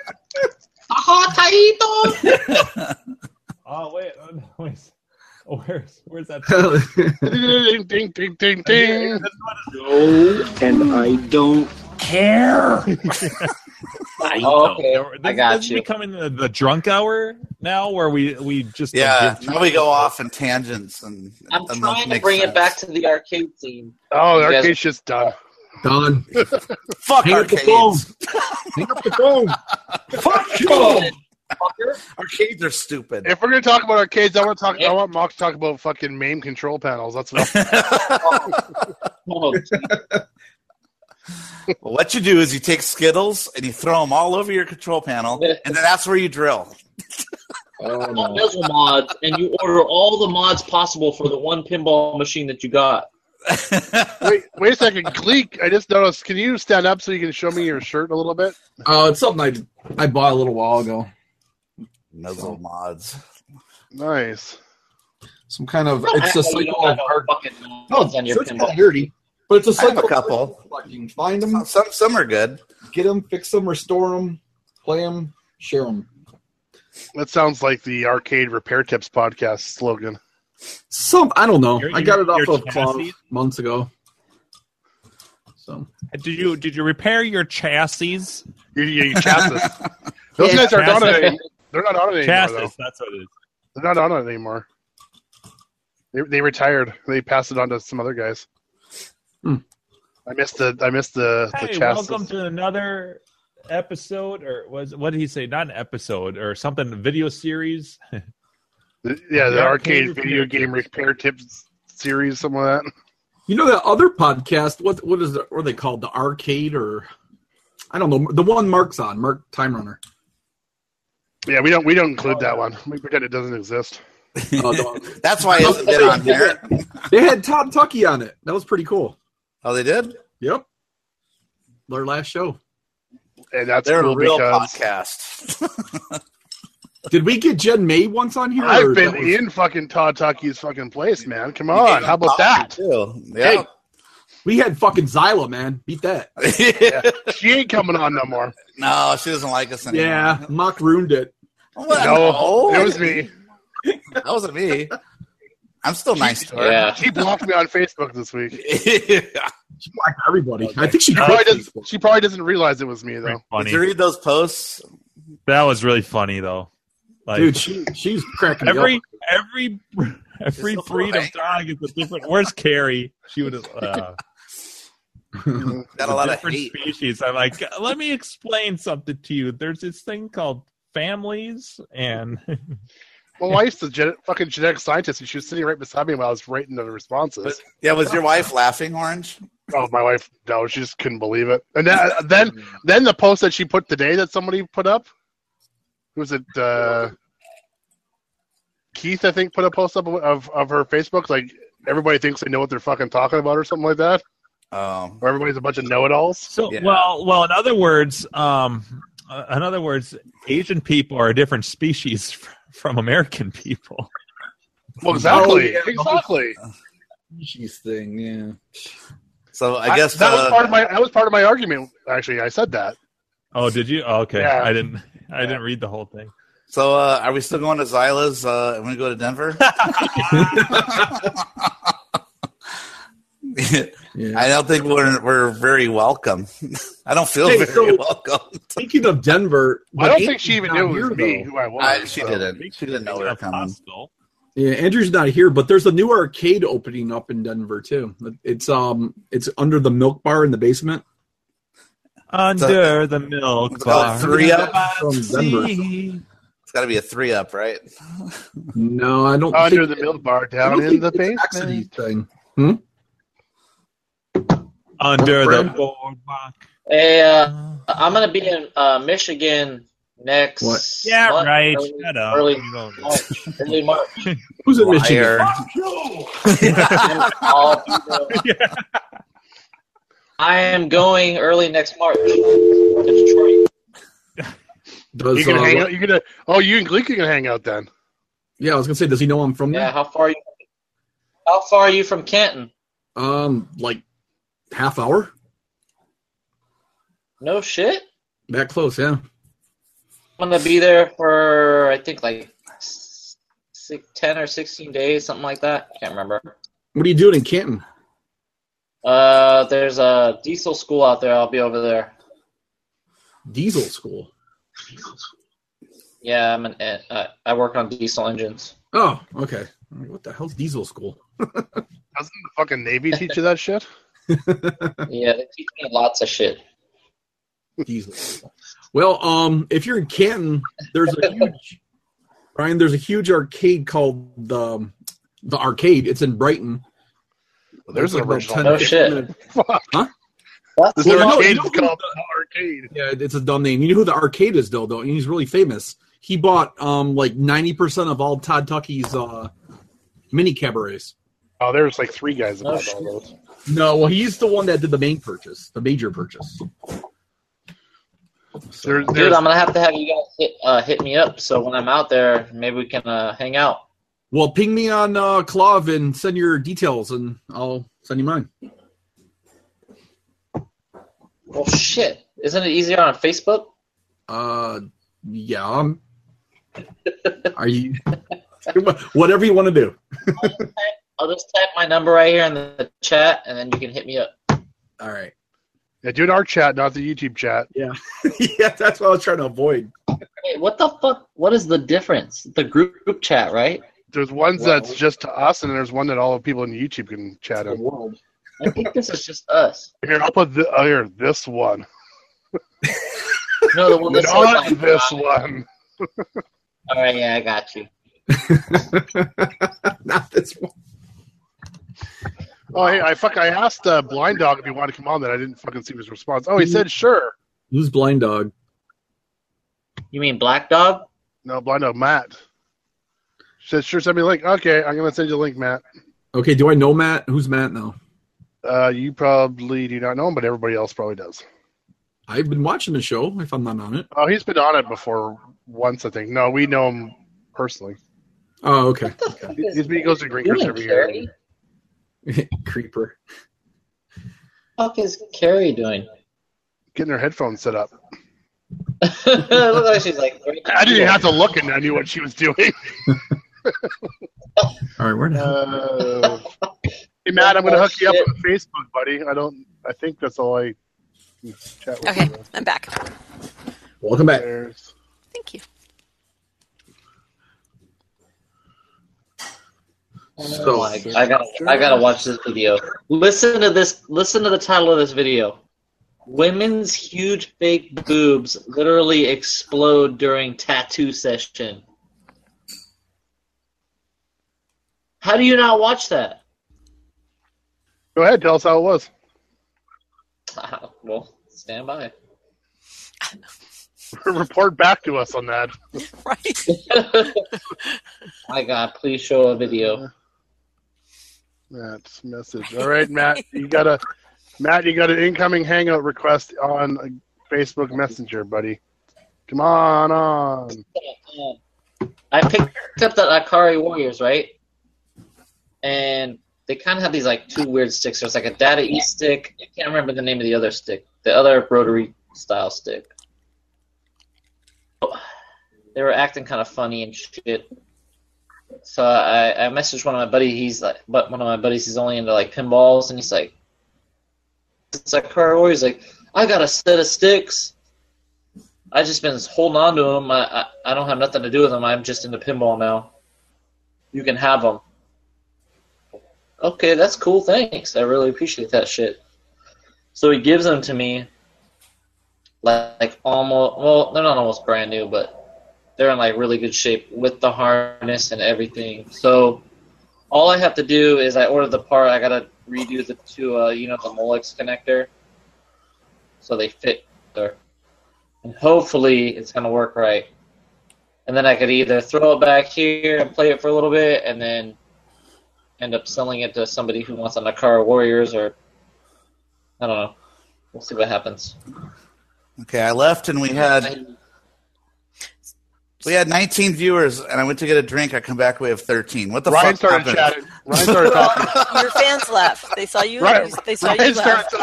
[SPEAKER 6] Aha, Taito.
[SPEAKER 4] Oh wait, oh, wait. (laughs) Oh, where's where's
[SPEAKER 8] (laughs)
[SPEAKER 4] that?
[SPEAKER 3] ding, ding, ding, ding, ding.
[SPEAKER 9] and I don't care.
[SPEAKER 6] Oh, okay, I
[SPEAKER 4] This-
[SPEAKER 6] got
[SPEAKER 4] this is
[SPEAKER 6] you.
[SPEAKER 4] becoming the, the drunk hour now, where we we just
[SPEAKER 5] Yeah,
[SPEAKER 4] give-
[SPEAKER 5] now we go off in tangents and
[SPEAKER 6] I'm
[SPEAKER 5] and those
[SPEAKER 6] trying to
[SPEAKER 5] make
[SPEAKER 6] bring
[SPEAKER 5] sense.
[SPEAKER 6] it back to the arcade scene.
[SPEAKER 3] Oh,
[SPEAKER 6] You
[SPEAKER 3] our
[SPEAKER 6] guys-
[SPEAKER 3] case just done.
[SPEAKER 8] Don,
[SPEAKER 5] Fuck
[SPEAKER 8] hang up the phone.
[SPEAKER 5] arcades.
[SPEAKER 8] Hang up the
[SPEAKER 5] (laughs)
[SPEAKER 8] phone. Fuck
[SPEAKER 5] Oh!
[SPEAKER 8] you.
[SPEAKER 5] Arcades are stupid.
[SPEAKER 3] If we're gonna talk about arcades, I want to talk. I want Mock to talk about fucking MAME control panels. That's what.
[SPEAKER 6] Oh,
[SPEAKER 5] Well, what you do is you take Skittles and you throw them all over your control panel, and then that's where you drill.
[SPEAKER 8] Oh,
[SPEAKER 6] all
[SPEAKER 8] no.
[SPEAKER 6] bezel mods, and you order all the mods possible for the one pinball machine that you got.
[SPEAKER 3] wait, wait a second, Gleek. I just noticed. Can you stand up so you can show me your shirt a little bit?
[SPEAKER 8] Uh, it's something I, I bought a little while ago.
[SPEAKER 5] Nuzzle mods.
[SPEAKER 3] Nice.
[SPEAKER 8] Some kind of it's a
[SPEAKER 6] You
[SPEAKER 8] cycle
[SPEAKER 6] don't have
[SPEAKER 8] of
[SPEAKER 6] no
[SPEAKER 8] art.
[SPEAKER 6] fucking
[SPEAKER 8] No,
[SPEAKER 6] mods on your
[SPEAKER 8] shirt's kinda
[SPEAKER 6] pinball.
[SPEAKER 8] dirty, but it's a
[SPEAKER 5] I have
[SPEAKER 8] cycle.
[SPEAKER 5] a couple.
[SPEAKER 8] Fucking find them,
[SPEAKER 5] Some some- some are good.
[SPEAKER 8] get them, fix them, restore them, play them, share them.
[SPEAKER 3] That sounds like the arcade repair tips podcast slogan.
[SPEAKER 8] Some I don't know.
[SPEAKER 4] Your-
[SPEAKER 8] I got it off
[SPEAKER 4] your
[SPEAKER 8] of Clove
[SPEAKER 4] chassis?
[SPEAKER 8] months ago. So
[SPEAKER 4] Did you did you repair your chassis?
[SPEAKER 3] You, you, you chassis. Those guys aren't on it. any- They're not on it anymore.
[SPEAKER 4] Chassis.
[SPEAKER 3] Though.
[SPEAKER 4] That's what it is.
[SPEAKER 3] They're not on it anymore. They, they retired. They passed it on to some other guys.
[SPEAKER 8] Hmm.
[SPEAKER 3] I missed the I missed the the
[SPEAKER 4] Hey,
[SPEAKER 3] chassis.
[SPEAKER 4] welcome to another episode, or was what did he say? Not an episode or something. a Video series.
[SPEAKER 3] The- yeah, the,
[SPEAKER 4] The
[SPEAKER 3] arcade,
[SPEAKER 4] arcade
[SPEAKER 3] video
[SPEAKER 4] repair
[SPEAKER 3] game repair tips series, something like that.
[SPEAKER 8] you know that other podcast. What what is it? What are they called? The arcade or I don't know. The one Mark's on. Mark Time Runner.
[SPEAKER 3] Yeah, we don't we don't include that one. We pretend it doesn't exist.
[SPEAKER 8] Uh,
[SPEAKER 5] (laughs)
[SPEAKER 8] the-
[SPEAKER 5] Oh, That's why it hasn't been on here.
[SPEAKER 8] they had Todd Tucky on it. That was pretty cool.
[SPEAKER 5] Oh, they did.
[SPEAKER 8] Yep. Their last show.
[SPEAKER 3] And that's
[SPEAKER 5] They're
[SPEAKER 3] cool
[SPEAKER 5] a real
[SPEAKER 3] because
[SPEAKER 5] podcast. (laughs)
[SPEAKER 8] Did we get Jen May once on here? or
[SPEAKER 3] I've been
[SPEAKER 8] that was-
[SPEAKER 3] in fucking Todd Tucky's fucking place, man. Come on, how about that?
[SPEAKER 5] Too. Yeah.
[SPEAKER 8] We had fucking Xyla, man. Beat that.
[SPEAKER 3] She ain't coming on no more.
[SPEAKER 5] (laughs) no, she doesn't like us anymore.
[SPEAKER 8] Yeah, Mock ruined it.
[SPEAKER 5] Well,
[SPEAKER 8] Oh.
[SPEAKER 3] No,
[SPEAKER 5] no,
[SPEAKER 3] it was me.
[SPEAKER 5] That wasn't me. I'm still nice to her. (laughs)
[SPEAKER 6] Yeah.
[SPEAKER 3] She blocked me on Facebook this week.
[SPEAKER 8] She blocked everybody. I think she
[SPEAKER 3] She probably,
[SPEAKER 8] quit
[SPEAKER 3] doesn't,
[SPEAKER 8] Facebook.
[SPEAKER 3] she probably doesn't realize it was me though.
[SPEAKER 5] Did you
[SPEAKER 4] Funny.
[SPEAKER 5] read those posts?
[SPEAKER 4] That was really funny though. Like,
[SPEAKER 8] Dude, she she's cracking me
[SPEAKER 4] every
[SPEAKER 8] up.
[SPEAKER 4] every every
[SPEAKER 5] Just a
[SPEAKER 4] breed
[SPEAKER 5] little
[SPEAKER 4] of dog is a different. Where's Carrie? She would have. Uh,
[SPEAKER 5] Got a lot of
[SPEAKER 4] different
[SPEAKER 5] hate.
[SPEAKER 4] species. I'm like, let me explain something to you. There's this thing called families, and (laughs)
[SPEAKER 3] My wife's a gen- fucking genetic scientist, and she was sitting right beside me while I was writing the responses.
[SPEAKER 5] Yeah, was your wife laughing, Orange?
[SPEAKER 3] (laughs) oh, my wife, no, she just couldn't believe it. And then, uh, then, then the post that she put today that somebody put up, who was it? Uh, Keith, I think, put a post up of of her Facebook. Like everybody thinks they know what they're fucking talking about, or something like that.
[SPEAKER 5] Oh,
[SPEAKER 3] Or everybody's a bunch of know-it-alls.
[SPEAKER 4] so
[SPEAKER 5] Yeah.
[SPEAKER 4] well, well. In other words, um, uh, in other words, Asian people are a different species (laughs) fr- from American people.
[SPEAKER 3] Well, exactly,
[SPEAKER 8] yeah.
[SPEAKER 3] exactly.
[SPEAKER 8] She's thing, yeah.
[SPEAKER 5] so I guess
[SPEAKER 3] that was
[SPEAKER 5] uh,
[SPEAKER 3] part of my that was part of my argument. Actually, I said that.
[SPEAKER 4] Oh, did you? Oh, okay,
[SPEAKER 3] Yeah.
[SPEAKER 4] I didn't. I didn't read the whole thing.
[SPEAKER 5] So, uh, are we still going to Xyla's uh, (laughs) when we go to Denver? I don't think we're we're very welcome. (laughs) I don't feel
[SPEAKER 8] Hey,
[SPEAKER 5] very
[SPEAKER 8] so-
[SPEAKER 5] (laughs) welcome.
[SPEAKER 8] Speaking of Denver,
[SPEAKER 5] I don't
[SPEAKER 8] but
[SPEAKER 5] think she even
[SPEAKER 8] Andrew's
[SPEAKER 5] knew it
[SPEAKER 8] not
[SPEAKER 5] was
[SPEAKER 8] here,
[SPEAKER 5] me
[SPEAKER 8] though.
[SPEAKER 5] who I was, I- she so- didn't. Uh, She didn't know we were coming.
[SPEAKER 8] Yeah, Andrew's not here, but there's a new arcade opening up in Denver too. It's um, it's under the milk bar in the basement.
[SPEAKER 4] Under the milk
[SPEAKER 5] bar. three up.
[SPEAKER 8] from Denver.
[SPEAKER 5] It's got to be a three up, right?
[SPEAKER 8] No, I don't.
[SPEAKER 3] Under
[SPEAKER 8] think-
[SPEAKER 3] the milk bar
[SPEAKER 8] I
[SPEAKER 3] down
[SPEAKER 8] don't
[SPEAKER 3] in
[SPEAKER 8] think
[SPEAKER 3] the
[SPEAKER 8] it's an
[SPEAKER 3] basement.
[SPEAKER 8] Exodus thing.
[SPEAKER 4] Under
[SPEAKER 8] Brad?
[SPEAKER 4] the boardwalk.
[SPEAKER 6] Hey, uh, I'm gonna be in uh, Michigan next.
[SPEAKER 4] What? Yeah,
[SPEAKER 6] month,
[SPEAKER 4] right.
[SPEAKER 6] Early,
[SPEAKER 4] Shut up.
[SPEAKER 6] Early
[SPEAKER 4] You don't-
[SPEAKER 6] March. Early March.
[SPEAKER 8] Who's in
[SPEAKER 5] Liar.
[SPEAKER 8] Michigan?
[SPEAKER 4] (laughs)
[SPEAKER 6] I'll be there. I am going early next March to Detroit.
[SPEAKER 8] Does,
[SPEAKER 3] you can
[SPEAKER 8] uh,
[SPEAKER 3] hang
[SPEAKER 8] what-
[SPEAKER 3] out. You can. Oh, you and Gleek can hang out then.
[SPEAKER 8] Yeah, I was gonna say, does he know I'm from
[SPEAKER 6] Yeah, how far are you? How far are you from Canton?
[SPEAKER 8] there? Um, like half hour,
[SPEAKER 6] No shit.
[SPEAKER 8] that close. Yeah.
[SPEAKER 6] I'm gonna be there for I think like s- six, ten or sixteen days, something like that. Can't remember.
[SPEAKER 8] What are you doing in Canton?
[SPEAKER 6] Uh, there's a diesel school out there. I'll be over there.
[SPEAKER 8] Diesel school.
[SPEAKER 6] Yeah, I'm an. en- Uh, I work on diesel engines.
[SPEAKER 8] Oh, okay. I'm like, What the hell's diesel school?
[SPEAKER 3] Doesn't the fucking Navy teach you that shit?
[SPEAKER 6] Yeah, they teach me lots of shit.
[SPEAKER 8] Diesel. school. Well, um, if you're in Canton, there's a huge Brian. There's a huge arcade called the the arcade. It's in Brighton.
[SPEAKER 3] Well, there's an
[SPEAKER 8] Like about
[SPEAKER 3] original.
[SPEAKER 8] 10,
[SPEAKER 6] No
[SPEAKER 8] 15
[SPEAKER 6] shit.
[SPEAKER 8] minutes.
[SPEAKER 3] Fuck.
[SPEAKER 6] That's
[SPEAKER 3] This
[SPEAKER 8] Well, no,
[SPEAKER 3] arcade
[SPEAKER 8] you
[SPEAKER 3] is
[SPEAKER 8] know
[SPEAKER 3] called the arcade.
[SPEAKER 8] Yeah, it's a dumb name. You know who the arcade is, though, though, and he's really famous. He bought um like ninety percent of all Todd Tucky's uh mini cabarets.
[SPEAKER 3] Oh, there's like three guys
[SPEAKER 6] Oh,
[SPEAKER 3] about
[SPEAKER 6] shit.
[SPEAKER 3] all those.
[SPEAKER 8] No, well, he's the one that did the main purchase, the major purchase.
[SPEAKER 3] There,
[SPEAKER 6] Dude,
[SPEAKER 3] there's,
[SPEAKER 6] I'm gonna have to have you guys hit uh, hit me up. So when I'm out there, maybe we can uh, hang out.
[SPEAKER 8] Well, ping me on uh Clav and send your details, and I'll send you mine.
[SPEAKER 6] Well, shit, isn't it easier on Facebook?
[SPEAKER 8] Uh, yeah. I'm... Are you? Whatever you want to do.
[SPEAKER 6] I'll just type my number right here in the chat, and then you can hit me up.
[SPEAKER 8] All right.
[SPEAKER 3] yeah, do an our chat, not the YouTube chat.
[SPEAKER 8] yeah, that's what I was trying to avoid.
[SPEAKER 6] Wait, what the fuck? What is the difference? The group, group chat, right?
[SPEAKER 3] There's ones
[SPEAKER 6] Well-
[SPEAKER 3] that's just to us, and there's one that all the people in YouTube can chat in.
[SPEAKER 8] world.
[SPEAKER 3] (laughs)
[SPEAKER 6] I think this is just us.
[SPEAKER 3] Here, I'll put the, oh, here, this one.
[SPEAKER 6] No, the one uh, that's
[SPEAKER 3] Not
[SPEAKER 6] like,
[SPEAKER 3] this one.
[SPEAKER 6] all right, yeah, I got you.
[SPEAKER 8] (laughs) Not this one.
[SPEAKER 3] Oh, hey, I fuck. I asked uh, Blind Dog if he wanted to come on, that I didn't fucking see his response. Oh, he said sure.
[SPEAKER 8] Who's blind dog?
[SPEAKER 6] You mean Black Dog?
[SPEAKER 3] No, Blind Dog Matt said sure. Send me a link. Okay, I'm gonna send you a link, Matt.
[SPEAKER 8] Okay, do I know Matt? Who's Matt now?
[SPEAKER 3] Uh, you probably do not know him, but everybody else probably does.
[SPEAKER 8] I've been watching the show. If I'm not on it.
[SPEAKER 3] Oh, he's been on it before once, I think. No, we know him personally.
[SPEAKER 8] Oh, okay. (laughs)
[SPEAKER 3] He- He's, he goes to Grinkers every year.
[SPEAKER 6] Carrie?
[SPEAKER 8] Creeper.
[SPEAKER 6] fuck is Carrie doing? (laughs)
[SPEAKER 3] Getting her headphones set up.
[SPEAKER 6] Look like she's like.
[SPEAKER 3] I didn't even have to look, and I knew what she was doing.
[SPEAKER 8] All right, where the hell?
[SPEAKER 3] Uh, hey, Matt, I'm gonna hook you up on Facebook, buddy. I don't. I think that's all I. can Chat with
[SPEAKER 2] Okay,
[SPEAKER 3] you.
[SPEAKER 2] I'm back.
[SPEAKER 8] Welcome back.
[SPEAKER 3] There's-
[SPEAKER 2] Thank you. (laughs)
[SPEAKER 8] So,
[SPEAKER 6] Like, I gotta, I gotta watch this video. Listen to this. Listen to the title of this video. Women's huge fake boobs literally explode during tattoo session. How do you not watch that?
[SPEAKER 3] Go ahead, tell us how it was.
[SPEAKER 6] (laughs)
[SPEAKER 3] (laughs)
[SPEAKER 6] Well, stand by.
[SPEAKER 3] Report back to us on that. (laughs)
[SPEAKER 2] Right.
[SPEAKER 6] My God, please show a video.
[SPEAKER 3] Matt's message. All right, (laughs) Matt, you got a Matt, you got an incoming hangout request on Facebook Messenger, buddy. Come on, on.
[SPEAKER 6] I picked up that Akari Warriors, right? And they kind of have these like two weird sticks. There's like a Data E stick. I can't remember the name of the other stick, the other rotary style stick. They were acting kind of funny and shit. So I, I messaged one of my buddies. He's like, but one of my buddies, he's only into like pinballs, and he's like, It's like Carl He's like, I got a set of sticks. I just been holding on to them. I, I I don't have nothing to do with them. I'm just into pinball now. You can have them. Okay, that's cool. Thanks. I really appreciate that shit. So he gives them to me. Like, like almost well, they're not almost brand new, but they're in like really good shape with the harness and everything. So all I have to do is I order the part. I gotta redo the to uh, you know the Molex connector, so they fit there, and hopefully it's gonna work right. And then I could either throw it back here and play it for a little bit, and then end up selling it to somebody who wants a Nakara Warriors, or I don't know. We'll see what happens.
[SPEAKER 5] Okay, I left and we had we had 19 viewers, and I went to get a drink. I come back, we have 13. What the
[SPEAKER 3] Ryan
[SPEAKER 5] fuck
[SPEAKER 3] started
[SPEAKER 5] happened?
[SPEAKER 3] chatting. Ryan started
[SPEAKER 5] (laughs)
[SPEAKER 3] talking.
[SPEAKER 2] Your fans left. They saw you.
[SPEAKER 3] Right.
[SPEAKER 2] lose. They saw
[SPEAKER 3] Ryan
[SPEAKER 2] you left.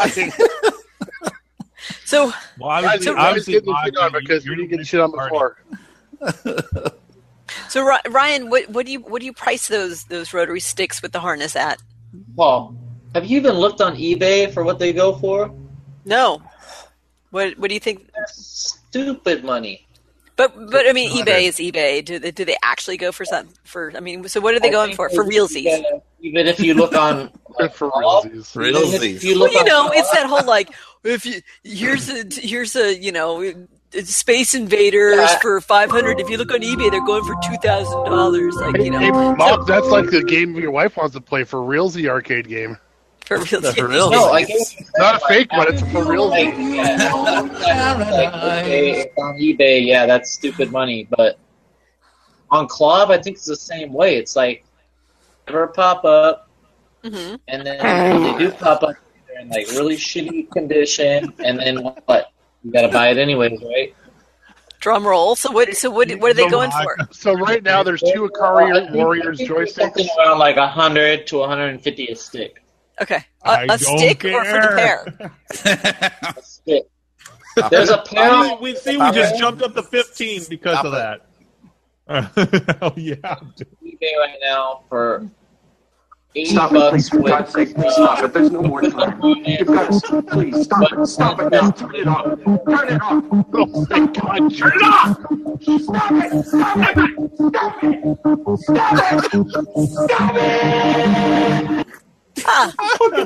[SPEAKER 5] (laughs)
[SPEAKER 2] So
[SPEAKER 4] Well,
[SPEAKER 3] obviously,
[SPEAKER 2] so-
[SPEAKER 3] obviously getting shit on because we didn't get shit on before.
[SPEAKER 2] so Ri- Ryan, what, what do you what do you price those those rotary sticks with the harness at?
[SPEAKER 6] Well, have you even looked on eBay for what they go for?
[SPEAKER 2] No. What what do you think?
[SPEAKER 6] Stupid money.
[SPEAKER 2] But but I mean, eBay
[SPEAKER 6] 200.
[SPEAKER 2] is eBay. Do they do they actually go for some for? I mean, so what are they
[SPEAKER 6] I
[SPEAKER 2] going
[SPEAKER 6] think
[SPEAKER 2] for?
[SPEAKER 6] they-
[SPEAKER 2] For realsies?
[SPEAKER 6] yeah, even if you look on
[SPEAKER 3] (laughs) for
[SPEAKER 6] realsies,
[SPEAKER 5] Realsies.
[SPEAKER 6] if you look
[SPEAKER 2] well, you
[SPEAKER 6] on
[SPEAKER 2] know, it's that whole like if you here's a here's a you know space invaders
[SPEAKER 3] Yeah.
[SPEAKER 2] for 500 if you look on ebay they're going for $2000 like you know
[SPEAKER 3] Hey,
[SPEAKER 2] so-
[SPEAKER 3] Mom, that's like the game your wife wants to play for reals, the arcade game.
[SPEAKER 2] For reals,
[SPEAKER 5] (laughs)
[SPEAKER 3] for
[SPEAKER 6] real. No, I guess
[SPEAKER 3] not a fake, but it's for real.
[SPEAKER 6] Like, yeah, (laughs) like, okay, it's on eBay, yeah, that's stupid money. But on Club, I think it's the same way. It's like never pop up,
[SPEAKER 2] Mm-hmm.
[SPEAKER 6] and then when they do pop up, they're in like really shitty condition, and then what? You gotta buy it anyways, right?
[SPEAKER 2] drum roll so what so what what are they going for
[SPEAKER 3] So right now there's two Akari Warriors joysticks.
[SPEAKER 6] Something around like a hundred to hundred and fifty a stick.
[SPEAKER 2] okay
[SPEAKER 6] I
[SPEAKER 2] a, a
[SPEAKER 6] don't
[SPEAKER 2] stick or for the
[SPEAKER 6] care.
[SPEAKER 2] pair
[SPEAKER 6] There's a pair.
[SPEAKER 12] Oh, we see we just jumped up to 15 because of that.
[SPEAKER 4] (laughs) oh yeah.
[SPEAKER 6] eBay right now for eighty
[SPEAKER 9] Stop it, please,
[SPEAKER 6] bucks
[SPEAKER 9] for
[SPEAKER 6] with
[SPEAKER 9] God's sake. Stop it. There's no more time. You've got to please stop it. Stop it now. Turn it off. Turn it off. Oh my God! Turn it off. Stop it. Stop it. Stop it. Stop it. Stop it.
[SPEAKER 2] Ah,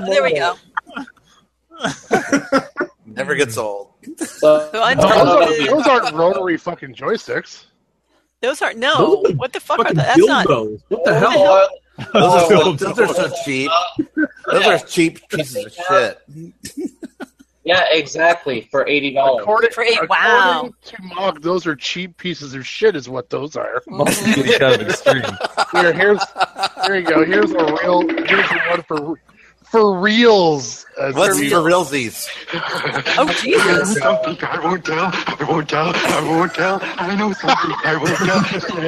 [SPEAKER 2] there we go
[SPEAKER 5] Never gets old.
[SPEAKER 6] So
[SPEAKER 2] I'm
[SPEAKER 3] Those
[SPEAKER 2] telling
[SPEAKER 3] aren't,
[SPEAKER 2] you,
[SPEAKER 3] those aren't rotary fucking joysticks.
[SPEAKER 2] those are no what the fuck are the, that's not
[SPEAKER 8] Dildos. What
[SPEAKER 2] the hell?
[SPEAKER 4] (laughs)
[SPEAKER 5] Those are, those are so cheap. Those are cheap pieces of shit.
[SPEAKER 6] Yeah, exactly. For eighty dollars.
[SPEAKER 3] According,
[SPEAKER 2] For eight-
[SPEAKER 3] according
[SPEAKER 2] wow.
[SPEAKER 3] to Mog, those are cheap pieces of shit, is what those are.
[SPEAKER 10] (laughs) kind of extreme.
[SPEAKER 3] Here, here's, here you go. Here's a real. Here's one for for reals. Uh, as
[SPEAKER 5] What's
[SPEAKER 3] we-
[SPEAKER 5] for realsies?
[SPEAKER 2] Oh
[SPEAKER 6] (laughs)
[SPEAKER 2] Jesus!
[SPEAKER 9] Something I won't tell. I won't tell. I won't tell. I know something I won't tell.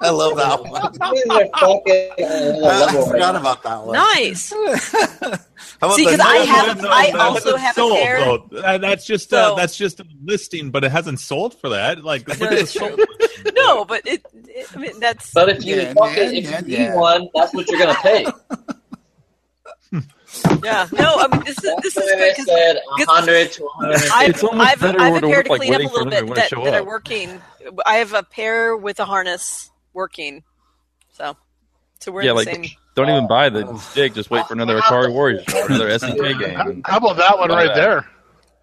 [SPEAKER 5] I love that one. (laughs) I
[SPEAKER 6] I
[SPEAKER 5] forgot about that one. (laughs)
[SPEAKER 2] nice
[SPEAKER 5] How about
[SPEAKER 2] See,
[SPEAKER 5] the-
[SPEAKER 2] 'cause I have- I
[SPEAKER 4] that
[SPEAKER 2] also
[SPEAKER 4] hasn't
[SPEAKER 2] have a
[SPEAKER 4] sold,
[SPEAKER 2] pair-
[SPEAKER 4] though. That- that's just uh, that's just a listing, but it hasn't sold for that. Like, look
[SPEAKER 2] (laughs)
[SPEAKER 4] at the sold.
[SPEAKER 2] no but it, it i mean that's
[SPEAKER 6] But if you
[SPEAKER 5] Yeah,
[SPEAKER 6] fuck
[SPEAKER 5] yeah,
[SPEAKER 6] it, if
[SPEAKER 5] yeah,
[SPEAKER 6] you need
[SPEAKER 5] yeah.
[SPEAKER 6] one, that's what you're gonna pay.
[SPEAKER 2] yeah no i mean this is this is
[SPEAKER 6] I
[SPEAKER 2] good 'cause
[SPEAKER 6] said a
[SPEAKER 2] Good-
[SPEAKER 6] hundred to a hundred.
[SPEAKER 2] I've,
[SPEAKER 10] It's almost
[SPEAKER 2] I've,
[SPEAKER 10] better
[SPEAKER 2] I've
[SPEAKER 10] when
[SPEAKER 2] a
[SPEAKER 10] we're
[SPEAKER 2] pair to
[SPEAKER 10] like
[SPEAKER 2] clean up a
[SPEAKER 10] waiting for
[SPEAKER 2] little
[SPEAKER 10] them
[SPEAKER 2] bit
[SPEAKER 10] when they
[SPEAKER 2] that,
[SPEAKER 10] show
[SPEAKER 2] that are
[SPEAKER 10] up.
[SPEAKER 2] working. I have a pair with a harness working, so so (laughs) we're
[SPEAKER 10] yeah,
[SPEAKER 2] in the
[SPEAKER 10] like
[SPEAKER 2] same.
[SPEAKER 10] don't even buy the
[SPEAKER 8] Oh.
[SPEAKER 10] stick. Just wait for another Atari Warriors, show, another
[SPEAKER 8] (laughs)
[SPEAKER 10] SNK game.
[SPEAKER 3] How about that one right
[SPEAKER 10] Buy that.
[SPEAKER 3] there?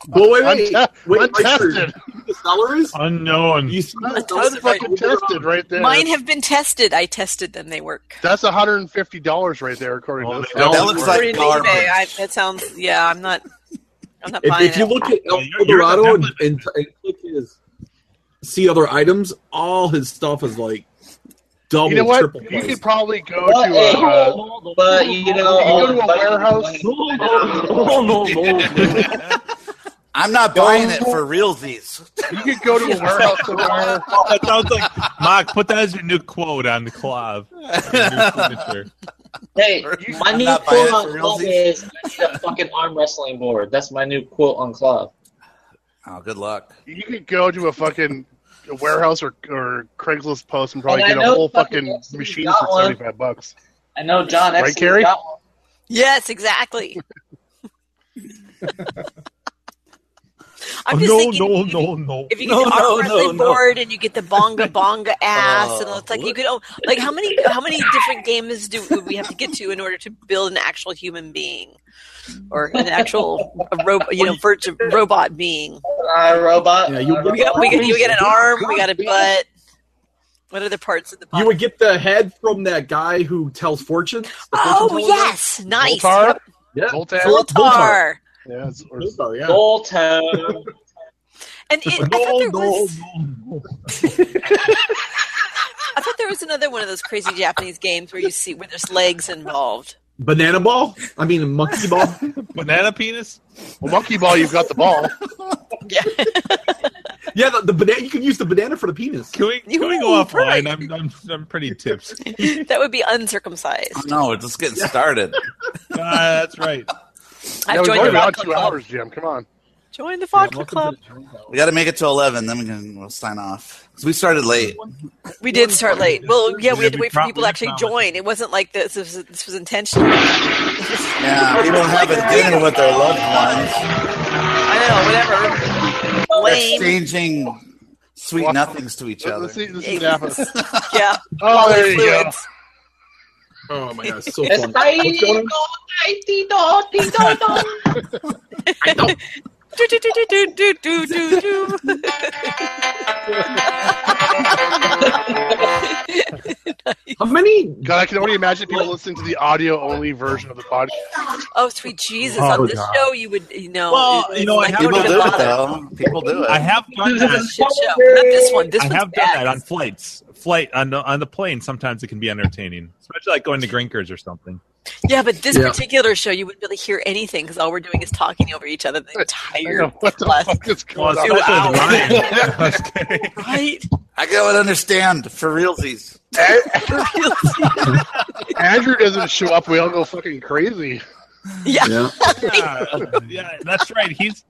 [SPEAKER 8] Well, wait, wait,
[SPEAKER 3] Unte-
[SPEAKER 8] wait.
[SPEAKER 3] untested.
[SPEAKER 8] The seller is.
[SPEAKER 4] Unknown.
[SPEAKER 8] You see the
[SPEAKER 2] Untested, right.
[SPEAKER 3] Fucking tested right there.
[SPEAKER 2] Mine have been tested. I tested them; they work.
[SPEAKER 3] That's one hundred and fifty dollars right there, according to this.
[SPEAKER 8] That
[SPEAKER 3] guy.
[SPEAKER 5] looks
[SPEAKER 2] According
[SPEAKER 5] like
[SPEAKER 2] to
[SPEAKER 5] garbage.
[SPEAKER 2] eBay, I, that sounds. Yeah, I'm not. I'm not
[SPEAKER 8] If,
[SPEAKER 2] buying
[SPEAKER 8] if you
[SPEAKER 2] it.
[SPEAKER 8] look at El
[SPEAKER 4] you're- you're
[SPEAKER 8] Dorado and,
[SPEAKER 4] definitely-
[SPEAKER 8] and, and click his, see other items,
[SPEAKER 4] (laughs)
[SPEAKER 8] all his stuff is like double,
[SPEAKER 3] You know what?
[SPEAKER 8] triple.
[SPEAKER 3] You
[SPEAKER 8] price.
[SPEAKER 3] could probably go
[SPEAKER 6] But,
[SPEAKER 3] to a. Uh,
[SPEAKER 6] but you know,
[SPEAKER 3] you
[SPEAKER 6] all
[SPEAKER 3] go to a
[SPEAKER 6] the-
[SPEAKER 3] warehouse.
[SPEAKER 8] Oh,
[SPEAKER 5] I'm not buying it for realsies.
[SPEAKER 3] You could go to a warehouse somewhere.
[SPEAKER 4] that sounds like Mark. Put that as your new quote on the club.
[SPEAKER 6] (laughs)
[SPEAKER 4] (laughs)
[SPEAKER 6] Hey, my
[SPEAKER 5] I'm
[SPEAKER 6] new
[SPEAKER 5] not buying it
[SPEAKER 6] quote on
[SPEAKER 5] for
[SPEAKER 6] Club
[SPEAKER 5] realsies.
[SPEAKER 6] is I need a fucking arm wrestling board. That's my new quote on Club.
[SPEAKER 5] Oh, good luck.
[SPEAKER 3] You could go to a fucking warehouse or, or Craigslist post and probably
[SPEAKER 6] And I
[SPEAKER 3] get a
[SPEAKER 6] know
[SPEAKER 3] whole
[SPEAKER 6] fucking
[SPEAKER 3] fucking
[SPEAKER 6] Epson's
[SPEAKER 3] machine
[SPEAKER 6] got
[SPEAKER 3] for
[SPEAKER 6] one.
[SPEAKER 3] seventy five bucks.
[SPEAKER 6] I know John
[SPEAKER 3] Right,
[SPEAKER 6] X
[SPEAKER 3] Carrie?
[SPEAKER 6] got one.
[SPEAKER 2] Yes,
[SPEAKER 10] (laughs)
[SPEAKER 2] exactly.
[SPEAKER 12] Oh,
[SPEAKER 2] I'm just
[SPEAKER 12] no,
[SPEAKER 2] thinking
[SPEAKER 12] no,
[SPEAKER 2] if
[SPEAKER 12] no,
[SPEAKER 2] you-
[SPEAKER 12] no.
[SPEAKER 2] If you
[SPEAKER 12] No,
[SPEAKER 2] get the
[SPEAKER 12] no,
[SPEAKER 2] arm wrestling
[SPEAKER 12] no, no.
[SPEAKER 2] board and you get the
[SPEAKER 12] (laughs)
[SPEAKER 2] bonga bonga ass, and
[SPEAKER 12] Oh,
[SPEAKER 2] it's like you could oh, like how many how many different games do would we have to get to in order to build an actual human being or an actual a ro- you know virtu- robot being?
[SPEAKER 6] Uh, robot.
[SPEAKER 8] Yeah, you
[SPEAKER 2] We got we get, you get an arm, we got a butt. What other parts of the
[SPEAKER 8] You would get the head from that guy who tells fortunes. the
[SPEAKER 2] Oh,
[SPEAKER 8] fortune teller guy?
[SPEAKER 2] yes, nice.
[SPEAKER 8] Voltar?
[SPEAKER 2] Yep.
[SPEAKER 8] Voltar?
[SPEAKER 2] Voltar.
[SPEAKER 3] Yeah,
[SPEAKER 8] Voltar, yeah.
[SPEAKER 6] Voltar.
[SPEAKER 2] And it, I thought there
[SPEAKER 8] Oh,
[SPEAKER 2] was. I thought there was another one of those crazy Japanese games where you see where there's legs involved.
[SPEAKER 8] Banana ball? I mean,
[SPEAKER 2] (laughs)
[SPEAKER 8] monkey ball?
[SPEAKER 12] Banana penis?
[SPEAKER 3] Well, monkey ball, you've got the ball.
[SPEAKER 8] yeah, the, the banana. You can use the banana for the penis.
[SPEAKER 12] Can we,
[SPEAKER 8] can
[SPEAKER 12] we go offline? I'm, I'm, I'm pretty
[SPEAKER 8] (laughs)
[SPEAKER 12] tips.
[SPEAKER 2] (laughs) That would be uncircumcised.
[SPEAKER 5] No, it's just getting started.
[SPEAKER 12] that's right.
[SPEAKER 3] yeah,
[SPEAKER 2] I've
[SPEAKER 3] we've
[SPEAKER 2] joined
[SPEAKER 3] only
[SPEAKER 2] the
[SPEAKER 3] been out
[SPEAKER 2] vodka
[SPEAKER 3] two
[SPEAKER 2] club.
[SPEAKER 3] hours, Jim. Come on.
[SPEAKER 2] Join the vodka club.
[SPEAKER 5] We got to make it to eleven, then we can we'll sign off because we started late.
[SPEAKER 2] We did start late. Well, yeah, we had to
[SPEAKER 5] we
[SPEAKER 2] wait for
[SPEAKER 5] prom-
[SPEAKER 2] people
[SPEAKER 5] we
[SPEAKER 2] to
[SPEAKER 5] did
[SPEAKER 2] actually
[SPEAKER 5] promise.
[SPEAKER 2] join. It wasn't like this. This was, this was
[SPEAKER 5] (laughs)
[SPEAKER 2] intentional.
[SPEAKER 5] Yeah, people have a dinner with their loved ones,
[SPEAKER 2] I know. Whatever. Lame.
[SPEAKER 5] exchanging sweet nothings to each other.
[SPEAKER 3] Let's see. This is
[SPEAKER 5] (laughs)
[SPEAKER 3] Napa.
[SPEAKER 2] Yeah.
[SPEAKER 3] Oh, there you go.
[SPEAKER 8] Oh my god, so
[SPEAKER 9] It's
[SPEAKER 8] funny.
[SPEAKER 9] I-
[SPEAKER 8] What's going on?
[SPEAKER 2] Do, do, do, do, do, do, do, do.
[SPEAKER 8] How many?
[SPEAKER 3] God, I can only imagine people listening to the audio only version of the podcast.
[SPEAKER 2] (laughs) Oh, sweet Jesus.
[SPEAKER 3] Oh,
[SPEAKER 2] On this
[SPEAKER 3] God.
[SPEAKER 2] show, you would, you know.
[SPEAKER 12] Well,
[SPEAKER 2] it's
[SPEAKER 12] you know, I
[SPEAKER 2] like,
[SPEAKER 12] have-
[SPEAKER 2] don't
[SPEAKER 12] People
[SPEAKER 2] even
[SPEAKER 12] do it,
[SPEAKER 2] bother.
[SPEAKER 5] though. People do it.
[SPEAKER 4] I have done
[SPEAKER 2] This is a
[SPEAKER 4] that.
[SPEAKER 2] shit show. Not this one. This
[SPEAKER 4] I
[SPEAKER 2] one's
[SPEAKER 4] have done
[SPEAKER 2] bad.
[SPEAKER 4] that on flights. Flight on the, on the plane. Sometimes it can be entertaining, especially like going to Grinkers or something.
[SPEAKER 2] Yeah, but this
[SPEAKER 4] Yeah.
[SPEAKER 2] particular show, you wouldn't really hear anything because all we're doing is talking over each other the entire
[SPEAKER 3] what the
[SPEAKER 2] last
[SPEAKER 3] fuck is
[SPEAKER 2] going
[SPEAKER 5] on?
[SPEAKER 2] two hours.
[SPEAKER 5] right? I don't understand for realsies.
[SPEAKER 3] (laughs) Andrew doesn't show up. We all go fucking crazy.
[SPEAKER 2] Yeah.
[SPEAKER 8] Yeah.
[SPEAKER 4] yeah, (laughs) yeah, that's right. He's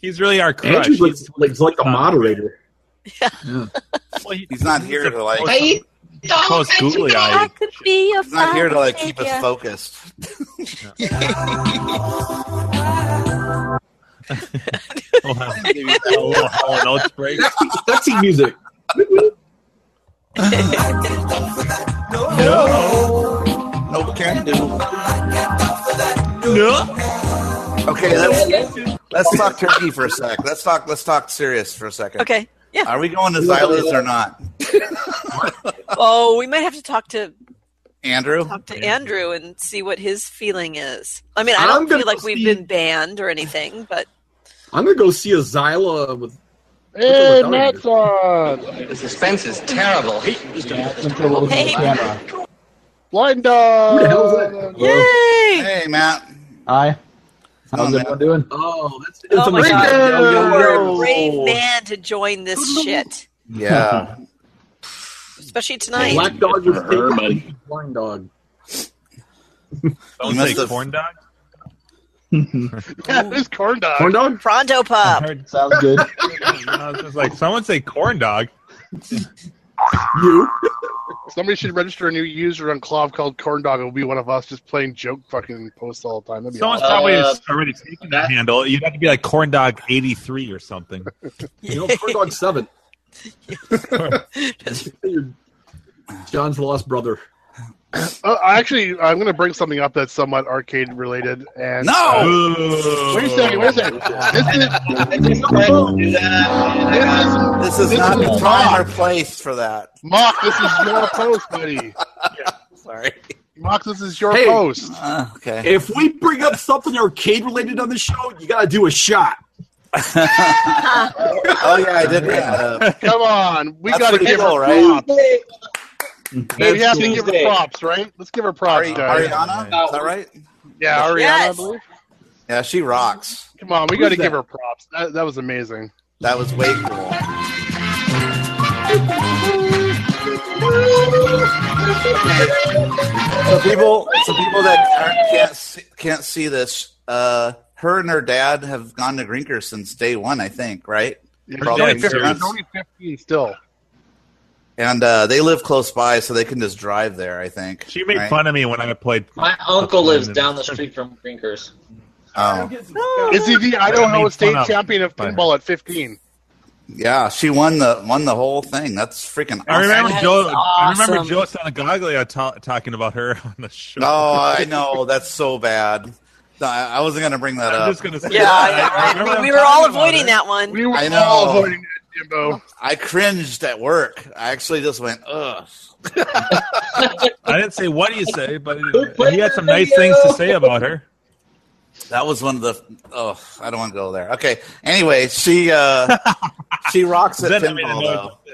[SPEAKER 4] he's really our crush.
[SPEAKER 8] Andrew's like, like, like a moderator.
[SPEAKER 5] He's not here to like.
[SPEAKER 4] Hey, Close googly eye.
[SPEAKER 2] could be a
[SPEAKER 5] He's not here to like keep us focused.
[SPEAKER 8] Sexy music.
[SPEAKER 5] No can do. No. Okay, let's let's talk turkey for a sec. Let's talk let's talk serious for a second.
[SPEAKER 2] Okay. Yeah.
[SPEAKER 5] Are we going to Xylas or not, Uh,
[SPEAKER 2] Oh, we might have to talk to
[SPEAKER 5] Andrew?
[SPEAKER 2] talk to Andrew and see what his feeling is. I mean, I
[SPEAKER 8] I'm
[SPEAKER 2] don't
[SPEAKER 8] gonna
[SPEAKER 2] feel like
[SPEAKER 8] go
[SPEAKER 2] we've
[SPEAKER 8] see-
[SPEAKER 2] been banned or anything, but
[SPEAKER 8] I'm gonna go see a Xyla with.
[SPEAKER 3] Hey,
[SPEAKER 8] without
[SPEAKER 3] Matt's on.
[SPEAKER 15] The suspense is terrible.
[SPEAKER 3] Blind dog.
[SPEAKER 8] Who the hell is that?
[SPEAKER 2] Yay!
[SPEAKER 5] Hey, Matt.
[SPEAKER 15] Hi. How's everyone doing?
[SPEAKER 8] Oh, that's it's
[SPEAKER 2] oh my
[SPEAKER 8] amazing.
[SPEAKER 2] god,
[SPEAKER 8] Yo, yo,
[SPEAKER 2] you're
[SPEAKER 8] yo.
[SPEAKER 2] a brave man to join this shit,
[SPEAKER 15] (laughs)
[SPEAKER 5] Yeah.
[SPEAKER 2] especially tonight.
[SPEAKER 8] Black dog was her, buddy. Blind dog.
[SPEAKER 5] You must have,
[SPEAKER 4] Corn dog.
[SPEAKER 3] Yeah, who's corn dog?
[SPEAKER 8] Corn dog.
[SPEAKER 2] Pronto
[SPEAKER 4] Uh,
[SPEAKER 2] Pop.
[SPEAKER 15] Sounds
[SPEAKER 8] (laughs)
[SPEAKER 15] good.
[SPEAKER 4] I was just like, someone say corn dog.
[SPEAKER 8] You.
[SPEAKER 3] Somebody should register a new user on Clov called Corn Dog. It will be one of us just playing joke fucking posts all the time. That'd be
[SPEAKER 4] Someone's
[SPEAKER 3] awesome.
[SPEAKER 4] probably
[SPEAKER 6] Uh,
[SPEAKER 4] already taken that handle. You'd have to be like corn dog eighty three or something.
[SPEAKER 8] You know, corn dog seven. John's lost brother.
[SPEAKER 3] Uh, actually, I'm going to bring something up that's somewhat arcade related. And
[SPEAKER 5] No!
[SPEAKER 3] uh, wait a second. Wait a second. This is
[SPEAKER 5] this is
[SPEAKER 3] This
[SPEAKER 5] not
[SPEAKER 3] is
[SPEAKER 5] the time or place for that.
[SPEAKER 3] Mock. This is your post, buddy.
[SPEAKER 5] Sorry.
[SPEAKER 3] Mock. This is your
[SPEAKER 8] Hey.
[SPEAKER 3] post.
[SPEAKER 5] Uh, (laughs) okay.
[SPEAKER 8] If we bring up something arcade related on the show, you gotta do a shot.
[SPEAKER 5] Oh yeah, I
[SPEAKER 3] (laughs)
[SPEAKER 5] did. Uh,
[SPEAKER 3] Come on. We
[SPEAKER 5] That's
[SPEAKER 3] got to
[SPEAKER 5] pretty
[SPEAKER 3] give
[SPEAKER 5] cool,
[SPEAKER 3] her
[SPEAKER 5] right?
[SPEAKER 3] props.
[SPEAKER 6] That's
[SPEAKER 3] We have to give her
[SPEAKER 6] Tuesday.
[SPEAKER 3] props, right? Let's give her props,
[SPEAKER 5] Ari-
[SPEAKER 3] guys.
[SPEAKER 5] Ariana, is that right?
[SPEAKER 3] Yeah, Ariana. I
[SPEAKER 2] Yes.
[SPEAKER 3] believe.
[SPEAKER 5] Yeah, she rocks.
[SPEAKER 3] Come on. We got to
[SPEAKER 8] that?
[SPEAKER 3] give her props. That, that was amazing.
[SPEAKER 5] That was way cool. So people, so people that aren't, can't see, can't see this, uh, her and her dad have gone to Grinkers since day one, I think, right?
[SPEAKER 3] Yeah,
[SPEAKER 5] For all
[SPEAKER 3] she's only
[SPEAKER 5] the
[SPEAKER 3] 15
[SPEAKER 5] insurance.
[SPEAKER 3] she's only 15 still.
[SPEAKER 5] and uh, they live close by, so they can just drive there. I think
[SPEAKER 4] She made fun of me when I played.
[SPEAKER 6] My uncle lives down the street from Grinkers.
[SPEAKER 5] Oh.
[SPEAKER 3] Is he the Idaho State champion of pinball at 15?
[SPEAKER 5] Yeah, she won the won the whole thing. That's freaking. Awesome.
[SPEAKER 4] I remember Joe. I remember Joe Sanagaglia ta- talking about her (laughs) on the show.
[SPEAKER 5] Oh, I know that's so bad. No, I I wasn't gonna bring that
[SPEAKER 4] I'm
[SPEAKER 5] up.
[SPEAKER 4] just gonna say
[SPEAKER 2] Yeah, I, I, we, we were all avoiding that one.
[SPEAKER 3] We
[SPEAKER 5] I know.
[SPEAKER 3] it, Jimbo.
[SPEAKER 5] I cringed at work. I actually just went, ugh.
[SPEAKER 4] I didn't say what do you say, but he had some nice things to say about
[SPEAKER 5] (laughs)
[SPEAKER 4] her.
[SPEAKER 5] That was one of the. Oh, I don't want to go there. Okay. Anyway, she uh, she rocks at
[SPEAKER 3] Then I made a
[SPEAKER 5] pinball
[SPEAKER 3] note
[SPEAKER 5] though,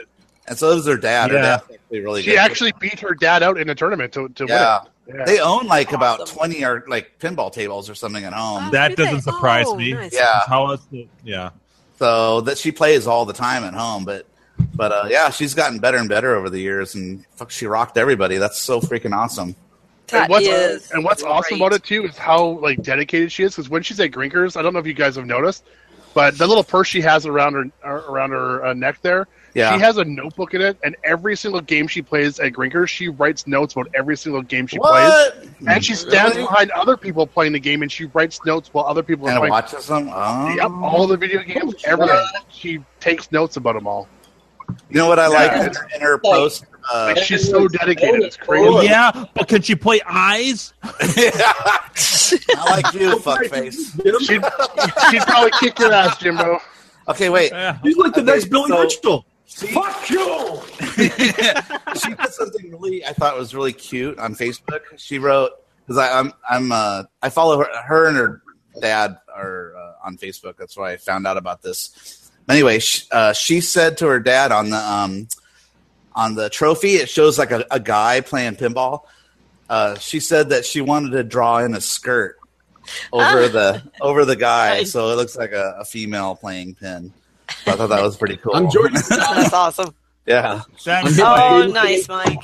[SPEAKER 5] and so is her dad. Her
[SPEAKER 3] Yeah.
[SPEAKER 5] dad's actually really
[SPEAKER 3] She
[SPEAKER 5] good.
[SPEAKER 3] actually beat her dad out in a tournament to, to
[SPEAKER 5] yeah.
[SPEAKER 3] win it. Yeah.
[SPEAKER 5] They own like about twenty or like pinball tables or something at
[SPEAKER 2] Oh,
[SPEAKER 5] home.
[SPEAKER 4] That doesn't surprise me.
[SPEAKER 5] Yeah.
[SPEAKER 4] How else? did- Yeah.
[SPEAKER 5] So that she plays all the time at home, but but uh, yeah, she's gotten better and better over the years, and fuck, she rocked everybody. That's so freaking awesome.
[SPEAKER 3] and what's, (laughs)
[SPEAKER 5] is
[SPEAKER 3] and what's awesome
[SPEAKER 5] great.
[SPEAKER 3] about it too is how like dedicated she is. Because when she's at Grinkers, I don't know if you guys have noticed, but the little purse she has around her ar- around her uh, neck there,
[SPEAKER 5] Yeah.
[SPEAKER 3] she has a notebook in it, and every single game she plays at Grinkers, she writes notes about every single game she
[SPEAKER 5] What?
[SPEAKER 3] plays, and she stands
[SPEAKER 5] Really?
[SPEAKER 3] behind other people playing the game, and she writes notes while other people
[SPEAKER 5] And
[SPEAKER 3] are playing.
[SPEAKER 5] watches them. Oh.
[SPEAKER 3] Yep, all the video games, everything. She takes notes about them all.
[SPEAKER 5] You know what I like
[SPEAKER 3] Yeah.
[SPEAKER 5] in her, in her post? Uh,
[SPEAKER 3] Like, she's so dedicated. It's crazy.
[SPEAKER 4] Yeah, but can she play eyes?
[SPEAKER 5] (laughs) I like you, fuckface.
[SPEAKER 3] She'd, she'd probably kick your ass, Jimbo.
[SPEAKER 5] Okay, wait.
[SPEAKER 8] He's like the next Billy Mitchell.
[SPEAKER 5] Fuck you! (laughs) she put something really I thought was really cute on Facebook. She wrote because I'm I'm uh, I follow her her and her dad are uh, on Facebook. That's why I found out about this. Anyway, she, uh, she said to her dad on the um, on the trophy, it shows like a, a guy playing pinball. Uh, she said that she wanted to draw in a skirt over the over the guy, so it looks like a, a female playing pin. So I thought that was pretty cool.
[SPEAKER 8] I'm joining.
[SPEAKER 2] That's awesome.
[SPEAKER 5] Yeah.
[SPEAKER 2] Oh, nice, Mike.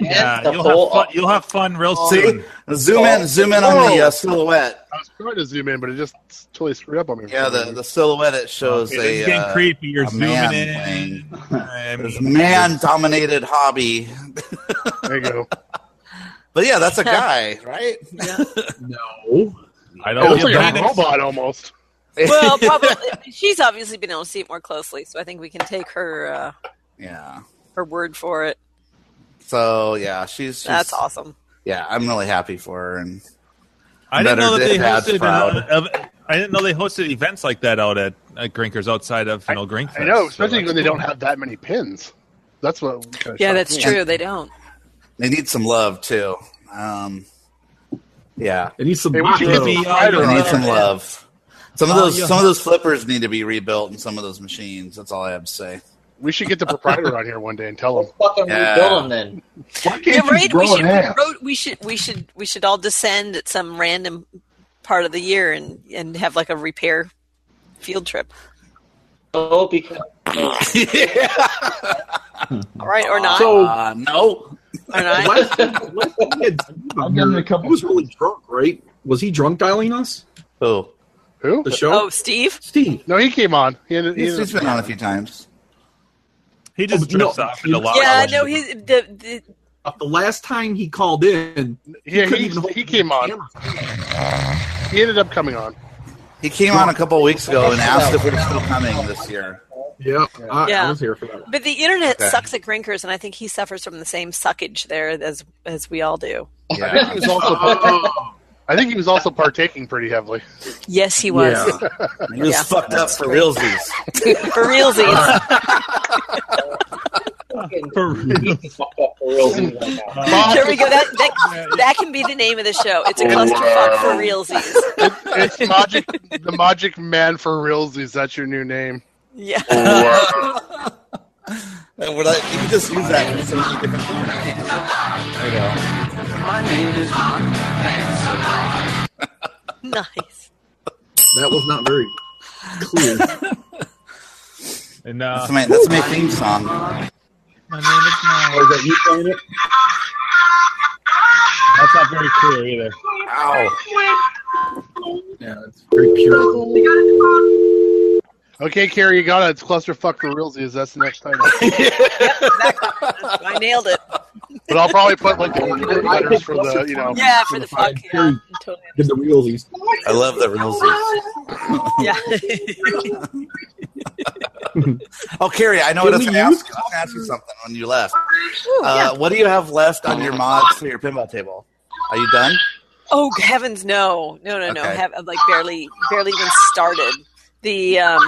[SPEAKER 4] Yeah, you'll have fun, you'll have fun real
[SPEAKER 3] Oh,
[SPEAKER 5] See?
[SPEAKER 4] soon.
[SPEAKER 5] Zoom in, zoom in on the
[SPEAKER 3] Whoa.
[SPEAKER 5] uh, silhouette.
[SPEAKER 3] I was trying to zoom in, but it just totally screwed up on me.
[SPEAKER 5] Yeah, the, the silhouette it shows
[SPEAKER 3] Okay, this
[SPEAKER 5] a
[SPEAKER 3] is getting
[SPEAKER 5] uh,
[SPEAKER 3] creepy. You're
[SPEAKER 5] a
[SPEAKER 3] zooming
[SPEAKER 5] man
[SPEAKER 3] in.
[SPEAKER 5] playing. This man dominated hobby.
[SPEAKER 3] there you
[SPEAKER 5] (laughs)
[SPEAKER 3] go.
[SPEAKER 5] But yeah,
[SPEAKER 2] (laughs)
[SPEAKER 5] that's a guy, right?
[SPEAKER 8] No.
[SPEAKER 4] I
[SPEAKER 3] It looks
[SPEAKER 5] get
[SPEAKER 3] like a
[SPEAKER 5] that.
[SPEAKER 3] robot almost.
[SPEAKER 2] Well, probably she's obviously been able to see it more closely, so I think we can take her uh,
[SPEAKER 5] (laughs) yeah.
[SPEAKER 2] her word for it.
[SPEAKER 5] So yeah, she's, she's
[SPEAKER 2] That's awesome.
[SPEAKER 5] Yeah, I'm really happy for her and
[SPEAKER 4] I didn't
[SPEAKER 5] bet
[SPEAKER 4] know
[SPEAKER 5] her
[SPEAKER 4] that they
[SPEAKER 5] dad's
[SPEAKER 4] hosted.
[SPEAKER 5] proud.
[SPEAKER 4] uh, ev- I didn't know they hosted events like that out at, at Grinkers outside of you know Grink.
[SPEAKER 3] I know,
[SPEAKER 4] Fest, so
[SPEAKER 3] especially
[SPEAKER 4] that's
[SPEAKER 3] when they
[SPEAKER 4] cool.
[SPEAKER 3] don't have that many pins. That's what. kinda
[SPEAKER 2] Yeah,
[SPEAKER 3] shocked
[SPEAKER 2] that's
[SPEAKER 3] me.
[SPEAKER 2] true. They don't.
[SPEAKER 5] They need some love too. Um, yeah,
[SPEAKER 8] they need some.
[SPEAKER 3] They want you to be all your
[SPEAKER 5] need
[SPEAKER 3] love.
[SPEAKER 5] some love. Some of
[SPEAKER 3] All
[SPEAKER 5] those
[SPEAKER 3] your
[SPEAKER 5] some of
[SPEAKER 3] love.
[SPEAKER 5] those flippers need to be rebuilt in some of those machines. That's all I have to say.
[SPEAKER 3] We should get the proprietor on here one day and tell him.
[SPEAKER 6] Fucking
[SPEAKER 5] Yeah.
[SPEAKER 6] rebuild them then.
[SPEAKER 3] Why
[SPEAKER 2] Yeah,
[SPEAKER 3] can't you
[SPEAKER 2] right. We
[SPEAKER 3] grow
[SPEAKER 2] should,
[SPEAKER 3] an ass?
[SPEAKER 2] ro- we should we should we should all descend at some random part of the year and and have like a repair field trip.
[SPEAKER 6] Oh, because
[SPEAKER 2] All right, or not?
[SPEAKER 3] Oh.
[SPEAKER 8] So-
[SPEAKER 5] Uh, no.
[SPEAKER 2] or not?
[SPEAKER 8] Last- last weekend, He was really drunk, right? Was he drunk dialing us?
[SPEAKER 3] Oh.
[SPEAKER 5] Who?
[SPEAKER 3] Who?
[SPEAKER 8] The show?
[SPEAKER 2] Oh, Steve.
[SPEAKER 8] Steve.
[SPEAKER 3] No, he came on. He ended, he
[SPEAKER 5] He's,
[SPEAKER 3] ended
[SPEAKER 5] he's been on a few times.
[SPEAKER 4] He just
[SPEAKER 8] Oh, no.
[SPEAKER 4] drifts off into lot.
[SPEAKER 2] Yeah, no, he's the, the
[SPEAKER 8] The last time he called in,
[SPEAKER 3] Yeah,
[SPEAKER 8] couldn't
[SPEAKER 3] he-
[SPEAKER 8] even hold
[SPEAKER 3] he came on.
[SPEAKER 8] camera.
[SPEAKER 3] he ended up coming on.
[SPEAKER 5] He came on a couple weeks ago and asked if we we're still coming this year.
[SPEAKER 8] Yeah, I, I
[SPEAKER 2] Yeah.
[SPEAKER 8] was here for that.
[SPEAKER 2] but the internet
[SPEAKER 5] Okay.
[SPEAKER 2] sucks at Grinkers, and I think he suffers from the same suckage there as as we all do.
[SPEAKER 3] I think he
[SPEAKER 5] Yeah.
[SPEAKER 3] was also. I think he was also partaking pretty heavily.
[SPEAKER 2] Yes, he was (laughs)
[SPEAKER 5] He was
[SPEAKER 2] Yeah.
[SPEAKER 5] fucked up for realsies.
[SPEAKER 2] for realsies.
[SPEAKER 6] fucking
[SPEAKER 4] For real.
[SPEAKER 6] fucked up for real right now.
[SPEAKER 2] there we go. That, that that can be the name of the show. It's a clusterfuck for realsies.
[SPEAKER 3] It's Magic, the Magic Man for realsies. That's your new name.
[SPEAKER 2] Yeah.
[SPEAKER 5] And we're like, you can just use that. for so many different things. There you go.
[SPEAKER 2] (laughs) Nice.
[SPEAKER 8] That was not very clear.
[SPEAKER 4] And uh,
[SPEAKER 3] (laughs)
[SPEAKER 5] That's my, that's my theme song.
[SPEAKER 4] my name is Mike.
[SPEAKER 8] Oh, is that you playing it?
[SPEAKER 4] That's not very clear either.
[SPEAKER 5] Ow.
[SPEAKER 8] Yeah, it's very pure.
[SPEAKER 3] Okay, Carrie, you got it. It's clusterfuck for realsies. That's the next title.
[SPEAKER 2] I nailed it.
[SPEAKER 3] But I'll probably put like the recruit letters for the you know.
[SPEAKER 2] Yeah, for the fuck. Yeah, totally. (laughs)
[SPEAKER 8] Did the realsies.
[SPEAKER 5] I love the realsies.
[SPEAKER 2] Yeah.
[SPEAKER 5] Oh, Carrie, I know
[SPEAKER 2] Can
[SPEAKER 5] what I'm
[SPEAKER 2] we
[SPEAKER 5] going to ask you. I'm going to ask you something when you left. Uh,
[SPEAKER 2] yeah.
[SPEAKER 5] What do you have left on your mods for your pinball table? Are you done?
[SPEAKER 2] Oh heavens, no, no, no, no!
[SPEAKER 5] Okay.
[SPEAKER 2] Have, like barely, barely even started. The um,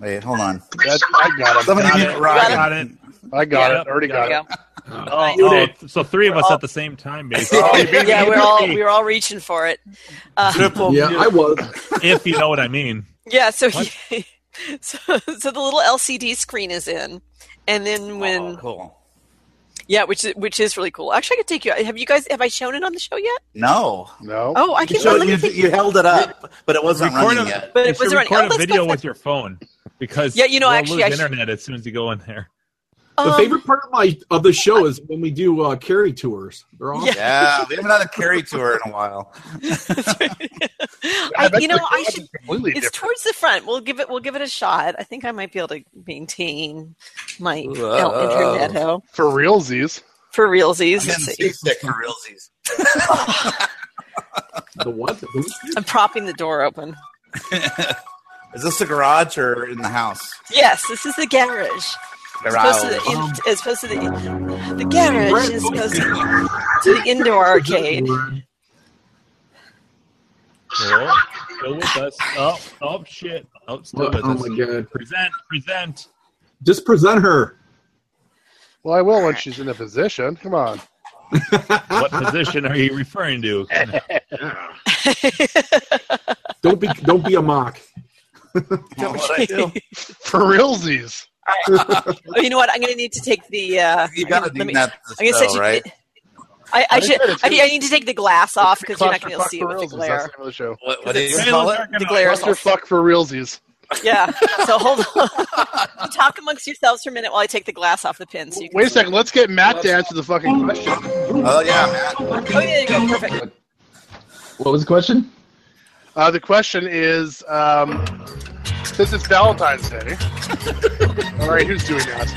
[SPEAKER 5] Wait, hold on.
[SPEAKER 3] That's, I got it.
[SPEAKER 5] Somebody
[SPEAKER 4] Got
[SPEAKER 5] get
[SPEAKER 4] it.
[SPEAKER 5] it right.
[SPEAKER 4] Got it.
[SPEAKER 3] I got it. Already
[SPEAKER 2] there
[SPEAKER 3] got
[SPEAKER 2] we
[SPEAKER 3] it.
[SPEAKER 2] go.
[SPEAKER 4] Oh, oh, so three of us at the same time, basically.
[SPEAKER 2] yeah, we're all we were all reaching for it. Uh,
[SPEAKER 8] was.
[SPEAKER 4] If you know what I mean.
[SPEAKER 2] Yeah, so he, (laughs) so so the little LCD screen is in, and then when
[SPEAKER 5] Oh,
[SPEAKER 4] Oh.
[SPEAKER 5] cool.
[SPEAKER 2] yeah, which is which is really cool. Actually, I could take you. Have you guys have I shown it on the show yet?
[SPEAKER 5] No.
[SPEAKER 3] No.
[SPEAKER 2] Oh, I can-
[SPEAKER 5] You, showed-
[SPEAKER 2] let me
[SPEAKER 5] you,
[SPEAKER 2] think.
[SPEAKER 5] you held it up, but it wasn't
[SPEAKER 4] Record
[SPEAKER 5] running
[SPEAKER 4] a-
[SPEAKER 5] yet.
[SPEAKER 2] But
[SPEAKER 4] you
[SPEAKER 2] it (laughs) was
[SPEAKER 4] should
[SPEAKER 2] right-
[SPEAKER 4] record
[SPEAKER 2] oh, let's
[SPEAKER 4] a
[SPEAKER 2] go
[SPEAKER 4] video
[SPEAKER 2] back.
[SPEAKER 4] with your phone because
[SPEAKER 2] Yeah, you know,
[SPEAKER 4] we'll
[SPEAKER 2] actually,
[SPEAKER 4] lose
[SPEAKER 2] I
[SPEAKER 4] the
[SPEAKER 2] should-
[SPEAKER 4] internet as soon as you go in there.
[SPEAKER 8] the
[SPEAKER 2] Um, (laughs)
[SPEAKER 8] favorite part of my of the show is when we do uh, carry tours. They're awesome.
[SPEAKER 5] Yeah.
[SPEAKER 2] (laughs)
[SPEAKER 5] we haven't had a carry tour in a while.
[SPEAKER 2] I, you know, I should.
[SPEAKER 5] completely
[SPEAKER 2] It's
[SPEAKER 5] different.
[SPEAKER 2] towards the front. We'll give it. We'll give it a shot. I think I might be able to maintain my El
[SPEAKER 3] Whoa.
[SPEAKER 2] Interneto
[SPEAKER 3] For realsies.
[SPEAKER 2] for realsies.
[SPEAKER 5] I'm
[SPEAKER 2] Let's
[SPEAKER 5] getting
[SPEAKER 2] see.
[SPEAKER 5] seasick for realsies.
[SPEAKER 8] The what?
[SPEAKER 2] I'm propping the door open.
[SPEAKER 5] Is this the garage or in the house?
[SPEAKER 2] Yes, this is the garage. As opposed to the, in, as opposed to the, in- the garage is supposed to, to the indoor arcade.
[SPEAKER 4] Cool. Go with us. Oh, oh shit. Oh, still with
[SPEAKER 8] Oh
[SPEAKER 4] us.
[SPEAKER 8] my god.
[SPEAKER 4] Present, present.
[SPEAKER 8] Just present her.
[SPEAKER 3] Well, I will when she's in a position. Come on.
[SPEAKER 4] What position are you referring
[SPEAKER 8] (laughs)
[SPEAKER 4] to?
[SPEAKER 8] Don't be don't be a mock.
[SPEAKER 5] what I do?
[SPEAKER 3] For realsies.
[SPEAKER 2] Oh, you know what? I'm going to need to take the. Uh,
[SPEAKER 5] You gotta
[SPEAKER 2] let
[SPEAKER 5] do
[SPEAKER 2] me-
[SPEAKER 5] that to
[SPEAKER 2] I'm going to
[SPEAKER 5] the
[SPEAKER 2] set
[SPEAKER 5] show,
[SPEAKER 2] you.
[SPEAKER 5] right?
[SPEAKER 2] I, I
[SPEAKER 3] I
[SPEAKER 2] should.
[SPEAKER 3] said it's
[SPEAKER 2] I, need- I need to take the glass off because you're not going to be able
[SPEAKER 3] Clusterfuck
[SPEAKER 2] to see
[SPEAKER 3] for
[SPEAKER 2] it with
[SPEAKER 3] realsies. That's the
[SPEAKER 2] the glare.
[SPEAKER 3] name of the show.
[SPEAKER 5] What, what do you
[SPEAKER 4] Hey,
[SPEAKER 5] call
[SPEAKER 4] look,
[SPEAKER 5] it?
[SPEAKER 4] they're gonna-
[SPEAKER 2] The glare. is all-
[SPEAKER 3] Clusterfuck for realsies.
[SPEAKER 2] Yeah. So hold
[SPEAKER 3] (laughs)
[SPEAKER 2] on. Talk amongst yourselves for a minute while I take the glass off the pin. So you can
[SPEAKER 3] Wait a second. Let's get Matt to answer the fucking question.
[SPEAKER 5] Oh, yeah, man.
[SPEAKER 2] Oh, yeah, there you go. Perfect.
[SPEAKER 15] What was the question?
[SPEAKER 3] Uh, the question is um, since it's Valentine's
[SPEAKER 2] (laughs)
[SPEAKER 3] Day. All right, who's doing that?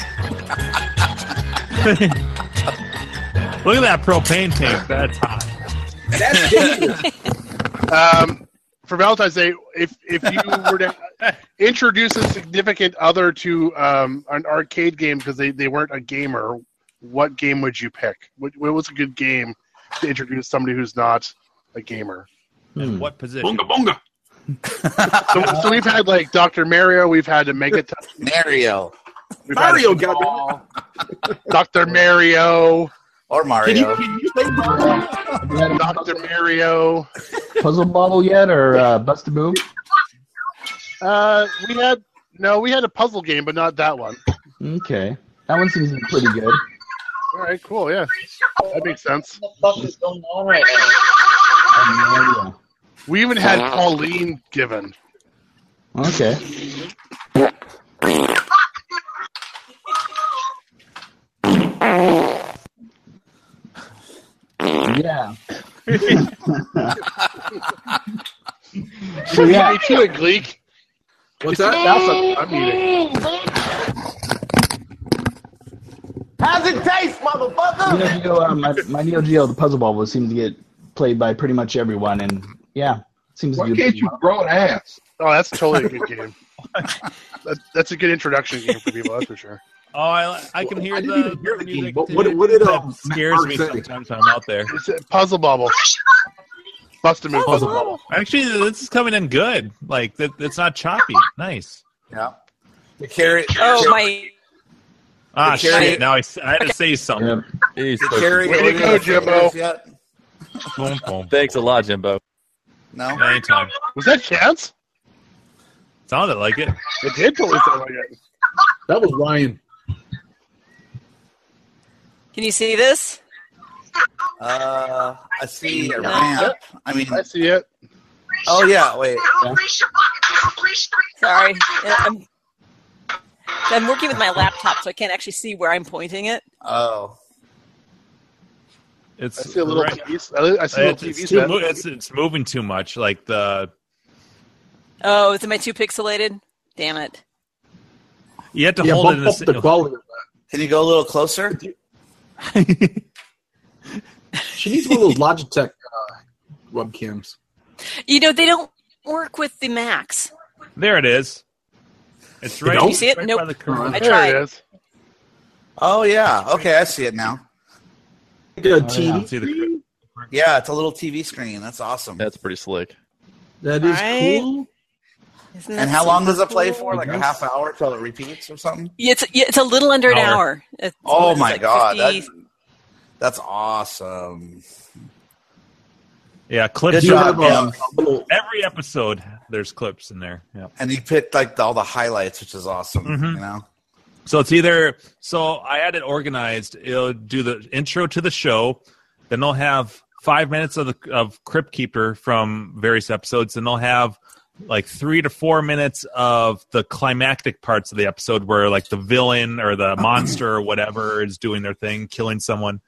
[SPEAKER 4] Look at that propane tank. That's
[SPEAKER 8] (laughs)
[SPEAKER 4] hot.
[SPEAKER 3] Um, for Valentine's Day, if if you were
[SPEAKER 2] (laughs)
[SPEAKER 3] to introduce a significant other to um, an arcade game because they, they weren't a gamer, what game would you pick? What, what was a good game to introduce somebody who's not a gamer?
[SPEAKER 8] Hmm.
[SPEAKER 4] In what position?
[SPEAKER 8] Bonga bonga.
[SPEAKER 3] So, so we've had like Dr. Mario, we've had to make it.
[SPEAKER 5] Mario.
[SPEAKER 3] We've had
[SPEAKER 8] Mario got
[SPEAKER 3] Dr. Mario,
[SPEAKER 5] Or
[SPEAKER 8] Can you,
[SPEAKER 5] Mario.
[SPEAKER 8] can you say Bonga?
[SPEAKER 15] Have you had a
[SPEAKER 3] Dr. Mario.
[SPEAKER 15] puzzle bottle yet or uh, bust a move?
[SPEAKER 3] Uh, we had no, we had a puzzle game, but not that one.
[SPEAKER 15] Okay. That one seems pretty good.
[SPEAKER 3] All right, cool, yeah, that makes sense.
[SPEAKER 6] What the fuck is going on right now?
[SPEAKER 15] I
[SPEAKER 3] We even had Pauline given.
[SPEAKER 15] have no idea. Okay. Yeah. so yeah,
[SPEAKER 3] Me too, Gleek.
[SPEAKER 8] What's that? That's a,
[SPEAKER 3] I'm eating.
[SPEAKER 15] Neo Geo, uh, my, my Neo Geo, the puzzle ball, was seems to get played by pretty much everyone, and yeah, seems
[SPEAKER 9] Why
[SPEAKER 15] to
[SPEAKER 9] can't
[SPEAKER 15] be.
[SPEAKER 9] you grow an ass?
[SPEAKER 3] Oh, that's totally a good game. that, that's a good introduction game for people, that's for sure.
[SPEAKER 4] Oh, I, I can hear
[SPEAKER 8] I didn't
[SPEAKER 4] the,
[SPEAKER 8] even hear the game,
[SPEAKER 4] music,
[SPEAKER 8] but what-
[SPEAKER 4] dude.
[SPEAKER 8] what did,
[SPEAKER 4] That
[SPEAKER 8] um, (laughs)
[SPEAKER 4] scares
[SPEAKER 8] Mark
[SPEAKER 4] me
[SPEAKER 8] say?
[SPEAKER 4] sometimes when I'm out there.
[SPEAKER 3] It's a puzzle bubble. Bust a move, puzzle
[SPEAKER 8] puzzle
[SPEAKER 3] bubble.
[SPEAKER 8] ball.
[SPEAKER 4] Actually, this is coming in good. Like that, it's not choppy. Nice.
[SPEAKER 5] Yeah. The carry,
[SPEAKER 2] Oh my!
[SPEAKER 4] Ah,
[SPEAKER 5] Did Carrie-
[SPEAKER 4] shit. Now I, s- I had to say something.
[SPEAKER 15] Yep.
[SPEAKER 10] Jeez,
[SPEAKER 5] the
[SPEAKER 10] Percy.
[SPEAKER 5] carry
[SPEAKER 3] Way to go, Jimbo.
[SPEAKER 5] Yet?
[SPEAKER 4] Boom, boom.
[SPEAKER 10] Thanks a lot, Jimbo.
[SPEAKER 5] No.
[SPEAKER 4] Anytime.
[SPEAKER 3] Was that chance?
[SPEAKER 4] Sounded like it.
[SPEAKER 3] It did totally sound like it.
[SPEAKER 8] that was Ryan.
[SPEAKER 2] Can you see this?
[SPEAKER 5] Uh, I see a ramp. I mean,
[SPEAKER 3] I see it.
[SPEAKER 5] oh yeah. Wait.
[SPEAKER 2] Sorry, Yeah, I'm, I'm working with my laptop, so I can't actually see where I'm pointing it.
[SPEAKER 5] Oh,
[SPEAKER 4] It's
[SPEAKER 3] I see a little
[SPEAKER 4] right-
[SPEAKER 3] TV. I, I see a
[SPEAKER 4] It's,
[SPEAKER 3] little TV
[SPEAKER 4] it's, too,
[SPEAKER 3] set.
[SPEAKER 4] mo- it's, it's moving too much. Like the
[SPEAKER 2] Oh, is it my too pixelated? Damn it.
[SPEAKER 4] You have to
[SPEAKER 8] Yeah,
[SPEAKER 4] hold it
[SPEAKER 8] bump
[SPEAKER 4] in the,
[SPEAKER 8] up the quality of
[SPEAKER 5] Can you go a little closer?
[SPEAKER 8] She needs one of those Logitech uh, webcams.
[SPEAKER 2] You know, they don't work with the Macs.
[SPEAKER 4] There it is. It's right.
[SPEAKER 2] Did you see it?
[SPEAKER 4] right
[SPEAKER 2] Nope.
[SPEAKER 4] by the curve.
[SPEAKER 2] I tried.
[SPEAKER 3] is.
[SPEAKER 5] Oh yeah. Okay, I see it now.
[SPEAKER 8] Good TV.
[SPEAKER 5] Yeah, it's a little TV screen. That's awesome.
[SPEAKER 10] That's pretty slick.
[SPEAKER 8] That is
[SPEAKER 2] Right?
[SPEAKER 8] cool.
[SPEAKER 2] Isn't that
[SPEAKER 5] And how long does it play
[SPEAKER 2] something
[SPEAKER 5] for? Like a
[SPEAKER 2] cool?
[SPEAKER 5] half hour till it repeats or something?
[SPEAKER 2] Yeah, it's, yeah, it's a little under an
[SPEAKER 5] Hour.
[SPEAKER 2] hour. It's-
[SPEAKER 5] Oh
[SPEAKER 2] it's
[SPEAKER 5] my
[SPEAKER 2] like
[SPEAKER 5] god,
[SPEAKER 2] 50
[SPEAKER 5] that, that's awesome.
[SPEAKER 4] Yeah, clips.
[SPEAKER 5] Good
[SPEAKER 4] are-
[SPEAKER 5] job,
[SPEAKER 8] um,
[SPEAKER 5] Em.
[SPEAKER 4] Every episode, there's clips in there. Yeah.
[SPEAKER 5] And he picked like all the highlights, which is awesome.
[SPEAKER 4] Mm-hmm.
[SPEAKER 5] You know,
[SPEAKER 4] So it's either so I had it organized. It'll do the intro to the show, then they'll have five minutes of the of Crypt Keeper from various episodes, and they'll have like three to four minutes of the climactic parts of the episode where like the villain or the monster or whatever is doing their thing, killing someone.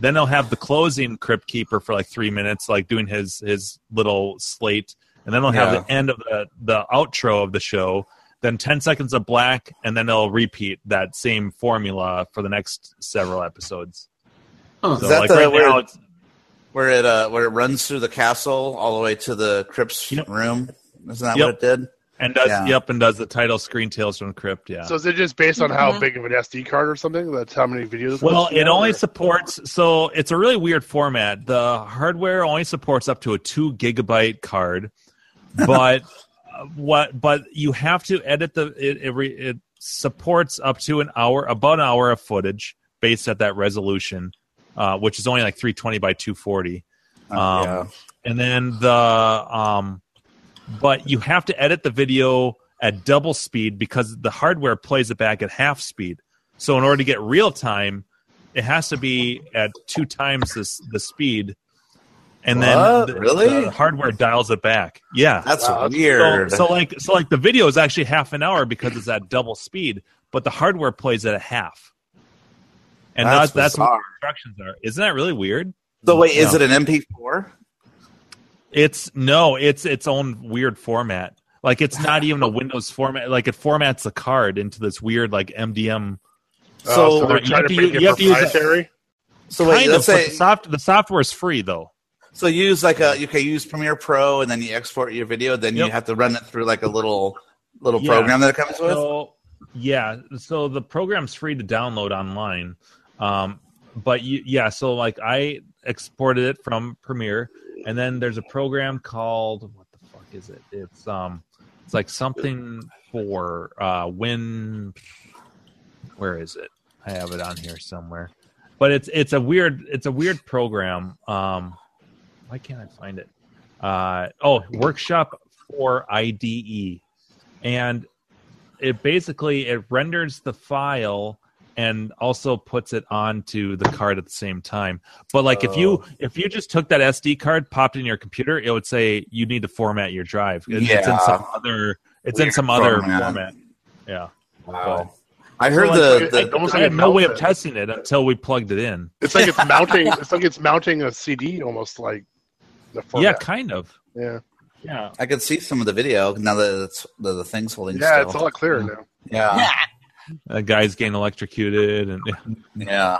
[SPEAKER 4] Then they'll have the closing Crypt Keeper for like three minutes, like doing his his little slate, and then they'll have
[SPEAKER 5] Yeah.
[SPEAKER 4] the end of the the outro of the show. Then ten seconds of black, and then they'll repeat that same formula for the next several episodes.
[SPEAKER 5] is that the
[SPEAKER 4] right
[SPEAKER 5] where,
[SPEAKER 4] now, it's-
[SPEAKER 5] where it uh, where it runs through the castle all the way to the crypt's room? Isn't that what
[SPEAKER 4] Yep.
[SPEAKER 5] it did?
[SPEAKER 4] and does
[SPEAKER 5] Yeah.
[SPEAKER 4] yep, and does the title screen Tales from the Crypt? Yeah.
[SPEAKER 3] So is it just based on how
[SPEAKER 2] Mhm.
[SPEAKER 3] big of an SD card or something? That's how many videos. Oh,
[SPEAKER 4] Well,
[SPEAKER 3] it's
[SPEAKER 4] it only
[SPEAKER 3] or-
[SPEAKER 4] supports so it's a really weird format. The hardware only supports up to a two gigabyte
[SPEAKER 5] (laughs)
[SPEAKER 4] card, but uh, what? But you have to edit the it. It, re, it supports up to an hour, about an hour of footage based at that resolution, uh, which is only like three twenty by two forty. Um,
[SPEAKER 5] Oh, Uh, yeah.
[SPEAKER 4] And then the um, but you have to edit the video at double speed because the hardware plays it back at half speed. So in order to get real time, it has to be at two times this the speed, and then
[SPEAKER 5] What?
[SPEAKER 4] the,
[SPEAKER 5] Really?
[SPEAKER 4] the hardware dials it back. Yeah,
[SPEAKER 5] That's
[SPEAKER 4] So-
[SPEAKER 5] weird.
[SPEAKER 4] So, like so like the video is actually half an hour because it's at double speed, but the hardware plays it at half. And that's
[SPEAKER 5] That's
[SPEAKER 4] that's what
[SPEAKER 5] bizarre.
[SPEAKER 4] the instructions are. Isn't that really weird?
[SPEAKER 5] So wait, is
[SPEAKER 4] Yeah.
[SPEAKER 5] it an MP4?
[SPEAKER 4] It's no, it's its own weird format. Like it's not (laughs) even a Windows format. Like it formats the card into this weird like MDM.
[SPEAKER 3] Oh, so, they're
[SPEAKER 4] you
[SPEAKER 3] trying
[SPEAKER 4] have
[SPEAKER 3] to
[SPEAKER 4] to
[SPEAKER 3] make
[SPEAKER 4] u-
[SPEAKER 3] it
[SPEAKER 4] you have to use a-
[SPEAKER 3] proprietary.
[SPEAKER 5] So wait,
[SPEAKER 4] kind of,
[SPEAKER 5] let's
[SPEAKER 4] but
[SPEAKER 5] say
[SPEAKER 4] the, soft, the software is free though.
[SPEAKER 5] so you use like a you can use Premiere Pro and then you export your video, then you
[SPEAKER 4] Yep.
[SPEAKER 5] have to run it through like a little little
[SPEAKER 4] Yeah.
[SPEAKER 5] program that it comes with.
[SPEAKER 4] So, yeah, so the program's free to download online. Um, but you, yeah, so like I exported it from Premiere, and then there's a program called what the fuck is it? It's um, it's like something for uh, Win. Where is it? I have it on here somewhere, but it's it's a weird it's a weird program. Um, why can't I find it? Uh, oh, Workshop for IDE, and it basically it renders the file and also puts it onto the card at the same time. But like if
[SPEAKER 5] Oh.
[SPEAKER 4] you if you just took that SD card, popped it in your computer, it would say you need to format your drive. It- It's in some
[SPEAKER 5] Yeah.
[SPEAKER 4] other it's in
[SPEAKER 5] Weird
[SPEAKER 4] some other
[SPEAKER 5] format.
[SPEAKER 4] format. Yeah.
[SPEAKER 5] Wow.
[SPEAKER 4] But-
[SPEAKER 5] I heard
[SPEAKER 4] So,
[SPEAKER 5] the,
[SPEAKER 4] like,
[SPEAKER 5] the
[SPEAKER 4] I- I, had no way of testing it until we plugged it in.
[SPEAKER 3] It's like
[SPEAKER 4] (laughs)
[SPEAKER 3] it's mounting. It's like it's mounting a CD, almost like the
[SPEAKER 4] Yeah,
[SPEAKER 3] format.
[SPEAKER 4] kind of.
[SPEAKER 3] Yeah,
[SPEAKER 4] Yeah.
[SPEAKER 5] I could see some of the video now that it's the, the thing's holding.
[SPEAKER 3] yeah,
[SPEAKER 5] still.
[SPEAKER 3] it's a lot clearer now.
[SPEAKER 5] Yeah,
[SPEAKER 4] The guy's getting electrocuted and
[SPEAKER 5] yeah.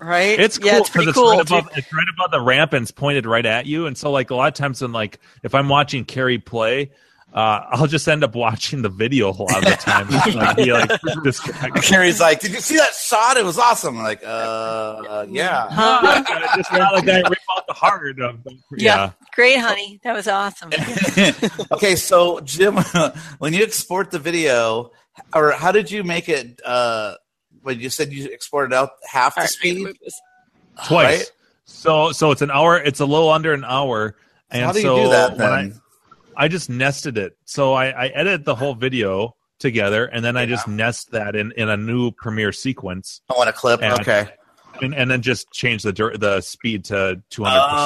[SPEAKER 2] Right?
[SPEAKER 4] It's cool
[SPEAKER 2] Yeah, it's
[SPEAKER 4] because
[SPEAKER 2] pretty
[SPEAKER 4] it's,
[SPEAKER 2] cool.
[SPEAKER 4] right above, it's right above the ramp and it's pointed right at you. And so, like a lot of times, when like if I'm watching Carrie play, uh, I'll just end up watching the video a lot of the
[SPEAKER 2] (laughs)
[SPEAKER 4] time. like, be, like,
[SPEAKER 5] (laughs)
[SPEAKER 4] distracted.
[SPEAKER 5] Carrie's like, "Did you see that shot? It was awesome." I'm like, uh, uh, (laughs) yeah.
[SPEAKER 2] Huh?
[SPEAKER 4] I (laughs) just saw the guy rip out the heart. Of, yeah.
[SPEAKER 2] Great, honey. That was awesome.
[SPEAKER 4] (laughs)
[SPEAKER 5] okay, so Jim, (laughs) when you export the video, or how did you make it? Uh, when you said you exported out half the speed,
[SPEAKER 4] twice.
[SPEAKER 5] Right?
[SPEAKER 4] So so it's an hour. It's a little under an hour. And
[SPEAKER 5] how do you
[SPEAKER 4] so
[SPEAKER 5] do that
[SPEAKER 4] when I-
[SPEAKER 5] then?
[SPEAKER 4] I just nested it. So I, I edit the whole video together and then I just nest that in, in a new premiere sequence
[SPEAKER 5] I, want a clip.
[SPEAKER 4] Yeah.
[SPEAKER 5] Okay.
[SPEAKER 4] and, and then just change the dir- the speed to 200%.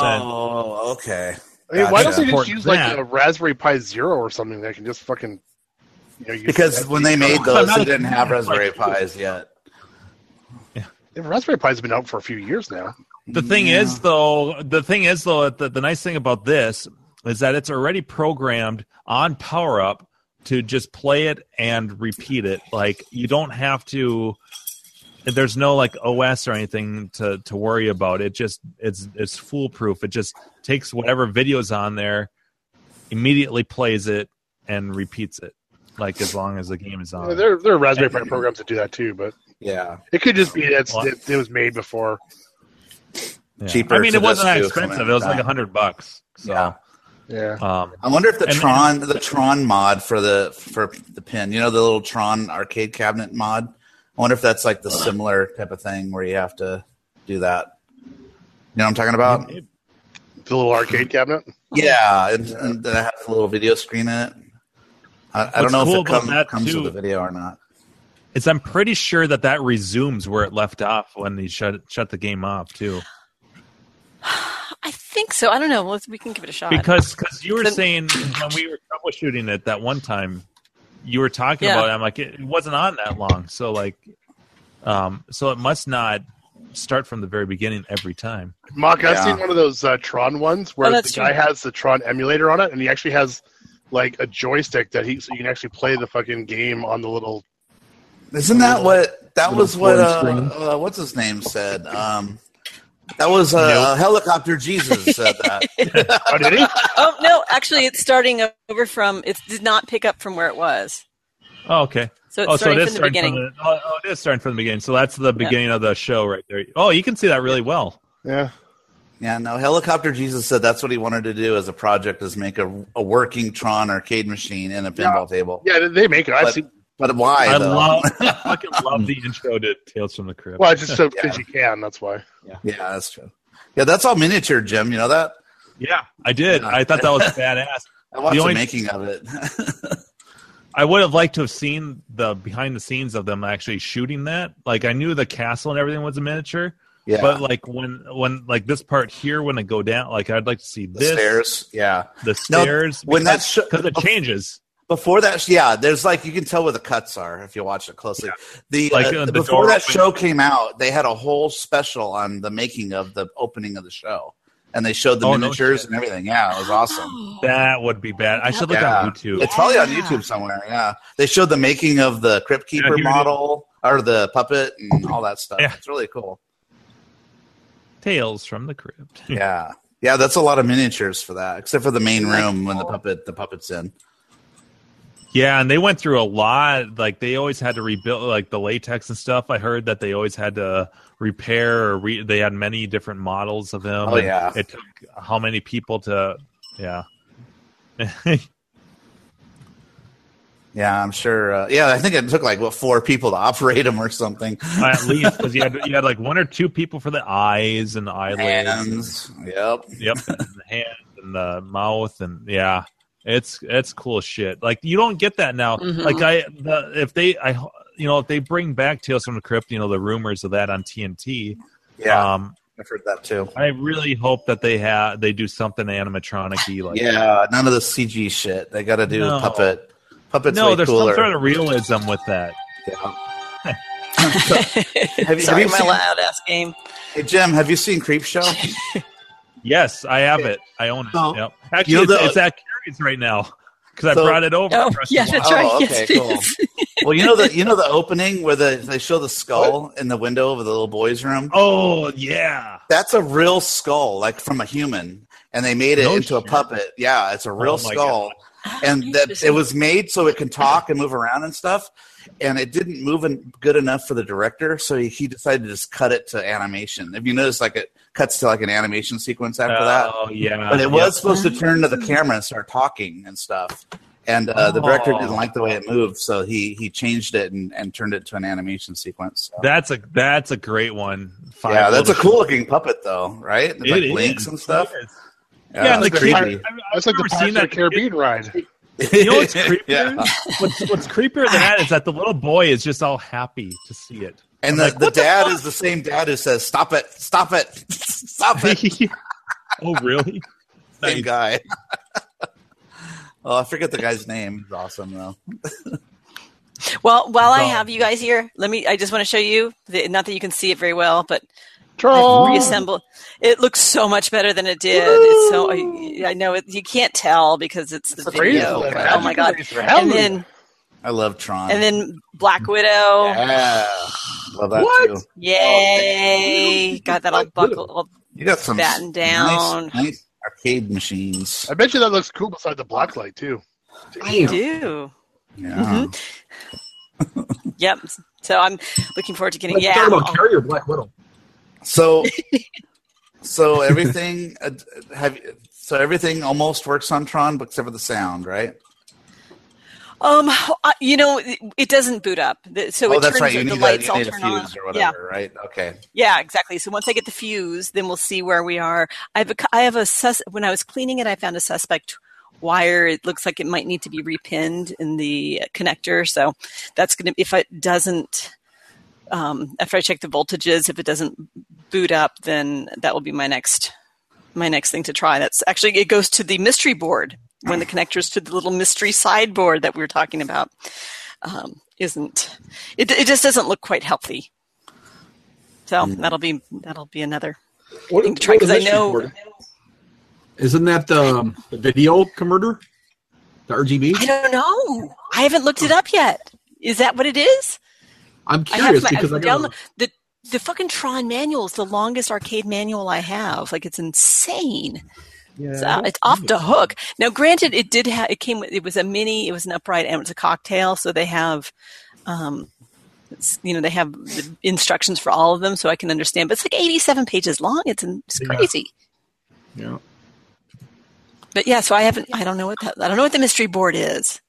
[SPEAKER 5] Oh, okay.
[SPEAKER 3] I mean, why don't
[SPEAKER 5] Gotcha.
[SPEAKER 3] they just
[SPEAKER 4] Important
[SPEAKER 3] use like
[SPEAKER 4] that.
[SPEAKER 3] a Raspberry Pi Zero or something that can just fucking? You know, use
[SPEAKER 5] Because
[SPEAKER 3] the
[SPEAKER 5] when
[SPEAKER 3] SD
[SPEAKER 5] they made
[SPEAKER 3] card?
[SPEAKER 5] those,
[SPEAKER 4] not
[SPEAKER 5] they
[SPEAKER 4] a-
[SPEAKER 5] didn't have Raspberry Pis yet.
[SPEAKER 3] The Raspberry Pi's been out for a few years now.
[SPEAKER 5] Mm-hmm.
[SPEAKER 4] The thing is, though, the thing is, though, the, the nice thing about this is that it's already programmed on Power Up to just play it and repeat it. Like you don't have to. There's no like OS or anything to to worry about. It just it's it's foolproof. It just takes whatever videos on there, immediately plays it and repeats it. Like as long as the game is on.
[SPEAKER 3] there, there are Raspberry Pi programs that do that too, but
[SPEAKER 5] yeah,
[SPEAKER 3] it could just be that's it, it was made before.
[SPEAKER 4] Yeah.
[SPEAKER 5] Cheaper
[SPEAKER 4] I mean,
[SPEAKER 5] to
[SPEAKER 4] it wasn't that
[SPEAKER 5] just do
[SPEAKER 4] expensive.
[SPEAKER 5] something
[SPEAKER 4] It was
[SPEAKER 5] like
[SPEAKER 4] like
[SPEAKER 5] that.
[SPEAKER 4] a hundred bucks. So yeah.
[SPEAKER 3] Yeah.
[SPEAKER 4] Um,
[SPEAKER 5] I wonder if the
[SPEAKER 4] and-
[SPEAKER 5] Tron the Tron mod for the for the pin, you know, the little Tron arcade cabinet mod. I wonder if that's like the similar type of thing where you have to do that. You know what I'm talking about?
[SPEAKER 3] The little arcade cabinet.
[SPEAKER 5] Yeah, and, and then it has a little video screen in it. I, I
[SPEAKER 4] What's
[SPEAKER 5] don't know
[SPEAKER 4] cool
[SPEAKER 5] if it
[SPEAKER 4] about
[SPEAKER 5] come,
[SPEAKER 4] that,
[SPEAKER 5] comes
[SPEAKER 4] too-
[SPEAKER 5] with a video or not.
[SPEAKER 4] It's I'm pretty sure that that resumes where it left off when they shut shut the game off too.
[SPEAKER 2] I think so. I don't know. Well, we can give it a shot.
[SPEAKER 4] Because cause you were
[SPEAKER 2] Then-
[SPEAKER 4] saying when we were troubleshooting it that one time, you were talking
[SPEAKER 2] Yeah.
[SPEAKER 4] about it. I'm like, it, it wasn't on that long, so like, um, so it must not start from the very beginning every time.
[SPEAKER 3] Mock, I've
[SPEAKER 4] Yeah.
[SPEAKER 3] seen one of those uh, Tron ones where
[SPEAKER 4] Oh,
[SPEAKER 3] the
[SPEAKER 4] that's
[SPEAKER 3] guy
[SPEAKER 4] true.
[SPEAKER 3] has the Tron emulator on it, and he actually has like a joystick that he so you can actually play the fucking game on the little.
[SPEAKER 5] Isn't that what that
[SPEAKER 3] Little
[SPEAKER 5] was? What
[SPEAKER 3] porn
[SPEAKER 5] uh, uh, what's his name said? Um, that was uh, helicopter Jesus said
[SPEAKER 3] (laughs)
[SPEAKER 5] that.
[SPEAKER 3] oh, did he?
[SPEAKER 2] oh no, actually, it's starting over from. It did not pick up from where it was.
[SPEAKER 4] Oh, okay.
[SPEAKER 2] So it's
[SPEAKER 4] oh,
[SPEAKER 2] starting
[SPEAKER 4] it is
[SPEAKER 2] from
[SPEAKER 4] starting
[SPEAKER 2] the beginning.
[SPEAKER 4] From the, oh, oh, it is starting from the beginning. So that's the beginning of the show right there. Oh, you can see that really well.
[SPEAKER 3] Yeah.
[SPEAKER 5] Yeah, no, Helicopter Jesus said that's what he wanted to do as a project is make a, a working Tron arcade machine in a pinball table.
[SPEAKER 3] Yeah, they- they make it. I've
[SPEAKER 5] But,
[SPEAKER 3] seen.
[SPEAKER 5] but why?
[SPEAKER 4] I
[SPEAKER 5] though? (laughs)
[SPEAKER 4] love, I fucking love the intro to Tales from the Crypt.
[SPEAKER 3] Well, it's just so because
[SPEAKER 5] Yeah.
[SPEAKER 3] you can. That's why.
[SPEAKER 5] Yeah. that's true. Yeah, that's all miniature, Jim. You know that?
[SPEAKER 4] Yeah, I did. I thought that was badass.
[SPEAKER 5] I watched
[SPEAKER 4] The
[SPEAKER 5] the,
[SPEAKER 4] only-
[SPEAKER 5] making of it. (laughs)
[SPEAKER 4] I would have liked to have seen the behind the scenes of them actually shooting that. Like I knew the castle and everything was a miniature.
[SPEAKER 5] Yeah.
[SPEAKER 4] But like when when like this part here when it go down, like I'd like to see
[SPEAKER 5] The
[SPEAKER 4] this
[SPEAKER 5] stairs. Yeah.
[SPEAKER 4] the
[SPEAKER 5] No,
[SPEAKER 4] stairs
[SPEAKER 5] when
[SPEAKER 4] because,
[SPEAKER 5] that's
[SPEAKER 4] because it changes.
[SPEAKER 5] before that, sh- yeah, there's like you can tell where the cuts are if you watch it closely. The,
[SPEAKER 4] Like,
[SPEAKER 5] uh,
[SPEAKER 4] uh, the
[SPEAKER 5] before
[SPEAKER 4] door
[SPEAKER 5] that
[SPEAKER 4] open.
[SPEAKER 5] show came out, they had a whole special on the making of the opening of the show, and they showed the
[SPEAKER 4] Oh, no
[SPEAKER 5] miniatures and everything. Yeah, it was awesome.
[SPEAKER 2] (gasps)
[SPEAKER 4] That would be bad. I should look on YouTube.
[SPEAKER 5] It's probably on YouTube somewhere. Yeah, they showed the making of the Crypt
[SPEAKER 4] Yeah, here
[SPEAKER 5] Keeper
[SPEAKER 4] it is.
[SPEAKER 5] model or the puppet and all that stuff.
[SPEAKER 4] Yeah.
[SPEAKER 5] It's
[SPEAKER 4] (laughs)
[SPEAKER 5] really cool.
[SPEAKER 4] Tales from the Crypt.
[SPEAKER 5] Yeah, yeah, that's a lot of miniatures for that, except for the main room when the puppet the puppet's in.
[SPEAKER 4] Yeah, and they went through a lot. Like they always had to rebuild, like the latex and stuff. I heard that they always had to repair or re- they had many different models of him.
[SPEAKER 5] Oh,
[SPEAKER 4] and
[SPEAKER 5] yeah.
[SPEAKER 4] it took how many people to? Yeah,
[SPEAKER 5] Yeah, I'm sure. Uh, yeah, I think it took like what four people to operate them or something.
[SPEAKER 4] at least because you had you had like one or two people for the eyes and the eyelids.
[SPEAKER 5] Hands. Yep.
[SPEAKER 4] Yep. and the hands and the mouth and yeah, it's it's cool shit. Like you don't get that now.
[SPEAKER 12] Mhm.
[SPEAKER 5] Mm-hmm.
[SPEAKER 4] Like I the, if they I you know if they bring back Tales from the Crypt, you know the rumors of that on TNT.
[SPEAKER 5] Yeah.
[SPEAKER 4] Um,
[SPEAKER 5] I've heard that too.
[SPEAKER 4] I really hope that they have they do something animatronic-y
[SPEAKER 5] (laughs)
[SPEAKER 4] like
[SPEAKER 5] Yeah, none of the CG shit. They got to do
[SPEAKER 4] No.
[SPEAKER 5] puppet. Puppet's
[SPEAKER 4] no,
[SPEAKER 5] way
[SPEAKER 4] there's
[SPEAKER 5] cooler.
[SPEAKER 4] some sort of realism with that.
[SPEAKER 5] Have you-
[SPEAKER 2] Sorry,
[SPEAKER 5] have you
[SPEAKER 2] my
[SPEAKER 5] seen-
[SPEAKER 2] loud ass game.
[SPEAKER 5] Hey Jim, have you seen Creep Show?
[SPEAKER 4] Yes, I have it. I own it.
[SPEAKER 5] So-
[SPEAKER 4] yep. Actually,
[SPEAKER 5] You know
[SPEAKER 4] it's,
[SPEAKER 5] the-
[SPEAKER 4] it's at Carrie's right now because
[SPEAKER 5] So-
[SPEAKER 4] I brought it over.
[SPEAKER 5] Oh,
[SPEAKER 4] for us to
[SPEAKER 5] yeah,
[SPEAKER 4] watch.
[SPEAKER 5] that's right. Oh, Yes, okay, it cool. is. well, you know the you know the opening where the they show the skull in the window of the little boys' room.
[SPEAKER 4] Oh yeah,
[SPEAKER 5] that's a real skull, like from a human, and they made it
[SPEAKER 4] No
[SPEAKER 5] into a puppet. Yeah, it's a real
[SPEAKER 4] Oh, my
[SPEAKER 5] skull, and that it
[SPEAKER 4] Interesting.
[SPEAKER 5] was made so it can talk and move around and stuff. And it didn't move en- good enough for the director, so he, he decided to just cut it to animation. If you notice, like it cuts to like an animation sequence after that.
[SPEAKER 4] Oh, yeah.
[SPEAKER 5] but it was
[SPEAKER 4] Yeah.
[SPEAKER 5] supposed to turn to the camera and start talking and stuff. And uh, the director
[SPEAKER 4] Oh.
[SPEAKER 5] didn't like the way it moved, so he he changed it and, and turned it to an animation sequence. So.
[SPEAKER 4] That's a that's a great one. Five
[SPEAKER 5] yeah, that's a
[SPEAKER 4] little-
[SPEAKER 5] cool looking puppet though, right? It's like
[SPEAKER 4] It
[SPEAKER 5] links
[SPEAKER 4] is.
[SPEAKER 5] and stuff.
[SPEAKER 4] It is.
[SPEAKER 5] Yeah,
[SPEAKER 4] Yeah, and the
[SPEAKER 5] it's
[SPEAKER 4] creep-
[SPEAKER 5] creepy.
[SPEAKER 4] I've- I've
[SPEAKER 3] That's like the
[SPEAKER 4] never
[SPEAKER 3] Pirates
[SPEAKER 4] seen
[SPEAKER 3] of the
[SPEAKER 4] that
[SPEAKER 3] Caribbean ride.
[SPEAKER 4] (laughs) You
[SPEAKER 5] (laughs)
[SPEAKER 4] know what's creepier? what's, what's creepier than that is that the little boy is just all happy to see
[SPEAKER 5] (laughs)
[SPEAKER 4] it. (laughs)
[SPEAKER 5] And the,
[SPEAKER 4] I'm like,
[SPEAKER 5] the
[SPEAKER 4] "What
[SPEAKER 5] dad is the same dad who says, "Stop it! Stop it! (laughs) Stop
[SPEAKER 4] (laughs) it!" oh, really?
[SPEAKER 5] same guy. (laughs) oh, I forget the guy's name. He's awesome though.
[SPEAKER 2] Well, while I
[SPEAKER 5] No.
[SPEAKER 2] have you guys here, let me. I just want to show you. The, not that you can see it very well, but
[SPEAKER 5] Oh.
[SPEAKER 3] Troll.
[SPEAKER 2] reassemble. It looks so much better than it did. It's so I, I know it, you can't tell because it's the video.
[SPEAKER 5] crazy.
[SPEAKER 2] but oh my god!
[SPEAKER 5] That's crazy.
[SPEAKER 2] And then
[SPEAKER 5] I love Tron.
[SPEAKER 2] and then Black Widow.
[SPEAKER 5] yeah, love that
[SPEAKER 2] What?
[SPEAKER 5] too.
[SPEAKER 2] Yay! Got that all buckled, all
[SPEAKER 5] You got some
[SPEAKER 2] battened down. Uh,
[SPEAKER 5] Nice, nice arcade machines.
[SPEAKER 3] I bet you that looks cool beside the black light too.
[SPEAKER 2] I do.
[SPEAKER 5] Yeah.
[SPEAKER 2] mm-hmm. Yep. So I'm looking forward to getting.
[SPEAKER 8] Let's
[SPEAKER 2] Yeah.
[SPEAKER 8] talk about Carrier Black Widow.
[SPEAKER 2] (laughs)
[SPEAKER 5] So, so everything uh, have you- so everything almost works on Tron, but except for the sound, right?
[SPEAKER 2] Um, I- you know, it, it doesn't boot up. The- So
[SPEAKER 5] oh,
[SPEAKER 2] it
[SPEAKER 5] that's
[SPEAKER 2] turns
[SPEAKER 5] right. You
[SPEAKER 2] the
[SPEAKER 5] need, a,
[SPEAKER 2] lights
[SPEAKER 5] you
[SPEAKER 2] all
[SPEAKER 5] need a
[SPEAKER 2] turn on.
[SPEAKER 5] fuse or
[SPEAKER 2] Yeah.
[SPEAKER 5] whatever, right? Okay.
[SPEAKER 2] Yeah, exactly. So once I get the fuse, then we'll see where we are. I've a, I have a sus. When I was cleaning it, I found a suspect wire. It looks like it might need to be repinned in the connector. So that's going to if it doesn't. Um, after I check the voltages, if it doesn't boot up, then that will be my next my next thing to try. That's actually it goes to the mystery board when the connectors to the little mystery sideboard that we were talking about um, isn't. It, it just doesn't look quite healthy. So that'll be that'll be another thing to try
[SPEAKER 8] Hmm. what
[SPEAKER 2] because I
[SPEAKER 8] is this
[SPEAKER 2] know
[SPEAKER 8] recording? Isn't that the, um, the video converter? The RGB?
[SPEAKER 2] I don't know. I haven't looked it up yet. Is that what it is?
[SPEAKER 8] I'm
[SPEAKER 2] I have
[SPEAKER 8] curious because I got.
[SPEAKER 2] download- the the fucking Tron manual is the longest arcade manual I have. Like it's insane. It's, uh, it's off the hook. Now, granted, it did have it came with it was a mini, it was an upright, and it was a cocktail. So they have, um, it's, you know, they have the instructions for all of them, so I can understand. But it's like eighty-seven pages long. It's, it's crazy.
[SPEAKER 8] Yeah.
[SPEAKER 2] But yeah, so I haven't. I don't know what that. I don't know what the mystery board is.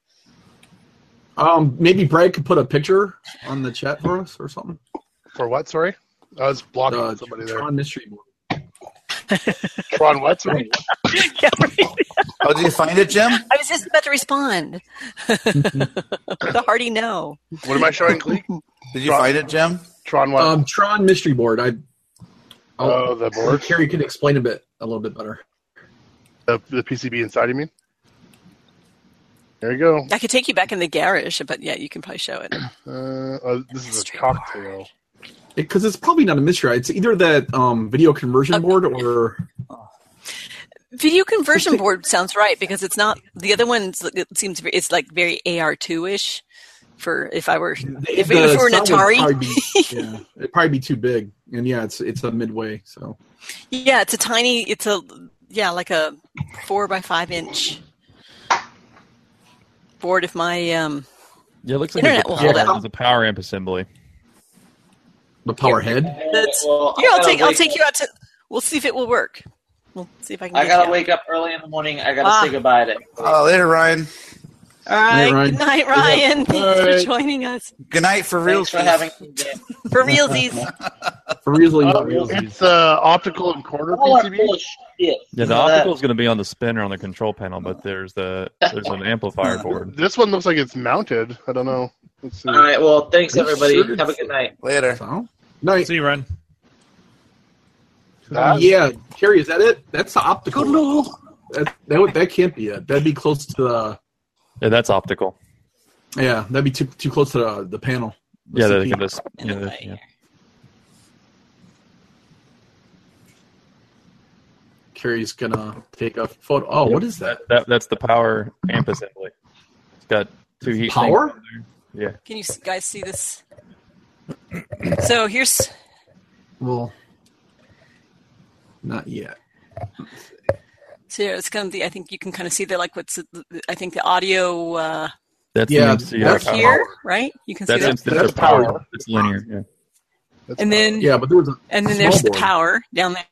[SPEAKER 8] Um, maybe Brad could put a picture on the chat for us or something.
[SPEAKER 3] For what? Sorry, I was blocking
[SPEAKER 8] The
[SPEAKER 3] somebody there.
[SPEAKER 8] Uh, Tron mystery board.
[SPEAKER 3] Tron what? Sorry?
[SPEAKER 5] Oh, did you find it, Jim?
[SPEAKER 2] I was just about to respond. (laughs) the hearty no.
[SPEAKER 3] What am I showing? Cleek?
[SPEAKER 5] Did you find it, Jim?
[SPEAKER 3] Tron what?
[SPEAKER 8] Um, Tron mystery board. I.
[SPEAKER 3] Oh, the board?
[SPEAKER 8] Carrie could explain a bit, a little bit better.
[SPEAKER 3] The, the PCB inside, you mean? There you go.
[SPEAKER 2] I could take you back in the garage, but yeah, you can probably show
[SPEAKER 8] (clears throat)
[SPEAKER 2] it.
[SPEAKER 3] Uh, oh, this is a cocktail.
[SPEAKER 8] Because it's probably not a mystery. It's either that um, video conversion board or
[SPEAKER 2] Video conversion board sounds right because it's not the other one. It seems ve- it's like very AR two ish. For if I were if
[SPEAKER 8] the
[SPEAKER 2] it was for an
[SPEAKER 8] sound would
[SPEAKER 2] Atari,
[SPEAKER 8] probably be- yeah, it'd probably be too big. And yeah, it's
[SPEAKER 3] Uh,
[SPEAKER 8] it's a midway. So
[SPEAKER 2] yeah, it's a tiny. It's a yeah, like a four by five inch board. If my um,
[SPEAKER 10] Yeah, it looks like
[SPEAKER 2] Internet
[SPEAKER 10] there's
[SPEAKER 2] will
[SPEAKER 10] a,
[SPEAKER 2] hold
[SPEAKER 10] power,
[SPEAKER 2] up.
[SPEAKER 10] there's a power amp assembly.
[SPEAKER 8] The power head.
[SPEAKER 2] that's
[SPEAKER 6] I
[SPEAKER 2] yeah, I'll
[SPEAKER 6] gotta
[SPEAKER 2] take I'll
[SPEAKER 6] wait.
[SPEAKER 2] take you out to. We'll see if it will work. We'll see if I can.
[SPEAKER 6] I
[SPEAKER 2] get
[SPEAKER 6] gotta
[SPEAKER 2] you.
[SPEAKER 6] wake up early in the morning. I gotta
[SPEAKER 2] Ah.
[SPEAKER 6] say goodbye to.
[SPEAKER 5] Oh, later, Ryan.
[SPEAKER 2] All right.
[SPEAKER 5] Hey, Ryan.
[SPEAKER 2] Good night, Ryan. Thanks
[SPEAKER 5] All right.
[SPEAKER 2] for joining us.
[SPEAKER 5] Good night for real.
[SPEAKER 6] Thanks for having me.
[SPEAKER 2] For realsies.
[SPEAKER 8] For reasonably,
[SPEAKER 3] Oh, it's uh, optical and corner PCB.
[SPEAKER 10] Yeah,
[SPEAKER 2] Uh,
[SPEAKER 10] the
[SPEAKER 3] Look at
[SPEAKER 10] optical is going to be on the spinner on the control panel, but there's the there's an amplifier board.
[SPEAKER 3] This one looks like it's mounted. I don't know. Let's see.
[SPEAKER 6] Uh, All
[SPEAKER 2] Uh,
[SPEAKER 6] right. Well, thanks
[SPEAKER 3] You
[SPEAKER 6] everybody.
[SPEAKER 3] should.
[SPEAKER 6] Have a good night.
[SPEAKER 5] Later.
[SPEAKER 8] Night.
[SPEAKER 4] See you, Ren.
[SPEAKER 3] That-
[SPEAKER 8] yeah, Carrie, is that it? That's the optical. That that, would, that can't be it. That'd be close to the
[SPEAKER 10] Yeah, that's optical.
[SPEAKER 8] yeah. That'd be too too close to uh, the, the panel. The
[SPEAKER 10] Yeah,
[SPEAKER 8] CPU.
[SPEAKER 10] they can just yeah, they- yeah.
[SPEAKER 8] Carrie's gonna take a photo. Oh, what is that?
[SPEAKER 10] that? That's the power amp assembly. It's got two heat.
[SPEAKER 8] Power?
[SPEAKER 10] sinks in there.
[SPEAKER 2] (laughs) Can you s- guys see
[SPEAKER 8] (clears throat)
[SPEAKER 2] this? So here's
[SPEAKER 8] Well, not yet.
[SPEAKER 2] so yeah, it's kind of the I think you can kind of see the like what's the- I think the audio uh,
[SPEAKER 10] That's
[SPEAKER 8] yeah.
[SPEAKER 10] an MCR
[SPEAKER 8] that's
[SPEAKER 10] power.
[SPEAKER 2] here right you can see
[SPEAKER 10] That's,
[SPEAKER 2] that
[SPEAKER 10] MCR
[SPEAKER 8] That's
[SPEAKER 10] power.
[SPEAKER 8] power.
[SPEAKER 10] It's linear. Yeah.
[SPEAKER 2] and then
[SPEAKER 8] Yeah, but there was a
[SPEAKER 2] and then
[SPEAKER 8] small
[SPEAKER 2] there's the
[SPEAKER 8] board.
[SPEAKER 2] power down there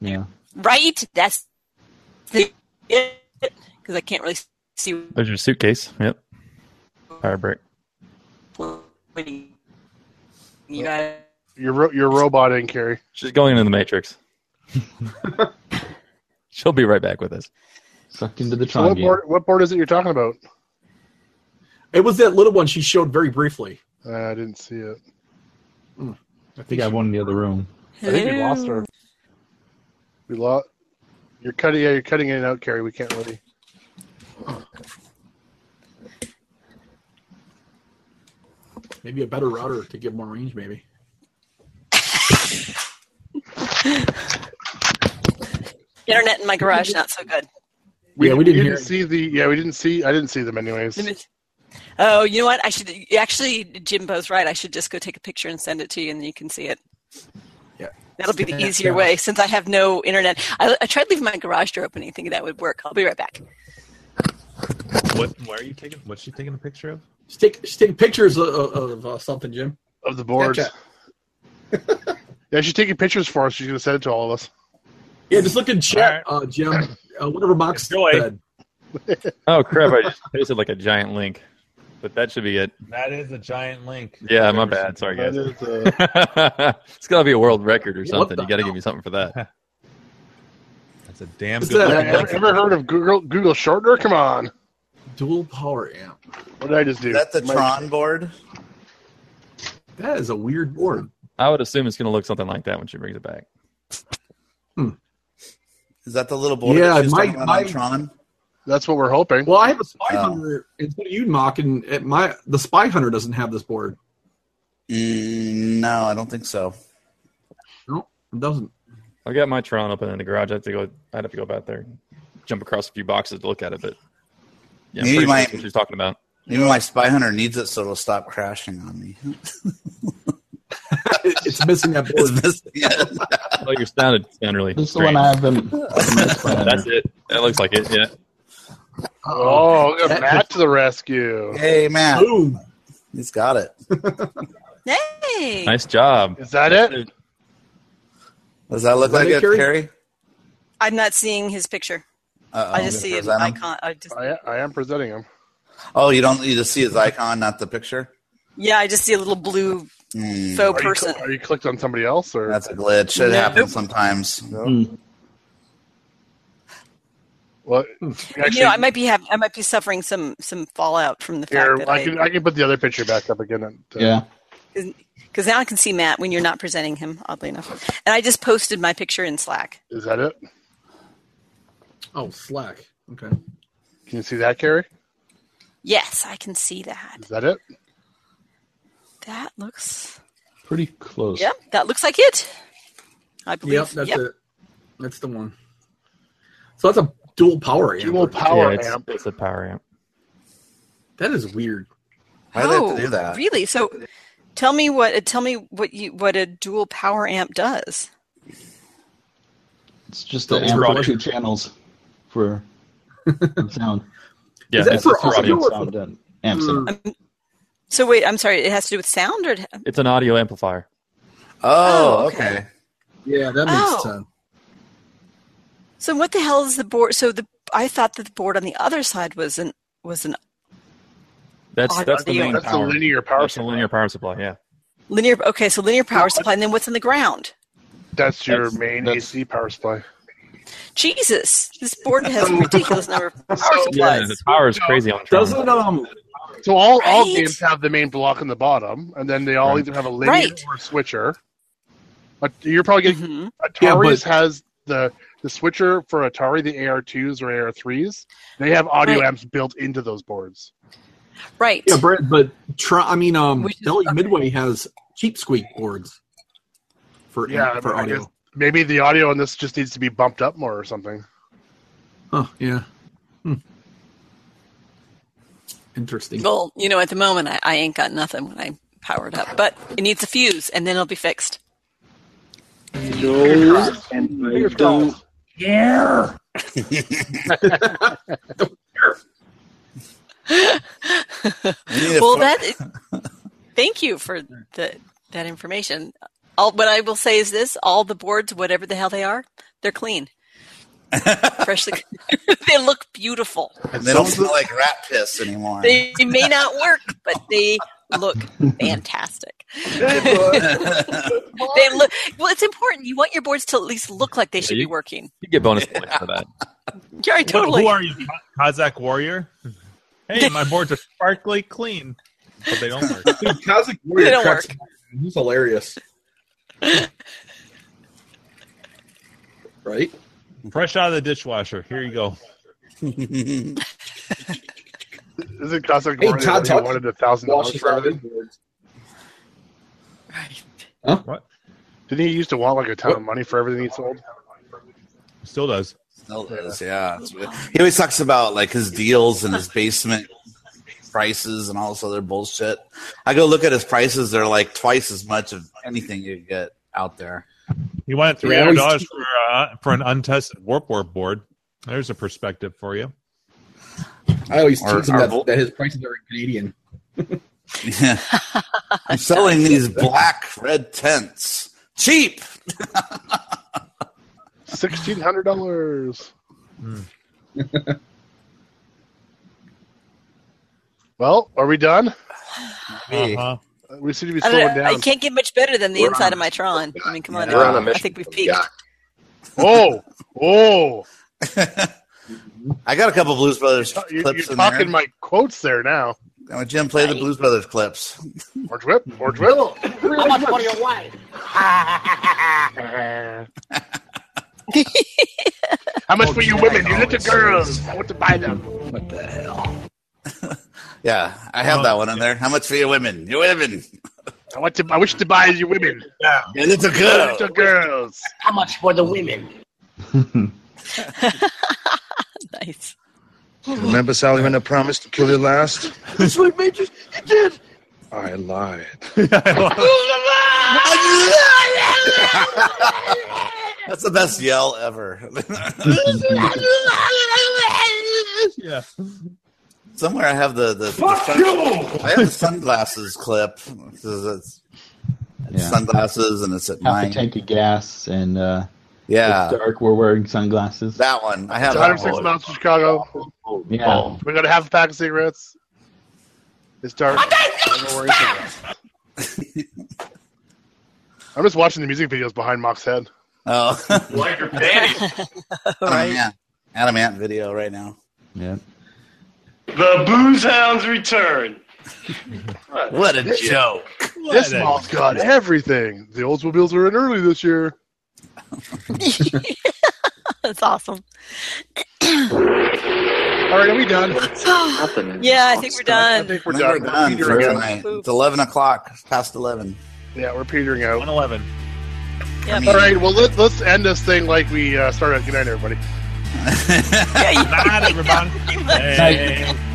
[SPEAKER 10] Yeah.
[SPEAKER 2] right that's the because I can't really see
[SPEAKER 10] There's your suitcase. Yep. Power brick.
[SPEAKER 2] what you you guys
[SPEAKER 3] Your ro- your robot in Carrie.
[SPEAKER 10] She's going into the matrix. (laughs) She'll be right back with us.
[SPEAKER 15] Sucked into the
[SPEAKER 3] So
[SPEAKER 15] Tron
[SPEAKER 3] what
[SPEAKER 15] game.
[SPEAKER 3] board? What board is it you're talking about?
[SPEAKER 8] It was that little one she showed very briefly.
[SPEAKER 3] Uh, I didn't see it.
[SPEAKER 15] I think I won in the other room.
[SPEAKER 3] I think we lost her. We lost. You're cutting. Yeah, you're cutting in and out, Carrie. We can't really.
[SPEAKER 8] Maybe a better router to give more range. Maybe.
[SPEAKER 2] internet in my garage not so good.
[SPEAKER 8] Yeah, we didn't
[SPEAKER 3] you
[SPEAKER 8] hear
[SPEAKER 3] didn't see the. Yeah, we didn't see. I didn't see them anyways.
[SPEAKER 2] Oh, you know what? I should actually. Jimbo's right. I should just go take a picture and send it to you, and you can see it.
[SPEAKER 8] Yeah,
[SPEAKER 2] that'll be the
[SPEAKER 8] Yeah.
[SPEAKER 2] easier way since I have no internet. I, I tried leaving my garage door open, and thinking that would work. I'll be right back.
[SPEAKER 4] What? Why are you taking? What's she taking a picture of?
[SPEAKER 8] Just take, just take pictures of, of, of uh, something, Jim.
[SPEAKER 3] Of the boards. (laughs) Yeah, she's taking pictures for us. She's gonna send it to all of us.
[SPEAKER 8] Yeah, just look in chat, uh, Jim. Uh, whatever Mox said.
[SPEAKER 10] Oh crap! I just pasted like a giant link, but that should be it.
[SPEAKER 4] That is a giant link.
[SPEAKER 10] Yeah, my bad. Sorry, guys.
[SPEAKER 4] That uh,
[SPEAKER 10] (laughs) it's got to be a world record or
[SPEAKER 4] What
[SPEAKER 10] something.
[SPEAKER 4] the
[SPEAKER 10] You got to give me something for that.
[SPEAKER 4] That's a damn
[SPEAKER 3] Is that- ever, ever heard of Google Google Shortener? Come on.
[SPEAKER 8] Dual power amp.
[SPEAKER 3] What did I just do?
[SPEAKER 5] Is that the
[SPEAKER 3] My-
[SPEAKER 5] Tron board?
[SPEAKER 8] That is a weird board.
[SPEAKER 10] I would assume it's going to look something like that when she brings it back.
[SPEAKER 5] Is that the little board?
[SPEAKER 8] Yeah,
[SPEAKER 5] that she's
[SPEAKER 8] my-
[SPEAKER 5] talking about
[SPEAKER 8] my-
[SPEAKER 5] on Tron?
[SPEAKER 3] That's what we're hoping.
[SPEAKER 8] Well, I have a spy
[SPEAKER 15] Uh.
[SPEAKER 5] Oh.
[SPEAKER 8] hunter. It's what you mock, and it, my the spy hunter doesn't have this board.
[SPEAKER 5] Mm, no, I don't think so.
[SPEAKER 8] No, it doesn't.
[SPEAKER 10] I've got my Tron open in the garage. I have to go. I'd have to go back there, jump across a few boxes to look at it. But yeah,
[SPEAKER 5] Maybe
[SPEAKER 10] I'm pretty sure
[SPEAKER 5] my-
[SPEAKER 10] that's what she's talking about.
[SPEAKER 5] Even my spy hunter needs it, so it'll stop crashing on me.
[SPEAKER 8] it's missing that
[SPEAKER 4] (laughs)
[SPEAKER 5] board. (laughs) yeah.
[SPEAKER 10] Oh, you sounded sound really.
[SPEAKER 15] This is the
[SPEAKER 10] strange.
[SPEAKER 15] one I have in.
[SPEAKER 10] (laughs) That's it. That looks like it. Yeah.
[SPEAKER 3] Oh,
[SPEAKER 8] (laughs)
[SPEAKER 3] look at Matt to the rescue.
[SPEAKER 5] Hey, Matt.
[SPEAKER 8] Boom.
[SPEAKER 5] He's got it.
[SPEAKER 2] Hey.
[SPEAKER 10] Nice job.
[SPEAKER 3] Is that it?
[SPEAKER 5] Does that look
[SPEAKER 3] Is that
[SPEAKER 5] like
[SPEAKER 3] it,
[SPEAKER 5] it,
[SPEAKER 3] Carrie?
[SPEAKER 5] Carrie?
[SPEAKER 2] I'm not seeing his picture.
[SPEAKER 5] Uh-oh.
[SPEAKER 3] Oh,
[SPEAKER 2] I just see
[SPEAKER 5] Is
[SPEAKER 2] an
[SPEAKER 5] that him?
[SPEAKER 2] icon. I just,
[SPEAKER 3] I, I am presenting him.
[SPEAKER 5] Oh, you don't you just see his icon, not the picture.
[SPEAKER 2] yeah, I just see a little blue
[SPEAKER 5] Mm.
[SPEAKER 2] faux person.
[SPEAKER 3] Are you clicked on somebody else or
[SPEAKER 5] That's a glitch. It
[SPEAKER 2] No.
[SPEAKER 5] happens sometimes.
[SPEAKER 3] What?
[SPEAKER 2] you know, I might be have, I might be suffering some some fallout from the fact
[SPEAKER 3] Here,
[SPEAKER 2] that
[SPEAKER 3] I can
[SPEAKER 2] I
[SPEAKER 3] I can put the other picture back up again. and, uh,
[SPEAKER 15] Yeah.
[SPEAKER 2] because now I can see Matt when you're not presenting him, oddly enough. And I just posted my picture in Slack.
[SPEAKER 3] Is that it?
[SPEAKER 8] Oh, Slack. Okay.
[SPEAKER 3] Can you see that, Carrie?
[SPEAKER 2] Yes, I can see that.
[SPEAKER 3] Is that it?
[SPEAKER 2] That looks.
[SPEAKER 15] Pretty close.
[SPEAKER 2] Yep, that looks like it. I believe.
[SPEAKER 8] Yep, that's it. That's the one. So that's a dual power amp.
[SPEAKER 3] Dual power
[SPEAKER 10] yeah, it's,
[SPEAKER 3] amp.
[SPEAKER 10] it's a power amp.
[SPEAKER 8] That is weird.
[SPEAKER 5] Why do they have to do that?
[SPEAKER 2] Oh, Really? So, tell me what tell me what you what a dual power amp does.
[SPEAKER 15] It's just the
[SPEAKER 8] It's
[SPEAKER 15] amp
[SPEAKER 8] rock.
[SPEAKER 15] with two channels for (laughs) sound.
[SPEAKER 10] Yeah,
[SPEAKER 15] Is that
[SPEAKER 10] it's
[SPEAKER 15] for
[SPEAKER 10] it's, an
[SPEAKER 15] audio
[SPEAKER 10] audio,
[SPEAKER 15] or sound and
[SPEAKER 8] Mm,
[SPEAKER 15] amp sound.
[SPEAKER 2] So wait, I'm sorry. It has to do with sound, or it-
[SPEAKER 10] it's an audio amplifier.
[SPEAKER 5] Oh,
[SPEAKER 2] Oh,
[SPEAKER 5] okay.
[SPEAKER 8] Yeah, that makes
[SPEAKER 2] Oh.
[SPEAKER 8] sense.
[SPEAKER 2] so what the hell is the board? So the I thought that the board on the other side was an was an
[SPEAKER 10] That's
[SPEAKER 2] Audio.
[SPEAKER 10] that's the main
[SPEAKER 3] That's a
[SPEAKER 10] power.
[SPEAKER 3] linear power
[SPEAKER 10] That's a linear power supply. Yeah.
[SPEAKER 2] linear. Okay, so linear power supply, and then what's on the ground?
[SPEAKER 3] That's your
[SPEAKER 10] That's-
[SPEAKER 3] main
[SPEAKER 10] that's-
[SPEAKER 3] AC power
[SPEAKER 2] (laughs)
[SPEAKER 3] supply.
[SPEAKER 2] Jesus, this board has a ridiculous number of power supplies.
[SPEAKER 10] Yeah, the power is crazy on Tron.
[SPEAKER 8] Doesn't um
[SPEAKER 3] So all, all
[SPEAKER 2] Right?
[SPEAKER 3] games have the main block in the bottom, and then they all either have a linear
[SPEAKER 2] Right.
[SPEAKER 3] or a switcher. But you're probably getting
[SPEAKER 2] Mhm.
[SPEAKER 8] Yeah, but-
[SPEAKER 3] Atari's has the the switcher for Atari, the AR2s or AR3s. They have audio
[SPEAKER 2] Right.
[SPEAKER 3] amps built into those boards.
[SPEAKER 2] Right.
[SPEAKER 8] yeah, Brett, but try, I mean um
[SPEAKER 2] Which is-
[SPEAKER 8] Delhi Midway has cheap squeak boards for
[SPEAKER 3] Yeah,
[SPEAKER 8] amp-
[SPEAKER 3] I
[SPEAKER 8] for
[SPEAKER 3] mean, I
[SPEAKER 8] audio.
[SPEAKER 3] guess maybe the audio on this just needs to be bumped up more or something.
[SPEAKER 8] Huh, yeah. Hmm. Interesting.
[SPEAKER 2] Well, you know, at the moment, I, I ain't got nothing when I power it up, but it needs a fuse, and then it'll be fixed.
[SPEAKER 5] We need a
[SPEAKER 2] well,
[SPEAKER 5] fo-
[SPEAKER 2] that. thank you for the that information. All, what I will say is this: all the boards, whatever the hell they are, they're clean, freshly. (laughs) they look beautiful.
[SPEAKER 5] they don't smell like rat piss anymore.
[SPEAKER 2] They may not work, but they look fantastic. They look well. It's important. You want your boards to at least look like they should
[SPEAKER 10] you-
[SPEAKER 2] be working. (laughs)
[SPEAKER 10] You get bonus points for that.
[SPEAKER 2] Yeah, I totally.
[SPEAKER 4] Who are you, Kazakh warrior? Hey, my boards are sparkly clean, but they don't work.
[SPEAKER 8] Dude, Cosmic
[SPEAKER 2] They
[SPEAKER 8] Warrior
[SPEAKER 2] don't
[SPEAKER 8] cracks
[SPEAKER 2] work.
[SPEAKER 8] me up. He's hilarious. right?
[SPEAKER 4] Fresh out of the dishwasher. Here you go.
[SPEAKER 5] (laughs)
[SPEAKER 3] Is it Cossack
[SPEAKER 8] Hey,
[SPEAKER 3] Warrior
[SPEAKER 8] Todd
[SPEAKER 3] that he
[SPEAKER 8] Tuck
[SPEAKER 3] wanted a thousand dollars
[SPEAKER 8] Washes
[SPEAKER 3] for
[SPEAKER 8] all his
[SPEAKER 3] everything?
[SPEAKER 8] boards.
[SPEAKER 3] Didn't he used to want like a ton of money for everything he sold?
[SPEAKER 4] Still does.
[SPEAKER 5] Still is, yeah. It's weird. He always talks about like his deals and his basement prices and all this other bullshit. I go look at his prices; they're like twice as much of anything you get out there.
[SPEAKER 4] He wanted three
[SPEAKER 5] Yeah,
[SPEAKER 4] hundred
[SPEAKER 5] he's-
[SPEAKER 4] dollars for uh, for an untested warp warp board. There's a perspective for you.
[SPEAKER 8] I always
[SPEAKER 4] Or-
[SPEAKER 8] tease him
[SPEAKER 4] or
[SPEAKER 8] Oh, that,
[SPEAKER 4] Vol-
[SPEAKER 8] that his prices are in Canadian. (laughs)
[SPEAKER 5] I'm selling these black red tents cheap.
[SPEAKER 3] Sixteen hundred dollars.
[SPEAKER 16] Hmm.
[SPEAKER 3] well, are we done?
[SPEAKER 4] Uh-huh.
[SPEAKER 3] We seem to be
[SPEAKER 2] I,
[SPEAKER 3] slowing
[SPEAKER 2] don't know,
[SPEAKER 3] down.
[SPEAKER 2] I can't get much better than the
[SPEAKER 3] We're
[SPEAKER 2] inside
[SPEAKER 3] on-
[SPEAKER 2] of my Tron.
[SPEAKER 3] (laughs)
[SPEAKER 2] I mean, come on,
[SPEAKER 3] Yeah. We're on a
[SPEAKER 2] I
[SPEAKER 3] mission.
[SPEAKER 2] think we've peaked.
[SPEAKER 3] Oh, oh!
[SPEAKER 5] (laughs) I got a couple Blues Brothers
[SPEAKER 3] You're,
[SPEAKER 5] clips
[SPEAKER 3] you're
[SPEAKER 5] in there.
[SPEAKER 3] talking my quotes there now.
[SPEAKER 5] Now, Jim, play the Blues Brothers clips.
[SPEAKER 3] Orange whip, orange whip.
[SPEAKER 9] How much money you want?
[SPEAKER 3] How much for you women? You little girls. I want to buy them.
[SPEAKER 5] What the hell? yeah, I have that one in there. How much for your women? Your women.
[SPEAKER 3] I want to. I wish to buy you women.
[SPEAKER 5] Yeah, your little
[SPEAKER 3] You
[SPEAKER 5] girl.
[SPEAKER 3] Little girls.
[SPEAKER 9] How much for the women?
[SPEAKER 2] (laughs) nice.
[SPEAKER 16] Remember, Sally, when I promised to kill you last?
[SPEAKER 9] That's what made you. You did.
[SPEAKER 16] I lied.
[SPEAKER 5] That's the best yell ever.
[SPEAKER 4] yeah.
[SPEAKER 5] Somewhere I have the the, the
[SPEAKER 9] Fuck
[SPEAKER 5] sun-
[SPEAKER 9] you!
[SPEAKER 5] I have the sunglasses clip. This is- It's, it's
[SPEAKER 15] Yeah.
[SPEAKER 5] sunglasses and it's at
[SPEAKER 15] Half a
[SPEAKER 5] night.
[SPEAKER 15] tank of gas and uh,
[SPEAKER 5] Yeah.
[SPEAKER 15] it's dark. We're wearing sunglasses.
[SPEAKER 5] That one I have.
[SPEAKER 3] It's
[SPEAKER 5] that
[SPEAKER 3] 106
[SPEAKER 5] one.
[SPEAKER 3] miles from Chicago.
[SPEAKER 15] Yeah.
[SPEAKER 3] We got a half a pack of cigarettes. It's dark. (laughs) I'm just watching the music videos behind Mock's head.
[SPEAKER 5] Oh.
[SPEAKER 3] Like your
[SPEAKER 2] (laughs)
[SPEAKER 5] Adamant, Adamant video right now.
[SPEAKER 15] Yeah.
[SPEAKER 9] The booze hounds return.
[SPEAKER 5] What a joke.
[SPEAKER 3] This mall's got everything. The Oldsmobiles are in early this year.
[SPEAKER 2] That's awesome.
[SPEAKER 3] All right, are we done?
[SPEAKER 2] (sighs) yeah, I think we're done. I think
[SPEAKER 3] we're
[SPEAKER 5] We're done for
[SPEAKER 3] Petering out.
[SPEAKER 5] tonight. It's 11 o'clock, past 11.
[SPEAKER 3] Yeah, we're petering out.
[SPEAKER 4] 111.
[SPEAKER 2] Yep.
[SPEAKER 3] All right, well, let, let's end this thing like (laughs) we uh, started. Good night, everybody.
[SPEAKER 4] Not everybody. Hey.